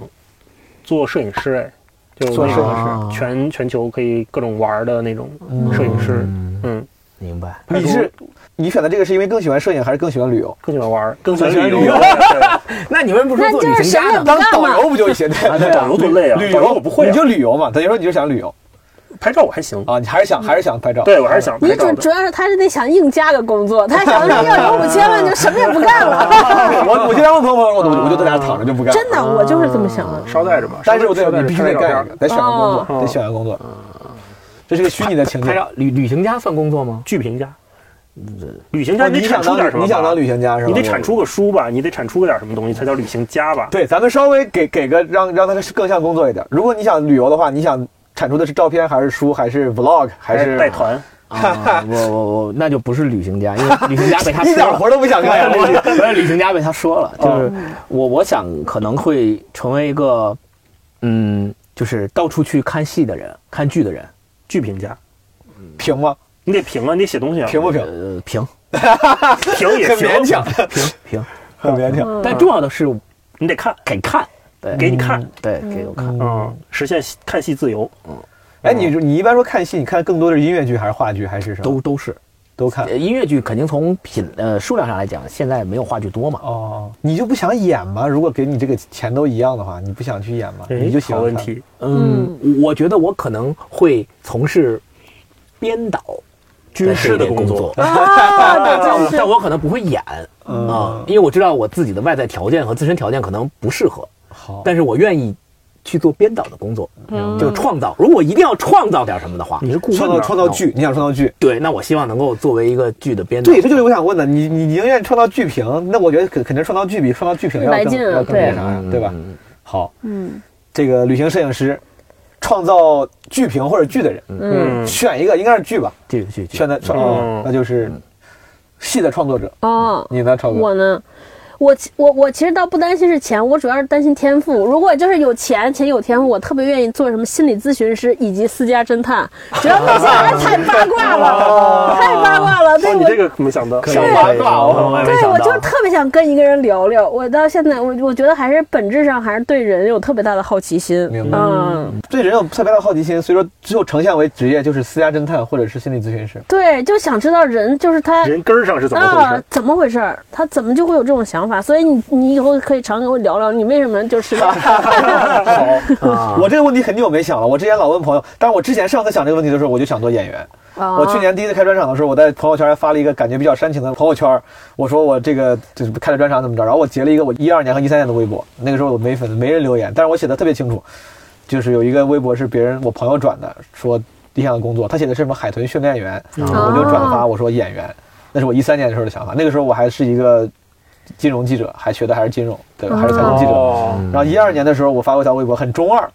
[SPEAKER 2] 做摄影师，哎，就
[SPEAKER 4] 做
[SPEAKER 2] 那
[SPEAKER 4] 摄
[SPEAKER 2] 种
[SPEAKER 3] 影师
[SPEAKER 2] 全全球可以各种玩儿的那种摄影师，嗯，
[SPEAKER 3] 明白？
[SPEAKER 2] 拍
[SPEAKER 4] 你
[SPEAKER 2] 出
[SPEAKER 4] 是你选的这个是因为更喜欢摄影还是更喜欢旅游？
[SPEAKER 2] 更喜欢玩儿，更喜
[SPEAKER 4] 更
[SPEAKER 2] 欢
[SPEAKER 4] 喜欢
[SPEAKER 2] 旅游
[SPEAKER 4] 旅游，
[SPEAKER 3] 那你们不是做旅
[SPEAKER 1] 那就
[SPEAKER 3] 行家
[SPEAKER 1] 是什
[SPEAKER 3] 的
[SPEAKER 1] 么
[SPEAKER 3] 吗？
[SPEAKER 4] 当导游不就 行？
[SPEAKER 2] 对导游多累啊
[SPEAKER 4] 旅
[SPEAKER 2] 导
[SPEAKER 4] 游
[SPEAKER 2] 游我不会啊
[SPEAKER 4] 你就旅游嘛。等于说你就想旅游
[SPEAKER 2] 拍照我还行，
[SPEAKER 4] 啊，你还是想还是想拍照。
[SPEAKER 2] 对我 还是想
[SPEAKER 1] 你
[SPEAKER 2] 拍照
[SPEAKER 1] 主
[SPEAKER 2] 的
[SPEAKER 1] 主。要是他是得想硬加个工作，他 想着要有五千万就什么也不干了。
[SPEAKER 4] 我我经常问朋友们，我
[SPEAKER 2] 啊
[SPEAKER 4] 我就在家躺着就不干。
[SPEAKER 1] 真的，我就是这么想的。
[SPEAKER 2] 捎带着吧，
[SPEAKER 4] 但是我对
[SPEAKER 2] 捎带
[SPEAKER 4] 你
[SPEAKER 2] 着
[SPEAKER 4] 必须
[SPEAKER 2] 拍
[SPEAKER 4] 得
[SPEAKER 2] 照啊
[SPEAKER 4] 干
[SPEAKER 2] 片
[SPEAKER 4] 一个，
[SPEAKER 2] 儿
[SPEAKER 4] 得选个工
[SPEAKER 2] 哦
[SPEAKER 4] 作，得选个工作。这是个虚拟的情
[SPEAKER 3] 拍
[SPEAKER 4] 境。
[SPEAKER 3] 照旅旅行家算工作吗？
[SPEAKER 2] 剧评家，呃旅行
[SPEAKER 4] 哦
[SPEAKER 2] 家
[SPEAKER 4] 你
[SPEAKER 2] 得
[SPEAKER 4] 想
[SPEAKER 2] 产出
[SPEAKER 4] 当
[SPEAKER 2] 点什么吧？
[SPEAKER 4] 你想当旅行家是吧？
[SPEAKER 2] 你得产出个书吧，你得产出个点什么东西才叫旅行家吧？
[SPEAKER 4] 对，咱们稍微给给个让让它更像工作一点。如果你想旅游的话，你想产出的是照片还是书还是 vlog 还是
[SPEAKER 2] 哎带？团，
[SPEAKER 3] 啊，我我我那就不是旅行家，因为旅行家被 他
[SPEAKER 4] 一
[SPEAKER 3] 说
[SPEAKER 4] 点
[SPEAKER 3] 了
[SPEAKER 4] 活都不想干。
[SPEAKER 3] 不是旅行家被他说
[SPEAKER 2] 嗯
[SPEAKER 3] 了，就是我我想可能会成为一个，嗯，就是到处去看戏的人，看剧的人，
[SPEAKER 2] 剧评家，
[SPEAKER 4] 评吗？
[SPEAKER 2] 你得评啊，你得写东西啊，
[SPEAKER 4] 评不评？
[SPEAKER 3] 呃，评
[SPEAKER 2] 评也
[SPEAKER 4] 很
[SPEAKER 2] 行，
[SPEAKER 4] 勉强。
[SPEAKER 3] 评评，
[SPEAKER 4] 特别挺。
[SPEAKER 2] 但重要的是你得看，
[SPEAKER 3] 给看，对，
[SPEAKER 2] 嗯给你看，
[SPEAKER 3] 对，给我看。
[SPEAKER 2] 嗯，实现看戏自由。
[SPEAKER 4] 哎，你你一般说看戏，你看更多的是音乐剧还是话剧还是什么？
[SPEAKER 3] 都都是
[SPEAKER 4] 都看
[SPEAKER 3] 呃。音乐剧，肯定从品呃数量上来讲，现在没有话剧多嘛。
[SPEAKER 4] 哦，你就不想演吗？如果给你这个钱都一样的话，你不想去演吗？
[SPEAKER 2] 哎
[SPEAKER 4] 你就喜
[SPEAKER 2] 好
[SPEAKER 4] 欢
[SPEAKER 2] 问
[SPEAKER 4] 看
[SPEAKER 2] 题，
[SPEAKER 3] 嗯，我觉得我可能会从事编导、
[SPEAKER 2] 军
[SPEAKER 3] 军
[SPEAKER 2] 事
[SPEAKER 3] 事
[SPEAKER 2] 的
[SPEAKER 3] 的
[SPEAKER 2] 工
[SPEAKER 3] 工
[SPEAKER 2] 作
[SPEAKER 3] 作，
[SPEAKER 1] 啊，那
[SPEAKER 3] 但
[SPEAKER 1] 真是
[SPEAKER 3] 但我可能不会演啊，因为我知道我自己的外在条件和自身条件可能不适合，
[SPEAKER 4] 好，
[SPEAKER 3] 但是我愿意去做编导的工作，
[SPEAKER 1] 嗯
[SPEAKER 3] 就创造。如果一定要创造点什么的话，
[SPEAKER 2] 你是顾问
[SPEAKER 4] 创造
[SPEAKER 2] 呢
[SPEAKER 4] 创造剧，你想创造剧？
[SPEAKER 3] 对，那我希望能够作为一个剧的编导。
[SPEAKER 4] 对，这就是我想问的。你你宁愿创造剧评，那我觉得肯肯定创造剧比创造剧评要
[SPEAKER 1] 来
[SPEAKER 4] 更
[SPEAKER 1] 劲啊
[SPEAKER 4] 要更
[SPEAKER 1] 对
[SPEAKER 4] 那啥呀，对吧？
[SPEAKER 3] 嗯
[SPEAKER 4] 好，
[SPEAKER 1] 嗯
[SPEAKER 4] 这个旅行摄影师，创造剧评或者剧的人，
[SPEAKER 1] 嗯
[SPEAKER 2] 嗯
[SPEAKER 4] 选一个，应该是剧吧？
[SPEAKER 3] 这个剧剧
[SPEAKER 4] 选的创作者
[SPEAKER 2] 嗯，
[SPEAKER 4] 那就是戏的创作者。
[SPEAKER 2] 啊
[SPEAKER 1] 哦，
[SPEAKER 4] 你呢，超哥？
[SPEAKER 1] 我呢，我其我我其实倒不担心是钱，我主要是担心天赋。如果就是有钱且有天赋，我特别愿意做什么心理咨询师以及私家侦探，只要那些人太八卦了，太八卦了，对
[SPEAKER 2] 哦，
[SPEAKER 1] 我
[SPEAKER 2] 你这个没想到，
[SPEAKER 4] 可以
[SPEAKER 2] 是
[SPEAKER 4] 可以
[SPEAKER 2] 八卦哦，我也没
[SPEAKER 1] 对，
[SPEAKER 2] 想
[SPEAKER 1] 我
[SPEAKER 2] 到
[SPEAKER 1] 就特别想跟一个人聊聊。我到现在，我我觉得还是本质上还是对人有特别大的好奇心。
[SPEAKER 4] 明白
[SPEAKER 1] 嗯，
[SPEAKER 4] 对人有特别大的好奇心，所以说只有呈现为职业就是私家侦探或者是心理咨询师。
[SPEAKER 1] 对，就想知道人就是他
[SPEAKER 2] 人根儿上是怎么回
[SPEAKER 1] 啊
[SPEAKER 2] 事？，
[SPEAKER 1] 怎么回事儿？他怎么就会有这种想法？所以你你以后可以常跟我聊聊，你为什么就是
[SPEAKER 3] 啊，
[SPEAKER 4] 我这个问题很久没想了，我之前老问朋友，但是我之前上次想这个问题的时候，我就想做演员。
[SPEAKER 1] 啊？
[SPEAKER 4] 我去年第一次开专场的时候，我在朋友圈还发了一个感觉比较煽情的朋友圈，我说我这个就是开了专场怎么着，然后我截了一个我一二年和一三年的微博，那个时候我没粉，没人留言，但是我写的特别清楚，就是有一个微博是别人我朋友转的，说理想的工作，他写的是什么海豚训练员，我就转发我说演员，那是我一三年的时候的想法，那个时候我还是一个金融记者，还学的还是金融，对，还是财经记者。
[SPEAKER 2] 哦
[SPEAKER 4] 然后一二年的时候，我发过一条微博，很中二，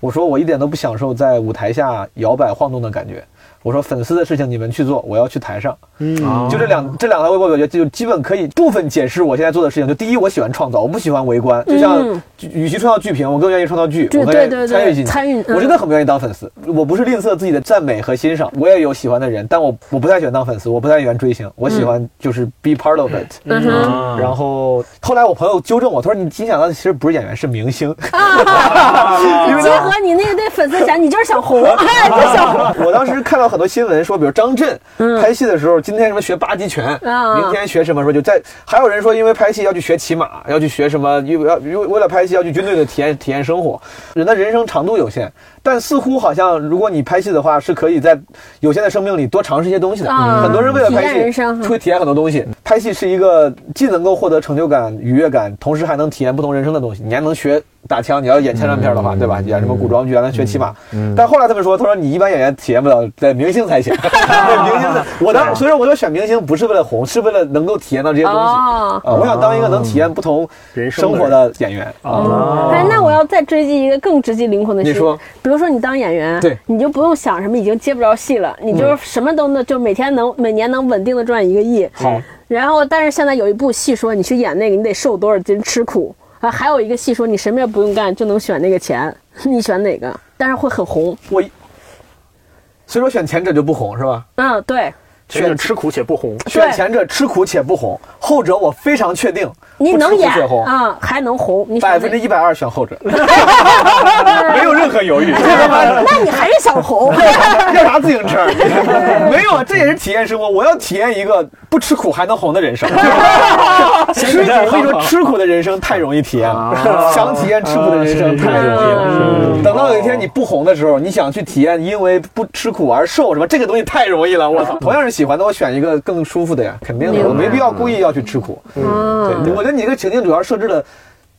[SPEAKER 4] 我说我一点都不享受在舞台下摇摆晃动的感觉。我说粉丝的事情你们去做，我要去台上。
[SPEAKER 2] 嗯
[SPEAKER 4] 就这两这两条微博，我觉得就基本可以部分解释我现在做的事情。就第一，我喜欢创造，我不喜欢围观。就像
[SPEAKER 1] 嗯
[SPEAKER 4] 与与其创造剧评，我更愿意创造剧，
[SPEAKER 1] 对
[SPEAKER 4] 我更愿
[SPEAKER 1] 对对对
[SPEAKER 4] 意参与进去。
[SPEAKER 1] 参与嗯
[SPEAKER 4] 我真的很不愿意当粉丝，我不是吝啬自己的赞美和欣赏，我也有喜欢的人，但我我不太喜欢当粉丝，我不太喜欢追星，我喜欢就是 be part of it。
[SPEAKER 1] 嗯哼，
[SPEAKER 4] 然后后来我朋友纠正我，他说你你想到的其实不是演员，是 明星。
[SPEAKER 1] 啊结合你那个对粉丝讲，你就是想 红，哎，就想红。
[SPEAKER 4] 我当时看到很多新闻说，比如张震拍戏的时候，今天什么学八极拳，
[SPEAKER 1] 嗯啊
[SPEAKER 4] 明天学什么，说就在还有人说，因为拍戏要去学骑马，要去学什么，又要又为了拍戏要去军队的体验体验生活。人的人生长度有限，但似乎好像如果你拍戏的话，是可以在有限的生命里多尝试一些东西的。
[SPEAKER 1] 啊
[SPEAKER 4] 很多人为了
[SPEAKER 1] 体验
[SPEAKER 4] 拍
[SPEAKER 1] 人
[SPEAKER 4] 戏
[SPEAKER 1] 生嗯
[SPEAKER 4] 会体验很多东西，拍戏是一个既能够获得成就感、愉悦感，同时还能体验不同人生的东西。你还能学打枪，你要演枪战片的
[SPEAKER 2] 嗯
[SPEAKER 4] 话，对吧？演什么古装剧，还能学骑马。但后来他们说，他说你一般演员体验不了，在明星才 行。对明星的，我当时所以说我说选明星不是为了红，是为了能够体验到这些东西。
[SPEAKER 1] 哦
[SPEAKER 4] 啊，我想当一个能体验不同
[SPEAKER 2] 人生
[SPEAKER 4] 生
[SPEAKER 2] 的
[SPEAKER 4] 活的演员啊。
[SPEAKER 1] 哎，那我要再追击一个更直击灵魂的事。
[SPEAKER 4] 你说，
[SPEAKER 1] 比如说你当演员，
[SPEAKER 4] 对嗯
[SPEAKER 1] 你就不用想什么已经接不着戏了，你就是什么都能，就每天能每年能稳定的赚一个亿。
[SPEAKER 2] 好，
[SPEAKER 1] 然后，但是现在有一部戏说你去演那个，你得受多少斤吃苦啊？还有一个戏说你什么也不用干就能选那个钱， 你选哪个？但是会很红。
[SPEAKER 4] 我一所以说选前者就不红是吧？
[SPEAKER 1] 嗯，对，
[SPEAKER 2] 选者吃苦且不红，
[SPEAKER 4] 选前者吃苦且不红，后者我非常确定
[SPEAKER 1] 你
[SPEAKER 4] 不吃
[SPEAKER 1] 能
[SPEAKER 4] 苦
[SPEAKER 1] 演
[SPEAKER 4] 且红。
[SPEAKER 1] 啊、还能红，你选
[SPEAKER 4] 百
[SPEAKER 1] 哪
[SPEAKER 4] 分
[SPEAKER 1] 个
[SPEAKER 4] 之一百二选后 者， 没有任何犹 豫，
[SPEAKER 1] 那你还是想 红。
[SPEAKER 4] 要啥自行车？ 没有，这也是体验生活。我要体验一个不吃苦还能红的人 生。吃苦，我跟你 说，吃苦的人生太容易体验了，想体验吃苦啊的人生太容易了。等到有一天你不红的时候，你想去体验因为不吃苦而瘦什么，这个东西太容易了。我操，同样是喜欢的，我选一个更舒服的呀，肯定
[SPEAKER 1] 明白
[SPEAKER 4] 的，我没必要故意要去吃苦。
[SPEAKER 1] 嗯
[SPEAKER 4] 对，我觉得你这个情境主要设置的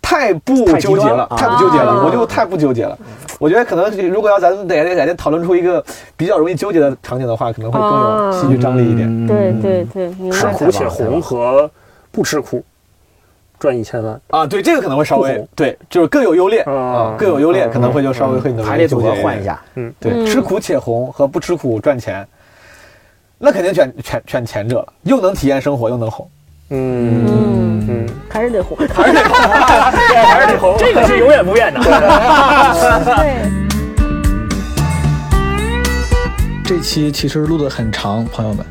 [SPEAKER 4] 太不纠结了，太不纠结了，我就太不纠结了。我觉得可能如果要咱们得得得讨论出一个比较容易纠结的场景的话，可能会更有戏剧张力一
[SPEAKER 3] 嗯
[SPEAKER 4] 点。
[SPEAKER 1] 对对对，明
[SPEAKER 2] 吃
[SPEAKER 1] 白。
[SPEAKER 2] 苦且红和不吃苦赚一千万，
[SPEAKER 4] 啊，对，这个可能会稍
[SPEAKER 2] 不
[SPEAKER 4] 微
[SPEAKER 2] 红
[SPEAKER 4] 对，就是更有优劣啊
[SPEAKER 2] 啊，
[SPEAKER 4] 更有优劣，可能会就稍微会能
[SPEAKER 3] 排列组合
[SPEAKER 4] 纠结
[SPEAKER 3] 换一下，
[SPEAKER 4] 对，
[SPEAKER 1] 嗯
[SPEAKER 4] 吃苦且红和不吃苦赚钱，那肯定选选选前者了，又能体验生活，又能红。
[SPEAKER 2] 嗯
[SPEAKER 1] 嗯，
[SPEAKER 2] 嗯，
[SPEAKER 1] 还是得红。
[SPEAKER 2] 还是得红，这个是 永远不变的。
[SPEAKER 1] 对。
[SPEAKER 6] 这期其实录的很长，朋友们，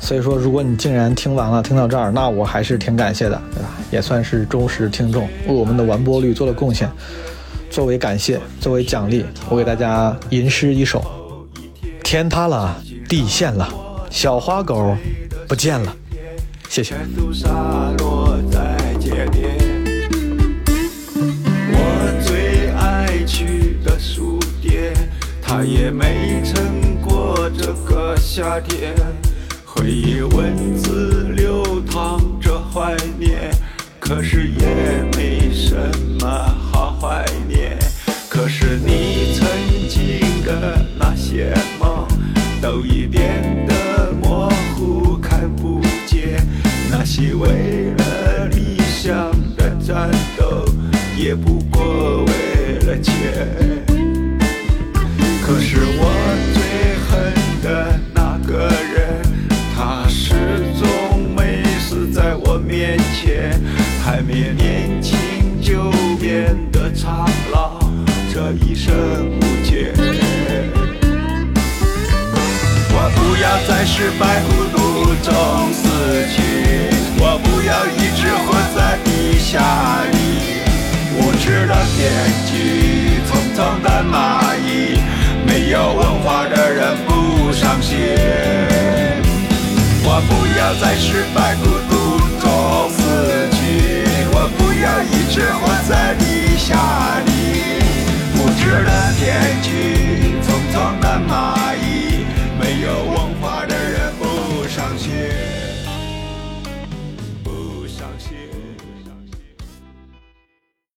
[SPEAKER 6] 所以说，如果你竟然听完了，听到这儿，那我还是挺感谢的，对吧？也算是忠实听众，为我们的完播率做了贡献。作为感谢，作为奖励，我给大家吟诗一首：天塌了，地陷了，小花狗不见了。谢谢。
[SPEAKER 7] 速洒落在街边。我最爱去的书店，它也没撑过这个夏天。回忆文字流淌着怀念，可是也没什么好怀念。可是你曾经的那些梦，都一点的模糊看不见。那些为了理想的战斗，也不过为了钱。可是我最恨的那个人，他始终没死在我面前。还没年轻就变得苍老，这一生无解。我不要在失败孤独中死去，我不要一直活在地下里。无知的编剧，匆匆的蚂蚁，没有文化的人不上心。我不要在失败孤